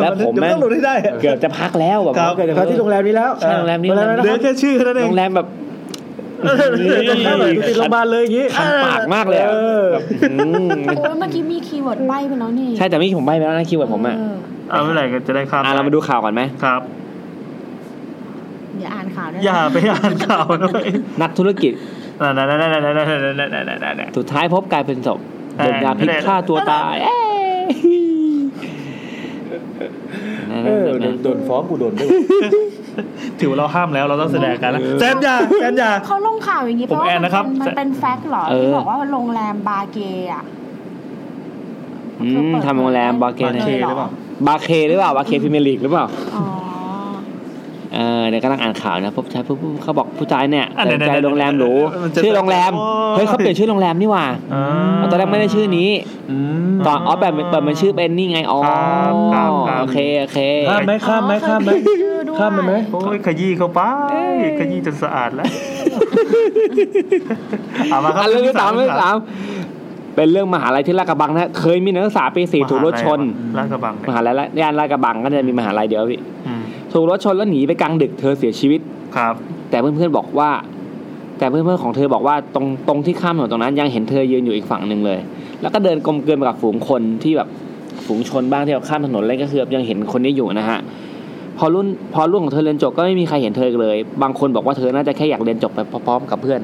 [SPEAKER 2] แล้วผม
[SPEAKER 1] แม่งต้
[SPEAKER 2] แม่ง
[SPEAKER 1] องหลุดให้ได้
[SPEAKER 2] เกือบจะพักแล้วแบบ
[SPEAKER 1] ครับ
[SPEAKER 2] เกือบจะ
[SPEAKER 10] เขา
[SPEAKER 2] พัก
[SPEAKER 10] ที่โรงแรมนี้แล้ว
[SPEAKER 2] ใช่โรงแรมนี้
[SPEAKER 10] โรงแรมนั้น
[SPEAKER 1] เหลือแค่ชื่อแค่นั้นเอ
[SPEAKER 2] โรง งแรมแบบ
[SPEAKER 4] ตรงข้ามเลยติดโรงพยาบาลเลยอย่างงี้
[SPEAKER 2] คันปากมากเลยอะแบบอื้อหือ
[SPEAKER 3] โอ้ยเมื่อกี้มีคีย์เวิร์ดใบ้ไปแล้วนี่
[SPEAKER 2] ใช่แต่ไม่ผมใบไปแล้วนะคิวแบบผมอ่ะ
[SPEAKER 3] เ
[SPEAKER 1] เอาเมื่อไหร่ก็จะได้ข้าม
[SPEAKER 2] อ่ะเรามาดูข่าวก่อนไหม
[SPEAKER 1] ครับ
[SPEAKER 3] เดี๋ยวอ่านข่าวได้
[SPEAKER 1] อย่าไปอ่านข่าวด้วย
[SPEAKER 2] นักธุรกิจ
[SPEAKER 1] นั่นนั่นนั่นนั่นนั่นนั่นนั่นนั่นนั่น
[SPEAKER 2] สุดท้ายพบกลายเป็นศพโดนยาพิษฆ่าตัวตายเอ้ย
[SPEAKER 4] เออโดนโดนฟ้องกูโดนด้วย
[SPEAKER 1] ถือว่าเราห้ามแล้วเราต้องแสดงกันแล้วแซนยาแซนยา
[SPEAKER 3] เขาลงข่าวอย่างนี้เพ
[SPEAKER 1] ผม
[SPEAKER 3] ราะว่า
[SPEAKER 1] แอนนะครับ
[SPEAKER 3] มันเป็นมันเป็นแฟกต์เหรอ
[SPEAKER 2] เออ
[SPEAKER 3] ที่บอกว่าโรงแรมบาร์เกย์อะ
[SPEAKER 2] อืมทำโรงแรมบาร์เก
[SPEAKER 1] บา
[SPEAKER 2] ย์
[SPEAKER 1] เค
[SPEAKER 2] เนี่ย
[SPEAKER 1] หรือเปล่า
[SPEAKER 2] บาร์เคหรือเปล่าบาร์เคพิมยร์ลีกหรือเปล่า
[SPEAKER 3] อ๋อ
[SPEAKER 2] เออเดี๋ยวกำลังอ่านข่าวนะพบชายปุ๊บปุ๊บเขาบอกผู้ชายเนี่ย
[SPEAKER 1] อ่ะ
[SPEAKER 2] สนใจ
[SPEAKER 1] เดี๋ยวๆๆ
[SPEAKER 2] โรงแรมหรู
[SPEAKER 1] มันจะ
[SPEAKER 2] ชื่อโรงแรม
[SPEAKER 1] โอ้ย
[SPEAKER 2] เฮ้ยเขาเปลี่ยนชื่อโรงแรมนี่หว่า
[SPEAKER 1] อ่า
[SPEAKER 2] ตอนแรกไม่ได้ชื่อนี้
[SPEAKER 4] อืม
[SPEAKER 2] ตอนอ๋อแบบเปิดมันชื่อเป็นนี่ไงอ๋อ
[SPEAKER 1] ครับครับครับ
[SPEAKER 2] โอเคโอเค
[SPEAKER 4] ข้ามไหมข้ามไหมข้ามไหม
[SPEAKER 3] เคยชื่อด้วย
[SPEAKER 4] ข้ามไปไหม
[SPEAKER 1] โอ้ยขยี้เข้าไปขยี้จนสะอาดแล้วเอามาครับ
[SPEAKER 2] อันเรื่องที่สามเรื่องที่สามเป็นเรื่องมหาลัยที่ลาดกระบังนะเคยมีนักศึกษาปีสี่ถูกรถชน
[SPEAKER 1] ลาดกระบัง
[SPEAKER 2] ม
[SPEAKER 1] เนี่ย
[SPEAKER 2] หาลัยละย่านลาดกระบังก็จะมีมหาลัยเดียวพี่
[SPEAKER 1] อืม
[SPEAKER 2] ถูกรถชนแล้วหนีไปกลางดึกเธอเสียชีวิต
[SPEAKER 1] ครับ
[SPEAKER 2] แต่เพื่อนๆบอกว่า แต่เพื่อนๆของเธอบอกว่าตรงตรงที่ข้ามถนนตรงนั้นยังเห็นเธอยืนอยู่อีกฝั่งหนึ่งเลย แล้วก็เดินกลมเกลืนไปกับฝูงคนที่แบบฝูงชนบ้างที่แบบข้ามถนนอะไรก็คือแบบยังเห็นคนนี้อยู่นะฮะพอรุ่นพอรุ่นของเธอเรียนจบก็ไม่มีใครเห็นเธออีกเลย บางคนบอกว่าเธอน่าจะแค่อยากเรียนจบไปพร้อมๆกับเพื่อน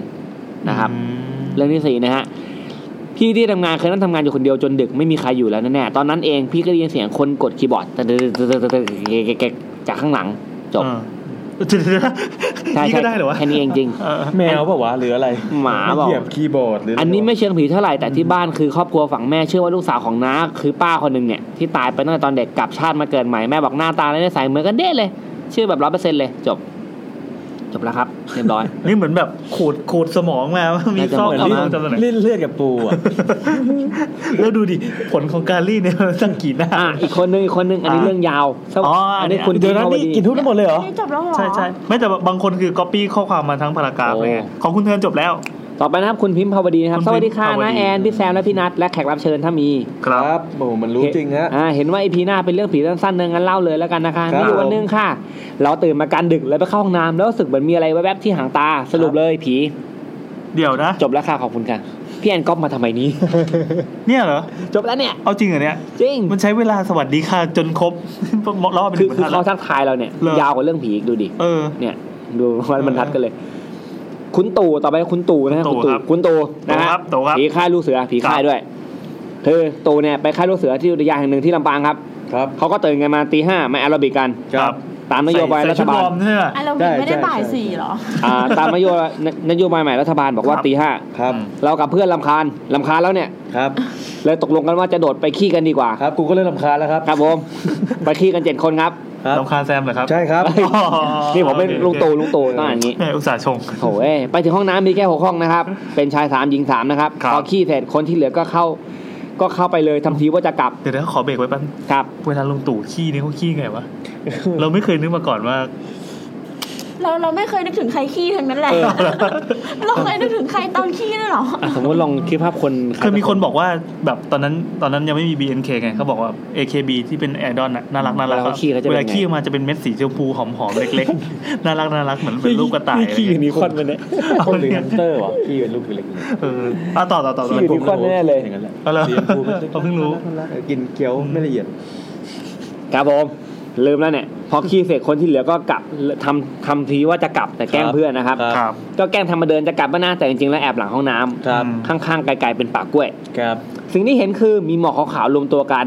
[SPEAKER 2] นะครับ
[SPEAKER 1] อืม
[SPEAKER 2] เรื่องที่สี่นะฮะพี่ที่ทำงานเคยนั่งทำงานอยู่คนเดียวจนดึกไม่มีใครอยู่แล้วแน่ๆตอนนั้นเองพี่ก็ได้ยินเสียงคนกดคีย์บอร์ดแต่จากข้างหลังจบ
[SPEAKER 1] อ่าเดี๋ยวๆ
[SPEAKER 2] ใช่
[SPEAKER 1] นี่
[SPEAKER 2] ใช่
[SPEAKER 1] ก็ได้เหรอวะ
[SPEAKER 2] แค่นี้เองจริง
[SPEAKER 1] เออ
[SPEAKER 4] แมวเปล่าวะหรืออะไร
[SPEAKER 2] หมาเปล่า
[SPEAKER 4] เหยียบคีย์บอร์ดหรือ
[SPEAKER 2] อั
[SPEAKER 4] อั
[SPEAKER 2] นนี้ไม่เชิงผีเท่าไหร่แต่ที่บ้านคือครอบครัวฝั่งแม่เชื่อว่าลูกสาวของน้าคือป้าคนหนึ่งเนี่ยที่ตายไปตั้งแต่ตอนเด็กกลับชาติมาเกิดใหม่แม่บอกหน้าตาและนิสัยเหมือนกันเด้เลย เชื่อแบบร้อยเปอร์เซ็นต์เลย จบ จบแล้วครับเรียบร้อย
[SPEAKER 1] นี่เหมือนแบบขูดขูดสมองมา *laughs* ว่ามี
[SPEAKER 2] น่าจะ
[SPEAKER 1] ซอก
[SPEAKER 2] เหมือน
[SPEAKER 1] ซอกจำตรงไหน
[SPEAKER 4] ลิ้นเลือดกับปูอ่ะ
[SPEAKER 1] แล้วดูดิ ผลของการรีดเนี่ยมันตั้งกี่หน้า
[SPEAKER 2] อ่ะอีกคนนึงอีกคนนึงอันนี้เรื่องยาวสัก
[SPEAKER 1] อ๋ออัน
[SPEAKER 2] อัน
[SPEAKER 1] นี้
[SPEAKER 2] นี้คุณ
[SPEAKER 4] เดี๋ยวนะ
[SPEAKER 2] ที่
[SPEAKER 4] นี่กินทุกทั้งหมดเลยเหรอ
[SPEAKER 3] อันนี้จบแล้วเหรอ
[SPEAKER 1] ใช่ใช่ไม่แต่บางคนคือก๊อปปี้ข้อความมาทั้งพารากราฟเลยไงของคุณเทิร์นจบแล้ว
[SPEAKER 2] ต่อไปนะครับคุณพิมพ์ภาวดีนะครับ
[SPEAKER 1] คุณ
[SPEAKER 2] ส
[SPEAKER 1] พิมพ์
[SPEAKER 2] วัสดีค่ะ
[SPEAKER 1] ภาวดี
[SPEAKER 2] นะแอนพี่แซมและพี่นัทและแขกรับเชิญถ้ามี
[SPEAKER 4] ครับโอ้โหมันรู้จริงฮะ
[SPEAKER 2] อ่าเห็นว่าไอพีหน้าเป็นเรื่องผีสั้นๆเนืองงั้นเล่าเลยแล้วกันนะคะ
[SPEAKER 4] ครับ
[SPEAKER 2] มีอยู่วันหนึงค่ะ เราตื่นมากลารดึกแล้วไปเข้าห้องน้ำแล้วรู้สึกเหมือนมีอะไรแวบๆที่หางตาสรุปเลยผี
[SPEAKER 1] เดี๋ยวนะ
[SPEAKER 2] จบแล้วค่ะขอบคุณค่ะพี่แอนก๊อฟมาทำไมนี้
[SPEAKER 1] เนี่ยเหรอ
[SPEAKER 2] จบแล้วเนี่ย
[SPEAKER 1] เอาจริงเหรอเนี่ย
[SPEAKER 2] จริง
[SPEAKER 1] มันใช้เวลาสวัสดีค่ะจนครบ *laughs* รอบเป็นห
[SPEAKER 2] คือ
[SPEAKER 1] นึ่งบร
[SPEAKER 2] คือ
[SPEAKER 1] รทัดแล้ว
[SPEAKER 2] เขาทักทายเราเนี่ย
[SPEAKER 1] เหรอ
[SPEAKER 2] ยาวกว่าเรื่องผีอีกดูดิ
[SPEAKER 1] เออ
[SPEAKER 2] เนี่ยดูวันบรรทัดกันเลย คุณตู่ต่อไปคุณตู่นะฮะ
[SPEAKER 1] คุณ
[SPEAKER 2] คุณ
[SPEAKER 1] ตู่
[SPEAKER 2] ตู่
[SPEAKER 1] ครับ
[SPEAKER 2] คุณตู่
[SPEAKER 1] ตู่ค
[SPEAKER 2] นะ
[SPEAKER 1] รับตู่ค
[SPEAKER 2] ฮะ
[SPEAKER 1] รับ
[SPEAKER 2] ผีค่ายลูกเสือผีค่า
[SPEAKER 1] ค
[SPEAKER 2] ย
[SPEAKER 1] รับ
[SPEAKER 2] ด้วยเธอตู่เนี่ยไปค่ายลูกเสือที่อุทยานแห่งหนึ่งที่ลำปางครับ
[SPEAKER 4] ครับ
[SPEAKER 2] เขาก็ตื่นกันมาตีห้ามาแอโรบิกกัน
[SPEAKER 1] ครับ
[SPEAKER 2] ตามนโยบาย
[SPEAKER 1] ใส่
[SPEAKER 2] รั
[SPEAKER 1] ใส่
[SPEAKER 2] ฐ
[SPEAKER 1] ชุด
[SPEAKER 2] บาว ล
[SPEAKER 1] อร์มใช่ไหม
[SPEAKER 3] อันเราบินไม่ได้บ่ายสี่เหรอ
[SPEAKER 2] อ่าตามนโยบายนโยบายใหม่รัฐบาลบอกว่า
[SPEAKER 1] ครับ
[SPEAKER 2] ตีห้า
[SPEAKER 4] ครับ
[SPEAKER 2] เรากับเพื่อนลำคาญลำคาญแล้วเนี่ย
[SPEAKER 4] ครับ
[SPEAKER 2] เลยตกลงกันว่าจะโดดไปขี้กันดีกว่า
[SPEAKER 4] ครับกูก็เริ่มลำคาญแล้วครับ
[SPEAKER 2] ครับผมไปขี้กันเจ็ดคนครับ
[SPEAKER 4] ครับ
[SPEAKER 1] ลำคาญแซมเหรอครับ
[SPEAKER 4] ใช่ครับ
[SPEAKER 1] อ๋อ
[SPEAKER 2] นี่ผมเป็น
[SPEAKER 1] โอค
[SPEAKER 2] ลุงตู่ลุงตู่ต้องอย่างนี้
[SPEAKER 1] เอออุตส่าห์ชง
[SPEAKER 2] โอ้ยไปถึงห้องน้ำมีแค่หกห้องนะครับ เป็นชายสามหญิงสามนะครับ
[SPEAKER 1] ครับ
[SPEAKER 2] พอขี้เสร็จคนที่เหลือก็เข้า ก็เข้าไปเลยทำทีว่าจะกลับ
[SPEAKER 1] เดี๋ยวนะขอเบรกไว้แป๊บ
[SPEAKER 2] ครับ
[SPEAKER 1] เวลาลุงตู่ขี้เนี่ยเขาขี้ไงวะ เราไม่เคยนึกมาก่อนว่า
[SPEAKER 3] เราเราไม่เคยนึกถึงใครขี้ทั้งนั้นแหละ เราเคยนึกถึงใครตอนขี้ด้วยเหรอ
[SPEAKER 2] อ่ะสมมติลองคิดภาพคน
[SPEAKER 1] เคยมีคนบอกว่าแบบตอนนั้นตอนนั้นยังไม่มี BNK ไงเขาบอกว่า AKB ที่เป็นแอดอนน่ะน่ารักน่ารัก
[SPEAKER 2] เวลาเขาขี้เขาจะเป็น
[SPEAKER 1] เว
[SPEAKER 2] ไง
[SPEAKER 1] ลาขี้ออกมาจะเป็นเม็ดสีชมพูหอมๆเล็กๆ *laughs* น่ารักน่ารักเหมือนเป็นรูปกระต่าย
[SPEAKER 2] ขี้อยู่นี่ควันมันเนี่ย
[SPEAKER 1] เอา
[SPEAKER 4] คนหรือ
[SPEAKER 1] เนี่
[SPEAKER 4] ฮั
[SPEAKER 1] ย
[SPEAKER 4] นเตอร์วะพี่เป็นลูกเป็นเล็ก
[SPEAKER 1] เออเอาต่อต่อต่อต่อ
[SPEAKER 2] ขี้อยู่นี่ควันแน่เลย
[SPEAKER 4] อย่างนั้นแหละ
[SPEAKER 1] เอาเลย
[SPEAKER 4] เรียนภูมิมันเล็ก
[SPEAKER 1] เราเพิ่งรู้
[SPEAKER 4] น่าๆกินเกี๊ยวไม่ละเอียด
[SPEAKER 2] ครับผมลืมแล้วเนี่ยพอขี้เสร็จคนที่เหลือก็กลับทำทำทีว่าจะกลับแต่แกล้ง
[SPEAKER 4] ครับ
[SPEAKER 2] เพื่อนนะครับ
[SPEAKER 4] ครับ
[SPEAKER 1] ครับ
[SPEAKER 2] ก็แกล้งทำมาเดินจะกลับบ้านนะแต่จริงๆแล้วแอบหลังห้องน้ำ
[SPEAKER 4] ครับ
[SPEAKER 2] ข้างๆไกลๆเป็นป่ากล้วย
[SPEAKER 4] ครับ
[SPEAKER 2] สิ่งที่เห็นคือมีหมอกขาวๆรวมตัวกัน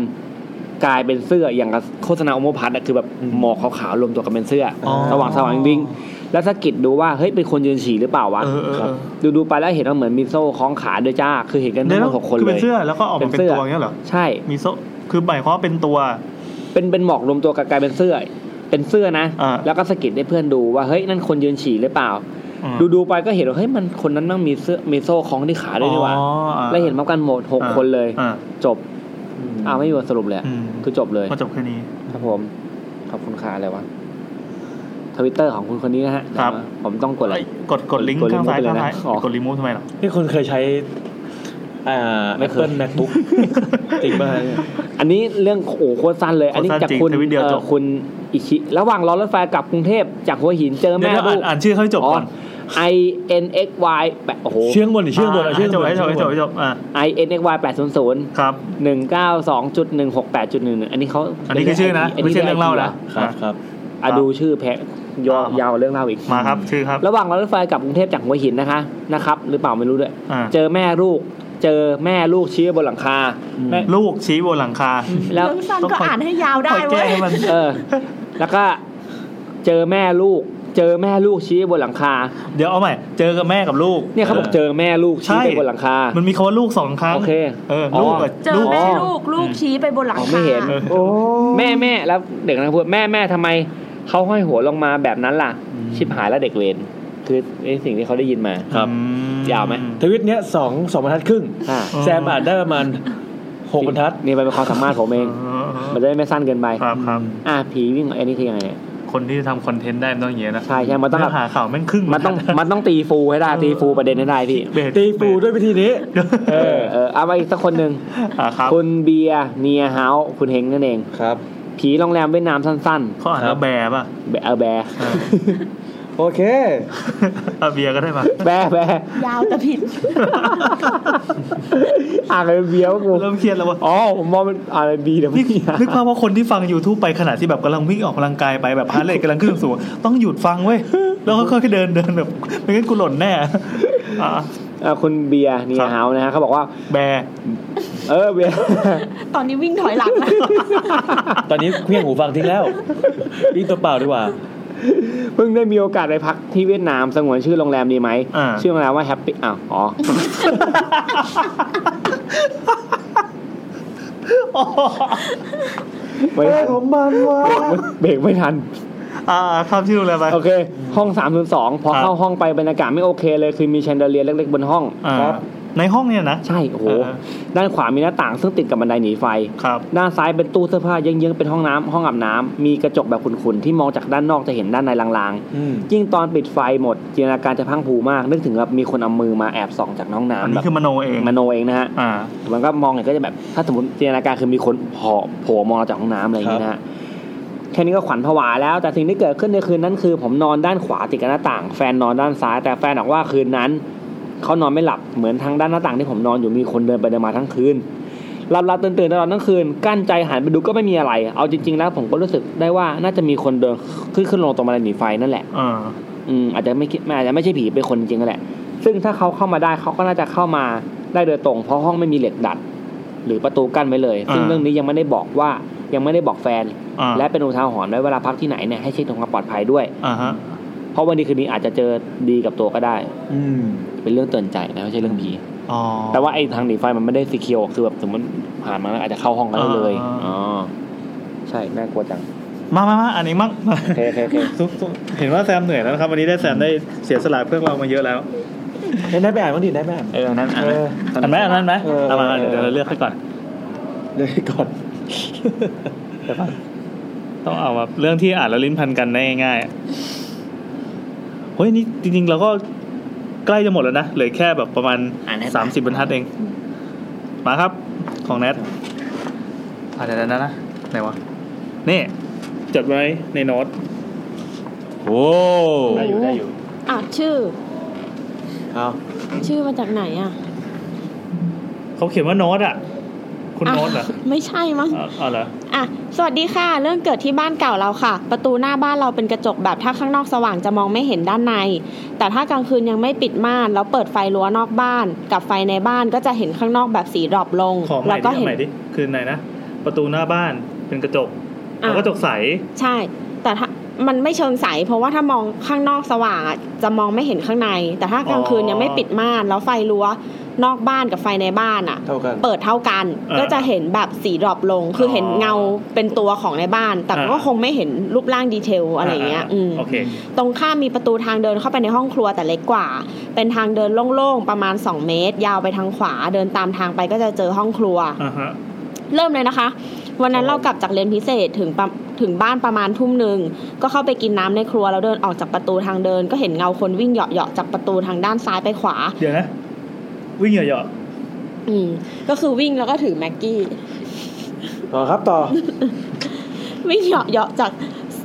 [SPEAKER 2] กลายเป็นเสื้ออย่างกับโฆษณาโอโมพัทอะคือแบบหมอกขาวๆรวมตัวกันเป็นเสื้ออ
[SPEAKER 1] อ
[SPEAKER 2] สว่างสว่างวิ่งแล้วสะกิดดูว่าเฮ้ยเป็นคนยืนฉี่หรือเปล่าวะ
[SPEAKER 1] เออเออเออ
[SPEAKER 2] ดูดูๆไปแล้วเห็นว่าเหมือนมีโซ่คล้องขาด้วยจ้า คือเห็นกัน
[SPEAKER 1] เดี๋
[SPEAKER 2] ทั้
[SPEAKER 1] ยวนะ
[SPEAKER 2] งหมดหกคน
[SPEAKER 1] คือ
[SPEAKER 2] เล
[SPEAKER 1] เป็น
[SPEAKER 2] ย
[SPEAKER 1] เสื้อแล้วก็ออกมาเป็น
[SPEAKER 2] เป็นเสื้
[SPEAKER 1] ตัว
[SPEAKER 2] อ
[SPEAKER 1] อย่างเงี้ยเหรอ
[SPEAKER 2] ใช่
[SPEAKER 1] มีโซะคือหมายความว่าเป็นตัว
[SPEAKER 2] เป็นเป็นหมอกรวมตัวกันกลายเป็นเสื้อ เป็นเสื้อนะ
[SPEAKER 1] อ่า
[SPEAKER 2] แล้วก็สะกิดให้เพื่อนดูว่าเฮ้ยนั่นคนยืนฉี่หรือเปล่า
[SPEAKER 1] อืม
[SPEAKER 2] ดูดูๆไปก็เห็นว่าเฮ้ยมันคนนั้นมั่งมีเสื้อมีโซ่คล้องที่ขาด้วยนี่หว่า
[SPEAKER 1] อ๋ออ่า
[SPEAKER 2] แล้วเห็นพร้อมกันหมดหก
[SPEAKER 1] อ่า
[SPEAKER 2] คนเลย
[SPEAKER 1] อ่า
[SPEAKER 2] จบอ้าวไม่มีบทสรุปเลยอะ
[SPEAKER 1] อืม
[SPEAKER 2] คือจบเลย
[SPEAKER 1] ก็จบแค่นี้
[SPEAKER 2] ครับผม ขอบคุณค่ะอะไรวะทวิตเตอร์ของคุณคนนี้นะฮะ
[SPEAKER 1] ครับ
[SPEAKER 2] ผมต้องกดอะไร
[SPEAKER 1] เอ้ยกดกดลิงก์
[SPEAKER 2] กดลิงก์
[SPEAKER 1] ข้างซ้าย
[SPEAKER 2] ไปเลย
[SPEAKER 1] ข้าง
[SPEAKER 2] นะ
[SPEAKER 1] ซ้าย
[SPEAKER 2] อ๋อ
[SPEAKER 1] กดรีมูฟทำไมเหรอ
[SPEAKER 4] นี่คุณเคยใช้อ่า
[SPEAKER 2] ไม่เคย
[SPEAKER 4] Apple *laughs* MacBook จริงป่ะเนี่ย
[SPEAKER 2] อันนี้เรื่องโอ้โหโคตรสั้นเลย อันนี้
[SPEAKER 1] โคตรสั้น
[SPEAKER 2] จากคุณ
[SPEAKER 1] จริงทวิตเดียวจบ
[SPEAKER 2] เอ่อคุณอิชิระหว่างรอรถไฟกลับกรุงเทพจากหัวหินเจอ
[SPEAKER 1] เดี๋ย
[SPEAKER 2] แม่
[SPEAKER 1] ว
[SPEAKER 2] ลู
[SPEAKER 1] อ่าน
[SPEAKER 2] ก
[SPEAKER 1] อ่านชื่อเขาให้จบ
[SPEAKER 2] อ๋อ
[SPEAKER 1] ก่อน
[SPEAKER 2] I N X Y แปดโอ้โห
[SPEAKER 4] เชื่องบนดิเชื่องบนอ่ะเชื่อง
[SPEAKER 1] จ
[SPEAKER 4] บบ น
[SPEAKER 1] ให้จบให้จบ
[SPEAKER 4] เชื่
[SPEAKER 1] ให้
[SPEAKER 4] องบน
[SPEAKER 1] จบอ่ะ
[SPEAKER 2] I N X Y แปดศูนย์ศูนย์
[SPEAKER 1] ครับ
[SPEAKER 2] หนึ่งเก้าสองจุดหนึ่งหกแปดจุดหนึ่งอันนี้เขา
[SPEAKER 1] อันนี้คือชื่อนะไม่ใช่เรื่องเล่านะ
[SPEAKER 4] ครับครับ
[SPEAKER 2] อ่ะดูชื่อแพะยาว
[SPEAKER 1] อ่าม
[SPEAKER 2] ยาวเรื่องเล่าอีก
[SPEAKER 1] มาครับชื่อครับ
[SPEAKER 2] ระหว่างรถไฟกลับกรุงเทพจากหัวหินนะคะนะครับ หรือเปล่าไม่รู้ด้วย
[SPEAKER 1] อ่า
[SPEAKER 2] เจอแม่ลูก เจอแม่ลูกชี้ไว้บนหลังคาแม่
[SPEAKER 1] ลูกชี้บนหลังคา
[SPEAKER 2] แล้ว
[SPEAKER 3] เรื่องสั้นก็อ่านให้ยาวได้
[SPEAKER 1] คอยแก้
[SPEAKER 3] เว้ย
[SPEAKER 1] ให้มัน
[SPEAKER 2] เออ แล้วก็ เจอแม่ลูก เจอแม่ลูกชี้บนหลังคา
[SPEAKER 1] เดี๋ยวเอาใหม่ เจอกับแม่กับลูก
[SPEAKER 2] เนี่ยเขาบอกเจอแม่ลูกชี้ไปบนหลังคา
[SPEAKER 1] มันมีคำว่าลูกสองครั้ง
[SPEAKER 2] โอเค
[SPEAKER 1] เออ
[SPEAKER 2] อ๋อ
[SPEAKER 1] ลูกกับ
[SPEAKER 3] เจอ
[SPEAKER 1] ลูก
[SPEAKER 3] แม่ลูกลูกชี้ไปบนหลัง
[SPEAKER 2] อ๋อ
[SPEAKER 3] คา
[SPEAKER 2] ไม่เห็น
[SPEAKER 1] เออ
[SPEAKER 2] โอ้แม่แม่แล้วเด็กนักพูดแม่แม่ทำไมเขาห้อยหัวลงมาแบบนั้นล่ะ ชิบหายแล้วเด็กเวรคือไอ้สิ่งที่เขาได้ยินมา
[SPEAKER 1] ครับ
[SPEAKER 2] ยาวไหม
[SPEAKER 4] ทวิตเนี้ยสองสองบรรทัดครึ่ง
[SPEAKER 2] อ่า
[SPEAKER 4] แซมอ่านได้ประมาณหกบรรทัด
[SPEAKER 2] นี่มันเป็นความสามารถผมเอง
[SPEAKER 1] *laughs*
[SPEAKER 2] มันจะได้ไม่สั้นเกินไป
[SPEAKER 1] ครับครับ
[SPEAKER 2] อ่าผีวิ่งอันนี้คือยังไงเนี่ย
[SPEAKER 1] คนที่ทำคอนเทนต์ได้มันต้องอย่างเงี้ยนะ
[SPEAKER 2] ใช่ใช่มันต้องแบบ
[SPEAKER 1] เนื้หาข่าวแม่งครึ่ง
[SPEAKER 2] มันต้อง *laughs* มันต้องตีฟูให้ได้ตีฟูประเด็นให้ได้พี่
[SPEAKER 1] เบรก
[SPEAKER 4] ตีปูด้วยวิธีนี้
[SPEAKER 2] เออเออเอาไปอีกสักคนหนึ่ง
[SPEAKER 1] อ่าครับ
[SPEAKER 2] คุณเบียร์เนียเฮาส์คุณเฮงนั่นเอง
[SPEAKER 4] ครับ
[SPEAKER 2] ผีโรงแรมเวียดนามสั้น
[SPEAKER 1] เขาอ่านว่าแบร์ป่ะ *laughs*
[SPEAKER 2] ๆแบเออแบร์
[SPEAKER 1] เออ
[SPEAKER 4] โอเค
[SPEAKER 1] เอาเบียร์ก็ได้ป่ะ
[SPEAKER 2] แบร์แบร์
[SPEAKER 3] ยาวแต่ *laughs* ผิด
[SPEAKER 2] *laughs* อ่านไปเบียร์วะกู
[SPEAKER 1] เริ่มเครียดแล้ววะ
[SPEAKER 2] อ๋อผมมองเป็นอ่านไปบีเดี๋ยว
[SPEAKER 1] นี่
[SPEAKER 2] พี่อ่าน
[SPEAKER 1] นึกภาพว่าคนที่ฟัง YouTube ไปขณะที่แบบกำลังวิ่งออกกำลังกายไปแบบฮาร์ดเรทกำลังขึ้นสูงต้องหยุดฟังเว้ย แล้วก็ค่อยๆเดินเดินแบบไม่งั้นกูหล่นแน่อ่ะ
[SPEAKER 2] เอ่อคุณเบียร์เนี
[SPEAKER 1] ครั
[SPEAKER 2] ย
[SPEAKER 1] บ
[SPEAKER 2] เฮาส์นะฮะเขาบอกว่า
[SPEAKER 1] แบร์
[SPEAKER 2] เออเบียร์
[SPEAKER 3] ตอนนี้วิ่งถอยหลังแล้ว
[SPEAKER 4] ตอนนี้เครื่องหูฟังทิ้งแล้ววิ่งตัวเปล่าดีกว่า
[SPEAKER 2] *laughs* เพิ่งได้มีโอกาสไปพักที่เวียดนามสงวนชื่อโรงแรมดีไหม
[SPEAKER 1] อ่า
[SPEAKER 2] ชื่อโรงแรมว่าแฮปปี้อ้าวอ๋อ ไม่ทันเบรกไม่ทัน
[SPEAKER 1] อ่าข้ามชื่อโรงแรมไป
[SPEAKER 2] โอเค ห้องสามสองพอ
[SPEAKER 1] ครับ
[SPEAKER 2] เข้าห้องไปบรรยากาศไม่โอเคเลย คือมีแชนเดอเลียร์เล็กๆบนห้อง
[SPEAKER 1] อ่าในห้องเนี่ยนะ
[SPEAKER 2] ใช่ โอ้โห
[SPEAKER 1] อ่า
[SPEAKER 2] ด้านขวามีหน้าต่างซึ่งติดกับบันไดหนีไฟ
[SPEAKER 1] ครับ
[SPEAKER 2] ด้านซ้ายเป็นตู้เสื้อผ้าเยื้องๆเป็นห้องน้ำห้องอาบน้ำมีกระจกแบบขุ่นๆที่มองจากด้านนอกจะเห็นด้านในลาง
[SPEAKER 4] อืม
[SPEAKER 2] ๆยิ่งตอนปิดไฟหมดจินตนาการจะพรังพรูมาก นึกถึงแบบมีคนเอามือมาแอบส่องจากน้อง
[SPEAKER 1] อัน
[SPEAKER 2] น้ำแบ
[SPEAKER 1] นี้
[SPEAKER 2] บ
[SPEAKER 1] คือมโนเอง
[SPEAKER 2] มโนเองนะฮะ
[SPEAKER 1] อ่า
[SPEAKER 2] มันก็มองเห็นก็จะแบบ ถ้าสมมติจินตนาการคือมีคนโผล่โผล่มองเราจากห้องน้ำอะไรอย่างนี้นะฮะแค่นี้ก็ขวัญผวาแล้ว แต่สิ่งที่เกิดขึ้นในคืนนั้นคือ ผมนอนด้านขวาติดกับหน้าต่าง แฟนนอนด้านซ้าย แต่แฟนบอกว่าคืนนั้นเขานอนไม่หลับเหมือนทางด้านหน้าต่างที่ผมนอนอยู่มีคนเดินไปเดินมาทั้งคืน หลับหลับตื่นตื่นๆตลอดทั้งคืนกั้นใจหันไปดูก็ไม่มีอะไร เอาจริง ๆ แล้วผมก็รู้สึกได้ว่าน่าจะมีคนเดินขึ้นขึ้นลงตรงบันไดหนีไฟนั่นแหละ
[SPEAKER 1] อ่า
[SPEAKER 2] อืมอาจจะไม่คิดไม่อาจจะไม่ใช่ผีเป็นคนจริงนั่นแหละ ซึ่งถ้าเขาเข้ามาได้เขาก็น่าจะเข้ามาได้โดยตรง เพราะห้องไม่มีเหล็กดัด หรือประตูกั้นไว้เลย ซึ่ง
[SPEAKER 1] อ่า
[SPEAKER 2] เรื่องนี้ยังไม่ได้บอกว่ายังไม่ได้บอกแฟน
[SPEAKER 1] อ่า
[SPEAKER 2] และเป็นอุทาหรณ์ไว้เวลาพักที่ไหนเนี่ยให้เช็คถึงความปลอดภัยด้วย
[SPEAKER 1] อ่าฮะ
[SPEAKER 2] เพราะวันนี้คืนนี้อาจจะเจอดีกับตัวก็ได้
[SPEAKER 4] อืม
[SPEAKER 2] เป็นเรื่องเตือนใจนะไม่ใช่เรื่องผี
[SPEAKER 1] อ๋อ
[SPEAKER 2] แต่ว่าไอ้ทางหนีไฟมันไม่ได้ซีเคียวคือแบบสมมติผ่านมาแล้วอาจจะเข้าห้องกันได้เลย
[SPEAKER 1] อ่า
[SPEAKER 2] อ๋อ ใช่ น่ากลัวจัง
[SPEAKER 1] มามามาอันนี้ *laughs* มั่งมา
[SPEAKER 2] โอเคโอเคโอเค
[SPEAKER 1] ซุกซุกเห็นว่าแซมเหนื่อยแล้วนะครับ วันนี้ได้แซมได้เสียสละเพื่อเรามาเยอะแล้ว
[SPEAKER 4] ได้ไปอ่านบ้างดิได้ไปอ่าน
[SPEAKER 1] เออนั้นอ่าน
[SPEAKER 4] เออ
[SPEAKER 1] อันไหมอันนั้นไหม
[SPEAKER 4] เออ
[SPEAKER 1] เอามามาเดี๋ยวเราเลือกให้ก่อน
[SPEAKER 4] เลยก่อน
[SPEAKER 1] ต้องเอาแบบเรื่องที่อ่านแล้วลิ้นพันกันได้ง่ายๆเฮ้ยนี่จริงๆเราก็ใกล้จะหมดแล้วนะเหลือแค่แบบประมาณ
[SPEAKER 2] อ่านให้
[SPEAKER 1] สามสิบบรรทัดเอง มาครับ ของแนทอ่าเดี๋ยวนะนะไหนวะ นี่ จดไว้ในโน้ต
[SPEAKER 4] โอ้
[SPEAKER 1] ได้อยู่ได้อยู่
[SPEAKER 3] อ่ะชื่อ
[SPEAKER 4] เอา
[SPEAKER 3] ชื่อมาจากไหนอ่ะ
[SPEAKER 1] เขาเขียนว่าโน้ตอ่ะ คุณโน้ตเหรอ
[SPEAKER 3] อ่ะไม่ใช่มั้ง
[SPEAKER 1] เอาเอาเหรอ
[SPEAKER 3] อ่ะ สวัสดีค่ะ เรื่องเกิดที่บ้านเก่าเราค่ะ ประตูหน้าบ้านเราเป็นกระจกแบบถ้าข้างนอกสว่างจะมองไม่เห็นด้านใน แต่ถ้ากลางคืนยังไม่ปิดม่านแล้วเปิดไฟรั้วนอกบ้าน กับไฟในบ้านก็จะเห็นข้างนอกแบบสีดรอปลง
[SPEAKER 1] ของให
[SPEAKER 3] แล้ว
[SPEAKER 1] ม่ดิ
[SPEAKER 3] ก็
[SPEAKER 1] เอา
[SPEAKER 3] เห็น
[SPEAKER 1] ใหม่ดิคือไหนนะ ประตูหน้าบ้านเป็นกระจก
[SPEAKER 3] อ่ะ
[SPEAKER 1] แล้วกระจกใส
[SPEAKER 3] ใช่ แต่ถ้ามันไม่เชิงใส เพราะว่าถ้ามองข้างนอกสว่างอะจะมองไม่เห็นข้างใน แต่ถ้ากลางคืนยังไม่ปิดม่านแล้วไฟรั้วนอกบ้านกับไฟในบ้านอ่ะ
[SPEAKER 4] เท่ากัน
[SPEAKER 3] เปิดเท่ากัน
[SPEAKER 1] อ่า
[SPEAKER 3] ก็จะเห็นแบบสีดรอปลง คือเห็น
[SPEAKER 1] อ๋อ
[SPEAKER 3] เงาเป็นตัวของในบ้าน แต่
[SPEAKER 1] อ่า
[SPEAKER 3] ก็คงไม่เห็นรูปร่างดีเทลอะไรเงี้ย อืม
[SPEAKER 1] โอเค
[SPEAKER 3] ตรงข้ามมีประตูทางเดินเข้าไปในห้องครัวแต่เล็กกว่า เป็นทางเดินโล่งๆ ประมาณ 2 เมตร ยาวไปทางขวา เดินตามทางไปก็จะเจอห้องครัว
[SPEAKER 1] อ่าฮะ
[SPEAKER 3] เริ่มเลยนะคะ วันนั้น
[SPEAKER 1] ครั
[SPEAKER 3] เรา
[SPEAKER 1] บผม
[SPEAKER 3] กลับจากเรียนพิเศษถึงประถึงบ้านประมาณทุ่มหนึ่ง ก็เข้าไปกินน้ำในครัวแล้วเดินออกจากประตูทางเดิน ก็เห็นเงาคนวิ่งเหยาะๆจากประตูทางด้านซ้ายไปขวา
[SPEAKER 1] เดี๋ยวนะ วิ่งเหยาะ
[SPEAKER 3] อืม ก็คือวิ่งแล้วก็ถือแม็กกี้
[SPEAKER 4] ต่อครับต่อ
[SPEAKER 3] วิ่งเหยาะเหยาะจาก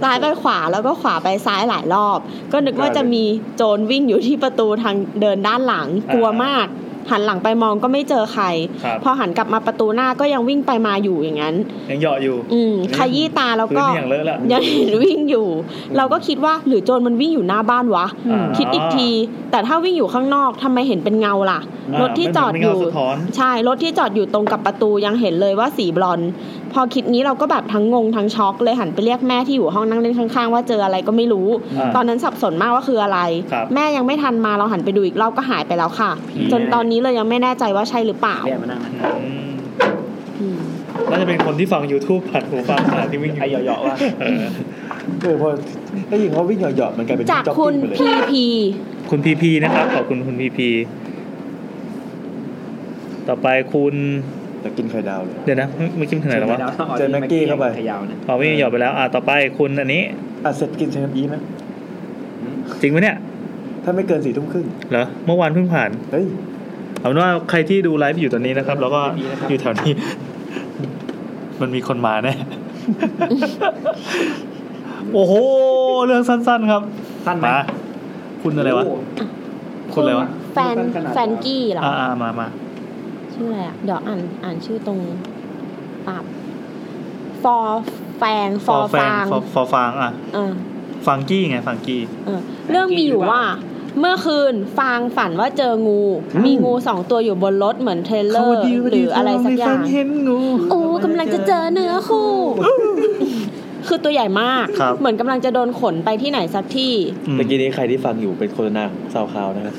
[SPEAKER 3] ซ้ายไปขวาแล้วก็ขวาไปซ้ายหลายรอบ ก็นึกว่าจะมีโจรวิ่งอยู่ที่ประตูทางเดินด้านหลังกลัวมาก หันหลังไปมองก็ไม่เจอใคร
[SPEAKER 1] ๆครับ
[SPEAKER 3] พอหันกลับมาประตูหน้าก็ยังวิ่งไปมาอยู่อย่างนั้น
[SPEAKER 1] ยังเหยาะอยู่
[SPEAKER 3] อืมขยี้ตาแล้ว
[SPEAKER 1] พื้น
[SPEAKER 3] ก็
[SPEAKER 1] นี่ยังเลอะละ
[SPEAKER 11] *laughs*
[SPEAKER 3] ยังเห็นวิ่งอยู่ เราก็คิดว่าหรือโจรมันวิ่งอยู่หน้าบ้านวะ
[SPEAKER 1] อ่า
[SPEAKER 3] คิดอีกที แต่ถ้าวิ่งอยู่ข้างนอกทำไมเห็นเป็นเงาล่ะ
[SPEAKER 1] อ่าร
[SPEAKER 3] ถที่จอด
[SPEAKER 1] มั
[SPEAKER 3] อ
[SPEAKER 1] นเป็นเงา
[SPEAKER 3] ยู่
[SPEAKER 1] สะท้อน
[SPEAKER 3] ใช่ รถที่จอดอยู่ตรงกับประตูยังเห็นเลยว่าสีบลอนด์
[SPEAKER 11] พอคิดนี้เราก็แบบทั้งงงทั้งช็อกเลยหันไปเรียกแม่ที่อยู่ห้องนั่งเล่นข้างๆ ว่าเจออะไรก็ไม่รู้
[SPEAKER 1] อ่า
[SPEAKER 11] ตอนนั้นสับสนมากว่าคืออะไร
[SPEAKER 1] ครับ
[SPEAKER 11] แม่ยังไม่ทันมาเราหันไปดูอีกรอบก็หายไปแล้วค่ะ จนตอนนี้เลยยังไม่แน่ใจว่าใช่หรือเปล่า
[SPEAKER 5] เรียกมานั่ง
[SPEAKER 1] อืมน่าจะเป็นคนที่ฟัง YouTube ผ่านหูฟังผ่านที่วิ่ง
[SPEAKER 6] ไอ้เหยาะๆว่ะ
[SPEAKER 1] เออ
[SPEAKER 6] เออพอได้ยินเขาวิ่งเหยาะๆมันกลายเป็น
[SPEAKER 11] จาก
[SPEAKER 6] จ็อก
[SPEAKER 11] คุณ
[SPEAKER 6] กิ้งไปเลย
[SPEAKER 11] พีพี
[SPEAKER 1] คุณพีพีนะครับ ขอบคุณคุณพีพี ต่อไปคุณ
[SPEAKER 6] แต่กินไข่ดาวเลย
[SPEAKER 1] เดี๋ยวนะเมื่อกี้ถึงไหนแล้ววะ
[SPEAKER 6] เจอแม็กกี้เข้าไป
[SPEAKER 5] ขยาวนะ
[SPEAKER 1] อ๋อวิ่งหยอดไปแล้ว อ่าต่อไปคุณอันนี้
[SPEAKER 6] อ่ะเสร็จกินเชนอีไหม
[SPEAKER 1] จริงไหมเนี่ย
[SPEAKER 6] ถ้าไม่เกินสี่ทุ่มครึ่ง
[SPEAKER 1] เหรอ เมื่อวานเพิ่งผ่าน
[SPEAKER 6] เฮ้ย
[SPEAKER 1] เอาเป็นว่าใครที่ดูไลฟ์อยู่ตอนนี้นะครับ แล้วก็อยู่แถวนี้ มันมีคนมาแน่โอ้โห เรื่องสั้นๆครับ
[SPEAKER 5] สั้นไหม
[SPEAKER 1] มาคุณอะไรวะ คุณอะไรวะ
[SPEAKER 11] แฟนแฟนกี้เหรอ
[SPEAKER 1] อ่าๆมามา
[SPEAKER 11] ชื่ออะไรอ่ะ เดี๋ยวอ่านอ่านชื่อตรงตับฟอแฟงฟอ
[SPEAKER 1] แฟ
[SPEAKER 11] ฟาง
[SPEAKER 1] ฟอฟอฟางอ่ะ
[SPEAKER 11] เออ
[SPEAKER 1] ฟังกี้ไงฟังกี้
[SPEAKER 11] เออเรื่องมีอยู่ว่า เมื่อคืนฟางฝันว่าเจองู มีงูสองตัวอยู่บนรถเหมือนเทรลเลอร์ หรืออะไรสักอย่างโอ้กำลังจะเจอเนื้อคู่ คือตัวใหญ่มาก
[SPEAKER 1] ครับ
[SPEAKER 11] เหมือนกำลังจะโดนขนไปที่ไหนสักที่
[SPEAKER 1] อืม
[SPEAKER 6] เมื่อกี้นี้ใครที่ฟังอยู่เป็นโฆษณาของซาวคลาวนะครับ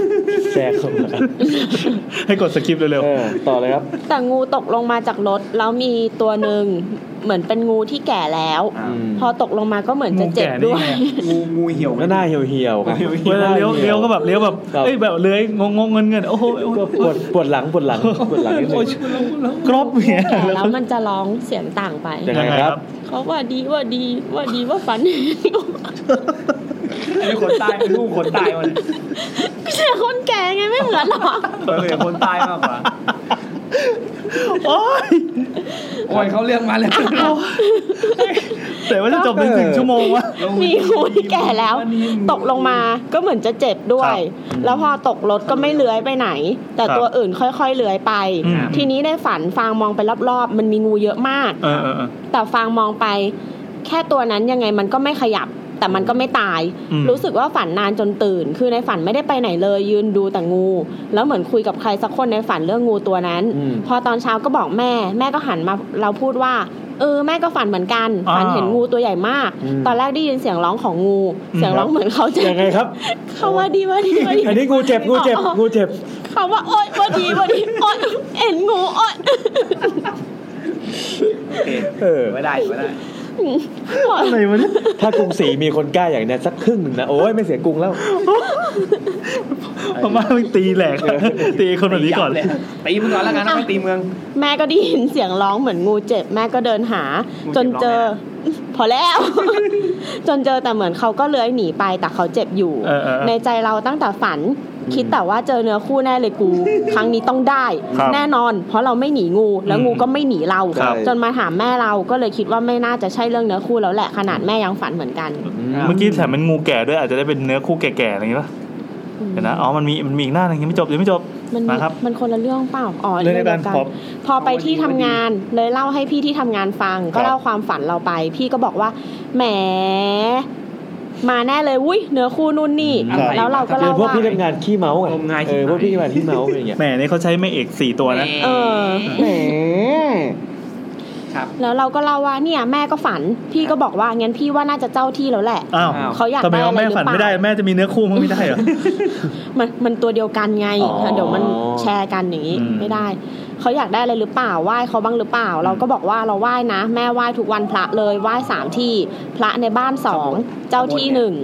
[SPEAKER 6] แชร์เข้ามา
[SPEAKER 1] ให้กดสกิปเร็ว
[SPEAKER 6] เออต่อเลยครับ
[SPEAKER 11] แต่งูตกลงมาจากรถ แล้วมีตัวหนึ่งเหมือนเป็นงูที่แก่แล้ว
[SPEAKER 6] อืม
[SPEAKER 11] พอตกลงมาก็เหมือน
[SPEAKER 1] ๆ
[SPEAKER 11] จะเจ็บด้วย
[SPEAKER 5] งูงูเหี่ยวไหม
[SPEAKER 6] ก็หน้าเหี่ยวเหี่ยวๆครับ
[SPEAKER 1] เวลาเลี้ยวเลี้ยวก็แบบเลี้ยวแบบ
[SPEAKER 6] ครับ
[SPEAKER 1] เอ้ยแบบเลื้อยงงงเงินเงินๆโอ้โหโอ้โห
[SPEAKER 6] ก็ปวดปวดหลังปวดหลังปวดหลังนิดนึ
[SPEAKER 1] โอ้ย
[SPEAKER 6] ง
[SPEAKER 1] กรอบเนี่ย
[SPEAKER 11] แก่แล้วมันจะร้องเสียงต่างไป
[SPEAKER 6] ยังไงครับ
[SPEAKER 11] เขาว่าดีว่าดีว่าดีว่าฝัน
[SPEAKER 5] ไอ้คนตายลูกคนตายมัน
[SPEAKER 11] เจอคนแก่ไงไม่เหมือนหรอ
[SPEAKER 5] เออคนตายมากกว่า
[SPEAKER 1] โอ้ย
[SPEAKER 5] โอ้ยเขาเรื่องมาแล้ว
[SPEAKER 1] แต่ว่าจะจบในหนึ่งชั่วโมงวะ
[SPEAKER 11] มีงูที่แก่แล้ว ตกลงมาก็เหมือนจะเจ็บด้วย แล้วพอตกรถก็ไม่เลื้อยไปไหน แต่
[SPEAKER 1] ครับ
[SPEAKER 11] ตัวอื่นค่อยๆเลื้อยไป
[SPEAKER 1] อืม
[SPEAKER 11] ทีนี้ในฝันฟางมองไปรอบๆ มันมีงูเยอะมาก
[SPEAKER 1] เออเออเออ
[SPEAKER 11] แต่ฟางมองไป แค่ตัวนั้นยังไงมันก็ไม่ขยับ แต่มันก็ไม่ตาย
[SPEAKER 1] อืม
[SPEAKER 11] รู้สึกว่าฝันนานจนตื่น คือในฝันไม่ได้ไปไหนเลย ยืนดูแต่งู แล้วเหมือนคุยกับใครสักคนในฝันเรื่องงูตัวนั้น
[SPEAKER 6] อืม
[SPEAKER 11] พอตอนเช้าก็บอกแม่ แม่ก็หันมาเราพูดว่า เออแม่ก็ฝันเหมือนกัน ฝันเห็นงูตัวใหญ่มาก
[SPEAKER 6] อืม
[SPEAKER 11] ตอนแรกได้ยินเสียงร้องของงู เสียงร้องเหมือนเขาจะ
[SPEAKER 6] ยังไงครับ
[SPEAKER 11] *laughs* เขาว่าดีว่าดีว่าดี
[SPEAKER 6] อันนี้งูเจ็บงูเจ็บงูเจ็บ
[SPEAKER 11] *laughs* เขาว่าโอ๊ยว่าดีว่าดีโอ๊ยเห็นงูโอ๊ย
[SPEAKER 6] เออ
[SPEAKER 5] ไม่ได้ไม่ได้
[SPEAKER 1] อะไรวะเนี่ย
[SPEAKER 6] ถ้ากรุงศรีมีคนกล้าอย่างเนี้ยสักครึ่งหนึ่งนะโอ้ยไม่เสียกรุงแล้ว
[SPEAKER 1] พม่ามันตีแหลก ตีคนแบบนี้ก่อน
[SPEAKER 5] ตียับเลยตีมึงก่อนแล้วกันนะไม่ตีเมือง
[SPEAKER 11] แม่ก็ได้ยินเสียงร้องเหมือนงูเจ็บ แม่ก็เดินหา
[SPEAKER 5] งูเจ็บ
[SPEAKER 11] จนเจอ
[SPEAKER 5] ร้
[SPEAKER 11] พอแล้ว *laughs* จนเจอแต่เหมือนเขาก็เลื้อยหนีไปแต่เขาเจ็บอยู่
[SPEAKER 1] เออเออเออ
[SPEAKER 11] ในใจเราตั้งแต่ฝัน คิดแต่ว่าเจอเนื้อคู่แน่เลยกู
[SPEAKER 1] *laughs*
[SPEAKER 11] ครั้งนี้ต้องได้
[SPEAKER 1] ครับ
[SPEAKER 11] แน่นอน เพราะเราไม่หนีงู แล้วงูก็ไม่หนีเรา
[SPEAKER 1] ครับ
[SPEAKER 11] จนมาถามแม่เราก็เลยคิดว่าไม่น่าจะใช่เรื่องเนื้อคู่แล้วแหละขนาดแม่ยังฝันเหมือนกัน
[SPEAKER 1] เมื่อกี้แถมเป็นงูแก่ด้วยอาจจะได้เป็นเนื้อคู่แก่ๆอะไรอย่างงี้ป่ะเดี๋ยวนะอ๋อมันมีมันมีอีกหน้าหนึงยังไม่จบยังไม่จบ
[SPEAKER 11] มัน
[SPEAKER 1] มาครับ
[SPEAKER 11] มันคนละเรื่องเปล่าอ๋อ
[SPEAKER 1] เรื่องเดียวกัน
[SPEAKER 11] ดี
[SPEAKER 1] ครับ
[SPEAKER 11] พอไปที่ทำงานเลยเล่าให้พี่ที่ทำงานฟัง ก็เล่าความฝันเราไป พี่ก็บอกว่าแหมมาแน่เลยอุ้ยเนื้อคู่นู่นนี่
[SPEAKER 5] ครับ
[SPEAKER 11] แล้วเราก็
[SPEAKER 6] เจอ
[SPEAKER 11] เล่า
[SPEAKER 6] พวก
[SPEAKER 11] ว่า
[SPEAKER 6] พี่ทำงานขี้เมาส์
[SPEAKER 5] งมงา
[SPEAKER 6] อ่ะ
[SPEAKER 5] ย
[SPEAKER 6] เออพวกพี่ทำงานขี้เมาส์เป็นอย่างเงี้ย
[SPEAKER 1] แหมนี่เขาใช้ไม่เอกสี่ตัวนะ
[SPEAKER 11] เออ
[SPEAKER 6] แหม
[SPEAKER 11] แล้วเราก็เล่าว่าเนี่ยแม่ก็ฝัน พี่ก็บอกว่างั้นพี่ว่าน่าจะเจ้าที่แล้วแหละ
[SPEAKER 1] อ้าว
[SPEAKER 11] เขาอยาก
[SPEAKER 1] ทำไม
[SPEAKER 11] ได้
[SPEAKER 1] ว่า
[SPEAKER 11] อะไร
[SPEAKER 1] แม่
[SPEAKER 11] หรือ
[SPEAKER 1] ฝัน
[SPEAKER 11] เป
[SPEAKER 1] ไม่ได้
[SPEAKER 11] ล่า
[SPEAKER 1] แม่จะมีเนื้อคู่มั้งไม่ได้เหรอ
[SPEAKER 11] มันมันตัวเดียวกันไง
[SPEAKER 1] อ๋อ
[SPEAKER 11] เดี๋ยวมันแชร์กันอย่างนี้
[SPEAKER 1] อืม
[SPEAKER 11] ไม่ได้ เขาอยากได้อะไรหรือเปล่าไหว้เขาบ้างหรือเปล่า เราก็บอกว่าเราไหว้นะ แม่ไหว้ทุกวันพระเลยไหว้สามที่ พระในบ้านสองเจ้าที่หนึ่ง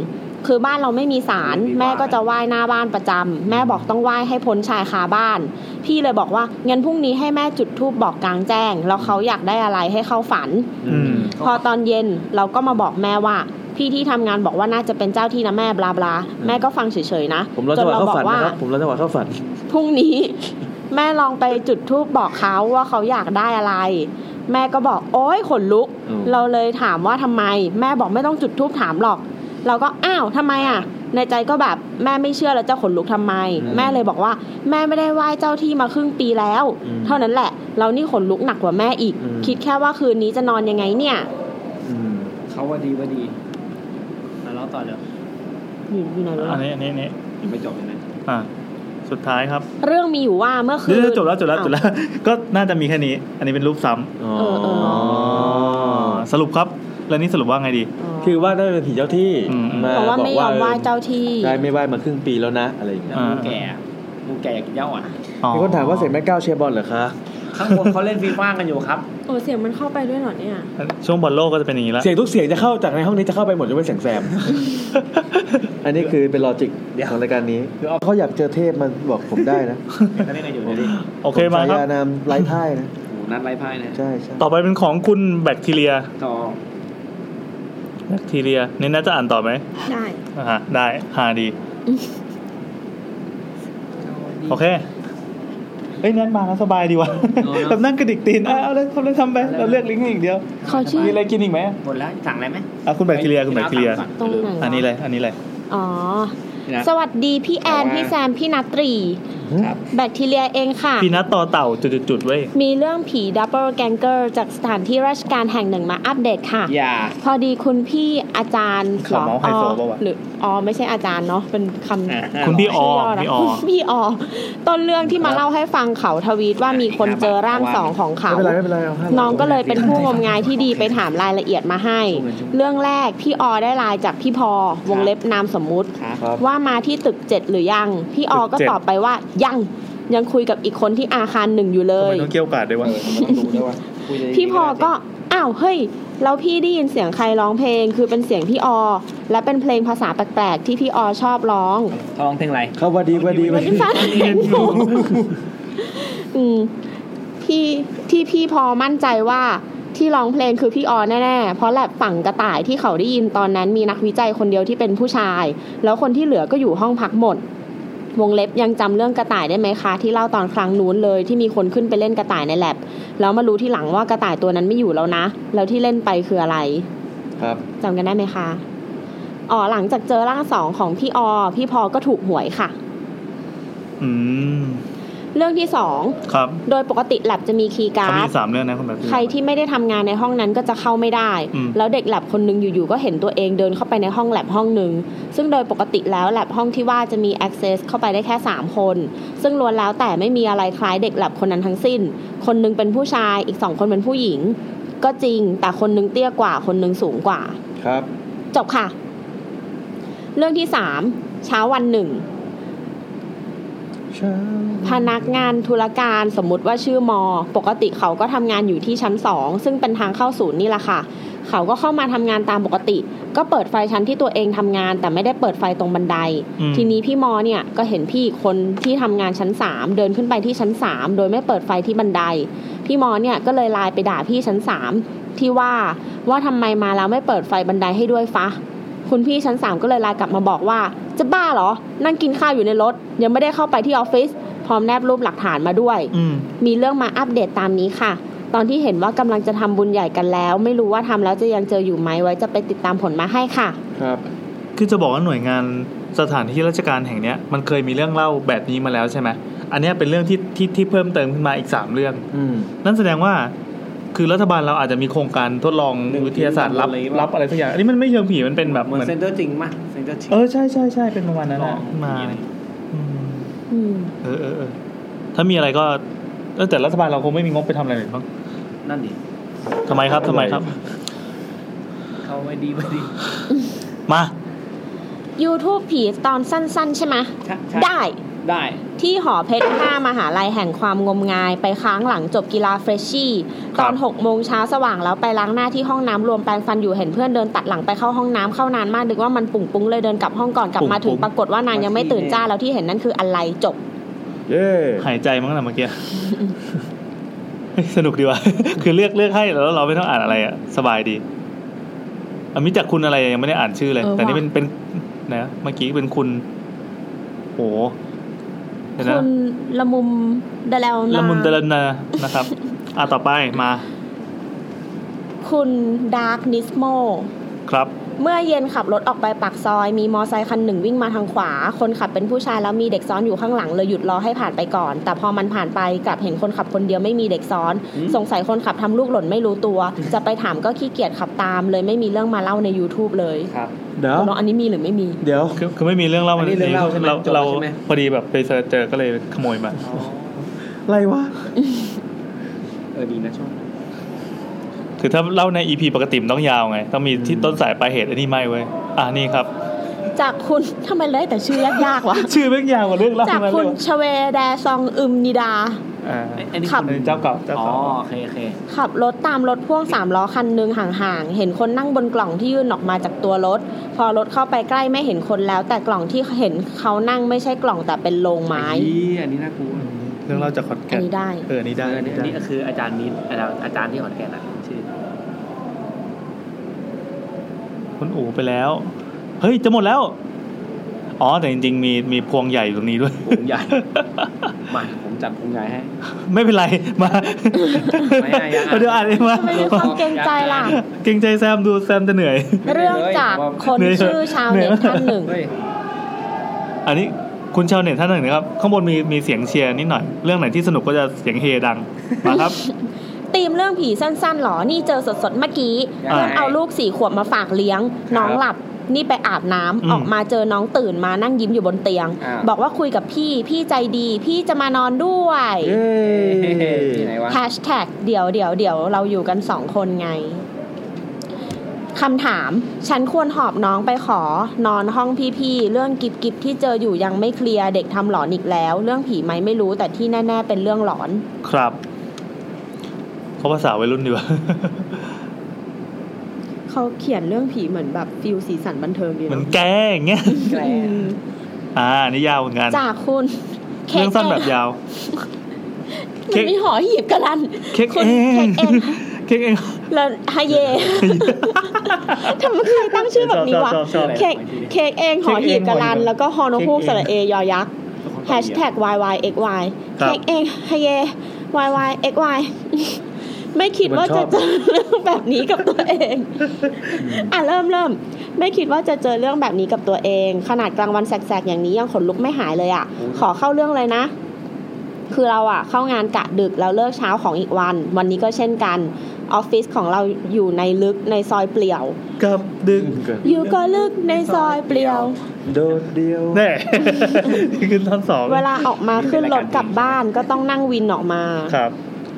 [SPEAKER 11] คือบ้านเราไม่มีศาลแม่ก็จะไหว้หน้าบ้านประจำแม่บอกต้องไหว้ให้พ้นชายคาบ้าน พี่เลยบอกว่างั้นพรุ่งนี้ให้แม่จุดธูปบอกกลางแจ้งแล้วเขาอยากได้อะไรให้เข้าฝัน
[SPEAKER 1] อืม
[SPEAKER 11] พอตอนเย็นเราก็มาบอกแม่ว่า พี่ที่ทำงานบอกว่าน่าจะเป็นเจ้าที่นะแม่บลาบลาแม่ก็ฟังเฉยๆนะ
[SPEAKER 6] ผมรอ
[SPEAKER 11] จ
[SPEAKER 6] จัง
[SPEAKER 11] น
[SPEAKER 6] หวะ
[SPEAKER 11] เรา
[SPEAKER 6] เข้า
[SPEAKER 11] บอ
[SPEAKER 6] ฝัน
[SPEAKER 11] กว่า
[SPEAKER 6] นะครับผมรอจังหวะเข้าฝัน
[SPEAKER 11] พรุ่งนี้ *laughs* แม่ลองไปจุดธูปบอกเขาว่าเขาอยากได้อะไร แม่ก็บอกโอ๊ยขนลุก
[SPEAKER 6] อืม
[SPEAKER 11] เราเลยถามว่าทำไม แม่บอกไม่ต้องจุดธูปถามหรอก เราก็อ้าวทำไมอ่ะ ในใจก็แบบแม่ไม่เชื่อแล้วจะขนลุกทำไม แม่เลยบอกว่า แม่ไม่ได้ไหว้เจ้าที่มาครึ่งปีแล้ว เท่านั้นแหละ เรานี่ขนลุกหนักกว่าแม่อีก คิดแค่ว่าคืนนี้จะนอนยังไงเนี่ย
[SPEAKER 5] เขาว่าดีว่าดีมาเล่าต่อเลย
[SPEAKER 11] อยู่อยู่ไหนวะ
[SPEAKER 1] อันนี้อันนี้อันนี้
[SPEAKER 5] ยังไม่จบเลยนะ
[SPEAKER 1] อ่าสุดท้ายครับ
[SPEAKER 11] เรื่องมีอยู่ว่าเมื่อคื
[SPEAKER 1] เดี๋ย *laughs*
[SPEAKER 11] น
[SPEAKER 1] วๆจบแล้วจบแล้วจบแล้ว ก็น่าจะมีแค่นี้ อันนี้เป็นรูปซ้ำ
[SPEAKER 11] เออเออ
[SPEAKER 6] อ๋อ
[SPEAKER 1] สรุปครับ แล้วนี่สรุปว่าไงดี
[SPEAKER 4] คือว่าได้เป็นผีเจ้าที่
[SPEAKER 1] อืม
[SPEAKER 4] มา
[SPEAKER 11] เพราะว่าไม่ยอมไหว้เจ้าที่
[SPEAKER 4] ได้ไม่ไหว้มาครึ่งปีแล้วนะ อะไรอย่างเงี้ย
[SPEAKER 1] อ่า
[SPEAKER 5] แก่มูแก่อยากกินเหย้าอ่ะ
[SPEAKER 1] อ๋อ
[SPEAKER 4] มีคนถามว่าเสร็จแม่ก้าวเชียร์บอลเหรอคะ
[SPEAKER 5] ข้างบนเขาเล่นฟีฟ่ากันอยู่ครับ
[SPEAKER 3] โอ้เสียงมันเข้าไปด้วยเหรอเนี่ย
[SPEAKER 1] ช่วงบอลโลกก็จะเป็นอย่างนี้ละ
[SPEAKER 4] เสียงทุกเสียงจะเข้าจากในห้องนี้จะเข้าไปหมดยกเว้นเสียงแซม *laughs* อันนี้คือเป็นลอจิกของรายการนี้เขาอยากเจอเทพมันบอกผมได้นะ
[SPEAKER 5] เขาเล่นกันอยู่เลยดิ
[SPEAKER 1] โอเคมา
[SPEAKER 4] ผ
[SPEAKER 1] ค
[SPEAKER 4] ฉ
[SPEAKER 1] รับ
[SPEAKER 4] ยานามไร้พ่ายนะ
[SPEAKER 5] โอ้โหนัดไร้พ่ายนะ
[SPEAKER 4] ใช่ใช่
[SPEAKER 1] ต่อไปเป็นของคุณแบคทีเรีย
[SPEAKER 5] ต่อ
[SPEAKER 1] แบคทีเรียนี่น่าจะอ่านต่อไหม
[SPEAKER 3] ได้
[SPEAKER 1] อ่าได้ฮาดี โอเค เอ้ยนั่นมาแล้วสบายดีวะแบบนั่งกระดิกตีนอ่ะเอาเลยทำเลยทำไป เราเลือกลิงก์อย่างเดียว
[SPEAKER 11] เขาชื่อ
[SPEAKER 1] มีอะไรกินอีกไหมอ่ะ
[SPEAKER 5] หมดแล้วสั่งอะไรไหม
[SPEAKER 1] อ่ะคุณแบคทีเรียคุณแบคทีเรีย
[SPEAKER 11] ตรงไหนวะ
[SPEAKER 1] อันนี้เลย อันนี้เลย
[SPEAKER 11] อ๋อ
[SPEAKER 5] นะ
[SPEAKER 11] สวัสดีพี่แอน
[SPEAKER 5] เอาว่า
[SPEAKER 11] พี่แซม พี่นัตรี
[SPEAKER 5] ครับ
[SPEAKER 11] แบคทีเรียเองค่ะ
[SPEAKER 1] พี่นัทต่อเต่าจุดๆๆเว้ย
[SPEAKER 11] มีเรื่องผีดับเบิลแกงเกอร์จากสถานที่ราชการแห่งหนึ่งมาอัปเดตค่ะ
[SPEAKER 5] อย่า
[SPEAKER 11] พอดีคุณพี่อาจารย์
[SPEAKER 1] ข่าวเมาส์ไฮโซปะวะ
[SPEAKER 11] หรืออ๋อไม่ใช่อาจารย์เนาะเป็นคำ
[SPEAKER 1] คุณพี่ออ
[SPEAKER 11] ชื่ย่นะ
[SPEAKER 1] พี่ออ
[SPEAKER 11] พี่ออต้นเรื่องที่มาเล่าให้ฟังเขาทวีตว่ามีคนเจอร่างสองของเขา
[SPEAKER 4] ไม่เป็นไรไม่เป็นไรเอาให้
[SPEAKER 11] น้องก็เลยเป็นผู้งมงายที่ดีไปถามรายละเอียดมาให้ เรื่องแรกพี่ออได้ไลน์จากพี่พอวงเล็บนามสมมุติ
[SPEAKER 4] ครับ
[SPEAKER 11] ว่ามาที่ตึกเจ็ดหรือยัง พี่ออก็
[SPEAKER 1] ตึกเจ็ด
[SPEAKER 11] ตอบไปว่ายังยังคุยกับอีกคนที่อาคารหนึ่งอยู่เล
[SPEAKER 1] ทำไม
[SPEAKER 11] ย
[SPEAKER 1] ต้องเกี่ยวกาดด้วยวะ
[SPEAKER 11] พี่พอก็อ้าวเฮ้ยแล้วพี่ได้ยินเสียงใครร้องเพลง คือเป็นเสียงพี่ออ และเป็นเพลงภาษาแปลกๆที่พี่ออชอบร้อง
[SPEAKER 5] ทองเพลงอะไร
[SPEAKER 4] เข้าวัดีวัดีวัดี
[SPEAKER 11] ฟันเห็นหนูอืมพี่ที่พี่พอมั่นใจว่าที่ร้องเพลงคือพี่ออนแน่ๆ เพราะแลบฝั่งกระต่ายที่เขาได้ยินตอนนั้นมีนักวิจัยคนเดียวที่เป็นผู้ชาย แล้วคนที่เหลือก็อยู่ห้องพักหมด วงเล็บยังจำเรื่องกระต่ายได้ไหมคะ ที่เล่าตอนครั้งนู้นเลยที่มีคนขึ้นไปเล่นกระต่ายในแลบแล้วมารู้ที่หลังว่ากระต่ายตัวนั้นไม่อยู่แล้วนะ แล้วที่เล่นไปคืออะไร
[SPEAKER 4] ครับ
[SPEAKER 11] จำกันได้ไหมคะ อ๋อหลังจากเจอร่างสองของพี่ออ พี่พอก็ถูกหวยค่ะ
[SPEAKER 1] อืม
[SPEAKER 11] เรื่องที่สอง
[SPEAKER 1] ครับ
[SPEAKER 11] โดยปกติแลบจะมีคีย์กา
[SPEAKER 1] เขา
[SPEAKER 11] ร์
[SPEAKER 1] มี
[SPEAKER 11] ด
[SPEAKER 1] สามเรื่องนะคุณแบคทีเรีย
[SPEAKER 11] ใครที่ไม่ได้ทำงานในห้องนั้นก็จะเข้าไม่ได้
[SPEAKER 1] อืม
[SPEAKER 11] แล้วเด็กแลบคนหนึงอยู่ๆ ก็เห็นตัวเองเดินเข้าไปในห้องแลบห้องหนึ่ง ซึ่งโดยปกติแล้วแลบห้องที่ว่าจะมี access เข้าไปได้แค่ 3 คน ซึ่งล้วนแล้วแต่ไม่มีอะไรคล้ายเด็กแลบคนนั้นทั้งสิ้น คนหนึงเป็นผู้ชาย อีกสองคนเป็นผู้หญิง ก็จริง แต่คนหนึงเตี้ยกว่า คนหนึงสูงกว่า
[SPEAKER 4] ครับ
[SPEAKER 11] จบค่ะ เรื่องที่สามเช้าวันหนึ่ง พนักงานธุรการสมมุติว่าชื่อมอ ปกติเขาก็ทำงานอยู่ที่ชั้นสองซึ่งเป็นทางเข้าศูนย์นี่แหละค่ะ เขาก็เข้ามาทำงานตามปกติ ก็เปิดไฟชั้นที่ตัวเองทำงาน แต่ไม่ได้เปิดไฟตรงบันได
[SPEAKER 1] อืม
[SPEAKER 11] ทีนี้พี่มอเนี่ยก็เห็นพี่อีกคนที่ทำงานชั้นสามเดินขึ้นไปที่ชั้นสามโดยไม่เปิดไฟที่บันได พี่มอเนี่ยก็เลยไลน์ไปด่าพี่ชั้นสามที่ว่าว่าทำไมมาแล้วไม่เปิดไฟบันไดให้ด้วยฟะ คุณพี่ชั้นสามก็เลยไลน์กลับมาบอกว่า จะบ้าเหรอ นั่งกินข้าวอยู่ในรถ ยังไม่ได้เข้าไปที่ออฟฟิศพร้อมแนบรูปหลักฐานมาด้วย
[SPEAKER 1] อืม
[SPEAKER 11] มีเรื่องมาอัปเดตตามนี้ค่ะ ตอนที่เห็นว่ากำลังจะทำบุญใหญ่กันแล้ว ไม่รู้ว่าทำแล้วจะยังเจออยู่ไหมไว้จะไปติดตามผลมาให้ค่ะ
[SPEAKER 4] ครับ
[SPEAKER 1] คือจะบอกว่าหน่วยงานสถานที่ราชการแห่งเนี้ยมันเคยมีเรื่องเล่าแบบนี้มาแล้วใช่ไหมอันเนี้ยเป็นเรื่องที่ที่ที่เพิ่มเติมขึ้นมาอีกสามเรื่อง
[SPEAKER 4] อืม
[SPEAKER 1] นั่นแสดงว่า คือรัฐบาลเราอาจจะมีโครงการทดลองวิทยาศาสตร์รับ
[SPEAKER 5] หนึ่งปี
[SPEAKER 1] รับอะไรสักอย่าง อันนี้มันไม่เชิงผีมันเป็นแบบ
[SPEAKER 5] เห
[SPEAKER 1] เห
[SPEAKER 5] มื
[SPEAKER 1] มื
[SPEAKER 5] อ
[SPEAKER 1] อ
[SPEAKER 5] น
[SPEAKER 1] น
[SPEAKER 5] เซนเตอร์จริงมั้ยเซนเตอร์จริง
[SPEAKER 1] เออใช่ใช่ใช่เป็นประมาณนั้นอะ
[SPEAKER 5] ลอง
[SPEAKER 1] มา
[SPEAKER 5] อะไร
[SPEAKER 1] อืม
[SPEAKER 11] อืม
[SPEAKER 1] เออเออเออถ้ามีอะไรก็เออแต่รัฐบาลเราคงไม่มีงบไปทำอะไรเลยมั้ง
[SPEAKER 5] นั่นดิ
[SPEAKER 1] ทำไมครับทำไมครับ
[SPEAKER 5] เขาไม่ดีไม่ดี
[SPEAKER 1] มา
[SPEAKER 11] YouTube ผีตอนสั้น ๆ ใช่ไหม
[SPEAKER 5] ใช่ใช่
[SPEAKER 11] ได้
[SPEAKER 5] ได้
[SPEAKER 11] ที่หอเพชร5มหาลัยแห่งความงมงายไปค้างหลังจบกีฬาเฟรชชี่
[SPEAKER 1] ค
[SPEAKER 11] ต
[SPEAKER 1] รับ
[SPEAKER 11] อน6โมงเช้าสว่างแล้วไปล้างหน้าที่ห้องน้ำรวมแปรงฟันอยู่เห็นเพื่อนเดินตัดหลังไปเข้าห้องน้ำเข้านานมากนึกว่ามันปุ่งปุ้งเลยเดินกลับห้องก่อนกลับมาถึงปรากฏว่านางยังไม่ตื่นจ้าแล้วที่เห็นนั่นคืออะไรจบ
[SPEAKER 4] เย้
[SPEAKER 1] หายใจมั้งนะเมื่อ
[SPEAKER 5] *laughs*
[SPEAKER 1] กี้ เฮ้ยสนุกดีว่ะ *laughs* คือเลือกเลือกให้แล้วเราไม่ต้องอ่านอะไรอ่ะ สบายดีอามิจากคุณอะไรยังไม่ได้อ่านชื่อเลย
[SPEAKER 11] เออ
[SPEAKER 1] แต่นี่
[SPEAKER 11] ว่ะ
[SPEAKER 1] เป็นเป็นนะเมื่อกี้เป็นคุณโหเดี๋ยวนะ
[SPEAKER 11] คุณละมุมดะแล้ว
[SPEAKER 1] ละมุนตะลันนานะครับ อ่ะต่อไปมา
[SPEAKER 11] คุณดาร์กนิสโม
[SPEAKER 1] ครับ
[SPEAKER 11] เมื่อเย็นขับรถออกไปปากซอย มีมอไซค์คันหนึ่งวิ่งมาทางขวา คนขับเป็นผู้ชายแล้วมีเด็กซ้อนอยู่ข้างหลังเลยหยุดรอให้ผ่านไปก่อน แต่พอมันผ่านไปกลับเห็นคนขับคนเดียวไม่มีเด็กซ้อน สงสัยคนขับทำลูกหล่นไม่รู้ตัว จะไปถามก็ขี้เกียจขับตาม เลยไม่มีเรื่องมาเล่าใน YouTube เลย
[SPEAKER 5] ครับ
[SPEAKER 4] เดี๋ยว
[SPEAKER 11] น้องอันนี้มีหรือไม่มี
[SPEAKER 4] เดี๋ยว
[SPEAKER 1] คือคือไม่มีเรื่องเล่า
[SPEAKER 5] อันนี้เรื่องเล่าใช่ไหม
[SPEAKER 1] เรา
[SPEAKER 5] จบ
[SPEAKER 1] เรา
[SPEAKER 5] แล้วใช่ไหม
[SPEAKER 1] พอดีแบบไปเจอเจอก็เลยขโมยมา
[SPEAKER 5] อ๋อ
[SPEAKER 4] อะไรวะ
[SPEAKER 5] เออดีนะชอบ
[SPEAKER 1] คือถ้าเล่าในอีพีปกติมันต้องยาวไง ต้องมีที่ต้นสายปลายเหตุอันนี้ไม่เว้ยอ่านี่ครับ
[SPEAKER 5] *laughs*
[SPEAKER 11] จากคุณ *laughs* ทำไมเลยแต่ชื่อยากๆวะ
[SPEAKER 1] ชื่อเรื่องยาวกว่าเรื่องเล่า
[SPEAKER 11] จาก
[SPEAKER 1] ม
[SPEAKER 11] คุณ
[SPEAKER 1] เลย
[SPEAKER 11] ชเวแดซองอึมนิดา
[SPEAKER 1] อ่า
[SPEAKER 2] อันนี้
[SPEAKER 11] ขับ
[SPEAKER 2] คุณ
[SPEAKER 1] เจ้าเก่าเจ้า
[SPEAKER 2] อ๋อ
[SPEAKER 1] เก่า
[SPEAKER 2] โอเคโอเค
[SPEAKER 11] ขับรถตามรถพ่วงสามล้อคันหนึ่งห่างๆ เห็นคนนั่งบนกล่องที่ยื่นออกมาจากตัวรถ พอรถเข้าไปใกล้ไม่เห็นคนแล้ว แต่กล่องที่เห็นเขานั่งไม่ใช่กล่องแต่เป็นโลงไม้
[SPEAKER 2] อ้เหี้ยอันนี้น่ากลัว
[SPEAKER 1] เรื่องเล่าจากขอน
[SPEAKER 11] อั
[SPEAKER 1] แก่
[SPEAKER 11] น
[SPEAKER 1] น
[SPEAKER 11] นี้ได้
[SPEAKER 1] เอออันนี้ได้
[SPEAKER 2] เออ
[SPEAKER 1] อั
[SPEAKER 2] อั
[SPEAKER 1] น
[SPEAKER 2] น
[SPEAKER 1] นี้ได้
[SPEAKER 2] นี้อันนี้ก็คืออาจารย์มิตรอาจารย์อาจารย์ที่ขอนแก่นอะชื่อ
[SPEAKER 1] คุณอู๋ไปแล้ว เฮ้ย จะหมดแล้ว อ๋อ แต่จริงๆ มีมีพวงใหญ่อยู่ตรงนี้ด้วย
[SPEAKER 2] ผมใหญ่ มาผมจัดผมใหญ่ให้
[SPEAKER 1] *laughs* ไม่เป็นไร มา
[SPEAKER 2] ไม่ได้ยังอ่ะ
[SPEAKER 1] เดี๋ยวอ่านเองมา
[SPEAKER 11] ทำไมมีความเกรงใจล่ะ
[SPEAKER 1] เกรงใจแซมดูแซมจะเหนื่อย
[SPEAKER 11] เรื่องจากคนชื่อชาวเน็ตท่านหนึ่ง
[SPEAKER 2] เฮ้ย
[SPEAKER 1] อันนี้คุณชาวเน็ตท่านหนึ่งนะครับ ข้างบนมีมีเสียงเชียร์นิดหน่อย เรื่องไหนที่สนุกก็จะเสียงเฮดัง มาครับ *laughs*
[SPEAKER 11] ตีมเรื่องผีสั้นๆหรอ นี่เจอสดๆเมื่อกี้
[SPEAKER 1] อ่า
[SPEAKER 11] เพื่อนเอาลูกสี่ขวบมาฝากเลี้ยง น้องหลับ นี่ไปอาบน้ำ
[SPEAKER 1] อืม
[SPEAKER 11] ออกมาเจอน้องตื่นมานั่งยิ้มอยู่บนเตียง
[SPEAKER 5] อ่า
[SPEAKER 11] บอกว่าคุยกับพี่ พี่ใจดี พี่จะมานอนด้วย
[SPEAKER 5] ที่ไหนวะ
[SPEAKER 11] แฮชแท็กเดี๋ยวเดี๋ยวเดี๋ยวเราอยู่กันสองคนไง คำถาม ฉันควรหอบน้องไปขอ นอนห้องพี่ๆ เรื่องกิบกิบที่เจออยู่ยังไม่เคลียร์ เด็กทำหลอนอีกแล้ว เรื่องผีไหมไม่รู้แต่ที่แน่ๆ เป็นเรื่องหลอน
[SPEAKER 1] ครับ เขาภาษาวัยรุ่นดีกว่า *laughs*
[SPEAKER 11] เขาเขียนเรื่องผีเหมือนแบบฟิลสีสันบันเทิงดี
[SPEAKER 1] เหมือน
[SPEAKER 11] เนาะ
[SPEAKER 1] แกงเงี้ย
[SPEAKER 5] แกรน
[SPEAKER 11] อืม
[SPEAKER 1] อ่าอันนี่ยาวเหมือนกัน
[SPEAKER 11] จากคุณ
[SPEAKER 1] เรื่องสั้นแบบยาว เค้
[SPEAKER 11] มั
[SPEAKER 1] ก
[SPEAKER 11] นมีหอหีบกันลัน
[SPEAKER 1] เค้ก
[SPEAKER 11] คุ
[SPEAKER 1] เอง
[SPEAKER 11] ณเค้ก
[SPEAKER 1] เค้ก
[SPEAKER 11] เอง
[SPEAKER 1] เอง
[SPEAKER 11] แล้วฮาเย *laughs* ทำไมใครตั้งชื่อแบบนี้วะ
[SPEAKER 1] ชอบชอบชอบ
[SPEAKER 11] เค้กเค้กเองหอหีบกันลัน แล้วก็ฮอนอพูกสระเอยอยักษ์แฮชแท็ก yyxy
[SPEAKER 1] ครับ
[SPEAKER 11] เค้กเองฮาเย yyxy *laughs* ไม่คิดว่าจะเจอเรื่องแบบนี้กับตัวเอง อ่ะเริ่มเริ่มไม่คิดว่าจะเจอเรื่องแบบนี้กับตัวเอง ขนาดกลางวันแสกๆอย่างนี้ยังขนลุกไม่หายเลยอ่ะ ขอเข้าเรื่องเลยนะ คือเราอ่ะเข้างานกะดึกแล้วเลิกเช้าของอีกวัน วันนี้ก็เช่นกันออฟฟิศของเราอยู่ในลึกในซอยเปลี่ยว
[SPEAKER 1] กับดึง
[SPEAKER 11] อยู่ก็ลึกในซอยเปลี่ยว
[SPEAKER 4] โดดเดียว
[SPEAKER 1] แน่ ขึ้นท่อนสอง
[SPEAKER 11] เวลาออกมาขึ้นรถกลับบ้านก็ต้องนั่งวินออกมา
[SPEAKER 1] ครับ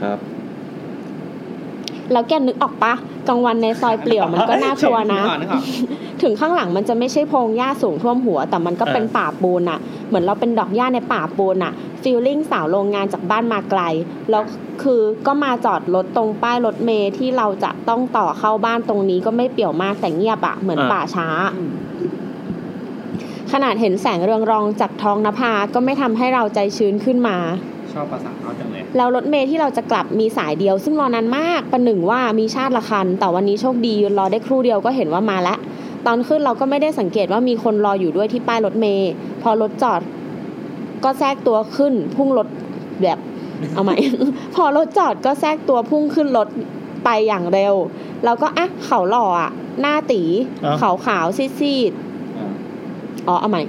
[SPEAKER 4] ครับ
[SPEAKER 11] แล้วแกนึกออกปะกลางวันในซอยเปลี่ยวมันก็น่ากลัวนะ
[SPEAKER 2] ก่อนนึกออก
[SPEAKER 11] ถึงข้างหลังมันจะไม่ใช่โพรงหญ้าสูงท่วมหัว แต่มันก็เป็นป่าปูนอะเหมือนเราเป็นดอกหญ้าในป่าปูนอะฟีลลิ่งสาวโรงงานจากบ้านมาไกล แล้วคือก็มาจอดรถตรงป้ายรถเมล์ที่เราจะต้องต่อเข้าบ้านตรงนี้ก็ไม่เปี่ยวมากแต่เงียบอะเหมือนป่าช้า ขนาดเห็นแสงเรืองรองจากท้องนภาก็ไม่ทำให้เราใจชื้นขึ้นมา
[SPEAKER 2] ชอบภาษาเขาจังเลย
[SPEAKER 11] แล้วรถเมล์ที่เราจะกลับมีสายเดียว ซึ่งรอนานมากประหนึ่งว่ามีชาติละคัน แต่วันนี้โชคดีรอได้ครู่เดียวก็เห็นว่ามาแล้ว ตอนขึ้นเราก็ไม่ได้สังเกตว่ามีคนรออยู่ด้วยที่ป้ายรถเมล์พอรถจอด ก็แทรกตัวขึ้น พุ่งรถแบบเอาใหม่ *laughs* พอรถจอดก็แทรกตัวพุ่งขึ้นรถไปอย่างเร็ว แล้วก็อ่ะเขาหล่ออ่ะ หน้าตีขาวขาวๆซีดๆอ๋อเอาใหม่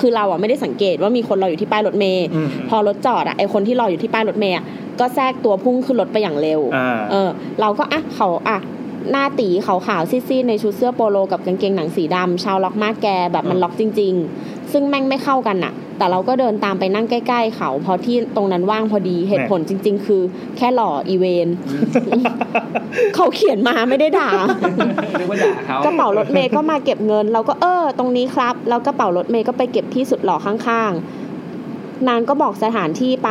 [SPEAKER 11] คือเราอ่ะไม่ได้สังเกตว่ามีคนรออยู่ที่ป้ายรถเมล์
[SPEAKER 1] อืม
[SPEAKER 11] พอรถจอดอะไอคนที่รออยู่ที่ป้ายรถเมย์อะก็แทรกตัวพุ่งขึ้นรถไปอย่างเร็ว
[SPEAKER 1] อ่า
[SPEAKER 11] เออ เราก็อ่ะเขาอ่ะหน้าตีขาวๆซีดๆในชุดเสื้อโปโลกับกางเกงหนังสีดำชาวล็อกมากแกแบบมันล็อกจริง ๆ ซึ่งแม่งไม่เข้ากันอะแต่เราก็เดินตามไปนั่งใกล้ ๆ เขาเพราะที่ตรงนั้นว่างพอดีเหตุผลจริง ๆ คือแค่หล่ออีเวน เขาเขียนมาไม่ได้ด่า
[SPEAKER 2] นึกว่าด่าเขา
[SPEAKER 11] กระเป๋ารถเมย์ก็มาเก็บเงิน เราก็เออ ตรงนี้ครับ แล้วกระเป๋ารถเมย์ก็ไปเก็บที่สุดหล่อข้างๆ นางก็บอกสถานที่ไป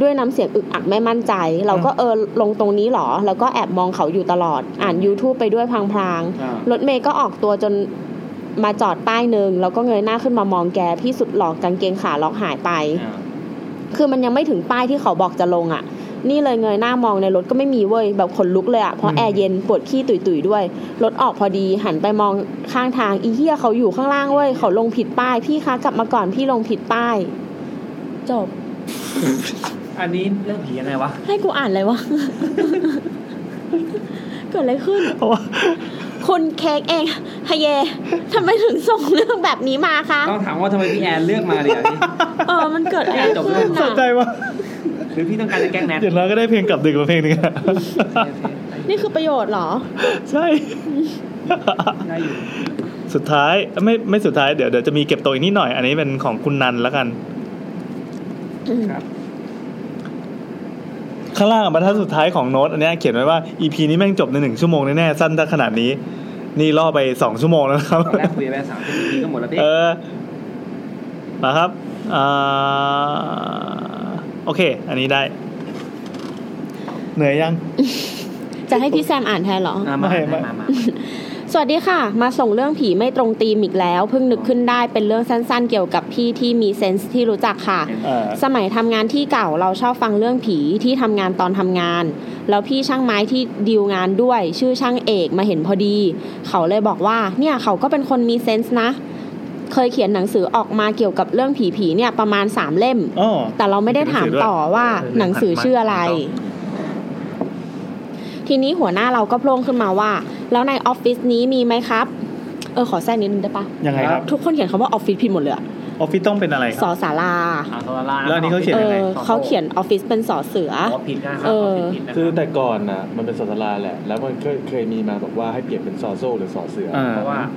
[SPEAKER 11] ด้วยน้ำเสียงอึกอักไม่มั่นใจ เราก็เออลงตรงนี้หรอ แล้วก็แอบมองเขาอยู่ตลอด อ่าน YouTube ไปด้วยพลาง
[SPEAKER 2] อ่า
[SPEAKER 11] ๆ รถเมย์ก็ออกตัวจนมาจอดป้ายหนึ่งแล้วก็เงยหน้าขึ้นมามองแกพี่สุดหลอกกางเกงขาล็อกหายไป
[SPEAKER 2] อ่า
[SPEAKER 11] คือมันยังไม่ถึงป้ายที่เขาบอกจะลงอะ่ะ นี่เลยเงยหน้ามองในรถก็ไม่มีเว้ย แบบขนลุกเลยอะ่ะ เพราะแอร์เย็นปวดขี้ตุยๆด้วย รถออกพอดีหันไปมองข้างทางอีเหี้ยเขาอยู่ข้างล่างเว้ย เขาลงผิดป้าย พี่คะกลับมาก่อนพี่ลงผิดป้าย จบ
[SPEAKER 2] อันนี้เรื่องผียังไงวะ
[SPEAKER 11] ให้กูอ่านเลยวะ เกิดอะไรขึ้น
[SPEAKER 1] เพราะว่า
[SPEAKER 11] คุณเค้กเองฮะเยทำไมถึงส่งเรื่องแบบนี้มาคะ
[SPEAKER 2] ต้องถามว่าทำไมพี่แอนเลือกมาเลยอันนี้
[SPEAKER 11] เออ มันเกิดอะไร
[SPEAKER 2] จบแล้
[SPEAKER 11] ขึ้
[SPEAKER 2] ว
[SPEAKER 11] น
[SPEAKER 1] สนใจ
[SPEAKER 11] อะ
[SPEAKER 1] ว่า
[SPEAKER 2] หรือพี่ต้องการจะแกล้งแนท
[SPEAKER 1] อย่างน้อยก็ได้เพลงกลับดึกมาเพลงหนึงอะ
[SPEAKER 11] นี่คือประโยชน์เหรอ
[SPEAKER 1] ใช่ *laughs*
[SPEAKER 2] ได้อยู่
[SPEAKER 1] สุดท้ายไม่ไม่สุดท้ายเดี๋ยวเดี๋ยวจะมีเก็บตัวอีกนิดหน่อย อันนี้เป็นของคุณนันแล้วกัน ข้างล่างอะบรรทัดสุดท้ายของโน้ตอันเนี้ยเขียนไว้ว่า EP นี้แม่งจบในหนึ่งชั่วโมงแน่ๆสั้นได้ขนาดนี้ นี่ล่อไปสองชั่วโมงแล้ว *laughs* นะครับ
[SPEAKER 2] ตอนแรกคุยไปสามสิบนาทีก็หมดแล้วพี่
[SPEAKER 1] เออมาครับอ่าโอเค อันนี้ได้ เหนื่อยยัง
[SPEAKER 11] จะให้พี่แซมอ่านแทนเหรอ
[SPEAKER 2] ะมา
[SPEAKER 1] ไม่ไม่
[SPEAKER 2] มามามา
[SPEAKER 11] สวัสดีค่ะ มาส่งเรื่องผีไม่ตรงตีมอีกแล้ว เพิ่งนึกขึ้นได้เป็นเรื่องสั้นๆ เกี่ยวกับพี่ที่มีเซนส์ที่รู้จักค่ะ
[SPEAKER 1] เออ
[SPEAKER 11] สมัยทำงานที่เก่าเราชอบฟังเรื่องผีที่ทำงานตอนทำงาน แล้วพี่ช่างไม้ที่ดีลงานด้วย ชื่อช่างเอกมาเห็นพอดี เขาเลยบอกว่า เนี่ยเขาก็เป็นคนมีเซนส์นะ เคยเขียนหนังสือออกมาเกี่ยวกับเรื่องผีผีๆเนี่ยประมาณสามเล่ม
[SPEAKER 1] อ๋อ
[SPEAKER 11] แต่เราไม่ได้ถามต่อว่าหนังสือชื่ออะไร ทีนี้หัวหน้าเราก็โพล่งขึ้นมาว่า แล้วในออฟฟิศนี้มีไหมครับ เออขอแทรกนิดนึงได้ปะ
[SPEAKER 1] ยังไงครับ
[SPEAKER 11] ทุกคนเขียนคำว่าออฟฟิศผิดหมดเลยอะ
[SPEAKER 1] ออฟฟิศต้องเป็นอะไรค
[SPEAKER 11] ส
[SPEAKER 1] รับ
[SPEAKER 11] อสารา
[SPEAKER 2] อ่ะตอนล่าง
[SPEAKER 1] แล้วอันนี้เขาเขียน
[SPEAKER 11] เอ
[SPEAKER 1] ยังไง
[SPEAKER 11] อเขาเขียนออฟฟิศเป็นสอเสือ
[SPEAKER 2] อ๋อผิดนะครับ
[SPEAKER 11] เออ
[SPEAKER 2] ผิดผิดนะ
[SPEAKER 4] คือ
[SPEAKER 2] รับ
[SPEAKER 4] แต่ก่อนนะมันเป็นสอสลาแหละ แล้วมันเคยเคยมีมาบอกว่าให้เปลี่ยนเป็นซอโซ่หรือซอเสือ
[SPEAKER 1] อ่า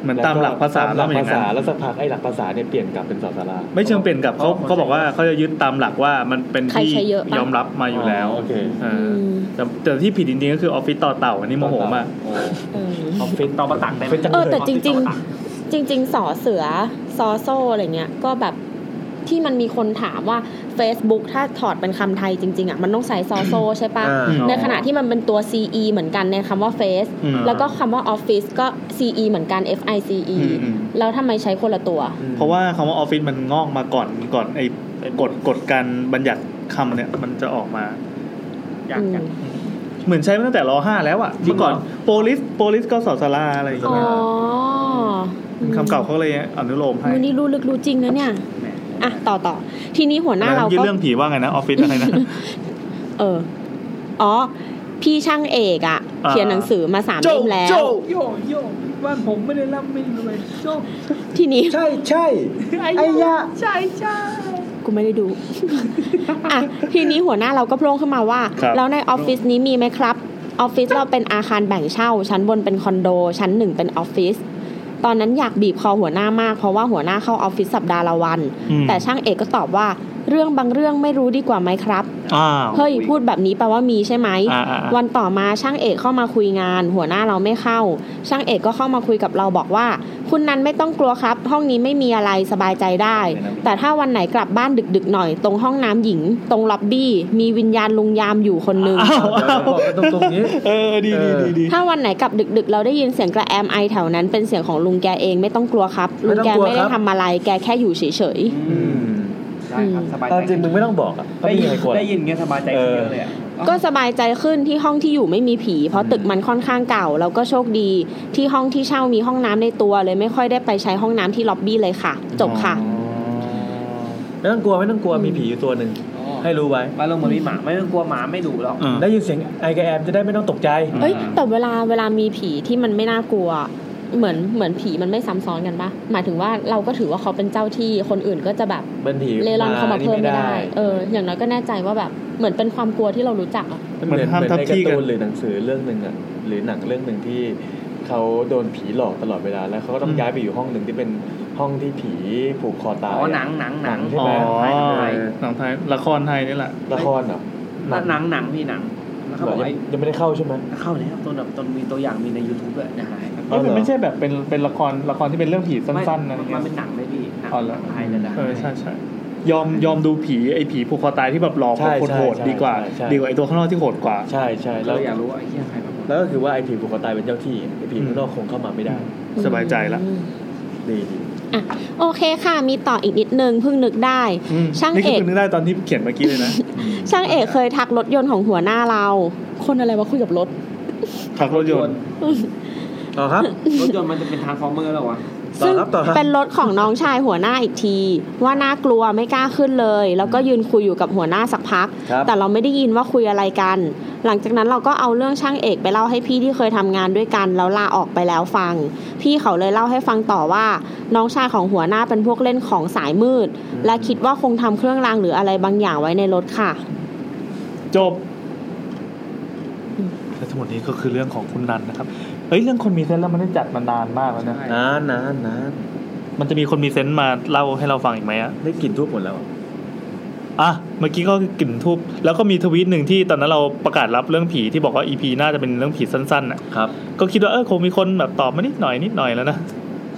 [SPEAKER 1] เหมือนตามหลักภาษา
[SPEAKER 4] ตมห
[SPEAKER 1] แล้
[SPEAKER 4] ลั
[SPEAKER 1] ว
[SPEAKER 4] ก
[SPEAKER 1] อย่านั้
[SPEAKER 4] ภางษาน แล้วสักพักไอ้หลักภาษาเนี่ยเปลี่ยนกลับเป็นสอสลา
[SPEAKER 1] ไม่เชิงเปลี่ยนกลับเขาเขาบอกว่าเขาจะยึดตามหลักว่ามันเป็น
[SPEAKER 11] ใคร
[SPEAKER 1] ที่
[SPEAKER 11] ใช้เยอะปะ
[SPEAKER 1] ยอมรับมาอยู่แล้ว
[SPEAKER 4] โอเค
[SPEAKER 1] เออ
[SPEAKER 11] อื
[SPEAKER 1] อ
[SPEAKER 11] ม
[SPEAKER 1] แต่แต่ที่ผิดจริงๆก็คือออฟฟิศต่อเต่าอันนี้โมโหมาก
[SPEAKER 4] โอ้
[SPEAKER 11] เออ
[SPEAKER 2] ออฟฟิศตอประตักได้ไหม
[SPEAKER 11] เออแต่จริงๆ จริง ๆสอเสือซอโซ่อะไรเงี้ย ก็แบบที่มันมีคนถามว่า Facebook ถ้าถอดเป็นคำไทยจริง ๆอ่ะมันต้องใส่ซอโซ่ใช่ปะ ในขณะที่มันเป็นตัว CE เหมือนกันในคำว่า face
[SPEAKER 1] อืม
[SPEAKER 11] แล้วก็คำว่า office ก็ CE เหมือนกัน FICE
[SPEAKER 1] อืมอืม
[SPEAKER 11] แล้วทำไมใช้คนละตัว
[SPEAKER 1] เพราะว่าคำว่าออฟฟิศมันงอกมาก่อนก่อนไอ้กฎกฎการบัญญัติคำเนี่ยมันจะออกมา
[SPEAKER 2] อยากอยาก
[SPEAKER 1] เหมือนใช้มาตั้งแต่รห้าแล้วอะ
[SPEAKER 2] จริ
[SPEAKER 1] เมื่อ
[SPEAKER 2] งเหรอ
[SPEAKER 1] ก่อนโปลิสโปลิสก็สอสลาอะไรอย่าง
[SPEAKER 11] อ๋อ
[SPEAKER 1] เงี้ย
[SPEAKER 11] อืม
[SPEAKER 1] คำเก่าเขาเลยอนุโลมให้
[SPEAKER 11] วันนี้รู้ลึกรู้จริงนะเนี่ย อ่ะ ต่อต่อ ทีนี้หัวหน้า
[SPEAKER 1] แล้ว
[SPEAKER 11] เรา
[SPEAKER 1] ยื่น
[SPEAKER 11] ก็
[SPEAKER 1] เรื่องผีว่าไงนะออฟฟิศอะไรนะ
[SPEAKER 11] เออ อ๋อ พี่ช่างเอกอ่ะ
[SPEAKER 1] อ่า
[SPEAKER 11] เขียนหนังสือมาสามเล่มแล้ว
[SPEAKER 2] โยโยว่าผมไม่ได้ร่ำไม่รวยโย
[SPEAKER 11] ทีนี้
[SPEAKER 4] ใช่ใช่ไอ้ยะ
[SPEAKER 2] ใช่ใช่
[SPEAKER 11] กูไม่ได้ดู *laughs* อ่ะ ทีนี้หัวหน้าเราก็โพล่งขึ้นมาว่า
[SPEAKER 1] ครับ
[SPEAKER 11] แล้วในออฟฟิศนี้มีไหมครับ ออฟฟิศเราเป็นอาคารแบ่งเช่า ชั้นบนเป็นคอนโด ชั้นหนึ่งเป็นออฟฟิศ ตอนนั้นอยากบีบคอหัวหน้ามาก เพราะว่าหัวหน้าเข้าออฟฟิศสัปดาห์ละวัน
[SPEAKER 1] อืม
[SPEAKER 11] แต่ช่างเอกก็ตอบว่า เรื่องบางเรื่องไม่รู้ดีกว่าไหมครับ
[SPEAKER 1] อ้าว
[SPEAKER 11] เฮ้ยพูดแบบนี้แปลว่ามีใช่ไหม
[SPEAKER 1] อ่าอ่าอ่า
[SPEAKER 11] วันต่อมาช่างเอกเข้ามาคุยงาน หัวหน้าเราไม่เข้า ช่างเอกก็เข้ามาคุยกับเราบอกว่า คุณนันไม่ต้องกลัวครับ ห้องนี้ไม่มีอะไรสบายใจได้ แต่ถ้าวันไหนกลับบ้านดึกๆหน่อย ตรงห้องน้ำหญิง ตรงล็อบบี้ มีวิญญาณลุงยามอยู่คนหนึ่ง
[SPEAKER 1] อ้าวอ้าว
[SPEAKER 4] บอกกันตรงๆนี้
[SPEAKER 1] เออดีดีดีดี
[SPEAKER 11] ถ้าวันไหนกลับดึกๆ เราได้ยินเสียงกระแอมไอแถวนั้นเป็นเสียงของลุงแกเองไม่ต้องกลัวครับลุงแกไม่ได้ทำอะไรแกแค่อยู่เฉย
[SPEAKER 2] ได้ครับสบาย
[SPEAKER 4] ตามจ
[SPEAKER 2] ใจ
[SPEAKER 4] ริงมึงไม่ต้องบอกอ่ะก็
[SPEAKER 2] ได้
[SPEAKER 4] ไม่มี
[SPEAKER 2] ยิน
[SPEAKER 4] ใครกลัวหร
[SPEAKER 2] ได้
[SPEAKER 4] อก
[SPEAKER 2] ยินเงี้ยสบายใจขึ้นเยอะเลยอ่ะ
[SPEAKER 11] ก็สบายใจขึ้นที่ห้องที่อยู่ไม่มีผี เพราะตึกมันค่อนข้างเก่า แล้วก็โชคดี ที่ห้องที่เช่ามีห้องน้ำในตัวเลยไม่ค่อยได้ไปใช้ห้องน้ำที่ล็อบบี้เลยค่ะ จบค่ะ
[SPEAKER 4] ไม่ต้องกลัวไม่ต้องกลัวมีผีอยู่ตัวหนึ่งให้รู้ไว้
[SPEAKER 2] มาลงมามีหมาไม่ต้องกลัวหมาไม่ดุหรอก
[SPEAKER 1] อืม
[SPEAKER 4] ได้ยินเสียงไอกแอมจะได้ไม่ต้องตกใจ
[SPEAKER 11] เอ้ยแต่เวลาเวลามีผีที่มันไม่น่ากลัว เหมือนเหมือนผีมันไม่ซ้ำซ้อนกันปะหมายถึงว่าเราก็ถือว่าเขาเป็นเจ้าที่คนอื่นก็จะแบบ
[SPEAKER 4] เป็นผี
[SPEAKER 11] เลร่อนเข้ามาเพิ่มไม่ได้
[SPEAKER 4] นี่
[SPEAKER 11] เออ อย่างน้อยก็แน่ใจว่าแบบเหมือนเป็นความกลัวที่เรารู้จักอะ
[SPEAKER 4] เหมือน
[SPEAKER 1] เหมือนห้าม
[SPEAKER 4] เหมือน
[SPEAKER 1] ทับ
[SPEAKER 4] ใน
[SPEAKER 1] ที่
[SPEAKER 4] กา
[SPEAKER 1] กัน
[SPEAKER 4] ร์ตูนหรือหนังสือเรื่องหนึ่งอ่ะหรือหนังเรื่องหนึ่งที่เขาโดนผีหลอกตลอดเวลาแล้วเขาก็ต้องย้ายไปอยู่ห้องหนึ่งที่เป็นห้องที่ผีผูกคอตาย
[SPEAKER 2] อ๋อหนั
[SPEAKER 4] ะ
[SPEAKER 2] งหนังหนัง
[SPEAKER 4] หนังใช่
[SPEAKER 1] อ๋อ
[SPEAKER 4] ไหม
[SPEAKER 1] หนังไทยละครไทยนี่แหละ
[SPEAKER 4] ละครเหรอ
[SPEAKER 2] หนังหนังพี่หนังแล้วเขาบอก
[SPEAKER 4] เหรอ
[SPEAKER 2] ว่า
[SPEAKER 4] ยังยังไม่ได้เข้าใช่ไหม
[SPEAKER 2] เข้าแล้วต้นแบบต้นมีตัวอย่างมีใน YouTube ด้วยนะฮะ
[SPEAKER 1] เอ้ย
[SPEAKER 4] เอาเหรอ
[SPEAKER 1] มันไม่ใช่แบบเป็นเป็นละครละครที่เป็นเรื่องผีสั้นๆนะไร
[SPEAKER 2] มั
[SPEAKER 1] เงี้
[SPEAKER 2] น
[SPEAKER 1] ย
[SPEAKER 2] เป็นหนังเลยพี่หนัง
[SPEAKER 1] อ๋อเหรอ
[SPEAKER 2] ไทยเลยนะ
[SPEAKER 1] เออใช่ใช่ยอมยอมดูผีไอ้ผีผูกคอตายที่แบบหลอก
[SPEAKER 4] ใช่
[SPEAKER 1] คน
[SPEAKER 4] ใช่
[SPEAKER 1] โหด
[SPEAKER 4] ใช่
[SPEAKER 1] ดีกว่า
[SPEAKER 4] ใช่ใช่
[SPEAKER 1] ดีกว่าไอ้ตัวข้างนอกที่โหดกว่า
[SPEAKER 4] ใช่ใช่แล้
[SPEAKER 2] เรา
[SPEAKER 4] ว
[SPEAKER 2] อยากรู้ว่าไอ้เหี้ยใครบ้างวะ
[SPEAKER 4] แล้วก็คือว่าไอผีผูกคอตายเป็นเจ้าที่ไอผีข้างนอกคงเข้ามาไม่ได้
[SPEAKER 1] สบายใจละ
[SPEAKER 4] ดีดี
[SPEAKER 11] โอเคค่ะ มีต่ออีกนิดนึงเพิ่งนึกได้
[SPEAKER 1] อืม
[SPEAKER 11] ช่าง
[SPEAKER 1] นี่คื
[SPEAKER 11] เอก
[SPEAKER 1] เพิ่นึกได้ตอนที่เขียนเมื่อกี้เลยนะ
[SPEAKER 11] ช่างเอกเคยทักรถยนต์ของหัวหน้าเรา คนอะไรวะคุยกับรถ
[SPEAKER 1] ขับรถยนต์
[SPEAKER 4] ต่อครับ
[SPEAKER 2] รถยนต์มันจะเป็นทางฟอร์เมอร์หรอวะ
[SPEAKER 4] ต่อ
[SPEAKER 11] ซึ่ง
[SPEAKER 4] ครับต่อครับ
[SPEAKER 11] เป็นรถของน้องชายหัวหน้าอีกที ว่าน่ากลัวไม่กล้าขึ้นเลย แล้วก็ยืนคุยอยู่กับหัวหน้าสักพัก
[SPEAKER 4] ครับ
[SPEAKER 11] แต่เราไม่ได้ยินว่าคุยอะไรกัน หลังจากนั้นเราก็เอาเรื่องช่างเอกไปเล่าให้พี่ที่เคยทำงานด้วยกันแล้วลาออกไปแล้วฟัง พี่เขาเลยเล่าให้ฟังต่อว่า น้องชายของหัวหน้าเป็นพวกเล่นของสายมืด และคิดว่าคงทำเครื่องรางหรืออะไรบางอย่างไว้ในรถค่ะ
[SPEAKER 1] จบและทั้งหมดนี้ก็คือเรื่องของคุณนันนะครับ เอ้ยเรื่องคนมีเซนส์เราไม่ได้จัดมานานมากแล้วนะ
[SPEAKER 4] นานนานนาน
[SPEAKER 1] มันจะมีคนมีเซนส์มาเล่าให้เราฟังอีกไหมอะ
[SPEAKER 4] ได้กลิ่นทุบหมดแล้วอะ
[SPEAKER 1] อ่ะเมื่อกี้ก็กลิ่นทูบแล้วก็มีทวีตหนึ่งที่ตอนนั้นเราประกาศรับเรื่องผีที่บอกว่าอีพีน่าจะเป็นเรื่องผีสั้นๆอ่ะ
[SPEAKER 6] ครับ
[SPEAKER 1] ก็คิดว่าเออคงมีคนแบบตอบมานิดหน่อยนิดหน่อยแล้วนะ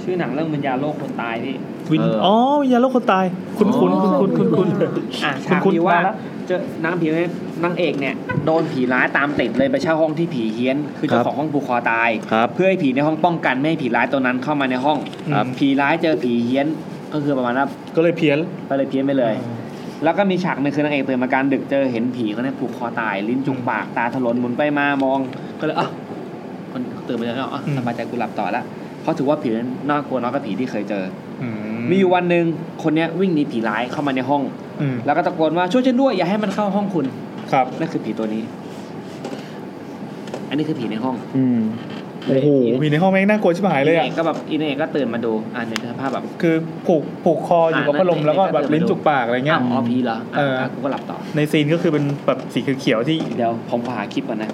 [SPEAKER 2] ชื่อหนังเรื่องวิญญาณโลกคนตายพี่
[SPEAKER 1] วิน
[SPEAKER 6] เอออ๋
[SPEAKER 1] อ๋อวิญญาณโลกคนตาย คุ้นๆคุ้นๆคุ้นๆคุ้น
[SPEAKER 2] อ่ะฉาก
[SPEAKER 1] คุณ
[SPEAKER 2] ที่ว่า
[SPEAKER 1] มาแล้ว
[SPEAKER 2] เจอนางผีนางเอกเนี่ยโดนผีร้ายตามติดเลยไปเช่าห้องที่ผีเฮี้ยน คือเจ้า
[SPEAKER 5] ครับ
[SPEAKER 2] ของห้องผูกคอตาย
[SPEAKER 5] ครับ
[SPEAKER 2] เพื่อให้ผีในห้องป้องกันไม่ให้ผีร้ายตัวนั้นเข้ามาในห้อง
[SPEAKER 1] ครับ
[SPEAKER 2] ผีร้ายเจอผีเฮี้ยน ก็คือประมาณว่า
[SPEAKER 1] ๆก็เลยเพี้ยน
[SPEAKER 2] ก็เลยเพี้ยนไปเลย แล้วก็มีฉากหนึงคือนางเอกตื่นมากลารดึกเจอเห็นผีคนนี้ผูกคอตาย ลิ้นจุกปากตาถลนหมุนไปมามอง ก็เลยเอ้าคนตื่นมาแล้วเอ้า
[SPEAKER 1] อืม
[SPEAKER 2] สบายใจกูหลับต่อละเพราะถือว่าผีนั้นน่ากลัวน้อยกว่าผีที่เคยเจอ
[SPEAKER 1] อื
[SPEAKER 2] อมีอยู่วันหนึ่งคนเนี้ยวิ่งหนีผีร้ายเข้ามาในห้อง
[SPEAKER 1] อืม
[SPEAKER 2] แล้วก็ตะโกนว่าช่วยฉันด้วยอย่าให้มันเข้าห้องคุณ
[SPEAKER 1] ครับ
[SPEAKER 2] นั่นคือผีตัวนี้ อันนี้คือผีในห้อง
[SPEAKER 5] อืม
[SPEAKER 1] โอ้โหผีในห้องแม่งน่ากลัวชิบหายเลย
[SPEAKER 2] เอ
[SPEAKER 1] อ่ะ
[SPEAKER 2] กก็แบบอินเอกก็ตื่นมาดูอ่านในสภาพแบบ
[SPEAKER 1] คือผูกผูกคออยู่กับพัดลมแล้วก็แบบลิ้นจุกปากอะไรเงี้
[SPEAKER 2] อ้าวย อ๋อผีเหรอ
[SPEAKER 1] เอออ่
[SPEAKER 2] อ่ะะกูก็หลับต่อ
[SPEAKER 1] ในซีนก็คือเป็นแบบสีเขียวๆที่
[SPEAKER 2] เดี๋ยวผมหาคลิปก่อนนะ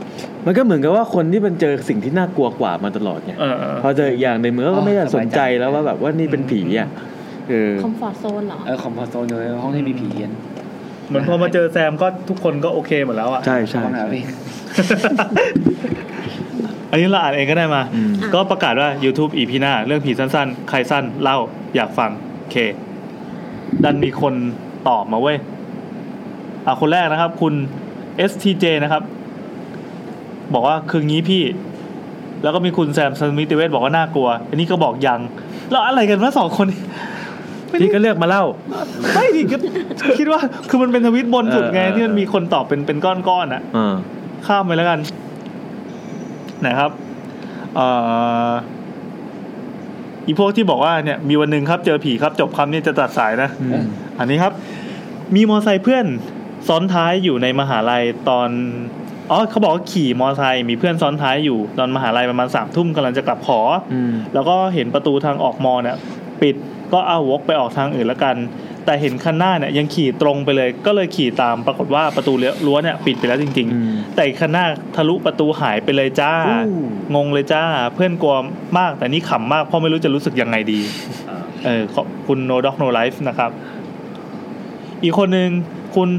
[SPEAKER 6] มันก็เหมือนกับว่าคนที่มันเจอสิ่งที่น่ากลัวกว่ามาตลอดไง
[SPEAKER 1] เออเออ
[SPEAKER 6] พอเจออีกอย่างในงมือก็ไม่ได้สนใจแล้วว่าแบบว่านี่เป็นผีอ่ะเออ
[SPEAKER 11] คอมฟอร์ตโซนเหรอ
[SPEAKER 2] เออคอมพอโซนอยู่ในห้องที่มีผีเย็น
[SPEAKER 1] เหมือนพอมาเจอแซมก็ทุกคนก็โอเคหมดแล้วอ่ะ
[SPEAKER 6] ใช่ใช่
[SPEAKER 2] ห้องไหน
[SPEAKER 6] ใช่
[SPEAKER 2] วะพี่
[SPEAKER 1] *laughs* อันนี้เราอ่านเองก็ได้มา
[SPEAKER 6] อืม
[SPEAKER 1] ก็ประกาศว่า YouTube อีพีหน้า เรื่องผีสั้นๆ ใครสั้นเล่าอยากฟังโอเค ดันมีคนตอบมาเว้ยอ่ะคนแรกนะครับ คุณ STJ นะครับ บอกว่าคืองี้พี่ แล้วก็มีคุณแซมสมิติเวสบอกว่าน่ากลัว อันนี้ก็บอกยังแล้วอะไรกันวะสองคนนี้
[SPEAKER 6] พี่ก็เลือกมาเล่า
[SPEAKER 1] ไม่ดิก็คิดว่าคือมันเป็นทวิตบนสุดไง
[SPEAKER 6] เออเออ
[SPEAKER 1] ที่มันมีคนตอบเป็นเป็นก้อนๆอ่ะ
[SPEAKER 6] อ่า
[SPEAKER 1] ข้ามไปแล้วกันนะครับเอ่ออีพวกที่บอกว่าเนี่ยมีวันหนึ่งครับเจอผีครับจบคำเนี่ยจะตัดสายนะ
[SPEAKER 6] อืม
[SPEAKER 1] อันนี้ครับ มีมอไซค์เพื่อนซ้อนท้ายอยู่ในมหาลัยตอนอ๋อเขาบอกว่าขี่มอไซค์มีเพื่อนซ้อนท้ายอยู่ตอนมหาลัยประมาณสามทุ่มกำลังจะกลับหอ
[SPEAKER 6] อืม
[SPEAKER 1] แล้วก็เห็นประตูทางออกมอเนี่ยปิดก็เอาวกไปออกทางอื่นละกัน แต่เห็นคันหน้าเนี่ยยังขี่ตรงไปเลย ก็เลยขี่ตามปรากฏว่าประตูรั้วเนี่ยปิดไปแล้วจริง
[SPEAKER 6] อืม
[SPEAKER 1] ๆ แต่อีกคันหน้าทะลุประตูหายไปเลยจ้า งงเลยจ้า เพื่อนกลัวมากแต่นี่ขำมากเพราะไม่รู้จะรู้สึกยังไงดี เออขอบคุณโนด็อกโนไลฟ์นะครับ อีกคนหนึ่งคุณ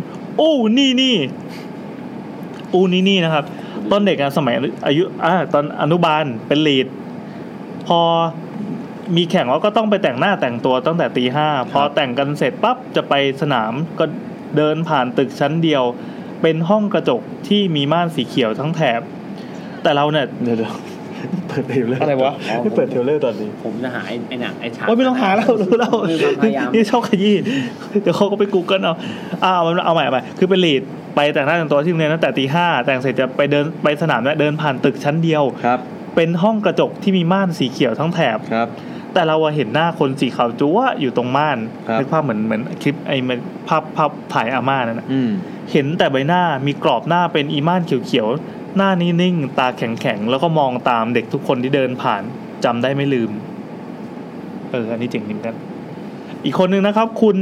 [SPEAKER 1] อู้นี่นี่อู้นี่นี่นะครับ ตอนเด็กอะสมัยอายุอ่าตอนอนุบาลเป็นลีด พอมีแข่งแล้วก็ต้องไปแต่งหน้าแต่งตัวตั้งแต่ตีห้าพอแต่งกันเสร็จปั๊บจะไปสนามก็เดินผ่านตึกชั้นเดียว เป็นห้องกระจกที่มีม่านสีเขียวทั้งแถบ แต่เราเนี่ย
[SPEAKER 6] เดี๋ยวเดี๋ยวเปิดเทรลเลอร์
[SPEAKER 1] อะไรวะ
[SPEAKER 6] ไม่เปิดเทรลเลอร์ตอนนี้
[SPEAKER 2] ผมจะหาไอ้ไอ้หนังไอ้ฉาก
[SPEAKER 1] โอ้ยไม่ต้องหาแล้วรู้แล้ว
[SPEAKER 2] มีความพยายาม
[SPEAKER 1] นี่ชอบขยี้เดี๋ยวเขาก็ไปกูเกิลเอาอ่าเอาเอาใหม่เอาใหม่คือเป็นลีดไปแต่งหน้าแต่งตัวที่โรงเรียนตั้งแต่ตีห้าแต่งเสร็จจะไปเดินไปสนามเนี่ยเดินผ่านตึกชั้นเดียว
[SPEAKER 6] ครับ
[SPEAKER 1] เป็นห้องกระจกที่มีม่านสีเขียวทั้งแถบ
[SPEAKER 6] ครับ
[SPEAKER 1] แต่เราอะเห็นหน้าคนสีขาวจั๊วะอยู่ตรงม่าน
[SPEAKER 6] ครับ
[SPEAKER 1] นึกภาพเหมือนเหมือนคลิปไอ้มันภาพภาพถ่ายอาม่านั่นนะ
[SPEAKER 6] อืม
[SPEAKER 1] เห็นแต่ใบหน้ามีกรอบหน้าเป็นอีม่านเขียวๆหน้านิ่งๆตาแข็งๆแล้วก็มองตามเด็กทุกคนที่เดินผ่านจำได้ไม่ลืม เออ อันนี้เจ๋งจริงกัน อีกคนนึงนะครับ คุณ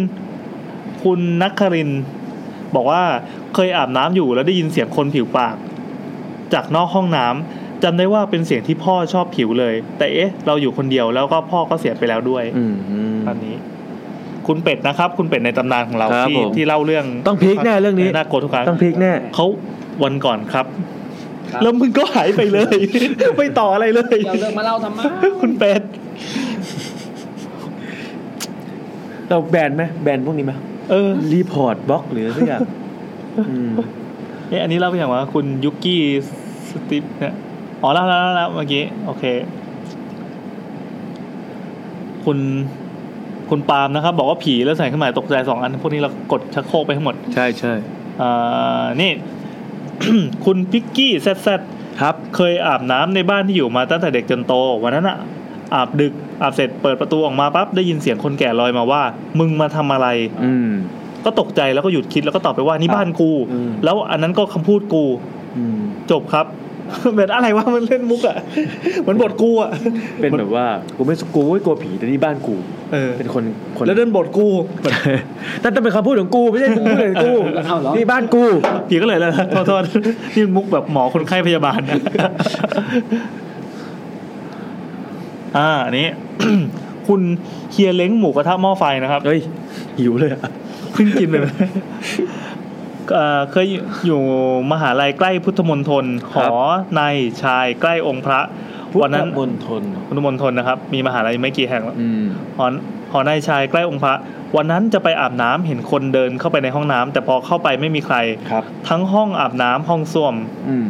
[SPEAKER 1] คุณนักครินทร์บอกว่าเคยอาบน้ำอยู่แล้วได้ยินเสียงคนผิวปาก จากนอกห้องน้ำจำได้ว่าเป็นเสียงที่พ่อชอบผิวเลย แต่เอ๊ะ เราอยู่คนเดียวแล้วก็พ่อก็เสียไปแล้วด้วย
[SPEAKER 6] อืมอืม
[SPEAKER 1] ตอนนี้ คุณเป็ดนะครับ คุณเป็ดในตำนานของเรา
[SPEAKER 6] ครับ
[SPEAKER 1] ที่
[SPEAKER 6] ผม
[SPEAKER 1] ที่เล่าเรื่อง
[SPEAKER 6] ต้องพีคแน่เรื่องนี้
[SPEAKER 1] น่ากลัวทุกครั้ง
[SPEAKER 6] ต้องพลิกแน่
[SPEAKER 1] เขาวันก่อนครับ
[SPEAKER 2] ครับ
[SPEAKER 1] แล้วมึงก็หายไปเลย
[SPEAKER 6] *laughs*
[SPEAKER 1] ไม่ต่ออะไรเลย
[SPEAKER 2] เดี๋ยวเรื่องมาเล่าทำไม
[SPEAKER 1] คุณเป็ด
[SPEAKER 6] เราแบนไหมแบนพวกนี้ไหม
[SPEAKER 1] เออ
[SPEAKER 6] รีพอร์ตบล็อกหรือสักอ
[SPEAKER 4] *laughs*
[SPEAKER 6] ย่างอืม
[SPEAKER 1] เนี่ยอันนี้เล่าไปอย่างว่าคุณยุกกี้สติปเนี่ยอ๋อเล่าแล้วเล่าแล้วเมื่อกี้โอเค คุณคุณปาล์มนะครับ บอกว่าผีแล้วใส่ขึ้นมายตกใจสองอัน พวกนี้เรากดชักโครกไปทั้งหมด
[SPEAKER 6] ใช่ใช่
[SPEAKER 1] อ่านี่ *coughs* คุณพิกกี้แซดแซด
[SPEAKER 6] ครับ
[SPEAKER 1] เคยอาบน้ำในบ้านที่อยู่มาตั้งแต่เด็กจนโต วันนั้นอะอาบดึกอาบเสร็จเปิดประตูออกมาปั๊บได้ยินเสียงคนแก่ลอยมาว่า มึงมาทำอะไร
[SPEAKER 6] อืม
[SPEAKER 1] ก็ตกใจแล้วก็หยุดคิดแล้วก็ตอบไปว่านี่บ้านกู
[SPEAKER 6] อืม
[SPEAKER 1] แล้วอันนั้นก็คำพูดกู
[SPEAKER 6] อืม
[SPEAKER 1] จบครับ *laughs* เหมือนอะไรวะมันเล่นมุกอ่ะ *laughs* เหมือนบทกูอ่ะ
[SPEAKER 6] เป็นแบบว่ากูไม่กูไม่กลัวผีแต่นี่บ้านกู
[SPEAKER 1] เอ *laughs* อ
[SPEAKER 6] เป็นคนคน
[SPEAKER 1] แล้วเล่นบท *laughs* กู
[SPEAKER 6] นั่นต้องเป็นคำพูดของกูไม่ใช่กูพูดของกู
[SPEAKER 2] เอาเหรอ
[SPEAKER 6] นี่บ้านกู
[SPEAKER 1] ผีก็เลยเลย *laughs* โทษโทษนี่มุกแบบหมอคนไข้พยาบาลนะ *laughs* อ่า *coughs* อันนี้ คุณเฮียเล้งหมูกระทะหม้อไฟนะครับ
[SPEAKER 6] เฮ้ยหิวเลยอะ
[SPEAKER 1] เพิ่งกินไปไหม *laughs* เอ่อเคยอยู่มหาลัยใกล้พุทธมณฑลหอในชายใกล้องค์พระวันนั้น
[SPEAKER 4] บนทน
[SPEAKER 1] พุทธมณฑลนะครับ มีมหาลัยไม่กี่แห่งแล้ว
[SPEAKER 4] อืม
[SPEAKER 1] หอหอในชายใกล้องค์พระ วันนั้นจะไปอาบน้ำเห็นคนเดินเข้าไปในห้องน้ำแต่พอเข้าไปไม่มีใคร
[SPEAKER 4] ครับ
[SPEAKER 1] ทั้งห้องอาบน้ำห้องส้วม
[SPEAKER 4] อืม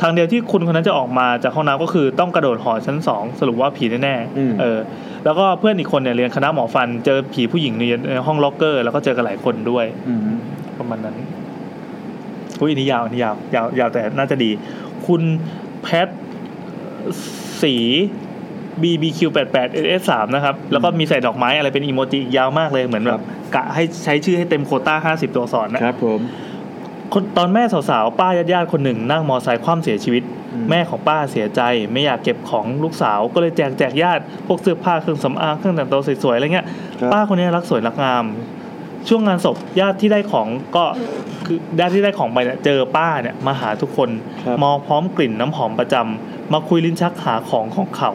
[SPEAKER 1] ทางเดียวที่คุณคนนั้นจะออกมาจากห้องน้ำก็คือต้องกระโดดหอชั้นสองสรุปว่าผีแน่
[SPEAKER 4] อืม
[SPEAKER 1] ๆเออ แล้วก็เพื่อนอีกคนเนี่ยเรียนคณะหมอฟัน เจอผีผู้หญิงในในห้องล็อกเกอร์ แล้วก็เจอกันหลายคนด้วย
[SPEAKER 4] อืม
[SPEAKER 1] ประมาณนั้นอุ้ยอันนี้ยาวอันนี้ยาวยาวยาวแต่น่าจะดี คุณแพทสี BBQ88 SS3 นะครับ แล้วก็มีใส่ดอกไม้อะไรเป็นอีโมจิยาวมากเลยเหมือนแบ
[SPEAKER 4] ครับ บ
[SPEAKER 1] กะให้ใช้ชื่อให้เต็มโควต้า 50 ตัวอักษรนะครับ
[SPEAKER 4] ผม
[SPEAKER 1] คนตอนแม่สาวๆ ป้าญาติๆคนหนึ่งนั่งมอไซค์คว่ำเสียชีวิต แม่ของป้าเสียใจ ไม่อยากเก็บของลูกสาว ก็เลยแจกแจกญาติ พวกเสื้อผ้าเครื่องสำอางเครื่องแต่งตัวสวยๆอะไรเงี้ย
[SPEAKER 4] ครับ
[SPEAKER 1] ป้าคนนี้รักสวยรักงาม ช่วงงานศพญาติที่ได้ของก็คือญาติที่ได้ของไปเนี่ยเจอป้าเนี่ยมาหาทุกคน
[SPEAKER 4] ครับ
[SPEAKER 1] มองพร้อมกลิ่นน้ำหอมประจำมาคุยลิ้นชักหาของของเขา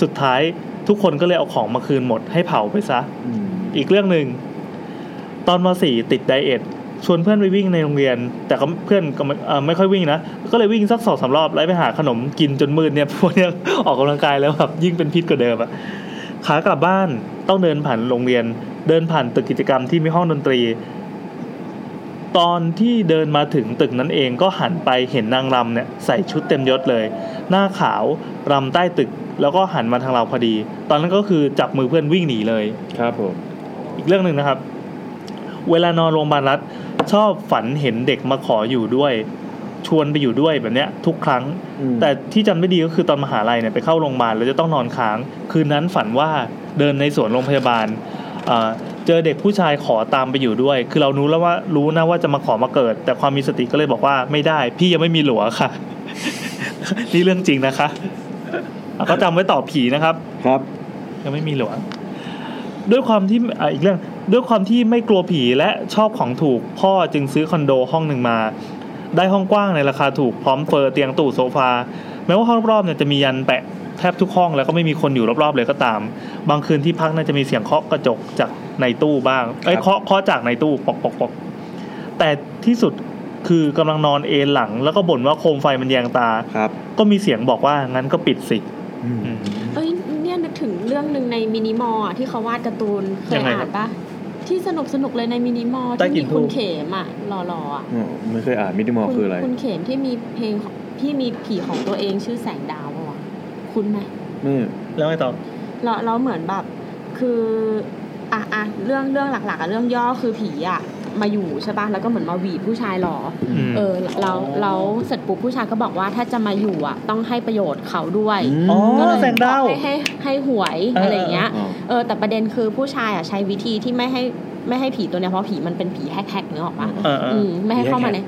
[SPEAKER 1] สุดท้ายทุกคนก็เลยเอาของมาคืนหมดให้เผาไปซะ
[SPEAKER 4] อืม
[SPEAKER 1] อีกเรื่องหนึ่งตอนมสี่ติดไดเอทชวนเพื่อนไปวิ่งในโรงเรียน แต่ก็เพื่อนก็ไม่เอ่อไม่ค่อยวิ่งนะ ก็เลยวิ่งสักสองสามรอบ แล้วไปหาขนมกินจนมืดเนี่ย *laughs* พวกเนี้ย ออกกำลังกายแล้วแบบยิ่งเป็นพิษกว่าเดิมอะขากลับบ้านต้องเดินผ่านโรงเรียน เดินผ่านตึกกิจกรรมที่มีห้องดนตรี ตอนที่เดินมาถึงตึกนั้นเองก็หันไปเห็นนางรำเนี่ยใส่ชุดเต็มยศเลย หน้าขาวรำใต้ตึก แล้วก็หันมาทางเราพอดี ตอนนั้นก็คือจับมือเพื่อนวิ่งหนีเลย
[SPEAKER 4] ครับผม
[SPEAKER 1] อีกเรื่องหนึ่งนะครับ เวลานอนโรงพยาบาลรัฐชอบฝันเห็นเด็กมาขออยู่ด้วย ชวนไปอยู่ด้วยแบบเนี้ย ทุกครั้ง
[SPEAKER 4] อืม
[SPEAKER 1] แต่ที่จำไม่ดีก็คือตอนมหาลัยเนี่ยไปเข้าโรงพยาบาลแล้วจะต้องนอนค้าง คืนนั้นฝันว่าเดินในสวนโรงพยาบาลเอ่อเจอเด็กผู้ชายขอตามไปอยู่ด้วย คือเรารู้แล้วว่ารู้นะว่าจะมาขอมาเกิด แต่ความมีสติก็เลยบอกว่าไม่ได้ พี่ยังไม่มีหลัวค่ะ *laughs* นี่เรื่องจริงนะคะอ่ะก็จำไว้ต่อผีนะครับ
[SPEAKER 4] ครับ
[SPEAKER 1] ยังไม่มีหลวงด้วยความที่อ่ะอีกเรื่อง ด้วยความที่ไม่กลัวผีและชอบของถูก พ่อจึงซื้อคอนโดห้องหนึ่งมา ได้ห้องกว้างในราคาถูกพร้อมเฟอร์เตียงตู้โซฟา แม้ว่าห้องรอบๆเนี่ยจะมียันแปะแทบทุกห้องแล้วก็ไม่มีคนอยู่รอบๆเลยก็ตาม บางคืนที่พักน่าจะมีเสียงเคาะกระจกจากในตู้บ้างเอ้ยเคาะเคาะจากในตู้ปอกปอกปอกแต่ที่สุดคือกำลังนอนเอนหลัง แล้วก็บ่นว่าโคมไฟมันแยงตา
[SPEAKER 4] ครับ
[SPEAKER 1] ก็มีเสียงบอกว่างั้นก็ปิดสิอืม
[SPEAKER 3] เอ้ยเนี่ยนึกถึงเรื่องหนึ่งในมินิมอลอะที่เขาวาดการ์ตูนเค
[SPEAKER 1] ยั
[SPEAKER 3] ย
[SPEAKER 1] งไงครับ
[SPEAKER 3] อ่านปะที่สนุกสนุกๆเลยในมินิมอล
[SPEAKER 4] ใต้
[SPEAKER 3] ที่
[SPEAKER 4] ก
[SPEAKER 3] มี
[SPEAKER 4] ลิ่นธูป
[SPEAKER 3] คุณเขมอ่ะหล่อๆอ่ะ
[SPEAKER 4] อืมไม่เคยอ่านมินิมอล
[SPEAKER 3] ณ
[SPEAKER 4] คืออะไร
[SPEAKER 3] คุณเขมที่มีเพลงของที่มีผีของตัวเองชื่อแสงดาวอะคุณไหม
[SPEAKER 4] ไม่
[SPEAKER 1] แล้วไงต่อ
[SPEAKER 3] เราเราเหมือนแบบคืออ่ะอ่ะเรื่องเรื่องหลักๆอ่ะเรื่องย่อคือผีอ่ะมาอยู่ใช่ปะแล้วก็เหมือนมาหวีดผู้ชายหรอ
[SPEAKER 1] อืม
[SPEAKER 3] เออเราเราเสร็จปุ๊บผู้ชายก็บอกว่าถ้าจะมาอยู่อ่ะต้องให้ประโยชน์เขาด้วย
[SPEAKER 1] อ๋อ
[SPEAKER 3] ก็เลย
[SPEAKER 1] แสงดาว
[SPEAKER 3] บอกให้ให้ให้หวย
[SPEAKER 1] เอออ
[SPEAKER 3] อะไรอย่างเงี้ย
[SPEAKER 4] เออ
[SPEAKER 3] เออแต่ประเด็นคือผู้ชายอ่ะใช้วิธีที่ไม่ให้ไม่ให้ผีตัวเนี้ยเพราะผีมันเป็นผีแฮกๆเนื้อออกปะ
[SPEAKER 1] เออเอ
[SPEAKER 3] อื
[SPEAKER 1] อ
[SPEAKER 3] มไม่ให้เข้ามาใน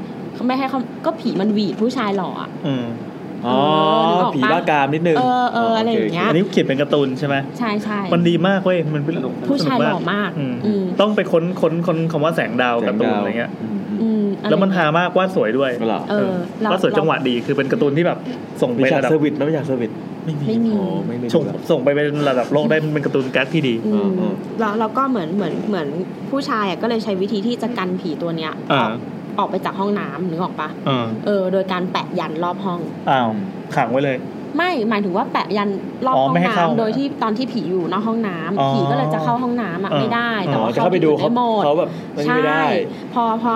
[SPEAKER 3] ไม่ให้เข้าก็ผีมันหวีดผู้ชายหล่ออ่ะ
[SPEAKER 1] อืม
[SPEAKER 4] อ๋อ
[SPEAKER 3] นึกออกปะ
[SPEAKER 4] ผีบ้ากามนิดนึง
[SPEAKER 3] เออเอออะไรอย่างเงี้ย
[SPEAKER 1] อันนี้เขียนเป็นการ์ตูนใช่ไหม
[SPEAKER 3] ใช่ใช่
[SPEAKER 1] มันดีมากเว้ย มันเป็น
[SPEAKER 3] ผู้ชาย
[SPEAKER 1] ส
[SPEAKER 3] ห
[SPEAKER 1] นุกม
[SPEAKER 3] ล่อก มาก
[SPEAKER 1] อืม
[SPEAKER 3] อืม
[SPEAKER 1] ต้องไปค้นค้นค้นคำว่าแสงดาวการ์ตูนอะไรเงี้ย
[SPEAKER 3] อืม
[SPEAKER 1] แล้วมัน
[SPEAKER 3] อะไร
[SPEAKER 1] หามากวาดสวยด้วย
[SPEAKER 4] ก็หรอ
[SPEAKER 3] เออเรา
[SPEAKER 1] วาดสวยจังหวะดี คือเป็นการ์ตูนที่แบบส่ง
[SPEAKER 4] มี
[SPEAKER 1] ไประ
[SPEAKER 4] ฉาก
[SPEAKER 1] ดับ
[SPEAKER 4] สวิตช์ไหมมีฉากสวิตช์
[SPEAKER 3] ไม่มี
[SPEAKER 4] โอ้ไม่ไม่
[SPEAKER 1] ส่ง
[SPEAKER 4] หรอก
[SPEAKER 1] ส่งไปเป็นระดับโลกได้มันเป็นการ์ตูนการ์ดที่ดี
[SPEAKER 3] อืม
[SPEAKER 4] เออ
[SPEAKER 3] แล้วเราก็เหมือนเหมือนเหมือนผู้ชายอ่ะก็เลยใช้วิธีที่จะกันผีตัวเนี้ยออ
[SPEAKER 1] อ่า
[SPEAKER 3] กออกไปจากห้องน้ำนึกออกปะ
[SPEAKER 1] อ่า
[SPEAKER 3] เออ โดยการแปะยันรอบห้อง
[SPEAKER 1] อ้าวขังไว้เลย
[SPEAKER 3] ไม่หมายถึงว่าแปะยันรอบ
[SPEAKER 1] อ๋อ
[SPEAKER 3] ห้อ
[SPEAKER 1] ไม่
[SPEAKER 3] ง
[SPEAKER 1] ให้เข้า
[SPEAKER 3] น้ำโดยที่ตอนที่ผีอยู่นอกห้องน้ำ
[SPEAKER 1] อ๋อ
[SPEAKER 3] ผีก็เลยจะเข้าห้องน้ำอ่ะ
[SPEAKER 1] เออ
[SPEAKER 3] ไม่ได้แต่
[SPEAKER 4] อ๋อ
[SPEAKER 3] ว่า
[SPEAKER 4] จะเข้าไปดูเขา
[SPEAKER 3] หมด
[SPEAKER 4] เขาแบบไม่
[SPEAKER 3] ใช่
[SPEAKER 4] ได้
[SPEAKER 3] พอพอ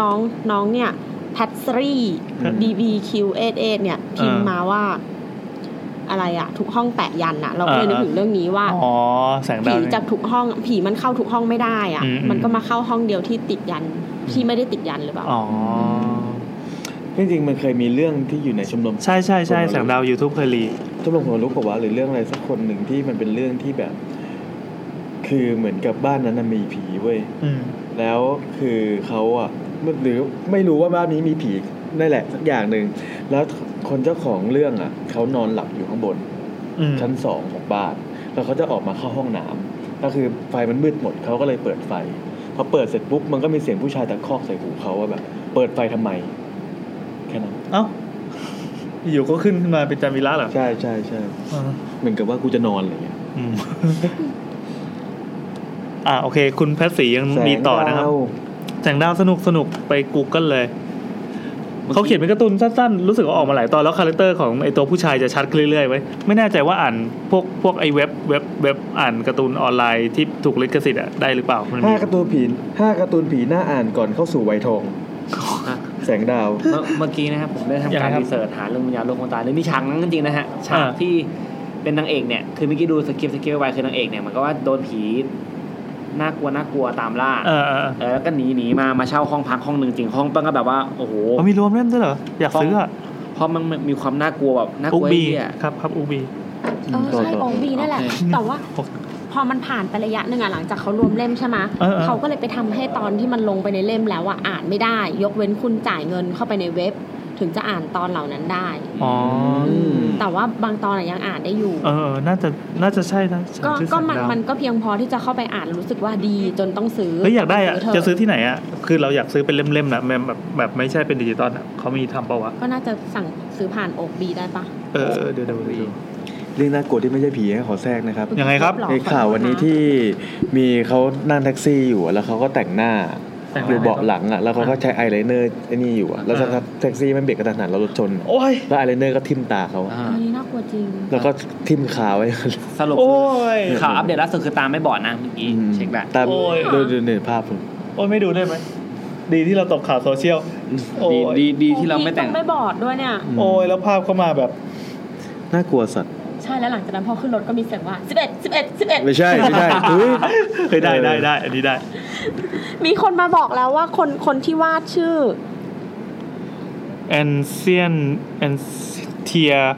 [SPEAKER 3] น้องน้องเนี่ยแพทซรี
[SPEAKER 4] อืม
[SPEAKER 3] DBQ88 เนี่ย พิมพ์
[SPEAKER 1] อ่าม
[SPEAKER 3] มาว่า อะไรอ่ะ ทุกห้องแปะยันอ่ะ เราก็เลยนึกถึงเรื่องนี้ว่า
[SPEAKER 1] อ๋อ แสงดา
[SPEAKER 3] ผี
[SPEAKER 1] วเนี่ย
[SPEAKER 3] จากทุกห้องผีมันเข้าทุกห้องไม่ได้อ่ะ
[SPEAKER 1] อืม
[SPEAKER 3] มันก็มาเข้าห้องเดียวที่ติดยันที่ไม่ได้ติดยันหรือเปล่า
[SPEAKER 1] อ๋อ
[SPEAKER 4] จริงๆมันเคยมีเรื่องที่อยู่ในชมรม
[SPEAKER 1] ใช่ใช่ใช่แสงดาว YouTube เคยรี
[SPEAKER 4] ชมรมหัวลุกบอกว่าหรือเรื่องอะไรสักคนหนึ่งที่มันเป็นเรื่องที่แบบ คือเหมือนกับบ้านนั้นนะมีผีเว้ย
[SPEAKER 1] อืม
[SPEAKER 4] แล้วคือเขาอ่ะมันหรือไม่รู้ว่าบ้านนี้มีผีนั่นแหละสักอย่างหนึ่งแล้วคนเจ้าของเรื่องอ่ะเขานอนหลับอยู่ข้างบน
[SPEAKER 1] อืม
[SPEAKER 4] ชั้นสองของบ้านแล้วเขาจะออกมาเข้าห้องน้ำก็คือไฟมันมืดหมดเขาก็เลยเปิดไฟพอเปิดเสร็จปุ๊บมันก็มีเสียงผู้ชายตะคอกใส่หูเขาว่าแบบ เปิดไฟทำไม แค่นั้น
[SPEAKER 1] เอ้า อยู่ก็ขึ้นขึ้นมาเป็นจามิระเหรอ
[SPEAKER 4] ใช่ใช่ใช่
[SPEAKER 1] อ่า
[SPEAKER 4] เหมือนกับว่ากูจะนอนอะไรเงี้ย
[SPEAKER 1] อืม *laughs* อ่าโอเค คุณแพทย์ศรียังมีต่อนะครับ แสงดาวสนุกสนุกไป Google เลย เขาเขียนเป็นการ์ตูนสั้นๆ รู้สึกว่าออกมาหลายตอนแล้วคาแรคเตอร์ของไอตัวผู้ชายจะชัดขึ้นเรื่อยๆไว้ยไม่แน่ใจว่าอ่านพวกพวกไอเว็บเว็บเว็บอ่านการ์ตูนออนไลน์ที่ถูกลิขสิทธิ์อะได้หรือเปล่ามันมี
[SPEAKER 4] ห้าการ์ตูนผีห้าการ์ตูนผีหน้าอ่านก่อนเข้าสู่วัยทอง แสงดาว
[SPEAKER 5] เมื่อเมื่อกี้นะครับผมได้ทำการรีเสิร์ชหาเรื่องวิญญาณโลกคนตายเรื่องนี้ฉากนั้นจริงๆนะฮะฉากที่เป็นนางเอกเนี่ยคือเมื่อกี้ดูสกิปสกิปไปคือนางเอกเนี่ยเหมันก็ว่าโดนผีน่ากลัวน่ากลัวตามล่า
[SPEAKER 1] เออเออเออ
[SPEAKER 5] เออแล้วก็หนีหนีมามาเช่าห้องพักห้องหนึ่งจริงห้องเปิ้งก็แบบว่าโอ้โห
[SPEAKER 1] เขามีรวมเล่มด้วยเหรอ อยากซื้ออะ
[SPEAKER 5] เพราะมันมีความน่ากลัวแบบน่าก
[SPEAKER 1] อุ
[SPEAKER 5] ลัว
[SPEAKER 1] บี
[SPEAKER 5] เหี้ย
[SPEAKER 1] ครับครับอุบี
[SPEAKER 3] เออใช่องค์บีนั่นแหละ
[SPEAKER 5] โอเค
[SPEAKER 3] แต่ว่าพอมันผ่านไประยะหนึ่งอะหลังจากเขารวมเล่มใช่ไหม
[SPEAKER 1] เออเออ
[SPEAKER 3] เขาก็เลยไปทำให้ตอนที่มันลงไปในเล่มแล้วอะอ่านไม่ได้ ยกเว้นคุณจ่ายเงินเข้าไปในเว็บ ถึงจะอ่านตอนเหล่านั้นได้
[SPEAKER 1] อ๋อ
[SPEAKER 3] แต่ว่าบางตอนอะยังอ่านได้อยู่
[SPEAKER 1] เออ น่าจะน่าจะใช่นะ
[SPEAKER 3] ก็
[SPEAKER 1] ชื่อแส
[SPEAKER 3] ก็
[SPEAKER 1] ง
[SPEAKER 3] มัน
[SPEAKER 1] ดาว
[SPEAKER 3] มันก็เพียงพอที่จะเข้าไปอ่านรู้สึกว่าดีจนต้องซื้อ
[SPEAKER 1] เฮ้ยอยากได้อะ
[SPEAKER 3] เถ
[SPEAKER 1] จะซื้อที่ไหนอะคือเราอยากซื้อเป็นเล่มๆนะแบบแบบแบบไม่ใช่เป็นดิจิตอลอะเขามีทำเปล่าวะ
[SPEAKER 3] ก็น่าจะสั่งซื้อผ่านโอกบีได้ปะ
[SPEAKER 1] เออเออเดี๋ยวเดี๋ยวเดี๋ยว
[SPEAKER 4] เรื่องน่ากลัวที่ไม่ใช่ผีให้ขอแทรกนะครับ
[SPEAKER 1] ยังไงครับ
[SPEAKER 3] หลอก
[SPEAKER 4] ในข่าววันนี้ที่มีเขานั่งแท็กซี่อยู่อะแล้วเขาก็แต่งหน้า
[SPEAKER 1] แต่งห
[SPEAKER 4] ดู
[SPEAKER 1] น้า
[SPEAKER 4] เบาะหลังอ่ะแล้วเขาก็ใช้ไอายไลเนอร์ไอ้นี่อยู่อ่ะแล้วสักพักแท็กซี่มันเบรกกระทันหันแล้วรถชน
[SPEAKER 1] โอ้ย
[SPEAKER 4] แล้วไอายไลเนอร์ก็ทิ่มตาเขาอะ
[SPEAKER 5] อ่า
[SPEAKER 3] อันนี้น่ากลัวจริง
[SPEAKER 4] แล้วก็ทิ่มขาไว้
[SPEAKER 5] สรุป
[SPEAKER 1] โอ้ย
[SPEAKER 5] ข่าวอัปเดตล่าสุดคือตามไม่บอดนะเมื่อกี้เช็คได้
[SPEAKER 4] ตาม
[SPEAKER 1] โอ้ย
[SPEAKER 4] ดูดูเนี่ยภาพผม
[SPEAKER 1] โอ้ยไม่ดูได้ไหมดีที่เราตบข่าวโซเชียลโอ้
[SPEAKER 5] ดี
[SPEAKER 1] ย
[SPEAKER 5] ดีดีที่เราไม่แต่ง
[SPEAKER 3] โอ้พี่ไม่บอดด้วยเนี่ย
[SPEAKER 1] โอ้ยแล้วภาพเข้ามาแบบ
[SPEAKER 4] น่ากลัวสัตว์
[SPEAKER 3] ใช่แล้วหลังจากนั้นพอขึ้นรถก็มีเสียงว่า 11 11
[SPEAKER 4] ไม่ใช่ไม่ใช่อุ๊ย
[SPEAKER 1] เคยได้ได้ได้อันนี้ได้
[SPEAKER 3] 11 *laughs* มีคนมาบอกแล้วว่าคนคนที่วาดชื่อ
[SPEAKER 1] ancient ancient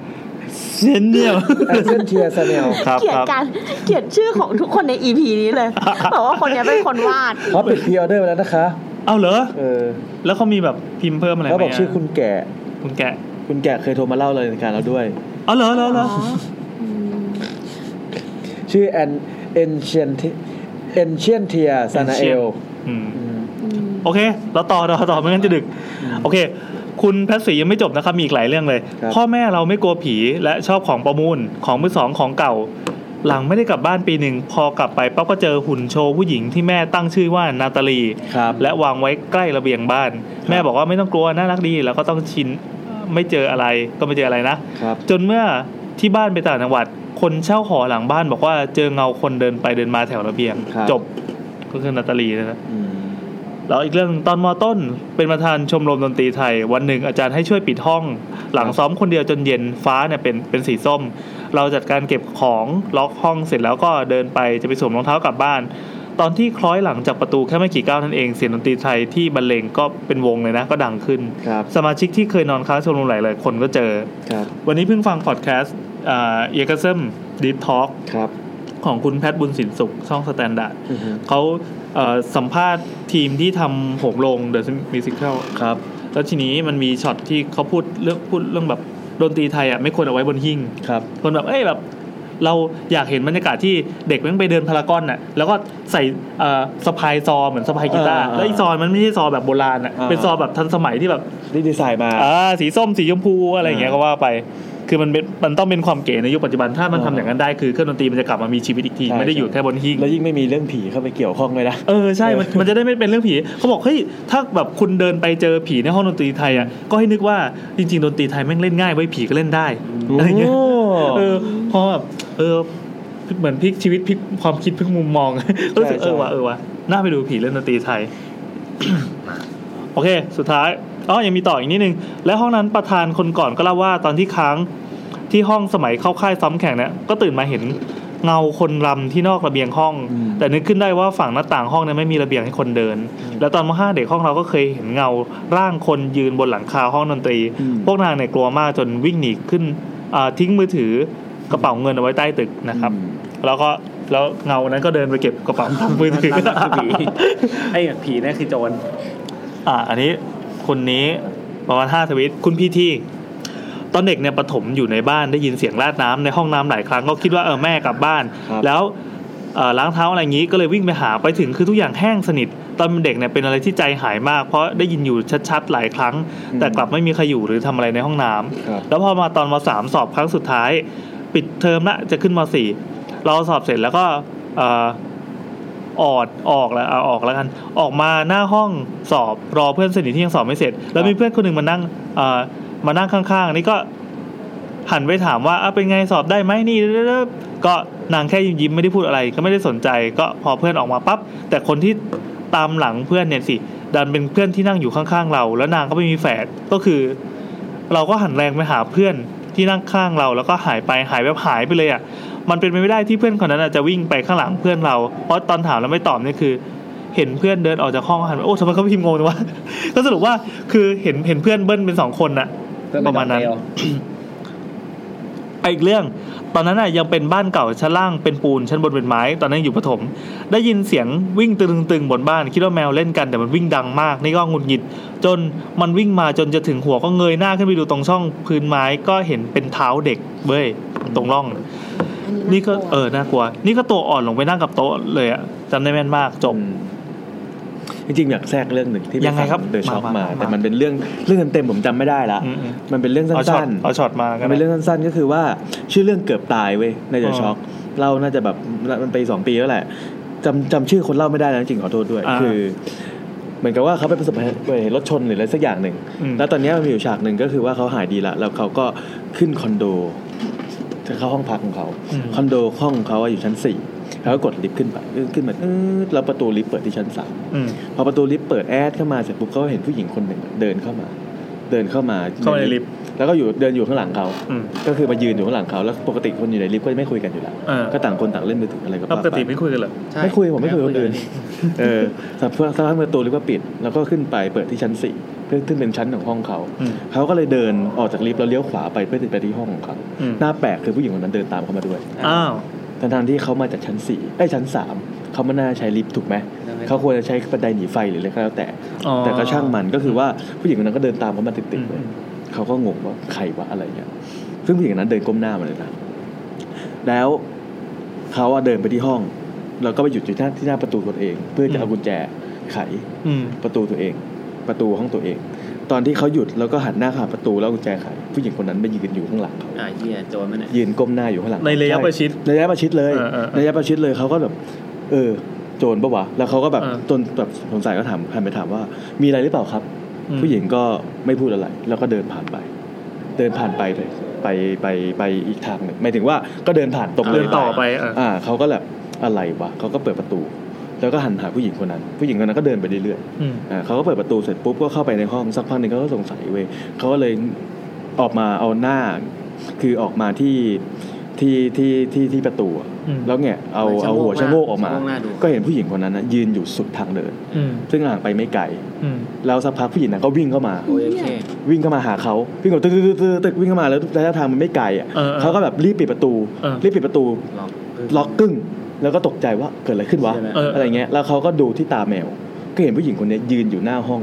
[SPEAKER 1] เซนเนียล
[SPEAKER 4] แอคเซนเทียสเนล
[SPEAKER 1] *laughs* ครับ
[SPEAKER 3] เกลียด
[SPEAKER 1] ครับ
[SPEAKER 3] การเกลียดชื่อของทุกคนใน EP นี้เลย บอกว่าคนเนี้ยเป็นคนวาด
[SPEAKER 4] เขาปิดพรีออเดอร์ไปแล้วนะคะ
[SPEAKER 1] เอาเหรอ
[SPEAKER 4] เออ
[SPEAKER 1] แล้วเขามีแบบพิมพ์เพิ่มอะไรไหม
[SPEAKER 4] เขาบอกชื่อคุณแก่
[SPEAKER 1] คุณแกะ
[SPEAKER 4] คุณแก่เคยโทรมาเล่าเลยในการเราด้วย
[SPEAKER 1] เอาเหรอเหรอเหรอ
[SPEAKER 4] ชื่อแอนเอนเชียนเอนเชียนเทียซานาเอล
[SPEAKER 1] อืมโอเค เราต่อต่อต่อไม่งั้นจะดึก โอเค คุณแพทย์ศรียังไม่จบนะครับ มีอีกหลายเรื่องเลย
[SPEAKER 4] ครับ
[SPEAKER 1] พ่อแม่เราไม่กลัวผีและชอบของประมูลของมือสองของเก่า หลังไม่ได้กลับบ้านปีหนึ่ง พอกลับไปป๊อปก็เจอหุ่นโชว์ผู้หญิงที่แม่ตั้งชื่อว่านาตาลี
[SPEAKER 4] ครับ
[SPEAKER 1] และวางไว้ใกล้ระเบียงบ้าน แม่บอกว่าไม่ต้องกลัวน่ารักดี แล้วก็ต้องชินไม่เจออะไรก็ไม่เจออะไรนะ
[SPEAKER 4] ครับ
[SPEAKER 1] จนเมื่อที่บ้านไปต่างจังหวัด คนเช่าหอหลังบ้านบอกว่าเจอเงาคนเดินไปเดินมาแถวระเบียง
[SPEAKER 4] ครับ
[SPEAKER 1] จบก็คือนาตาลีนะ
[SPEAKER 4] อืม
[SPEAKER 1] แล้วอีกเรื่องหนึ่งตอนมอต้น เป็นประธานชมรมดนตรีไทย วันหนึ่งอาจารย์ให้ช่วยปิดห้อง หลังซ้อมคนเดียวจนเย็นฟ้าเนี่ยเป็นเป็นสีส้ม เราจัดการเก็บของล็อกห้องเสร็จแล้วก็เดินไปจะไปสวมรองเท้ากลับบ้าน ตอนที่คล้อยหลังจากประตูแค่ไม่กี่ก้าวนั่นเองเสียงดนตรีไทยที่บรรเลงก็เป็นวงเลยนะ ก็ดังขึ้น
[SPEAKER 4] ครับ
[SPEAKER 1] สมาชิกที่เคยนอนค้างชมรมหลายๆคนก็เจอ
[SPEAKER 4] ครับ
[SPEAKER 1] วันนี้เพิ่งฟังพอดแคสต์เอียกเซมดีฟทอล์ก
[SPEAKER 4] ครับ
[SPEAKER 1] ของคุณแพทย์บุญสินสุขช่องสแตนดาร์ด
[SPEAKER 4] อือฮึ
[SPEAKER 1] เขาเอ่อสัมภาษณ์ทีมที่ทำโหมลงเดอะมิวสิคล
[SPEAKER 4] ครับ
[SPEAKER 1] แล้วทีนี้มันมีช็อตที่เขาพูดเรื่องพูดเรื่องแบบดนตรีไทยอ่ะไม่ควรเอาไว้บนหิ้ง
[SPEAKER 4] ครับ
[SPEAKER 1] คนแบบเอ้ยแบบ เราอยากเห็นบรรยากาศที่เด็กแม่งไปเดินพารากอนน่ะแล้วก็ใส่เอ่อสะพายซอเหมือนสะพายกีตาร์
[SPEAKER 4] อ่า
[SPEAKER 1] แล้วไอีซอมันไม่ใช่ซอแบบโบราณอ่ะ
[SPEAKER 4] อ่า
[SPEAKER 1] เป็นซอแบบทันสมัยที่แบบ
[SPEAKER 4] นี่ดีไซน์มา
[SPEAKER 1] อ่าสีส้มสีชมพูอะไรอย่างเงี้ย
[SPEAKER 4] อ่า
[SPEAKER 1] ก็ว่าไป คือมันเป็นมันต้องเป็นความเก๋ในยุคปัจจุบันถ้ามันทำอย่างนั้นได้คือเครื่องดนตรีมันจะกลับมามีชีวิตอีกทีไม่ได้อยู่แค่บนหิ้ง
[SPEAKER 4] แล้วยิ่งไม่มีเรื่องผีเข้าไปเกี่ยวข้องเลยนะ
[SPEAKER 1] เออใช่ มันมันจะได้ไม่เป็นเรื่องผี เขาบอกเฮ้ยถ้าแบบคุณเดินไปเจอผีในห้องดนตรีไทยอ่ะก็ให้นึกว่าจริงๆดนตรีไทยแม่งเล่นง่ายไว้ยผีก็เล่นได้อะไรเงี้ย
[SPEAKER 4] โอ้
[SPEAKER 1] เออพอแบบเออเหมือนพลิกชีวิตพลิกความคิดพลิกมุมมอง *laughs* รู้สึกเออว่ะเออว่ะน่าไปดูผีเล่นดนตรีไทย โอเค สุดท้ายอ๋อยังมีต่ออีกนิดนึง และห้องนั้นประธานคนก่อนก็เล่าว่าตอนที่ค้างที่ห้องสมัยเข้าค่ายซ้อมแข่งเนี่ยก็ตื่นมาเห็นเงาคนรำที่นอกระเบียงห้อง
[SPEAKER 4] อืม
[SPEAKER 1] แต่นึกขึ้นได้ว่าฝั่งหน้าต่างห้องเนี่ยไม่มีระเบียงให้คนเดิน และตอนมห้าเด็กห้องเราก็เคยเห็นเงาร่างคนยืนบนหลังคาห้องดนตรี พวกนางเนี่ยกลัวมากจนวิ่งหนีขึ้นอ่าทิ้งมือถือกระเป๋าเงินเอาไว้ใต้ตึกนะครับ แล้วก็แล้วเงานั้นก็เดินไปเก็บ
[SPEAKER 5] *laughs*
[SPEAKER 1] กระเป๋ามือถือ
[SPEAKER 5] นั่นคือผีไอ้ผีนั่นคือโจร
[SPEAKER 1] อ่าอันนี้คนนี้ประมาณห้าทวิตคุณพี่ที่ ตอนเด็กเนี่ยประถมอยู่ในบ้านได้ยินเสียงราดน้ำในห้องน้ำหลายครั้งก็คิดว่าเออแม่กลับบ้าน
[SPEAKER 4] ครับ
[SPEAKER 1] แล้วเอ่อล้างเท้าอะไรอย่างนี้ก็เลยวิ่งไปหาไปถึงคือทุกอย่างแห้งสนิท ตอนเป็นเด็กเนี่ยเป็นอะไรที่ใจหายมาก เพราะได้ยินอยู่ชัดๆหลายครั้ง แต่กลับไม่มีใครอยู่หรือทำอะไรในห้องน้ำ
[SPEAKER 4] ครับ
[SPEAKER 1] แล้วพอมาตอนมสามสอบครั้งสุดท้าย ปิดเทอมละจะขึ้นมสี่เราสอบเสร็จแล้วก็เอ่อ ออดออกแล้วเอาออกแล้วกัน ออกมาหน้าห้องสอบรอเพื่อนสนิทที่ยังสอบไม่เสร็จ แล้วมีเพื่อนคนหนึ่งมานั่งเอ่อมานั่งข้างๆนี่ก็ หันไปถามว่าอ่ะเป็นไงสอบได้ไหมนี่เด้อก็นางแค่ยิ้มๆไม่ได้พูดอะไร ก็ไม่ได้สนใจ ก็พอเพื่อนออกมาปั๊บแต่คนที่ตามหลังเพื่อนเนี่ยสิ ดันเป็นเพื่อนที่นั่งอยู่ข้างๆเรา แล้วนางก็ไม่มีแฝดก็คือ เราก็หันแรงไปหาเพื่อนที่นั่งข้างเรา แล้วก็หายไปหายแบบหายไปเลยอ่ะมันเป็นไปไม่ได้ที่เพื่อนคนนั้นอาจจะวิ่งไปข้างหลังเพื่อนเรา เพราะตอนถามแล้วไม่ตอบเนี่ยคือ เห็นเพื่อนเดินออกจากห้องหันไปโอ้ทำไมเขาพิมพ์งงจังวะ *laughs* ก็สรุปว่าคือเห็นเห็นเพื่อนเบิ้ลเป็นสองคนน่ะ ประมาณนั้น ไปอีกเรื่อง ตอนนั้นน่ะยังเป็นบ้านเก่าชั้นล่างเป็นปูนชั้นบนเป็นไม้ ตอนนั้นอยู่ประถม ได้ยินเสียงวิ่งตึงๆบนบ้านคิดว่าแมวเล่นกันแต่มันวิ่งดังมาก นี่ก็หงุดหงิด จนมันวิ่งมาจนจะถึงหัวก็เงยหน้าขึ้นไปดูตรงช่องพื้นไม้ก็เห็นเป็นเท้าเด็กเว้ยตรงร่อง
[SPEAKER 3] อัน
[SPEAKER 1] นี่ก็
[SPEAKER 3] นี้าลัว
[SPEAKER 1] เออน่ากลัว นี่ก็ตัวอ่อนลงไปนั่งกับโต๊ะเลยอะจำได้แม่นมากจบ
[SPEAKER 4] จริงๆอยากแทรกเรื่องหนึ่งที่ป
[SPEAKER 1] ยังไงครับ
[SPEAKER 4] ฟัเดอะช็อก
[SPEAKER 1] มามามา
[SPEAKER 4] มาแต่มันเป็นเรื่องเรื่องเต็มๆผมจำไม่ได้ละ
[SPEAKER 1] อืม
[SPEAKER 4] มันเป็นเรื่อง
[SPEAKER 1] ๆ
[SPEAKER 4] สั
[SPEAKER 1] เอาช็อต้
[SPEAKER 4] นๆ
[SPEAKER 1] เอาช็อตมากั
[SPEAKER 4] มัน นเป็นเรื่องสั้นๆก็คือว่าชื่อเรื่องเกือบตายเว้ยในเด
[SPEAKER 1] อ๋
[SPEAKER 4] อะ
[SPEAKER 1] อ
[SPEAKER 4] ช็อกเล่าน่าจะแบบมันไปสองปีแล้วแหละจำจำชื่อคนเล่าไม่ได้แล้วจริงขอโทษด้วย
[SPEAKER 1] อ่า
[SPEAKER 4] คือ เหมือนกับว่าเขาไปประสบอุบัติเหตุรถชนหรืออะไรสักอย่างหนึ่ง
[SPEAKER 1] อืม
[SPEAKER 4] แล้วตอนเนี้ยมันมีอยู่ฉากหนึ่งก็คือว่าเขาหายดีละแล้วเขาก็ขึ้นคอนโดจะเข้าห้องพักของเขา
[SPEAKER 1] อืม
[SPEAKER 4] คอนโดห้องเขาอะอยู่ชั้นสี่เขาก็กดลิฟต์ขึ้นไปเออขึ้นมาเออแล้วประตูลิฟต์เปิดที่ชั้นสาม
[SPEAKER 1] อืม
[SPEAKER 4] พอประตูลิฟต์เปิดแอดเข้ามาเสร็จปุ๊บก็เห็นผู้หญิงคนหนึ่งเดินเข้ามา เดินเข้ามา
[SPEAKER 1] เข้ามาในลิฟต์
[SPEAKER 4] แล้วก็อยู่เดินอยู่ข้างหลังเขา
[SPEAKER 1] อืม
[SPEAKER 4] ก็คือมายืนอยู่ข้างหลังเขาแล้วปกติคนอยู่ในลิฟต์ก็ไม่คุยกันอยู่แล้ว
[SPEAKER 1] เออ
[SPEAKER 4] ก็ต่างคนต่างเล่นมือถืออะไรก็
[SPEAKER 1] แล้วปกติ
[SPEAKER 4] ไม่
[SPEAKER 1] ไม่คุยกันเหรอ
[SPEAKER 2] ใช่
[SPEAKER 4] ไม่คุยผมไม่คุยกับคนอื่นเออ *laughs* สักพักสักพักประตูลิฟต์ก็ปิด แล้วก็ขึ้นไปเปิดที่ชั้นสี่เพื่อขึ้นเป็นชั้นของห้องเขา
[SPEAKER 1] อืม
[SPEAKER 4] เขาก็เลยเดินออกจากลิฟต์แล้วเลี้ยวขวาไปเพื่อจะไปที่ห้องของเขา
[SPEAKER 1] อืม
[SPEAKER 4] หน้าแปลกคือผู้หญิงคนนั้นเดินตามเขามาด้วย
[SPEAKER 1] อ้าว
[SPEAKER 4] ทั้งๆที่เขามาจากชั้นสี่ไอ้ยชั้นสามเขาไม่น่าใช้ลิฟต์ถูกไหม เขาควรจะใช้บันไดหนีไฟหรืออะไรก็แล้วแต่
[SPEAKER 1] อ๋อ
[SPEAKER 4] แต่ก็ช่างมันก็คือว่าผู้หญิงคนนั้นก็เดินตามเขามาติดๆเล
[SPEAKER 1] อื
[SPEAKER 4] ย
[SPEAKER 1] ม
[SPEAKER 4] เขาก็งงว่าใครวะอะไรเงี้ยซึ่งผู้หญิงคนนั้นเดินก้มหน้ามาเลยนะแล้วเขาอะเดินไปที่ห้อง แล้วก็ไปหยุดอยู่ที่หน้าที่หน้าประตูตัวเอง เพื่อจะเอากุญแจไข
[SPEAKER 1] อืม
[SPEAKER 4] ประตูตัวเอง ประตูห้องตัวเอง ตอนที่เขาหยุดแล้วก็หันหน้าหาประตูแล้วเอากุญแจไขผู้หญิงคนนั้นไปยืนอยู่ข้างหลังเขา
[SPEAKER 2] อ่าเหี้ยโจรมันเนี่ย
[SPEAKER 4] ยืนก้มหน้าอยู่ข้างหลัง
[SPEAKER 1] ในระยะประชิด
[SPEAKER 4] ระยะประชิดเลย
[SPEAKER 1] เออเออเออ
[SPEAKER 4] ระยะประชิดเลยเขาก็แบบเออ โจรปะวะแล้วเขาก็แบบ
[SPEAKER 1] เออ
[SPEAKER 4] จนแบบสงสัยก็ถามหันไปถามว่ามีอะไรหรือเปล่าครับ
[SPEAKER 1] อืม
[SPEAKER 4] ผู้หญิงก็ไม่พูดอะไร แล้วก็เดินผ่านไป เดินผ่านไปเลยไปไปไปอีกทางหนึ่งหมายถึงว่าก็เดินผ่านตรง
[SPEAKER 1] เดินต่อไปเออ
[SPEAKER 4] อ่าเขาก็แบบอะไรวะเขาก็เปิดประตู แล้วก็หันหาผู้หญิงคนนั้น ผู้หญิงคนนั้นก็เดินไปเรื่อย
[SPEAKER 1] อืม
[SPEAKER 4] ๆอ่าเขาก็เปิดประตูเสร็จปุ๊บก็เข้าไปในห้องสักพักหนึ่งเขาก็สงสัยเว้ยเขาก็เลยออกมาเอาหน้า คือออกมาที่ที่ที่ที่ที่ประตูอะ
[SPEAKER 1] อืม
[SPEAKER 4] แล้วเนี่ยเอา
[SPEAKER 2] เหมือนชะ
[SPEAKER 4] เอา
[SPEAKER 2] โงก
[SPEAKER 4] หัวชะโงกออกมา
[SPEAKER 2] ชะโงกหน้าดู
[SPEAKER 4] ก็เห็นผู้หญิงคนนั้นนะยืนอยู่สุดทางเดิน
[SPEAKER 1] อืม
[SPEAKER 4] ซึ่งห่างไปไม่ไกล
[SPEAKER 1] อืม
[SPEAKER 4] แล้วสักพักผู้หญิงนั้นก็วิ่งเข้ามา
[SPEAKER 2] โอ้ยโอเค
[SPEAKER 4] วิ่งเข้ามาหาเขาวิ่งแบบตึกตึกตึกตึกตึกวิ่งเข้ามาแล้วระยะทางมันไม่ไกลอ่ะ
[SPEAKER 1] เออเออ
[SPEAKER 4] เขาก็แบบรีบปิดประตู
[SPEAKER 1] เออ
[SPEAKER 4] รีบปิดประตู
[SPEAKER 2] ลอง
[SPEAKER 4] ล็อกกึ้ง แล้วก็ตกใจว่าเกิดอะไรขึ้นวะ
[SPEAKER 2] ใช่ไหม
[SPEAKER 1] เอออ
[SPEAKER 4] อะไรเงี้ยแล้วเขาก็ดูที่ตาแมว ก็เห็นผู้หญิงคนนี้ยืนอยู่หน้าห้อง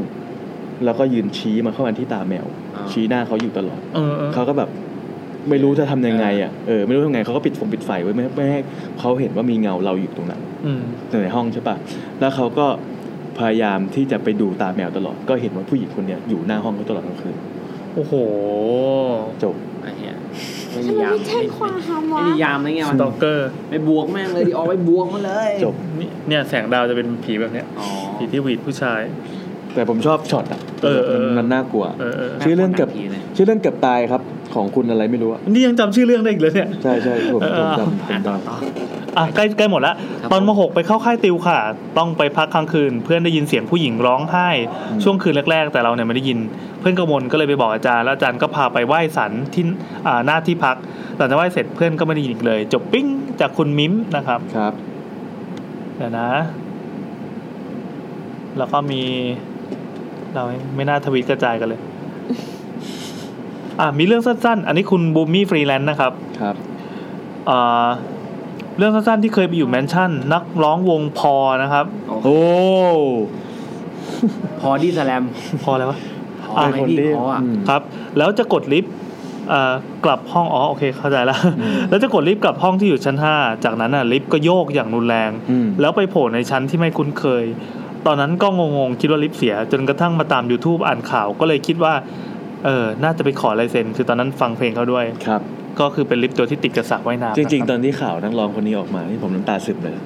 [SPEAKER 4] แล้วก็ยืนชี้มาเข้ามาที่ตาแมว
[SPEAKER 2] อ่า
[SPEAKER 4] ชี้หน้าเขาอยู่ตลอด
[SPEAKER 1] เออเออ
[SPEAKER 4] เขาก็แบบไม่รู้จะทำยังไงอ่ะเออไม่รู้ทำไงเขาก็ปิดฟงปิดไฟไว้ไม่ให้ไม่ให้เขาเห็นว่ามีเงาเราอยู่ตรงนั้น
[SPEAKER 1] อืม
[SPEAKER 4] ในห้องใช่ปะแล้วเขาก็พยายามที่จะไปดูตาแมวตลอด ก็เห็นว่าผู้หญิงคนเนี้ยอยู่หน้าห้องเขาตลอดทั้งคืน
[SPEAKER 1] โอ้โห
[SPEAKER 4] จบ
[SPEAKER 2] ไอ้เหี้ย
[SPEAKER 5] ไม่
[SPEAKER 3] ฉั
[SPEAKER 5] มี
[SPEAKER 3] นไม่
[SPEAKER 5] ยาม
[SPEAKER 3] ได้แจ้งความวะ
[SPEAKER 5] ไม่มียามอะไรเงี้ย
[SPEAKER 1] สตอกเกอร์
[SPEAKER 5] ไม่บวกแม่งเลยดิออกไปบวกมาเลย
[SPEAKER 4] จบ
[SPEAKER 1] นี่เนี่ยแสงดาวจะเป็นผีแบบเนี้ย
[SPEAKER 5] อ๋อ
[SPEAKER 1] ผีที่หวีดผู้ชาย
[SPEAKER 4] แต่ผมชอบช็อตอ่ะ
[SPEAKER 1] เออเออ
[SPEAKER 4] มันมันน่ากลัว
[SPEAKER 1] เออเออ
[SPEAKER 4] ชื่อเรื่องเกือบ
[SPEAKER 5] น่ากลัวหนังผีเลย
[SPEAKER 4] ชื่อเรื่องเกือบตายครับ ของคุณอะไรไม่รู้อะ
[SPEAKER 1] นี่ยังจำชื่อเรื่องได้อีกเลยเนี่ย
[SPEAKER 4] ใช่ใช่ผม
[SPEAKER 1] เออเอ
[SPEAKER 4] ผม
[SPEAKER 1] อ
[SPEAKER 4] จำผมจำ
[SPEAKER 1] อ่ะใกล้ใกล้หมดละ
[SPEAKER 2] ครับ
[SPEAKER 1] ตอน
[SPEAKER 2] ผม
[SPEAKER 1] มหกไปเข้าค่ายติวค่ะ ต้องไปพักค้างคืน เพื่อนได้ยินเสียงผู้หญิงร้องไห้
[SPEAKER 4] อืม
[SPEAKER 1] ช่วงคืนแรก ๆ แต่เราเนี่ยไม่ได้ยิน เพื่อนกังวลก็เลยไปบอกอาจารย์แล้วอาจารย์ก็พาไปไหว้ศาลที่อ่าหน้าที่พักหลังจากไหว้เสร็จเพื่อนก็ไม่ได้ยินอีกเลย จบปิ้งจากคุณมิ้มนะครับ
[SPEAKER 4] ครับ
[SPEAKER 1] เดี๋ยวนะ แล้วก็มีเราไม่น่าทวีตกระจายกันเลย อ่ะมีเรื่องสั้นๆ อันนี้คุณบูมมี่ฟรีแลนซ์นะครับ
[SPEAKER 4] ครับ
[SPEAKER 1] เอ่อเรื่องสั้นๆที่เคยไปอยู่แมนชั่น นักร้องวงพอนะครับ *laughs*
[SPEAKER 5] โอ้
[SPEAKER 1] โอ้
[SPEAKER 5] พอดีแสแลม
[SPEAKER 1] พออะไรวะ
[SPEAKER 5] พอไหมพี่พออ่ะ
[SPEAKER 4] อืม
[SPEAKER 1] ครับ แล้วจะกดลิฟต์เอ่อกลับห้องอ๋อโอเคเข้าใจแล้ว *laughs* แล้วจะกดลิฟต์กลับห้องที่อยู่ชั้น 5 จากนั้นน่ะลิฟต์ก็โยกอย่างรุนแรง
[SPEAKER 4] อืม
[SPEAKER 1] แล้วไปโผล่ในชั้นที่ไม่คุ้นเคย ตอนนั้นก็งงๆคิดว่าลิฟต์เสีย จนกระทั่งมาตาม YouTube อ่านข่าวก็เลยคิดว่าเออน่าจะไปขอลายเซ็นคือตอนนั้นฟังเพลงเขาด้วย
[SPEAKER 4] ครับ
[SPEAKER 1] ก็คือเป็นลิฟต์ตัวที่ติดกับสระว่ายน้ำ
[SPEAKER 4] จริง ๆ
[SPEAKER 1] นะค
[SPEAKER 4] ต
[SPEAKER 1] บ
[SPEAKER 4] อนที่ข่าวนักร้องคนนี้ออกมานี่ผมน้ำตาซึมเลยนะ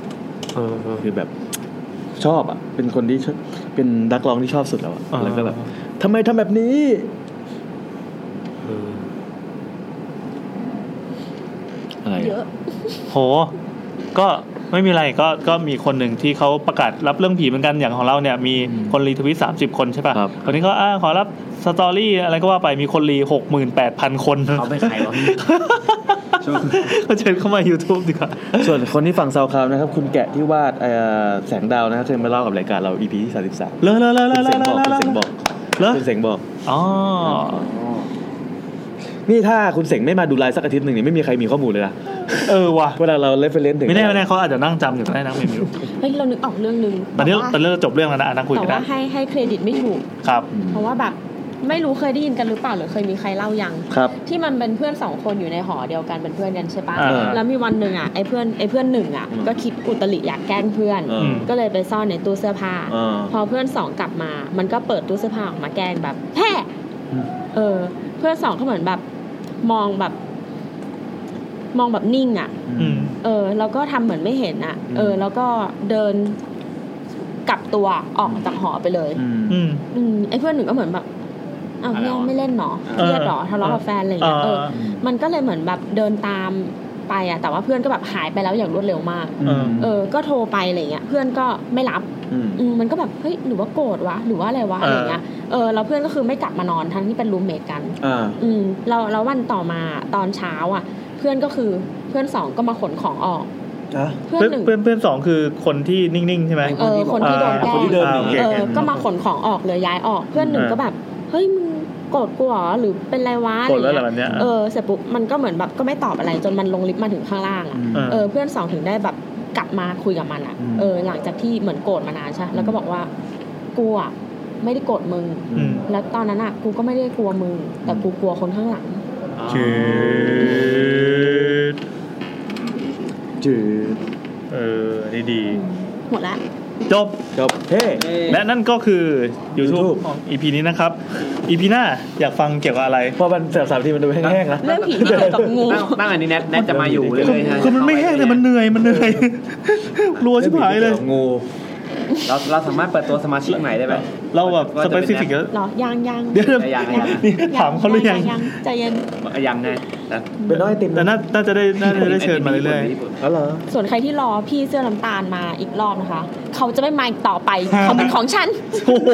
[SPEAKER 1] เออเออ
[SPEAKER 4] คือแบบ ชอบอ่ะ เป็นคนที่ชอบเป็นดักร้องที่ชอบสุดแล้วอ่ะ
[SPEAKER 1] อ่า
[SPEAKER 4] แล้วก็แบบทำไมทำแบบนี้ อะไร
[SPEAKER 3] เย
[SPEAKER 4] อะ
[SPEAKER 3] อะ
[SPEAKER 1] โห ก็ไม่มีอะไรก็ก็มีคนหนึ่งที่เขาประกาศรับเรื่องผีเหมือนกันอย่างของเราเนี่ย มีคนรีทวิตสามสิบคนใช่ป่ะคนนี้เขาอ้าขอรับสตอรี่อะไรก็ว่าไปมีคนรีหกหมื่นแปดพันคน
[SPEAKER 5] เขาเป็นใครวะ
[SPEAKER 1] ก็เชิญเข้ามา YouTube ดีกว่า
[SPEAKER 4] ส่วนคนที่ฟังซาวคลาวนะครับ คุณแกะที่วาดเอ่อแสงดาวนะครับเคยมาเล่ากับรายการเรา EP ที่33
[SPEAKER 1] เลอะเลอะเลอะเล
[SPEAKER 4] คุณ
[SPEAKER 1] อะเลอะ
[SPEAKER 4] เสียง
[SPEAKER 1] เล
[SPEAKER 4] บอกคุณ
[SPEAKER 1] อะเลอะ
[SPEAKER 4] เสียงบอกคุณเสียงบอก
[SPEAKER 1] อ๋อ
[SPEAKER 4] นี่ถ้าคุณเสงไม่มาดูไลน์สักอาทิตย์หนึ่งเนี่ยไม่มีใครมีข้อมูลเลยนะ
[SPEAKER 1] เออว่ะ
[SPEAKER 4] เวลาเราเลฟเฟรนถึง
[SPEAKER 1] ไม่แน่ไม่แน่เขาอาจจะนั่งจำอยู่ก็ได้นะไม่รู้
[SPEAKER 3] เฮ้ยเรานึกออกเรื่องหนึง
[SPEAKER 1] ตอนนี้
[SPEAKER 3] แต่ว่า
[SPEAKER 1] ตอนนี้เราจบเรื่องแล้วนะอ่ะนั่งคุย
[SPEAKER 3] แต่
[SPEAKER 1] กัน
[SPEAKER 3] ว่า
[SPEAKER 1] ได้
[SPEAKER 3] ให้ให้เครดิตไม่ถูก
[SPEAKER 1] ครับ
[SPEAKER 3] เพราะว่าแบบไม่รู้เคยได้ยินกันหรือเปล่าหรือเคยมีใครเล่ายัง
[SPEAKER 4] ครับ
[SPEAKER 3] ที่มันเป็นเพื่อนสองคนอยู่ในหอเดียวกันเป็นเพื่อนกันใช่ปะ
[SPEAKER 1] อ่า
[SPEAKER 3] แล้วมีวันหนึ่งอ่ะไอ้เพื่อนไอ้เพื่อนหนึ่งอ่ะ
[SPEAKER 4] อืม
[SPEAKER 3] ก็คิดอุตริอยากแกล้งเพื่อน
[SPEAKER 4] เออ
[SPEAKER 3] ก็เลยไปซ่อนในตู้เสื้อผ้า
[SPEAKER 4] เออ
[SPEAKER 3] พอเพื่อนสองกลับมา มันก็เปิดตู้เสื้อผ้าออกมาแกล้งแบบแฮ่เออ เพื่อนสองก็เหมือนแบบมองแบบ มองแบบนิ่งอ่ะ
[SPEAKER 1] อืม
[SPEAKER 3] เออ แล้วก็ทำเหมือนไม่เห็นอ่ะ เออ แล้วก็เดินกลับตัวออกจากหอไปเลย
[SPEAKER 4] อืม
[SPEAKER 1] อืม
[SPEAKER 3] อืมไอ้เพื่อนหนึ่งก็เหมือนแบบอ้าวเนี่ยไม่เล่นหนอเค
[SPEAKER 1] เออ
[SPEAKER 3] รียดหรอทะเลาะกับแฟนอะไรอย่างเงี้ย
[SPEAKER 1] เอ
[SPEAKER 3] เอ
[SPEAKER 1] อ
[SPEAKER 3] อ มันก็เลยเหมือนแบบเดินตามไปอะแต่ว่าเพื่อนก็แบบหายไปแล้วอย่างรวดเร็วมาก
[SPEAKER 1] เออ
[SPEAKER 3] เออ ก็โทรไปอะไรเงี้ย เพื่อนก็ไม่รับ
[SPEAKER 4] อืม
[SPEAKER 3] อืมมันก็แบบเฮ้ยหรือว่าโกรธวะหรือว่าอะไรวะ
[SPEAKER 1] เอออ
[SPEAKER 3] อะไรเงี้ย เออแล้วเพื่อนก็คือไม่กลับมานอนทั้งที่เป็นรูมเมทกัน
[SPEAKER 4] อ่า
[SPEAKER 3] อืมเราแล้ววันต่อมาตอนเช้าอะเพื่อนก็คือเพื่อนสองก็มาขนของออก
[SPEAKER 4] อ่ะ
[SPEAKER 3] เพื่อนห
[SPEAKER 1] เพื่อน
[SPEAKER 3] นึ่ง
[SPEAKER 1] เพื่อนเพื่อนสองคือคนที่นิ่งๆใช่ไหม
[SPEAKER 3] เออคนที่โดนแกล้
[SPEAKER 1] คนที่เดิน
[SPEAKER 3] ง
[SPEAKER 1] หนี
[SPEAKER 3] เออ ก็มาขนของออกเลยย้ายออก เพื่อนหนึ่ง
[SPEAKER 1] อ่า
[SPEAKER 3] ก็แบบ เฮ้ย มึงโกรธกูเหรอ หรือเป็นไรวะ
[SPEAKER 1] กดแล้ว
[SPEAKER 3] อะ
[SPEAKER 1] เหรอ
[SPEAKER 3] ไร
[SPEAKER 1] แบบเนี้ย
[SPEAKER 3] เงี้ยเออ เสร็จปุ๊บ มันก็เหมือนแบบก็ไม่ตอบอะไร จนมันลงลิฟต์มาถึงข้างล่างอะ
[SPEAKER 1] เออ
[SPEAKER 3] เออ เพื่อนสองถึงได้แบบกลับมาคุยกับมันอ่ะ เออ หลังจากที่เหมือนโกรธมานานใช่ แล้วก็บอกว่า กูอ่ะไม่ได้โกรธมึง
[SPEAKER 1] อืม
[SPEAKER 3] แล้วตอนนั้นอ่ะ กูก็ไม่ได้กลัวมึง แต่กูกลัวคนข้างหลัง
[SPEAKER 1] จืด
[SPEAKER 4] จืด
[SPEAKER 1] เออดีดี
[SPEAKER 3] หมดละ
[SPEAKER 1] ๆจบ
[SPEAKER 4] จบเฮ้
[SPEAKER 1] และนั่นก็คือ YouTube ของ EP นี้นะครับ EP หน้าอยากฟังเกี่ยวกับอะไร
[SPEAKER 4] พอมันเสร็จสามทีมันดูแห้งๆนะ
[SPEAKER 3] เรื่องผีที่เกี่ยวกับงู
[SPEAKER 5] ตั้งตั้งอันนี้แนทแนทจะมาอยู่เรื่อยๆะ
[SPEAKER 1] คือมันไม่แห้งแต่มันเหนื่อยมันเหนื่อย รัวชิบหายเลย
[SPEAKER 4] งู
[SPEAKER 5] เราเราสามารถเปิดตัวสมาชิกใหม่ได้ไหม
[SPEAKER 1] เราแบบสเปซิฟิกเยอะ
[SPEAKER 3] เหรอ ยังยัง
[SPEAKER 1] เดี๋ยว
[SPEAKER 5] ใจยังใจยัง
[SPEAKER 1] นี่ถามเขาหรือยัง
[SPEAKER 3] ยังใจเย็น
[SPEAKER 5] ยังไงแต่
[SPEAKER 4] เป็นน้องไอติม
[SPEAKER 1] แต่น่าน่าจะได้น่าจะได้เชิญมาเรื่อย
[SPEAKER 4] อ๋อเหรอ
[SPEAKER 3] ส่วนใครที่รอพี่เสื้อน้ำตาลมาอีกรอบนะคะ เขาจะไม่มาอีกต่อไป
[SPEAKER 1] *laughs*
[SPEAKER 3] เขาเป็นของฉัน
[SPEAKER 1] ๆโอ้โห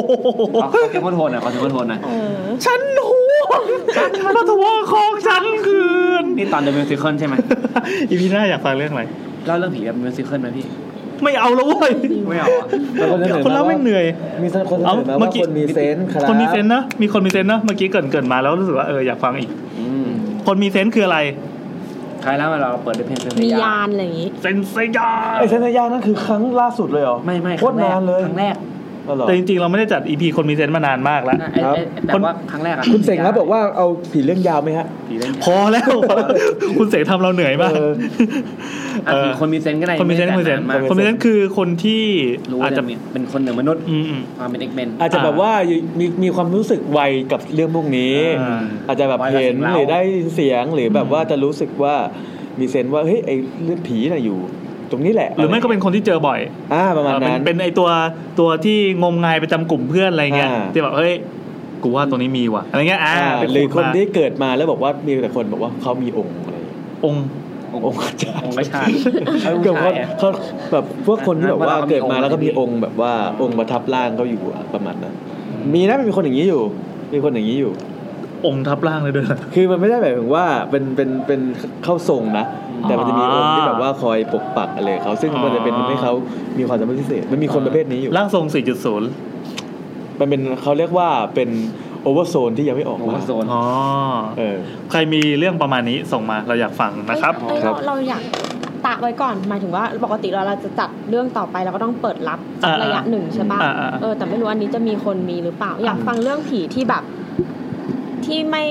[SPEAKER 5] ขอเสียงขอโทษนะขอเสียงขอโทษนะ
[SPEAKER 3] เออ
[SPEAKER 1] ฉันห่วงมาทวงของฉันคืน
[SPEAKER 5] นี่ตอนเดอะมิวสิคใช่ไหม
[SPEAKER 1] *laughs* EP หน้าอยากฟังเรื่องอะไร
[SPEAKER 5] เล่าเรื่องผีแบบมิวสิคไหมพี่
[SPEAKER 1] ไม่เอาแล้วเว้ย
[SPEAKER 5] ไม่เอาอ่ะ
[SPEAKER 4] แล้วคนเสนอ
[SPEAKER 1] คนเล่า
[SPEAKER 4] มา
[SPEAKER 1] ไม่
[SPEAKER 4] ว่า
[SPEAKER 1] เหนื่อย
[SPEAKER 4] มีคนเสน
[SPEAKER 1] เอา
[SPEAKER 4] อมา
[SPEAKER 1] เมื่
[SPEAKER 4] ว่า
[SPEAKER 1] อกี้
[SPEAKER 4] คนมีเซนส์ครับ
[SPEAKER 1] คนมีเซนส์นะ มีคนมีเซนส์นะ เมื่อกี้เกรินเกรินมาแล้วรู้สึกว่าเอออยากฟังอีก
[SPEAKER 5] อืม
[SPEAKER 1] คนมีเซนส์คืออะไร
[SPEAKER 5] ใครแล้วเราเปิดด้วยเพลงเซน
[SPEAKER 3] มี
[SPEAKER 5] ยาย
[SPEAKER 3] านอะไรอย่างงี้
[SPEAKER 1] เซนสยา
[SPEAKER 4] ไอเซนส์ในยางนั่นคือครั้งล่าสุดเลยเหรอ
[SPEAKER 5] ไม่ไม่
[SPEAKER 4] โคตรนานเลย
[SPEAKER 5] ครั้งแรก
[SPEAKER 4] อ๋อเหรอ
[SPEAKER 1] แต่จริงๆ เราไม่ได้จัด EP คนมีเซนส์มานานมากแล้ว
[SPEAKER 5] นะไอ้
[SPEAKER 4] ครับ
[SPEAKER 5] ไอ้แต่ว่าครั้งแรกอะ
[SPEAKER 4] คุณเสงแล้วบอกว่าเอาผีเรื่องยาวไหมฮะ
[SPEAKER 5] ผีเล่น
[SPEAKER 1] พอแล้ว คุณเสกทำเราเหนื่อยมาก
[SPEAKER 4] เออ
[SPEAKER 5] อ่ะผีคนมีเซนส์ก็ได้
[SPEAKER 1] คนมีเซนส์คนมีเซนส์
[SPEAKER 5] ไได้แต่งงามาก
[SPEAKER 1] คนมีเซนส์คือคนที่
[SPEAKER 5] รู้
[SPEAKER 1] อาจ
[SPEAKER 5] จะ
[SPEAKER 1] จะ
[SPEAKER 5] เป็นคนเหนือมนุษย์
[SPEAKER 1] อืมอืม
[SPEAKER 5] ความเป็นเอกเมน
[SPEAKER 4] อาจจะแบบว่ามีมีความรู้สึกไวกับเรื่องพวกนี้
[SPEAKER 1] อ่า
[SPEAKER 4] อาจจะแบบ
[SPEAKER 5] ไวกับ
[SPEAKER 4] เห็น
[SPEAKER 5] สิ่งเร้า
[SPEAKER 4] หรือได้ยินเสียงหรือแบบว่าจะรู้สึกว่ามีเซนส์ว่าเฮ้ยไอเรื่องผีน่ะอยู่ ตรงนี้แหละ
[SPEAKER 1] หรือไม่ก็เป็นคนที่เจอบ่อย
[SPEAKER 4] อ่าประมาณ
[SPEAKER 1] เออเป็น
[SPEAKER 4] นั้น
[SPEAKER 1] เป็นไอตัวตัวที่งมงายประจำกลุ่มเพื่อนอะไรเงี้ย
[SPEAKER 4] อ่า
[SPEAKER 1] ที่แบบเฮ้ย กูว่าตรงนี้มีว่ะ อะไรเงี้ย อ่า
[SPEAKER 4] อ่า
[SPEAKER 1] เป็น
[SPEAKER 4] หรือ
[SPEAKER 1] ขุด
[SPEAKER 4] คน
[SPEAKER 1] มา
[SPEAKER 4] ที่เกิดมาแล้วบอกว่ามีแต่คนบอกว่าเขามีองค์อะไร
[SPEAKER 1] องค์
[SPEAKER 4] องค์อาจาร
[SPEAKER 5] อง
[SPEAKER 4] ย์
[SPEAKER 5] ค์ประชาติ
[SPEAKER 4] เกิดว่าเขาแบบพวกคนที่แบบว่า
[SPEAKER 5] เราก็มี
[SPEAKER 4] เกิดมาแล้วก็มี
[SPEAKER 5] อ
[SPEAKER 4] อง ง
[SPEAKER 5] ค์
[SPEAKER 4] ค์แบบว่าองค์ประทับร่างเขาอยู่อะประมาณนั้นมีนะมันมีคนอย่างนี้อยู่ มีคนอย่างนี้อยู่
[SPEAKER 1] องค์ทับร่างเลยด้วยนะ
[SPEAKER 4] คือมันไม่ได้หมายถึงว่าเป็นเป็นเป็นเข้าทรงนะ แต่มันจะมีองค์ที่แบบว่าคอยปกปักอะไรเขาซึ่ง
[SPEAKER 1] อ๋อ
[SPEAKER 4] มันจะเป็นทำให้เขามีความสามารถพิเศษมันมีคนประเภทนี้อยู่
[SPEAKER 1] ร่างทรง 4.0
[SPEAKER 4] มันเป็นเขาเรียกว่าเป็นโอเวอร์โซนที่ยังไม่ออก
[SPEAKER 5] โอ
[SPEAKER 4] มา
[SPEAKER 5] เวอร์โซน
[SPEAKER 1] อ๋อ
[SPEAKER 4] เออ
[SPEAKER 1] ใครมีเรื่องประมาณนี้ส่งมาเราอยากฟังนะครับ
[SPEAKER 3] เอ้ย
[SPEAKER 4] ครั
[SPEAKER 3] เรา
[SPEAKER 4] บ
[SPEAKER 3] เราอยากตะไว้ก่อนหมายถึงว่าปกติเราเราจะจัดเรื่องต่อไปเราก็ต้องเปิดรับ
[SPEAKER 1] อ่า
[SPEAKER 3] ระยะหนึ่งใช่ป่ะ
[SPEAKER 1] อ่าอ่า
[SPEAKER 3] เออแต่ไม่รู้อันนี้จะมีคนมีหรือเปล่า อยากฟังเรื่องผีที่แบบ ที่ไม่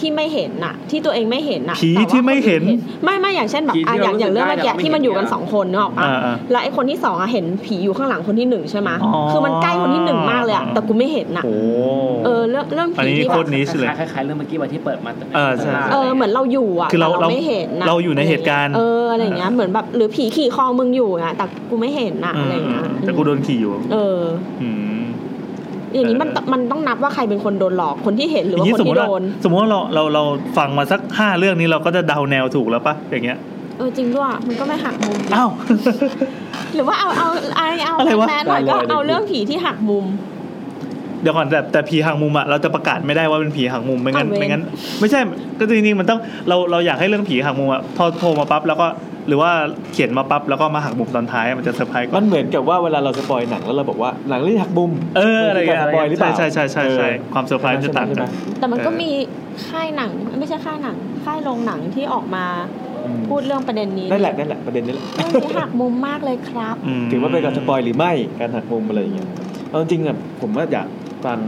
[SPEAKER 3] ที่ไม่เห็นน่ะ ที่ตัวเองไม่เห็นน่ะ
[SPEAKER 1] ผี
[SPEAKER 3] แต่ว่า
[SPEAKER 1] ที่ไม่เห็น
[SPEAKER 3] คอื่ไม่ไม่อย่างเช่นแบบ
[SPEAKER 2] ผี
[SPEAKER 3] อ่ะอ
[SPEAKER 2] ที่เรา
[SPEAKER 3] ย่างอย่างเรื่อง
[SPEAKER 2] รู้สึ
[SPEAKER 3] เมื่อก
[SPEAKER 2] ได้
[SPEAKER 3] กี้
[SPEAKER 2] แต่เราไม่
[SPEAKER 3] ที่มันอยู่กัน
[SPEAKER 2] เห็น
[SPEAKER 3] สองคนเนกอะปะ
[SPEAKER 1] อ่าอ่า
[SPEAKER 3] แล้วไอ้คนที่สองอะเห็นผีอยู่ข้างหลังคนที่หนึ่งใช่ไหม
[SPEAKER 1] อ๋อ
[SPEAKER 3] คือมันใกล้คนที่หนึ่งมากเลยอะแต่กูไม่เห็นน่ะ
[SPEAKER 1] โอ้
[SPEAKER 3] เออเรื่องเรื่อง
[SPEAKER 1] อัน
[SPEAKER 3] ผี
[SPEAKER 1] นี้
[SPEAKER 3] ที่
[SPEAKER 1] โค
[SPEAKER 3] แบบ
[SPEAKER 1] ตรนิชเลย
[SPEAKER 5] คล้ายๆคล้ายๆเรื่องเมื่อกี้วันที่เปิดมา
[SPEAKER 1] เออใช่
[SPEAKER 3] เออเหมือนเราอยู่อะ
[SPEAKER 1] คือเรา
[SPEAKER 3] แต่
[SPEAKER 1] เรา
[SPEAKER 3] ไม่เห็นะ
[SPEAKER 1] เราอยู่ในเหตุการณ์
[SPEAKER 3] เอออะไรอย่างเงี้ยเหมือนแบบหรือผีขี่คอมึงอยู่อะแต่กูไม่เห็นน่ะอะไรอย่างเงี้ย
[SPEAKER 1] แต่กูโดนขี่อยู่
[SPEAKER 3] เออ
[SPEAKER 1] อืม
[SPEAKER 3] อย่างนี้มัน
[SPEAKER 1] เออ
[SPEAKER 3] มันต้องนับว่าใครเป็นคนโดนหลอกคนที่เห็นหรือว่าคน
[SPEAKER 1] สมม
[SPEAKER 3] ที่
[SPEAKER 1] ติว่า
[SPEAKER 3] โดน
[SPEAKER 1] สมมติว่าเราเราเราฟังมาสักห้าเรื่องนี้เราก็จะเดาแนวถูกแล้วปะอย่างเงี้ย
[SPEAKER 3] เออจริงด้วยมันก็ไม่หักมุมดิ
[SPEAKER 1] อ้าว
[SPEAKER 3] หรือว่าเอาเอาเอาเอา
[SPEAKER 1] อะไรวะ
[SPEAKER 3] แมสหน่อยก็เอาเรื่องผีที่หักมุม
[SPEAKER 1] เดี๋ยวก่อนแต่แต่ผีหางมุมอะเราจะประกาศไม่ได้ว่าเป็นผีหางมุมไม่งั้น
[SPEAKER 3] อ้าวเว้ย
[SPEAKER 1] ไม่งั้น ไม่ใช่ก็จริงๆมันต้องเราเราอยากให้เรื่องผีหางมุมอะพอโทรมาปั๊บแล้วก็หรือว่าเขียนมาปั๊บแล้วก็มาหักมุมตอนท้ายมันจะเซอร์ไพรส์กว่า
[SPEAKER 4] มันเหมือนกับว่าเวลาเราสปอยหนังแล้วเราบอกว่าหนังเรื่องหักมุม
[SPEAKER 1] เอออะไรอย่างเงี้ย
[SPEAKER 4] มันคืการสปอยหรือเปล่า
[SPEAKER 1] ใช่ใช่ใช่ใช่ใช่
[SPEAKER 4] เออ
[SPEAKER 1] ความเซอร์ไพรส์มันจะต่าง
[SPEAKER 4] ใช่
[SPEAKER 1] กั
[SPEAKER 4] ไหม
[SPEAKER 1] น
[SPEAKER 3] แต่มันก็
[SPEAKER 1] เออ
[SPEAKER 3] มีค่ายหนังไม่ใช่ค่ายหนังค่ายโรงหนังที่ออกมา
[SPEAKER 4] อืม
[SPEAKER 3] พูดเรื่องประเด็นนี้
[SPEAKER 4] นั่นแหละนั่นแหละประเด็นนี้แหละ
[SPEAKER 3] เรื่องนี้หักมุมมากเลยครับ
[SPEAKER 1] ม
[SPEAKER 4] ถือว่าเป็นการสปอยหรือไม่การหักมุมอะไรอย่างเงี้ยเอาจริงๆอ่ะผมว่าอยากฟัง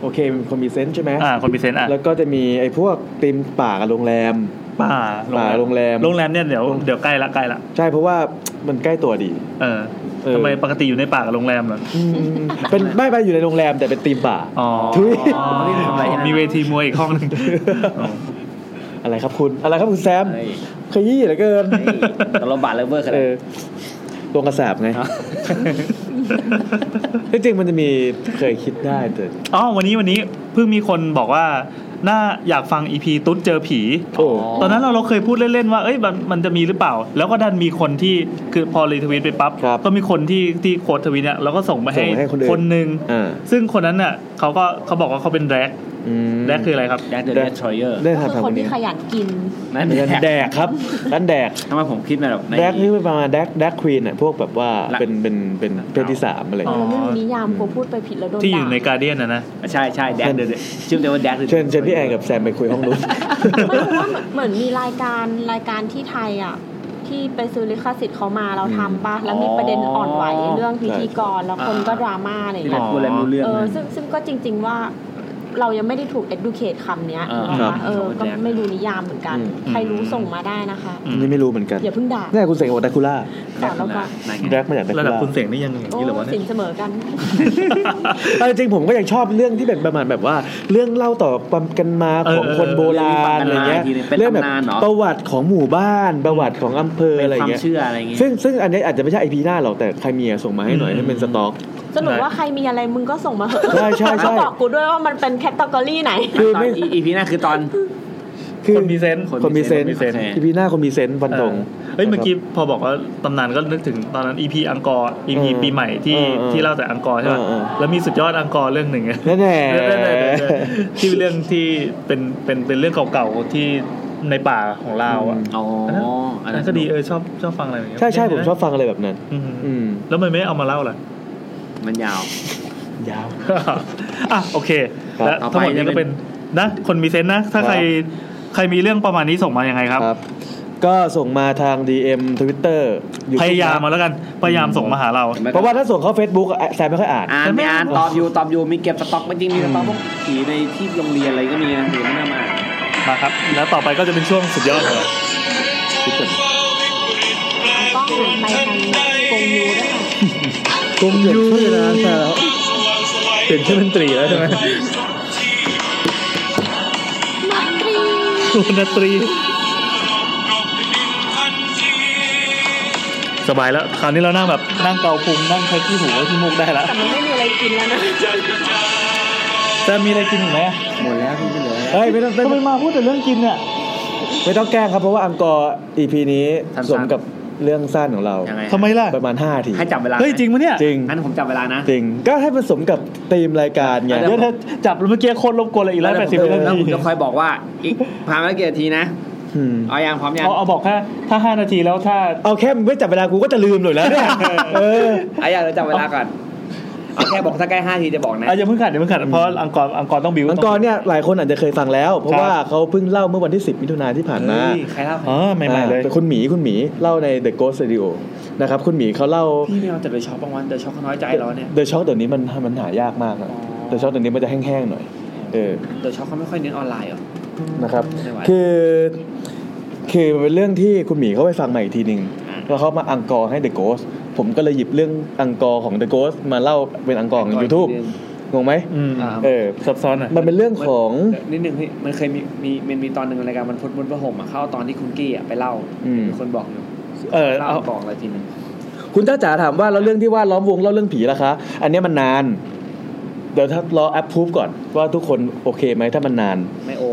[SPEAKER 4] โอเคเป็นคนมีเซนส์ใช่ไหม
[SPEAKER 1] อ่าคนพิเศษอ่ะ
[SPEAKER 4] แล้วก็จะมีไอ้พวกตีมป่ากับโรงแรม
[SPEAKER 1] ป่า
[SPEAKER 4] ป่าโรงแรม
[SPEAKER 1] โรงแรมเนี่ยเดี๋ยวเดี๋ยวใกล้ละใกล้ละ
[SPEAKER 4] ใช่เพราะว่ามันใกล้ตัวดี
[SPEAKER 1] เออ
[SPEAKER 4] เออ
[SPEAKER 1] ทำไมปกติอยู่ในป่ากับโรงแรมเหรอ
[SPEAKER 4] อืมเป็นไม่ไปอยู่ในโรงแรมแต่เป็นตีมป่า
[SPEAKER 1] อ๋อ
[SPEAKER 4] ทุย
[SPEAKER 1] มีเวทีมวยอีกห้องหนึ่ง
[SPEAKER 4] อะไรครับคุณอะไรครับคุณแซม
[SPEAKER 2] เฮ้ย
[SPEAKER 4] ขยี้เหลือเกิน
[SPEAKER 2] เฮ้ยตลบบาทเลเวอร์ขนาด
[SPEAKER 4] เอ
[SPEAKER 2] นั้น
[SPEAKER 4] อตัวกระสาบไงจริงๆมันจะมีเคยคิดได้แต่
[SPEAKER 1] อ๋อวันนี้วันนี้เพิ่งมีคนบอกว่า น่าอยากฟังอีพีตุ๊ดเจอผี
[SPEAKER 4] โอ้
[SPEAKER 2] อ๋อ
[SPEAKER 1] ตอนนั้นเราเราเคยพูดเล่น ๆ ว่าเอ้ยมันมันจะมีหรือเปล่า แล้วก็ดันมีคนที่คือพอรีทวิตไปปั๊บก็มีคนที่ที่โค้ดทวิตเนี่ยเราก็ส่งไป
[SPEAKER 4] ส่งให้คนอื่น
[SPEAKER 1] คนหนึ่ง
[SPEAKER 4] อ่า
[SPEAKER 1] ซึ่งคนนั้นน่ะเขาก็เขาบอกว่าเขาเป็นแร็ก
[SPEAKER 4] อืม
[SPEAKER 1] แร็กคืออะไรครับ
[SPEAKER 5] แดกเดอะเดสทรอยเออร์
[SPEAKER 4] ได้
[SPEAKER 3] ก็คือ
[SPEAKER 4] ทำทำ
[SPEAKER 3] ค
[SPEAKER 4] วัน น
[SPEAKER 3] ที่
[SPEAKER 4] นี้
[SPEAKER 3] ขยันกิน
[SPEAKER 5] นั่นแด
[SPEAKER 4] แด
[SPEAKER 5] ก
[SPEAKER 4] กครับร้านแดก
[SPEAKER 5] ทำไมผมคิดมาแบบใน
[SPEAKER 4] แดกนี่เป็นประมาณแดกแดกควีนอ่ะพวกแบบว่า
[SPEAKER 5] ละ
[SPEAKER 4] เป็นเป็นเป็นเพศที่สามอะไร
[SPEAKER 1] อ๋อ
[SPEAKER 4] เงี้ย
[SPEAKER 3] เราไม่รู้นิยามกูพูดไปผิดแล้วโดน
[SPEAKER 1] ที่อยู่
[SPEAKER 3] ด่า
[SPEAKER 1] ในการเดียนนะนะ
[SPEAKER 5] ใช่ใช่แดกเดอะชื่อเรียกว่าแดก
[SPEAKER 4] เชิญเชิญพี่แอนกับแซมไปคุยห้องนู้น
[SPEAKER 3] ไม่รู้ว่าเหมือนเหมือนมีรายการรายการที่ไทยอ่ะที่ไปซื้อลิขสิทธิ์เขามาเราทำปะแล้วมีประเด็นอ่อนไหวเรื่องพิธีกรแล้วคนก็ดราม่าอะไรอย่าง
[SPEAKER 5] ที่
[SPEAKER 3] เงี้ย
[SPEAKER 5] เราพูดอะไรไม่รู้เรื่อง
[SPEAKER 3] เออ
[SPEAKER 5] นะ
[SPEAKER 3] ซึ่งซึ่งก็จริง ๆว่าเรายังไม่ได้ถูก educate คำเนี้ย
[SPEAKER 5] อ่า
[SPEAKER 3] นะ
[SPEAKER 5] ครั
[SPEAKER 3] คะ
[SPEAKER 5] บ
[SPEAKER 3] เออ ก็ไม่รู้นิยามเหมือนกัน
[SPEAKER 4] อืม
[SPEAKER 3] ใครรู้ส่งมาได้นะคะ
[SPEAKER 1] อื
[SPEAKER 4] นี่ไม่รู้เหมือนกัน
[SPEAKER 3] อย่าเพิ่งด่า
[SPEAKER 4] นี่คุณเสกบอกแดกคูล่า
[SPEAKER 3] สอนเราก่อน
[SPEAKER 5] นั่น
[SPEAKER 4] แด
[SPEAKER 5] ไง
[SPEAKER 4] กมาจากแด
[SPEAKER 1] ระ
[SPEAKER 4] กคู
[SPEAKER 1] ดับ
[SPEAKER 4] ล่า
[SPEAKER 1] คุณเสียงนี่ยังอย่าง
[SPEAKER 3] โอ้
[SPEAKER 1] นี้เหรอวะเนี่
[SPEAKER 3] สิ
[SPEAKER 1] ย
[SPEAKER 3] นเสมอกัน
[SPEAKER 4] เอาจริงๆผมก็ยังชอบเรื่องที่เป็นประมาณแบบว่า เรื่องเล่าต่อความกันมาของคนโบราณอะไรเงี้ยเรื่องแบบประวัติของหมู่บ้านประวัติของอำเภอ
[SPEAKER 5] เป็
[SPEAKER 4] อะไร
[SPEAKER 5] นความ
[SPEAKER 4] เงี้ย
[SPEAKER 5] เชื่ออะไรอย่างเงี้ย
[SPEAKER 4] ซึ่งซึ่งอันนี้อาจจะไม่ใช่ไอพีหน้าหรอกแต่ใครมีอะส่งมาให้หน่อยให้เป็นสต็อก
[SPEAKER 3] สรุปว่าใครมีอะไรมึงก็ส่งมาเถอะ
[SPEAKER 4] ใช่ใช่ใช่
[SPEAKER 3] แล้วบอกกูด้วยว่ามันเป็นแคตตากรีไหน
[SPEAKER 4] คือ
[SPEAKER 5] ตอน
[SPEAKER 4] ไม่
[SPEAKER 5] อีพีหน้าคือตอน
[SPEAKER 4] คือ
[SPEAKER 1] คนมีเซนส์
[SPEAKER 4] คนมีเซน
[SPEAKER 1] มีเซนส์
[SPEAKER 4] ไอพีหน้าคนมีเซนส์ฟันตรง
[SPEAKER 1] เอ้ยเมื่อกี้พอบอกว่าตำนานก็นึกถึงตอนนั้นอีพีอังกอร์อีพี
[SPEAKER 4] เออ
[SPEAKER 1] ปีใหม่ที่
[SPEAKER 4] เออเออ
[SPEAKER 1] ที่เล่าแต่อังกอร์ใช่ป่ะ
[SPEAKER 4] เออเออ
[SPEAKER 1] แล้วมีสุดยอดอังกอร์เรื่องหนึ่งอะ
[SPEAKER 4] แน่แน่
[SPEAKER 1] เออที่เรื่องที่เป็นเป็นเป็นเรื่องเก่าๆที่ในป่าของลาวอ่ะ
[SPEAKER 5] อ๋อ อั
[SPEAKER 1] อั
[SPEAKER 5] น
[SPEAKER 1] น
[SPEAKER 5] นั้
[SPEAKER 1] นั้น นก็ดีเออชอบชอบฟังอะไรอย่างเงี้ย
[SPEAKER 4] ใช่ใช่ผมชอบฟังอะไรแบบนั้น
[SPEAKER 1] อืม
[SPEAKER 4] อืม
[SPEAKER 1] แล้วมันไม่เอามาเล่าล่ะ
[SPEAKER 5] มันยาว
[SPEAKER 4] ยาว
[SPEAKER 1] อ่ะโอเค
[SPEAKER 4] ครับ
[SPEAKER 1] และ
[SPEAKER 5] เอาไป
[SPEAKER 1] ทั้งหมดนี้ก็เป็นนะคนมีเซนส์นะ ถ้า
[SPEAKER 4] ครับ
[SPEAKER 1] ใครใครมีเรื่องประมาณนี้ส่งมายังไงครับ
[SPEAKER 4] ครับ ก็ส่งมาทาง DM Twitter
[SPEAKER 1] พยายามมาแล้วกันพยายามส่งมาหาเรา
[SPEAKER 5] ไม่
[SPEAKER 4] เพราะว่าถ้าส่งเข้า Facebook อะแซมไม่ค่อยอ่าน
[SPEAKER 5] อ่านไม่อ่านตอบอยู่ตอบอยู่มีเก็บสต็อกมันจริงมีสต็อกพวกผีในที่โรงเรียนอะไรก็มีนะหรือไม่น่ามา
[SPEAKER 1] มาครับ แล้วต่อไปก็จะเป็นช่วงสุดยอดของเรา
[SPEAKER 3] กล้องหันไปทางกงยูด้วยค่ะ
[SPEAKER 1] กงยูนะใช่แล้วเปลี่ยนชื่อเป็นตรีแล้วใช่ไหมนาตรีสบายแล้วคราวนี้เรานั่งแบบนั่งเกาพุงนั่งใช้ที่หูไว้ที่มุกได้แล้ว
[SPEAKER 3] แต่มันไม่มีอะไรกินแล้วนะ
[SPEAKER 1] จะมีอะไรกินอีกไหม
[SPEAKER 2] หมดแล้วพี่ไม่เหลือ
[SPEAKER 4] เฮ้ย ไม่ต้องไม่
[SPEAKER 1] ทำไม
[SPEAKER 4] ต้อง
[SPEAKER 1] มาพูดแต่เรื่องกินเนี่ย
[SPEAKER 4] ไม่ต้องแกล้งครับ เพราะว่าอังกอร์ EP นี้สมกับเรื่องสั้นของเราย
[SPEAKER 5] ยังไง
[SPEAKER 1] ทำไมล่ะ
[SPEAKER 4] ประมาณ5ที
[SPEAKER 5] ให้จับเวลา
[SPEAKER 1] เฮ้ยจริงปะเนี่ย
[SPEAKER 4] จริง
[SPEAKER 5] งั้นผมจับเวลานะ
[SPEAKER 4] จริง ก็ให้ผสมกับธีมรายการไง
[SPEAKER 5] เดี๋
[SPEAKER 1] เดี๋ย
[SPEAKER 5] ยว ว
[SPEAKER 1] ถ้าจับเมื่อกี้โคตรรบกวนเลยอีกร้อยแปดสิบนา
[SPEAKER 5] แล้ว
[SPEAKER 1] ที
[SPEAKER 5] ผมจะคอยบอกว่าอีกผ่านมาแล้วกี่นาทีนะ
[SPEAKER 4] อืม
[SPEAKER 5] เอายังพร้อมยัง
[SPEAKER 1] เอาเอาบอกแค่ถ้าห้านาทีแล้วถ้า
[SPEAKER 4] เอาแค่มึงไม่จับเวลากูก็จะลืมเลยแล้วเนี่ย เออ
[SPEAKER 5] เอายังเราจับเวลาก่อนเอาแค่บอกถ้าใกล้ห้าทีจะบอกนะ
[SPEAKER 1] อ่ะอย่าเพิ่งขัดอย่าเพิ่งขัดเพราะอังกอร์อังกอร์ต้องบิว
[SPEAKER 4] อังกอร์เนี่ยหลายคนอาจจะเคยฟังแล้ว เพราะ
[SPEAKER 1] ครับ
[SPEAKER 4] ว่าเขาเพิ่งเล่าเมื่อวันที่ 10 มิถุนายนที่ผ่านมา
[SPEAKER 5] เฮ้ยใครเล่า
[SPEAKER 1] อ๋อใหม่ๆเลย
[SPEAKER 4] อ่าแต่คุณหมีคุณหมีเล่าใน The Ghost Radio นะครับคุณหมีเขาเล่า
[SPEAKER 5] พี่ไม่เอาแต่เดอะช็อกบางวันเดอะช็อกน้อยใจเราเนี่ย
[SPEAKER 4] The Shock เดี๋ยวนี้มันมันหายากมากนะ
[SPEAKER 5] อ๋อ
[SPEAKER 4] The Shock เดี๋ยวนี้มันจะแห้งๆหน่อย เออ
[SPEAKER 5] เดอะช็อกเขาไม่ค่อยเน้นออนไลน์เหรอ
[SPEAKER 4] นะครับ
[SPEAKER 2] ไม่ไหว
[SPEAKER 4] คือ คือมันเป็นเรื่องที่คุณหมีเขาไปฟังใหม่อีกทีหนึ่งแล้วเขามาอังกอร์ให้ The Ghost ผมก็เลยหยิบเรื่องอังกอร์ของ The Ghost มาเล่าเป็นอังกอร์ของ YouTube งงไหม
[SPEAKER 1] อืม
[SPEAKER 2] อ่า
[SPEAKER 4] เออ
[SPEAKER 1] ซับซ้อนหน่อย
[SPEAKER 4] มันเป็นเรื่องของ
[SPEAKER 2] นิดนึงพี่มันเคยมีมีมันมีตอนหนึ่งในรายการมันพดบนพระห่มอ่ะเข้าเอาตอนที่คุณกี้อ่ะไปเล่า
[SPEAKER 4] อืม
[SPEAKER 2] มีคนบอกอยู่
[SPEAKER 4] เออ
[SPEAKER 2] เล่า
[SPEAKER 4] เอา
[SPEAKER 2] บอกอะไรทีนึง
[SPEAKER 4] คุณจ้าจ๋าถามว่าแล้วเรื่องที่ว่าล้อมวงเล่าเรื่องผีล่ะคะ อันเนี้ยมันนาน เดี๋ยวถ้ารอแอปพูฟก่อนว่าทุกคนโอเคไหมถ้ามันนาน
[SPEAKER 2] ไม่โอ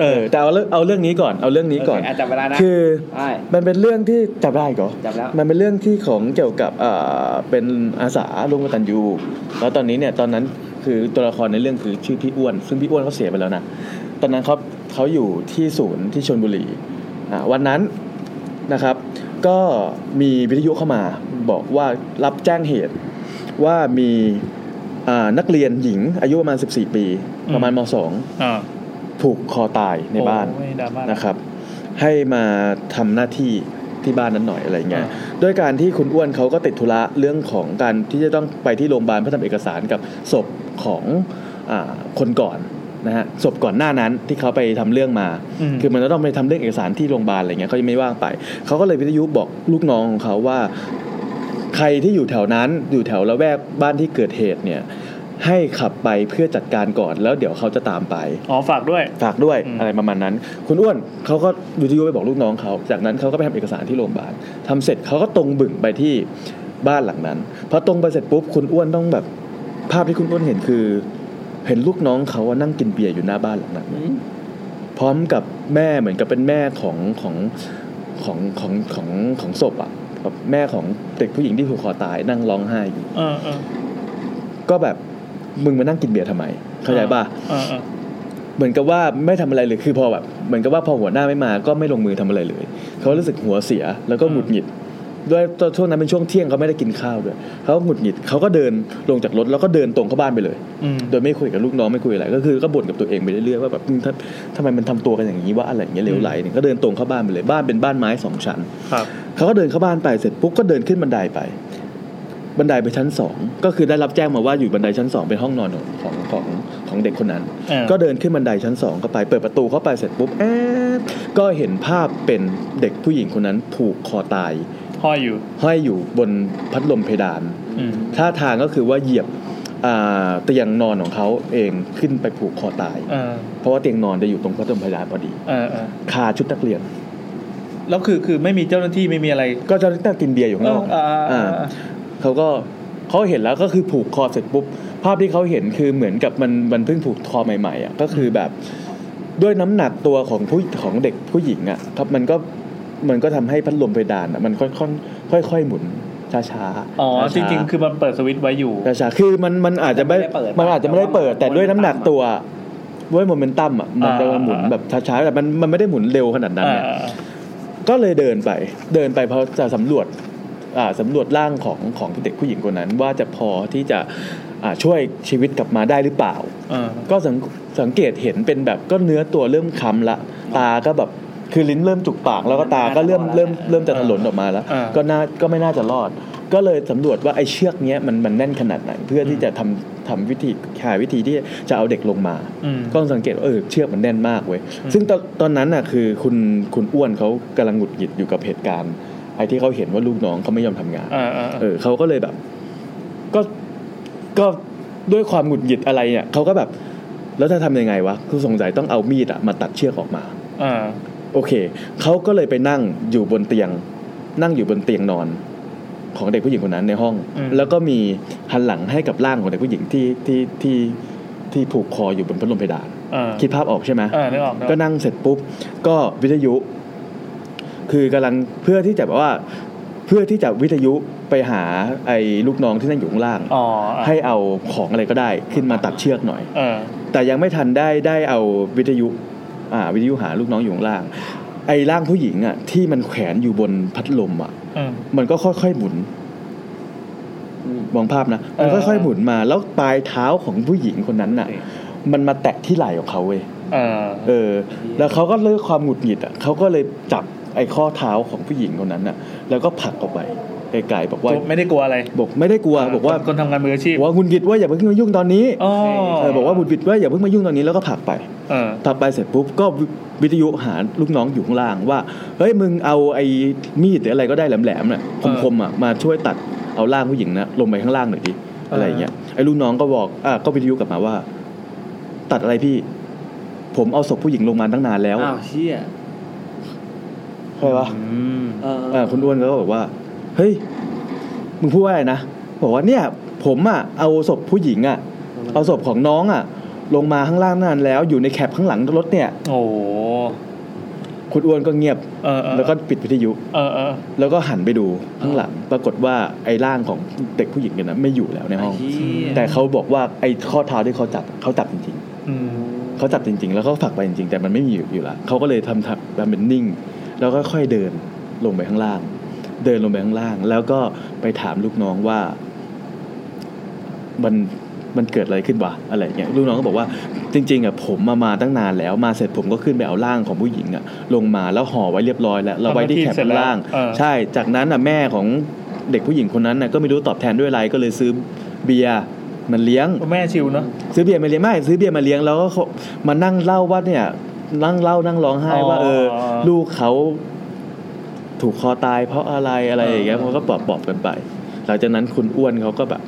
[SPEAKER 4] เออ แต่เอาเรื่องเอาเรื่องนี้ก่อนเอาเรื่องนี้ก่อน
[SPEAKER 2] โเคะจับเวลานะ
[SPEAKER 4] คือ
[SPEAKER 2] ใช่
[SPEAKER 4] มันเป็นเรื่องที่จับได้ก่อ
[SPEAKER 2] จับแล้ว
[SPEAKER 4] มันเป็นเรื่องที่ของเกี่ยวกับเอ่อเป็นอาสาร่วมกตันยูแล้วตอนนี้เนี่ยตอนนั้นคือตัวละครในเรื่องคือชื่อพี่อ้วน ซึ่งพี่อ้วนเขาเสียไปแล้วนะตอนนั้นเขาเขาอยู่ที่ศูนย์ที่ชนบุรีอ่าวันนั้นนะครับก็มีวิทยุเข้ามาบอกว่ารับแจ้งเหตุว่ามีอ่านักเรียนหญิงอายุประมาณ 14 ปี ประมาณม
[SPEAKER 1] อ่า
[SPEAKER 4] .2 ถูกคอตายในบ้าน
[SPEAKER 1] โอ้ยดราม่า
[SPEAKER 4] นะครับให้มาทำหน้าที่ที่บ้านนั้นหน่อยอะไรเงี้ย
[SPEAKER 1] อ่า
[SPEAKER 4] ด้วยการที่คุณอ้วนเขาก็ติดธุระเรื่องของการที่จะต้องไปที่โรงพยาบาลเพื่อทำเอกสารกับศพของอาคนก่อนนะฮะศพก่อนหน้านั้นที่เขาไปทำเรื่องมา
[SPEAKER 1] ม
[SPEAKER 4] คือมันจะต้องไปทำเรื่องเอกสารที่โรงพยาบาลอะไรเงี้ยเขายังไม่ว่างไปเขาก็เลยวิทยุบอกลูกน้องของเขาว่า ใครที่อยู่แถวนั้นอยู่แถวละแวกบ้านที่เกิดเหตุเนี่ยให้ขับไปเพื่อจัดการก่อนแล้วเดี๋ยวเขาจะตามไป
[SPEAKER 1] อ๋อฝากด้วย
[SPEAKER 4] ฝากด้วย
[SPEAKER 1] อืม
[SPEAKER 4] อะไรประมาณนั้น คุณอ้วนเขาก็วิทยุไปบอกลูกน้องเขา จากนั้นเขาก็ไปทำเอกสารที่โรงพยาบาลทำเสร็จเขาก็ตรงบึ่งไปที่บ้านหลังนั้นพอตรงไปเสร็จปุ๊บคุณอ้วนต้องแบบ ภาพที่คุณอ้วนเห็นคือ เห็นลูกน้องเขาว่านั่งกินเบียร์อยู่หน้าบ้านหลังนั้น
[SPEAKER 2] อืม
[SPEAKER 4] พร้อมกับแม่เหมือนกับเป็นแม่ของของของของของของศพอ่ะแบบแม่ของเด็กผู้หญิงที่ถูกคอตายนั่งร้องไห้อยู่
[SPEAKER 1] เออเออ
[SPEAKER 4] ก็แบบมึงมานั่งกินเบียร์ทำไมเข้าใจป่ะ
[SPEAKER 1] เออเออ
[SPEAKER 4] เหมือนกับว่าไม่ทำอะไรเลยคือพอแบบเหมือนกับว่าพอหัวหน้าไม่มาก็ไม่ลงมือทำอะไรเลย เขารู้สึกหัวเสียแล้วก็หงุดหงิดด้วยตอนช่วงนั้นเป็นช่วงเที่ยงเขาไม่ได้กินข้าวด้วยเขาหงุดหงิดเขาก็เดินลงจากรถแล้วก็เดินตรงเข้าบ้านไปเลย
[SPEAKER 1] อืม
[SPEAKER 4] โดยไม่คุยกับลูกน้องไม่คุยอะไรก็คือก็บ่นกับตัวเองไปเรื่อยๆว่าแบบอืมทำทำไมมันทำตัวกันอย่างนี้ว่าอะไรอย่างเงี้ยเลวไหลเนี่ยก็เดินตรงเข้าบ้านไปเลยบ้านเป็นบ้านไม้สองชั้น
[SPEAKER 1] ครับ
[SPEAKER 4] เขาก็เดินเข้าบ้านไปเสร็จปุ๊บก็เดินขึ้นบันไดไป บันไดไปชั้นสองก็คือได้รับแจ้งมาว่าอยู่บันไดชั้นสองเป็นห้องนอนของของของของเด็กคนนั้น
[SPEAKER 1] เออ
[SPEAKER 4] ก็เดินขึ้นบันไดชั้นสองเข้าไปเปิดประตูเข้าไปเสร็จปุ๊บแอดก็เห็นภาพเป็นเด็กผู้หญิงคนนั้นถูกคอตาย
[SPEAKER 1] ห้อยอยู่
[SPEAKER 4] ห้อยอยู่บนพัดลมเพดาน
[SPEAKER 1] อืม
[SPEAKER 4] ท่าทางก็คือว่าเหยียบอ่าเตียงนอนของเขาเองขึ้นไปผูกคอตาย
[SPEAKER 1] เออ
[SPEAKER 4] เพราะว่าเตียงนอนจะอยู่ตรงพัดลมเพดานพอดี
[SPEAKER 1] เออเออ
[SPEAKER 4] คาชุดนักเรียน
[SPEAKER 1] แล้วคือคือไม่มีเจ้าหน้าที่ไม่มีอะไร
[SPEAKER 4] ก็เจะนั่งกินเบียร์อยู่ข้างนอก
[SPEAKER 1] เออเออเออ
[SPEAKER 4] เขาก็เขาเห็นแล้วก็คือผูกคอเสร็จปุ๊บภาพที่เขาเห็นคือเหมือนกับมันมันเพิ่งผูกคอใหม่ๆอ่ะก็คือแบบด้วยน้ำหนักตัวของผู้ของเด็กผู้หญิงอ่ะครับมันก็มันก็ทำให้พัดลมเพดานอ่ะมันค่อยๆค่อยๆหมุนช้าๆช้าๆ
[SPEAKER 1] อ๋อจริงๆ คือมันเปิดสวิตช์ไว้อยู่
[SPEAKER 4] ช้าๆช้าๆคือมันมันอาจจะไม่
[SPEAKER 2] ไม่ได้เปิด
[SPEAKER 4] มันอาจจะไม่ได้เปิด แต่ด้วยน้ำหนักตัวด้วยโมเมนตัมอ่ะมันจะ
[SPEAKER 1] อ่า
[SPEAKER 4] หมุนแบบช้าๆแต่มันมันไม่ได้หมุนเร็วขนาดนั้น
[SPEAKER 1] อ่า
[SPEAKER 4] เนี่ย ก็เลยเดินไป เดินไปเพราะจะสำรวจอ่าสำรวจร่างของของเด็กผู้หญิงคนนั้น ว่าจะพอที่จะอ่าช่วยชีวิตกลับมาได้หรือเปล่า
[SPEAKER 1] เออ
[SPEAKER 4] ก็สังสังเกตเห็นเป็นแบบก็เนื้อตัวเริ่มค้ำละ ตาก็แบบคือลิ้นเริ่มจุกปาก แล้วก็ตาก็เริ่มเริ่มเริ่มจะถลนออกมาแล้ว ก็น่าก็ไม่น่าจะรอด ก็เลยสำรวจว่าไอ้เชือกเนี้ยมันมันแน่นขนาดไหน เพื่อที่จะทำทำวิธีหาวิธีที่จะเอาเด็กลงมา
[SPEAKER 1] อืม
[SPEAKER 4] ก็สังเกตว่าเออเชือกมันแน่นมากเว้ย
[SPEAKER 1] อืม
[SPEAKER 4] ซึ่งตอนตอนนั้นน่ะคือคุณคุณอ้วนเขากำลังหงุดหงิดอยู่กับเหตุการณ์ไอ้ที่เขาเห็นว่าลูกน้องเขาไม่ยอมทำงาน
[SPEAKER 1] เออเออเอ
[SPEAKER 4] เอ
[SPEAKER 1] อ
[SPEAKER 4] อเขาก็เลยแบบ ก็ก็ด้วยความหงุดหงิดอะไรเนี่ยเขาก็แบบ แล้วจะทำยังไงวะคือสงสัยต้องเอามีดอะมาตัดเชือกออกมา
[SPEAKER 1] เออ
[SPEAKER 4] โอเคเขาก็เลยไปนั่งอยู่บนเตียง นั่งอยู่บนเตียงนอน ของเด็กผู้หญิงคนนั้นในห้อง แล้วก็มีหันหลังให้กับร่างของเด็กผู้หญิงที่ที่ที่ที่ผูกคออยู่บนพัดลมเพดาน
[SPEAKER 1] เออ
[SPEAKER 4] คิดภาพออกใช่ไหม
[SPEAKER 1] เออนึกออก
[SPEAKER 4] ก็
[SPEAKER 1] นึออ
[SPEAKER 4] นั่งเสร็จปุ๊บ ก็วิทยุ คือกำลังเพื่อที่จะแบบว่า เพื่อที่จะวิทยุไปหาไอ้ลูกน้องที่นั่งอยู่ข้างล่าง
[SPEAKER 1] อ๋ออ่ะ
[SPEAKER 4] ให้เอาของอะไรก็ได้ขึ้นมาตัดเชือกหน่อย
[SPEAKER 1] เออ
[SPEAKER 4] แต่ยังไม่ทันได้ได้เอาวิทยุอ่าวิทยุหาลูกน้องอยู่ข้างล่าง ไอ้ร่างผู้หญิงอ่ะที่มันแขวนอยู่บนพัดลมอ่ะ
[SPEAKER 1] เออ
[SPEAKER 4] มันก็ค่อยๆหมุน
[SPEAKER 2] อืม
[SPEAKER 4] มองภาพนะ
[SPEAKER 1] เอ
[SPEAKER 4] มัน
[SPEAKER 1] อ
[SPEAKER 4] ค่อยๆหมุนมาแล้วปลายเท้าของผู้หญิงคนนั้นน่ะ มันมาแตะที่ไหล่ของเขาเว้ย
[SPEAKER 1] เออ
[SPEAKER 4] เออแล้วเขาก็เลิกความหงุดหงิดอ่ะเขาก็เลยจับ ไอ้ข้อเท้าของผู้หญิงคนนั้นน่ะ แล้วก็ผลักออกไปไกลๆบอกว่า
[SPEAKER 1] ไม่ได้กลัวอะไร
[SPEAKER 4] บอกไม่ได้กลัวบอกว่า
[SPEAKER 1] คนคนทำงานมืออาชีพ
[SPEAKER 4] บอกว่าคุณกิดว่าอย่าเพิ่งมายุ่งตอนนี้
[SPEAKER 1] อ๋อ
[SPEAKER 4] เออบอกว่าคุณกิดว่าอย่าเพิ่งมายุ่งตอนนี้แล้วก็ผลักไป
[SPEAKER 1] เออ
[SPEAKER 4] ถัดไปเสร็จปุ๊บก็วิทยุหาลูกน้องอยู่ข้างล่างว่าเฮ้ยมึงเอาไอ้มีดหรืออะไรก็ได้แหลมๆน่ะ
[SPEAKER 1] เออ
[SPEAKER 4] คมๆอ่ะมาช่วยตัดเอาร่างผู้หญิงนะลงไปข้างล่างหน่อยดิ
[SPEAKER 1] เอออ
[SPEAKER 4] อะไรอย่างเงี้ยไอ้ลูกน้องก็บอกอ่ะก็วิทยุกลับมาว่า ตัดอะไรพี่ ผมเอาศพผู้หญิงลงมาตั้งนานแล้ว
[SPEAKER 2] อ้าวเชี่ย
[SPEAKER 4] ใช่ปะ
[SPEAKER 1] อืม
[SPEAKER 2] เออ
[SPEAKER 4] เออคุณอ้วนก็บอกว่า เฮ้ยมึงพูดว่าอะไรนะบอกว่าเนี่ย ผมอ่ะเอาศพผู้หญิงอ่ะ เอาศพของน้องอ่ะ ลงมาข้างล่างนานแล้ว อยู่ในแคปข้างหลังรถเนี่ย
[SPEAKER 1] โอ้โห
[SPEAKER 4] คุณอ้วนก็เงียบ
[SPEAKER 1] เออเออ
[SPEAKER 4] แล้วก็ปิดวิทยุ
[SPEAKER 1] เออเออ
[SPEAKER 4] แล้วก็หันไปดูข้างหลัง ปรากฏว่าไอ้ร่างของเด็กผู้หญิงกันนะไม่อยู่แล้วในห้อง
[SPEAKER 2] เชี่ย
[SPEAKER 4] แต่เขาบอกว่าไอ้ข้อเท้าที่เขาจับเขาจับจริง
[SPEAKER 1] อืม
[SPEAKER 4] ๆเขาจับจริง ๆ แล้วเขาผลักไปจริงๆแต่มันไม่มีอยู่อยู่แล้วเขาก็เลยทำทำทำเป็นนิ่ง แล้วก็ค่อยเดินลงไปข้างล่าง เดินลงไปข้างล่าง แล้วก็ไปถามลูกน้องว่า มันมันเกิดอะไรขึ้นวะอะไรอย่างเงี้ยลูกน้องก็บอกว่าจริงๆอ่ะผมมามาตั้งนานแล้วมาเสร็จผมก็ขึ้นไปเอาร่างของผู้หญิงอ่ะ ลงมาแล้วห่อไว้เรียบร้อยแล้วเราไว้ที่แคปข้างล่าง
[SPEAKER 1] เออ
[SPEAKER 4] ใช่ จากนั้นน่ะแม่ของเด็กผู้หญิงคนนั้นน่ะก็ไม่รู้ตอบแทนด้วยอะไรก็เลยซื้อเบียร์มันเลี้ยง
[SPEAKER 1] แม่ชิวเนอะ
[SPEAKER 4] ซื้อเบียร์มาเลี้ยงไม่ซื้อเบียร์มาเลี้ยงแล้วก็เขามานั่งเล่าว่าเนี่ยนั่งเล่านั่งร้องไห้ว่า
[SPEAKER 1] อ๋อ
[SPEAKER 4] เออ ลูกเขาถูกคอตายเพราะอะไรอะไรอย่างเงี้ย
[SPEAKER 1] เออ
[SPEAKER 4] มันก็ปลอบปลอบกันไป หลังจากนั้นคุณอ้วนเขาก็แบบ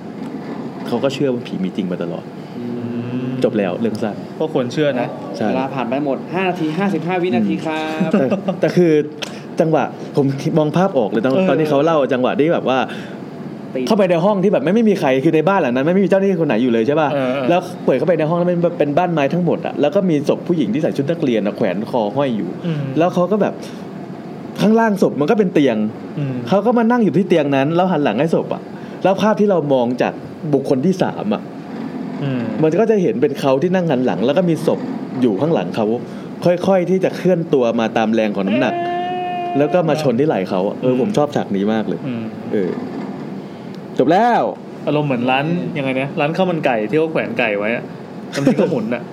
[SPEAKER 4] เขาก็เชื่อว่าผีมีจริงมาตลอด จบแล้วเรื่องสั้น
[SPEAKER 1] ก็ควรเชื่อนะ
[SPEAKER 4] ใช่
[SPEAKER 5] เวลาผ่านไปหมด5นาที55 วินาทีครับ
[SPEAKER 4] แต่แต่คือจังหวะผมมองภาพออกเลยตอน
[SPEAKER 1] เออ
[SPEAKER 4] ตอนที่เขาเล่าจังหวะที่แบบว่า
[SPEAKER 5] ตี
[SPEAKER 4] เข้าไปในห้องที่แบบไม่ไม่มีใครคือในบ้านหลังนั้นไม่มีเจ้าหน้าที่คนไหนอยู่เลยใช่ป่ะ
[SPEAKER 1] เออเออ
[SPEAKER 4] แล้วเปิดเข้าไปในห้องแล้วมันเป็นบ้านไม้ทั้งหมดอ่ะแล้วก็มีศพผู้หญิงที่ใส่ชุดนักเรียนอะแขวนคอห้อยอยู่
[SPEAKER 1] อืม
[SPEAKER 4] แล้วเขาก็แบบข้างล่างศพมันก็เป็นเตียง
[SPEAKER 1] อืม
[SPEAKER 4] เขาก็มานั่งอยู่ที่เตียงนั้นแล้วหันหลังให้ศพอ่ะแล้วภาพที่เรามองจากบุคคลที่สามอ่ะ
[SPEAKER 1] อืม
[SPEAKER 4] มันก็จะเห็นเป็นเขาที่นั่งหันหลัง แล้วก็มีศพอยู่ข้างหลังเขาค่อยๆที่จะเคลื่อนตัวมาตามแรงของน้ำหนัก แล้วก็มาชนที่ไหล่เขาอะเออผมชอบฉากนี้มากเลย
[SPEAKER 1] อืม
[SPEAKER 4] เออจบแล้ว
[SPEAKER 1] อารมณ์เหมือนร้านยังไงนะร้านข้าวมันไก่ที่เขาแขวนไก่ไว้อะบางทีก็หมุนอะ *laughs*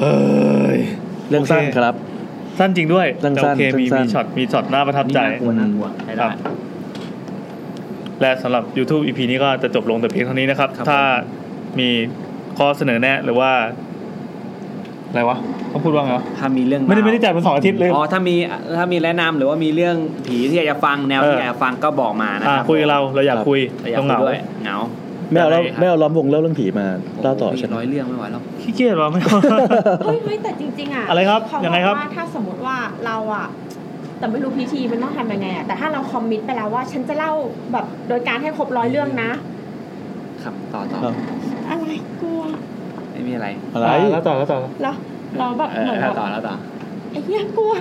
[SPEAKER 1] เฮ้ย
[SPEAKER 4] เรื่องสั้น
[SPEAKER 1] โอเค
[SPEAKER 4] ครับ
[SPEAKER 1] สั้นจริงด้วย
[SPEAKER 4] สั้นๆ
[SPEAKER 1] แต่โอเคมี
[SPEAKER 4] สั้นๆ
[SPEAKER 1] มีช็อตมีช็อตน่าประทับใจ
[SPEAKER 5] น่ากลัวน่ากลัวใช้
[SPEAKER 1] ค
[SPEAKER 5] ได้
[SPEAKER 1] รับและสำหรับ YouTube EP นี้ก็จะจบลงแต่เพียงเท่านี้นะครับ
[SPEAKER 5] ครับ
[SPEAKER 1] ถ้ามีข้อเสนอแนะหรือว่า อะไรวะเขาพูดว่าไงวะ
[SPEAKER 5] ถ้ามีเรื่อง
[SPEAKER 1] ไม่ได้
[SPEAKER 5] ราว
[SPEAKER 1] ไม่ได้จ่ายเป็นสองอาทิตย์เลย
[SPEAKER 5] อ๋อถ้ามีถ้ามีแนะนำหรือว่ามีเรื่องผีที่อยากจะฟังแนวที่
[SPEAKER 1] เอออ
[SPEAKER 5] อยากจะฟังก็บอกมานะ
[SPEAKER 1] อ่า
[SPEAKER 5] ครับ
[SPEAKER 1] คุยกับเราเราอยากคุย
[SPEAKER 5] เราอยาก
[SPEAKER 1] ต้องเห
[SPEAKER 5] คุย
[SPEAKER 1] งา
[SPEAKER 5] ด้วยเหงา
[SPEAKER 4] ไม่เอา
[SPEAKER 1] ได้ครั
[SPEAKER 4] เรา
[SPEAKER 1] บ
[SPEAKER 4] ไม่เอาล้อมวงเล่าเรื่องผีมาเล่าต่อ
[SPEAKER 5] โโห
[SPEAKER 4] ใช่ไหม
[SPEAKER 5] ร้อยเรื่องไม่ไหวแล้ว
[SPEAKER 1] ขี้เกียจวะไม่เอา
[SPEAKER 3] เฮ้ยเฮ้ยแต่จริงๆอ่ะ
[SPEAKER 1] อะไรครับ
[SPEAKER 3] เขา
[SPEAKER 1] ยังไงครับ
[SPEAKER 3] ว่าถ้าสมมติว่าเราอ่ะแต่ไม่รู้พิธีมันต้องทำยังไงอ่ะแต่ถ้าเราคอมมิตไปแล้วว่า ฉันจะเล่าแบบโดยการให้ครบร้อยเรื่องนะครับ
[SPEAKER 5] ต่อต่อ
[SPEAKER 4] ครับ
[SPEAKER 3] อะไรกลัว
[SPEAKER 5] ไม่มีอะไร
[SPEAKER 4] อะไร
[SPEAKER 1] าแล้วต่อแล้วต่อ
[SPEAKER 3] เหรอเราแบบ
[SPEAKER 5] เอ
[SPEAKER 3] เหมื
[SPEAKER 5] อ
[SPEAKER 3] อน
[SPEAKER 5] แล้
[SPEAKER 3] แบ
[SPEAKER 5] ว
[SPEAKER 3] บ
[SPEAKER 5] ต่อแล้วต่อ
[SPEAKER 3] ไอ้เหี้ยกลัว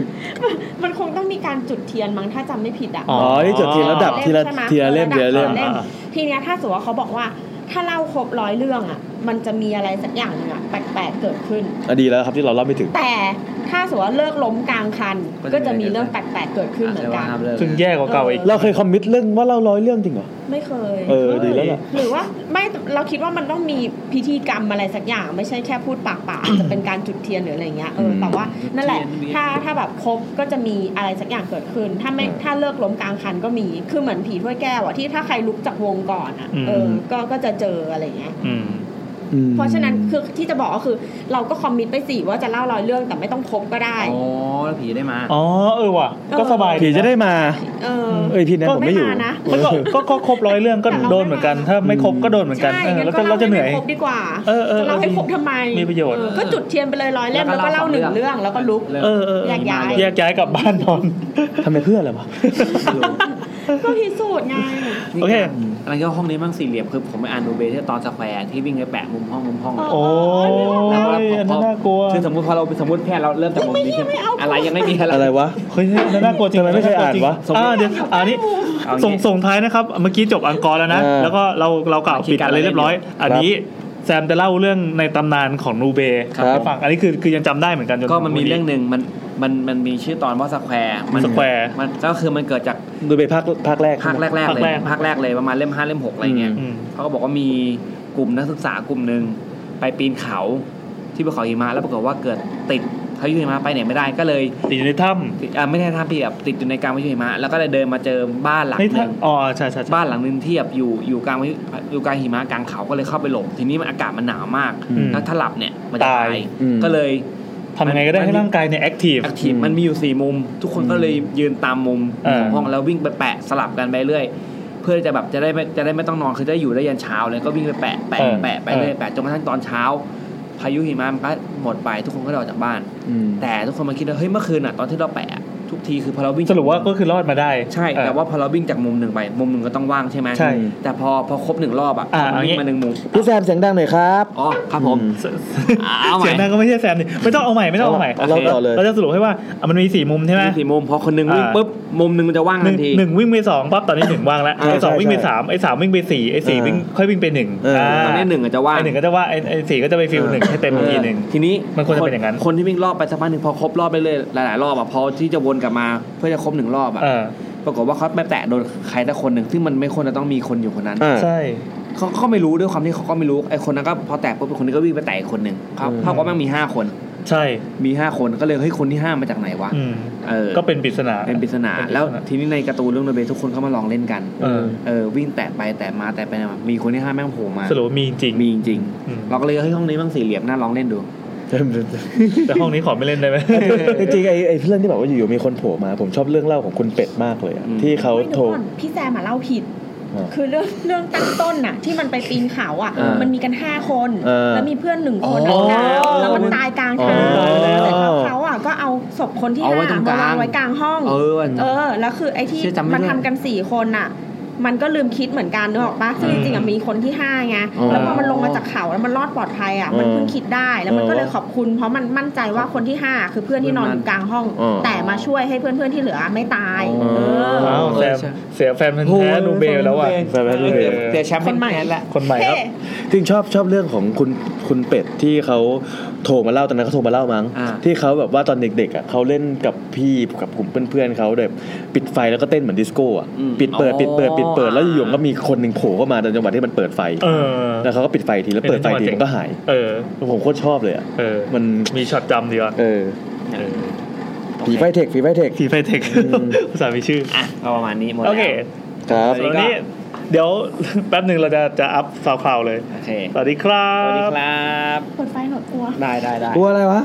[SPEAKER 3] *laughs* มันคงต้องมีการจุดเทียนมั้งถ้าจำไม่ผิดอ่ะ
[SPEAKER 1] อ๋
[SPEAKER 4] อ๋อนี่จดทีละดับทีละทีละเล่มทีละเล่ม
[SPEAKER 3] เล่ม
[SPEAKER 1] อ่า
[SPEAKER 3] ทีเนี้ยถ้าสมมติว่าเขาบอกว่า ถ้าเล่าครบร้อยเรื่องอ่ะ มันจะมีอะไรสักอย่างหนึงอ่ะแปลกๆเกิดขึ้น
[SPEAKER 4] อดีแล้วครับที่เราเล่าไม่ถึง
[SPEAKER 3] แต่ถ้าสมมติว่าเลิกล้มกลางคัน ก็จะมีเรื่องแปลกๆเกิดขึ้นเหมือนกัน
[SPEAKER 5] ะเริ่ม
[SPEAKER 1] ซึ่งแย่กว่าเก่าอีก
[SPEAKER 4] เราเคยคอมมิตเรื่องว่าเล่าร้อยเรื่องจริงเหรอ
[SPEAKER 3] ไม่เคย
[SPEAKER 4] เออ ดีแล้วล่ะ
[SPEAKER 3] หรือว่าไม่เราคิดว่ามันต้องมีพิธีกรรมอะไรสักอย่าง ไม่ใช่แค่พูดปากเปล่า จะเป็นการจุดเทียนหรืออะไรเงี้ยเออ
[SPEAKER 4] อืม
[SPEAKER 3] แต่ว่านั่นแหละ ถ้าถ้าแบบครบก็จะมีอะไรสักอย่างเกิดขึ้น ถ้าไม่ถ้าเลิกล้มกลางคันก็มีคือเหมือนผีถ้วยแก้วอะที่ถ้าใครลุกจากวงก่อนอะ
[SPEAKER 1] อืม
[SPEAKER 3] เออก็ก็จะเจออะไรเงี้ย
[SPEAKER 1] อืม
[SPEAKER 4] อืม
[SPEAKER 3] เพราะฉะนั้นคือที่จะบอกก็คือ เราก็คอมมิตไปสิว่าจะเล่าร้อยเรื่องแต่ไม่ต้องครบก็ได้
[SPEAKER 5] อ๋อแล้วผีได้มา
[SPEAKER 1] อ๋อเออว่ะ ก็สบาย
[SPEAKER 4] ผีจะได้มา
[SPEAKER 3] เออ
[SPEAKER 4] เอ้ยพี่แนะ
[SPEAKER 1] ก็
[SPEAKER 4] ผมไม่อยู่
[SPEAKER 3] ไม่มานะ
[SPEAKER 1] มันก็ก็ก็ครบร้อยเรื่องก็
[SPEAKER 3] แต่เราไม่
[SPEAKER 1] โดนเหมือนกัน ถ้าไม่ครบก็โดนเหมือนกัน
[SPEAKER 3] ใช่
[SPEAKER 1] เออ
[SPEAKER 3] งั้น
[SPEAKER 1] แล้ว
[SPEAKER 3] ก็
[SPEAKER 1] จะเรา
[SPEAKER 3] เล่า
[SPEAKER 1] จะเหนื่อย
[SPEAKER 3] ให้ครบดีกว่า
[SPEAKER 1] เออเออ
[SPEAKER 3] จะเล่าให้ครบทำไม
[SPEAKER 1] มีประโยชน์
[SPEAKER 3] เออก็จุดเทียนไปเลยร้อยเล่มแล้วก็เล่าหนึ่งเรื่องแล้วก็ลุก
[SPEAKER 5] เริ่ม
[SPEAKER 1] เออเออ
[SPEAKER 3] แยกย้าย
[SPEAKER 1] แยกย้ายกลับบ้านนอน
[SPEAKER 4] ทำไมเพื่ออะไรวะ
[SPEAKER 3] ก็พิสูจน์ไง
[SPEAKER 1] โอเค
[SPEAKER 5] อะไรก็ห้องนี้มั่งสี่เหลี่ยมคือผมไปอ่านดูเบที่ตอนสแควร์ที่วิ่งไปแปะมุมห้องมุมห้องอะ
[SPEAKER 1] โอ้ยอันนั้นน่ากลัว
[SPEAKER 5] คือสมมติพอเราสมมติแค่เราเริ่มจากมุมนี้ใช่ไหม
[SPEAKER 3] ไม่เอาไม่เอา
[SPEAKER 5] อะไรยังไม่มีอะไร
[SPEAKER 4] อะไรวะ
[SPEAKER 1] เฮ้ยน่ากลัวจริง
[SPEAKER 4] ทำไมไม่เคยอ่านวะ
[SPEAKER 1] อ่าเดี๋ยวอ่านี่
[SPEAKER 5] เอาอย่างงี้
[SPEAKER 1] ส่งส่งท้ายนะครับ เมื่อกี้จบอังกอร์แล้วนะ
[SPEAKER 4] เออ
[SPEAKER 1] แล้วก็เราเรากล่าวปิดอะไรเรียบร้อย อันนี้แซมจะเล่าเรื่องในตำนานของนูเบย์
[SPEAKER 5] ครับ
[SPEAKER 1] ให้ฟัง อันนี้คือคือยังจำได้เหมือนกันจนถึ
[SPEAKER 5] ก็มันมี
[SPEAKER 1] วั
[SPEAKER 5] เรื่องหนึ่งมันมันมันมีชื่อตอนว่าสแควร์มั
[SPEAKER 1] Square
[SPEAKER 5] มันก็คือมันเกิดจาก
[SPEAKER 4] โดยไปภาคภาคแรก
[SPEAKER 5] ภาคแรกๆเลย
[SPEAKER 1] ภาคแรก
[SPEAKER 5] ภาคแรกเลยประมาณเล่มห้าเล่มหกอะไรเงี้ย
[SPEAKER 1] อืม
[SPEAKER 5] เขาก็บอกว่ามีกลุ่มนักศึกษากลุ่มหนึ่งไปปีนเขาที่ภูเขาหิมะแล้วปรากฏว่าเกิดติด
[SPEAKER 2] พายุหิมะไปไหนไม่ได้ก็เลย
[SPEAKER 1] ติดอยู่ในถ้
[SPEAKER 2] ติดอ่าไม่ใช่ท่าพี่แบบติดอยู่ในกลางพายุหิมะแล้วก็เลยเดินมาเจอบ้านหลั
[SPEAKER 1] ำ
[SPEAKER 2] ง
[SPEAKER 1] ใน
[SPEAKER 2] ห
[SPEAKER 1] ถ้
[SPEAKER 2] นึ่ง
[SPEAKER 1] ำอ๋อใช่ใช่ใช่
[SPEAKER 2] บ้านหลังนึงที่แบบอยู่อยู่กลางพายุอยู่กลางหิมะกลางเขาก็เลยเข้าไปหลบทีนี้มันอากาศมันหนาวมาก
[SPEAKER 1] อืม
[SPEAKER 2] แล้วถ้าหลับเนี่ยมันจะ
[SPEAKER 1] ตา
[SPEAKER 2] ตาย ยก็เลย
[SPEAKER 1] ทำไงก็ได้ให้ร่างกายเนี่ยแอคทีฟ
[SPEAKER 2] แอคทีฟมันมีอยู่สี่มุม ทุกคนก็เลยยืนตามมุม
[SPEAKER 1] เออ
[SPEAKER 2] ของห้องแล้ววิ่งไปแปะสลับกันไปเรื่อย เพื่อจะแบบจะได้ไม่จะได้ไม่ต้องนอนคือจะได้อยู่ได้ยันเช้าเลยก็วิ่งไปแปะแปะแปะไปเรื่อยแปะจนกระทั่งตอนเช้า พายุหิมะมันก็หมดไปทุกคนก็ได้ออกจากบ้าน แต่ทุกคนมาคิดว่าเฮ้ยเมื่อคืนอ่ะตอนที่เราแปะอะทุกทีคือพอเราวิ่ง
[SPEAKER 1] สรุปว่าก็คือรอดมาได้
[SPEAKER 2] ใช่
[SPEAKER 1] เออ
[SPEAKER 2] แต่ว่าพอเราวิ่งจากมุมหนึ่งไป มุมหนึ่งก็ต้องว่างใช่ไหม
[SPEAKER 1] ใช่
[SPEAKER 2] แต่พอพอครบหนึ่งรอบอ่ะ
[SPEAKER 1] อ่า
[SPEAKER 2] มันวิ่
[SPEAKER 1] เอางี้
[SPEAKER 2] งมาหนึ่งมุม
[SPEAKER 4] พี่แซมเสียงดังหน่อยครับ
[SPEAKER 2] อ๋อครับผมอ่าเอาให
[SPEAKER 1] เสีย
[SPEAKER 2] ม่
[SPEAKER 1] งดังก็ไม่ใช่แซมนี่ไม่ต้องเอาใหม่ไม่ต้องเอาใหม่
[SPEAKER 4] เอาเล่าต่อเลย
[SPEAKER 1] เราจะสรุปให้ว่าอ่ะมันมีสี่มุมใช่ไหม
[SPEAKER 2] มีสี่มุมพอคนหนึ่งวิ่ง
[SPEAKER 1] อ่า
[SPEAKER 2] ปุ๊บมุมหนึ่งมันจะว่าง
[SPEAKER 1] ห
[SPEAKER 2] ทั
[SPEAKER 1] นึ่ง
[SPEAKER 2] นที
[SPEAKER 1] หนึ่งวิ่งไปสองปั๊บตอนนี้หนึ่งว่างแล้ว
[SPEAKER 4] อ่า
[SPEAKER 1] ไอ้สอง
[SPEAKER 4] ใช่
[SPEAKER 1] วิ่งไป
[SPEAKER 4] ใช่
[SPEAKER 1] สามไอ้สามวิ่งไปสี่ไอ้สี่
[SPEAKER 4] เออ
[SPEAKER 1] วิ่งค่อยวิ่งไปหนึ่ง
[SPEAKER 4] เอออ่
[SPEAKER 1] า
[SPEAKER 2] ตอนนี้หนึ่งอาจจะว่าง
[SPEAKER 1] ไอ้หนึ่งก็จะว่าไอ้ไอ้สี่ก็จะไปฟิลหนึ่งให้เต็มทีหนึ่ง
[SPEAKER 2] เออทีนี้
[SPEAKER 1] มันควรจะเป็นอย่างนั้น
[SPEAKER 2] คนที่วิ่งรอบไปสักพักหนึ่งพอครบรอบไปเรื่อยหลายๆรอบอ่ะพอที่จะวนกลับมาเพื่อจะครบหนึ่งรอบอ่ะ
[SPEAKER 1] เออ
[SPEAKER 2] ปรากฏว่าเขาไปแตะโดนใครสักคนหนึ่งซึ่งมันไม่ควรจะต้องมีคนอยู่คนนั้น
[SPEAKER 4] อ่า
[SPEAKER 1] ใช่
[SPEAKER 2] เขาก็ไม่รู้ด้วยความที่เขาก็ไม่รู้ไอ้คนนั้นก็พอแตะปุ๊บคนนี้ก็วิ่งไปแตะอีกคนหนึ่งครับ
[SPEAKER 4] อืม
[SPEAKER 2] เท่ากับว่ามีห้าคน
[SPEAKER 1] ใช่
[SPEAKER 2] มีห้าคนก็เลยเฮ้ยคนที่ห้ามาจากไหนวะ
[SPEAKER 1] อืม
[SPEAKER 2] เออ
[SPEAKER 1] ก็เป็นปริศนา
[SPEAKER 2] เป็นปริศนา
[SPEAKER 1] เป็นปริศนา
[SPEAKER 2] แล้วทีนี้ในการ์ตูนเรื่องโนเบลทุกคนก็มาลองเล่นกัน
[SPEAKER 1] เออ
[SPEAKER 2] เออวิ่งแตะไปแตะมาแตะไปแตะมามีคนที่ห้าแม่งโผล่มา
[SPEAKER 1] สรุปว่ามีจริง
[SPEAKER 2] มีจริง
[SPEAKER 1] อืม
[SPEAKER 2] ๆเราก็เลยเฮ้ยห้องนี้แม่งสี่เหลี่ยมน่าลองเล่นดู
[SPEAKER 1] แต่ห้องนี้ขอไม่เล่นได้ไหม
[SPEAKER 4] *laughs* จริงๆไอ้ไอ้เรื่องที่แบบว่าอยู่ๆมีคนโผล่มาผมชอบเรื่องเล่าของคุณเป็ดมากเลยอะ
[SPEAKER 2] อืม
[SPEAKER 4] ที่เขา
[SPEAKER 3] ไม่
[SPEAKER 4] โท
[SPEAKER 3] ดู
[SPEAKER 4] ร
[SPEAKER 3] ก่อนพี่แซมมาเล่าผิด
[SPEAKER 4] อ่า
[SPEAKER 3] คือเรื่องเรื่องตั้งต้นน่ะ ที่มันไปปีนเขาอ่ะ
[SPEAKER 4] อ่ามั
[SPEAKER 3] มันมีกันห้าคน
[SPEAKER 4] เออ
[SPEAKER 3] แล้วมีเพื่อนหนึ่งคน
[SPEAKER 4] อ๋อ
[SPEAKER 3] นะแล้วมันตายกลางทาง
[SPEAKER 4] อ๋อ
[SPEAKER 3] เสร็จแล้วเขาอ่ะก็เอาศพคนที่
[SPEAKER 2] เอาไว้
[SPEAKER 3] ห้า
[SPEAKER 2] ตรงก
[SPEAKER 3] มาวา
[SPEAKER 2] ลาง
[SPEAKER 3] งไว้กลางห้อง
[SPEAKER 2] เออว่ะ
[SPEAKER 3] เออ แล้วคือไอ้ที่
[SPEAKER 2] เชื่อจำไม่ได้
[SPEAKER 3] มันทำกันสี่คนน่ะ มันก็ลืมคิดเหมือนกันนึกออกปะซึ่งจริงๆอะมีคนที่ห้าไง
[SPEAKER 4] อ๋อ
[SPEAKER 3] แล้วพอมันลงมาจากเขาแล้วมันรอดปลอดภัยอ่ะ มันเพิ่งคิดได้ แล้วมันก็เลยขอบคุณ เพราะมันมั่นใจว่าคนที่ห้าคือเพื่อนที่นอนอยู่กลางห้อง
[SPEAKER 4] อ๋อ
[SPEAKER 3] แต่มาช่วยให้เพื่อนๆที่เหลือไม่ตาย
[SPEAKER 4] อ๋อ
[SPEAKER 3] เออ
[SPEAKER 1] อ้าวแซม
[SPEAKER 2] ใช่
[SPEAKER 1] เสียแฟนพันธุ์แท้ดูเบลแล้วอ่ะ
[SPEAKER 4] แฟนพันธุ์นูเบล
[SPEAKER 2] เดี๋ยวแชมป์
[SPEAKER 3] คนใหม่
[SPEAKER 2] แพ้ละ
[SPEAKER 1] คนใหม่ครับ
[SPEAKER 4] จริงชอบชอบเรื่องของคุณคุณเป็ดที่เขาโทรมาเล่าตอนนั้นเขาโทรมาเล่ามั้ง
[SPEAKER 2] อ่า
[SPEAKER 4] ที่เขาแบบว่าตอนเด็กๆอ่ะเขาเล่นกับพี่กับกลุ่มเพื่อนๆเขาแบบปิดไฟแล้วก็เต้นเหมือนดิสโก้อ่ะ
[SPEAKER 2] อืม
[SPEAKER 4] ปิดเปิดปิดเปิดปิดเปิด
[SPEAKER 2] อ๋อ
[SPEAKER 4] แล้วอยู่ๆก็มีคนหนึ่งโผล่เข้ามาตอนจังหวะที่มันเปิดไฟ
[SPEAKER 1] เออ
[SPEAKER 4] แล้วเขาก็ปิดไฟทีแล้วเปิดไฟที
[SPEAKER 1] เป็นจังหวะเจ๋ง
[SPEAKER 4] มันก็หาย
[SPEAKER 1] เออ
[SPEAKER 4] ผมโคตรชอบเลยอ่ะ
[SPEAKER 1] เออ
[SPEAKER 4] มัน
[SPEAKER 1] มีช็อตจำดีวะ
[SPEAKER 4] เออ
[SPEAKER 1] เออ
[SPEAKER 4] ผีไฟเทคผีไฟเทค
[SPEAKER 1] ทีไฟเทค
[SPEAKER 4] อืม
[SPEAKER 1] ภาษามีชื่อ
[SPEAKER 2] อ่ะเอาประมาณนี้หมด
[SPEAKER 1] โอ
[SPEAKER 2] แล้ว
[SPEAKER 1] เค
[SPEAKER 4] ครับ
[SPEAKER 1] ตอนนี้เดี๋ยว *laughs* แป๊บหนึ่งเราจะจะอัพซาวคลาวเลย
[SPEAKER 2] โอเค
[SPEAKER 1] สวัสดีครั
[SPEAKER 2] ส
[SPEAKER 1] บ
[SPEAKER 2] วัสดีครับ
[SPEAKER 3] เปิดไฟหน่อยกลัว
[SPEAKER 2] ได้ได้ได้
[SPEAKER 4] กลัวอะไรวะ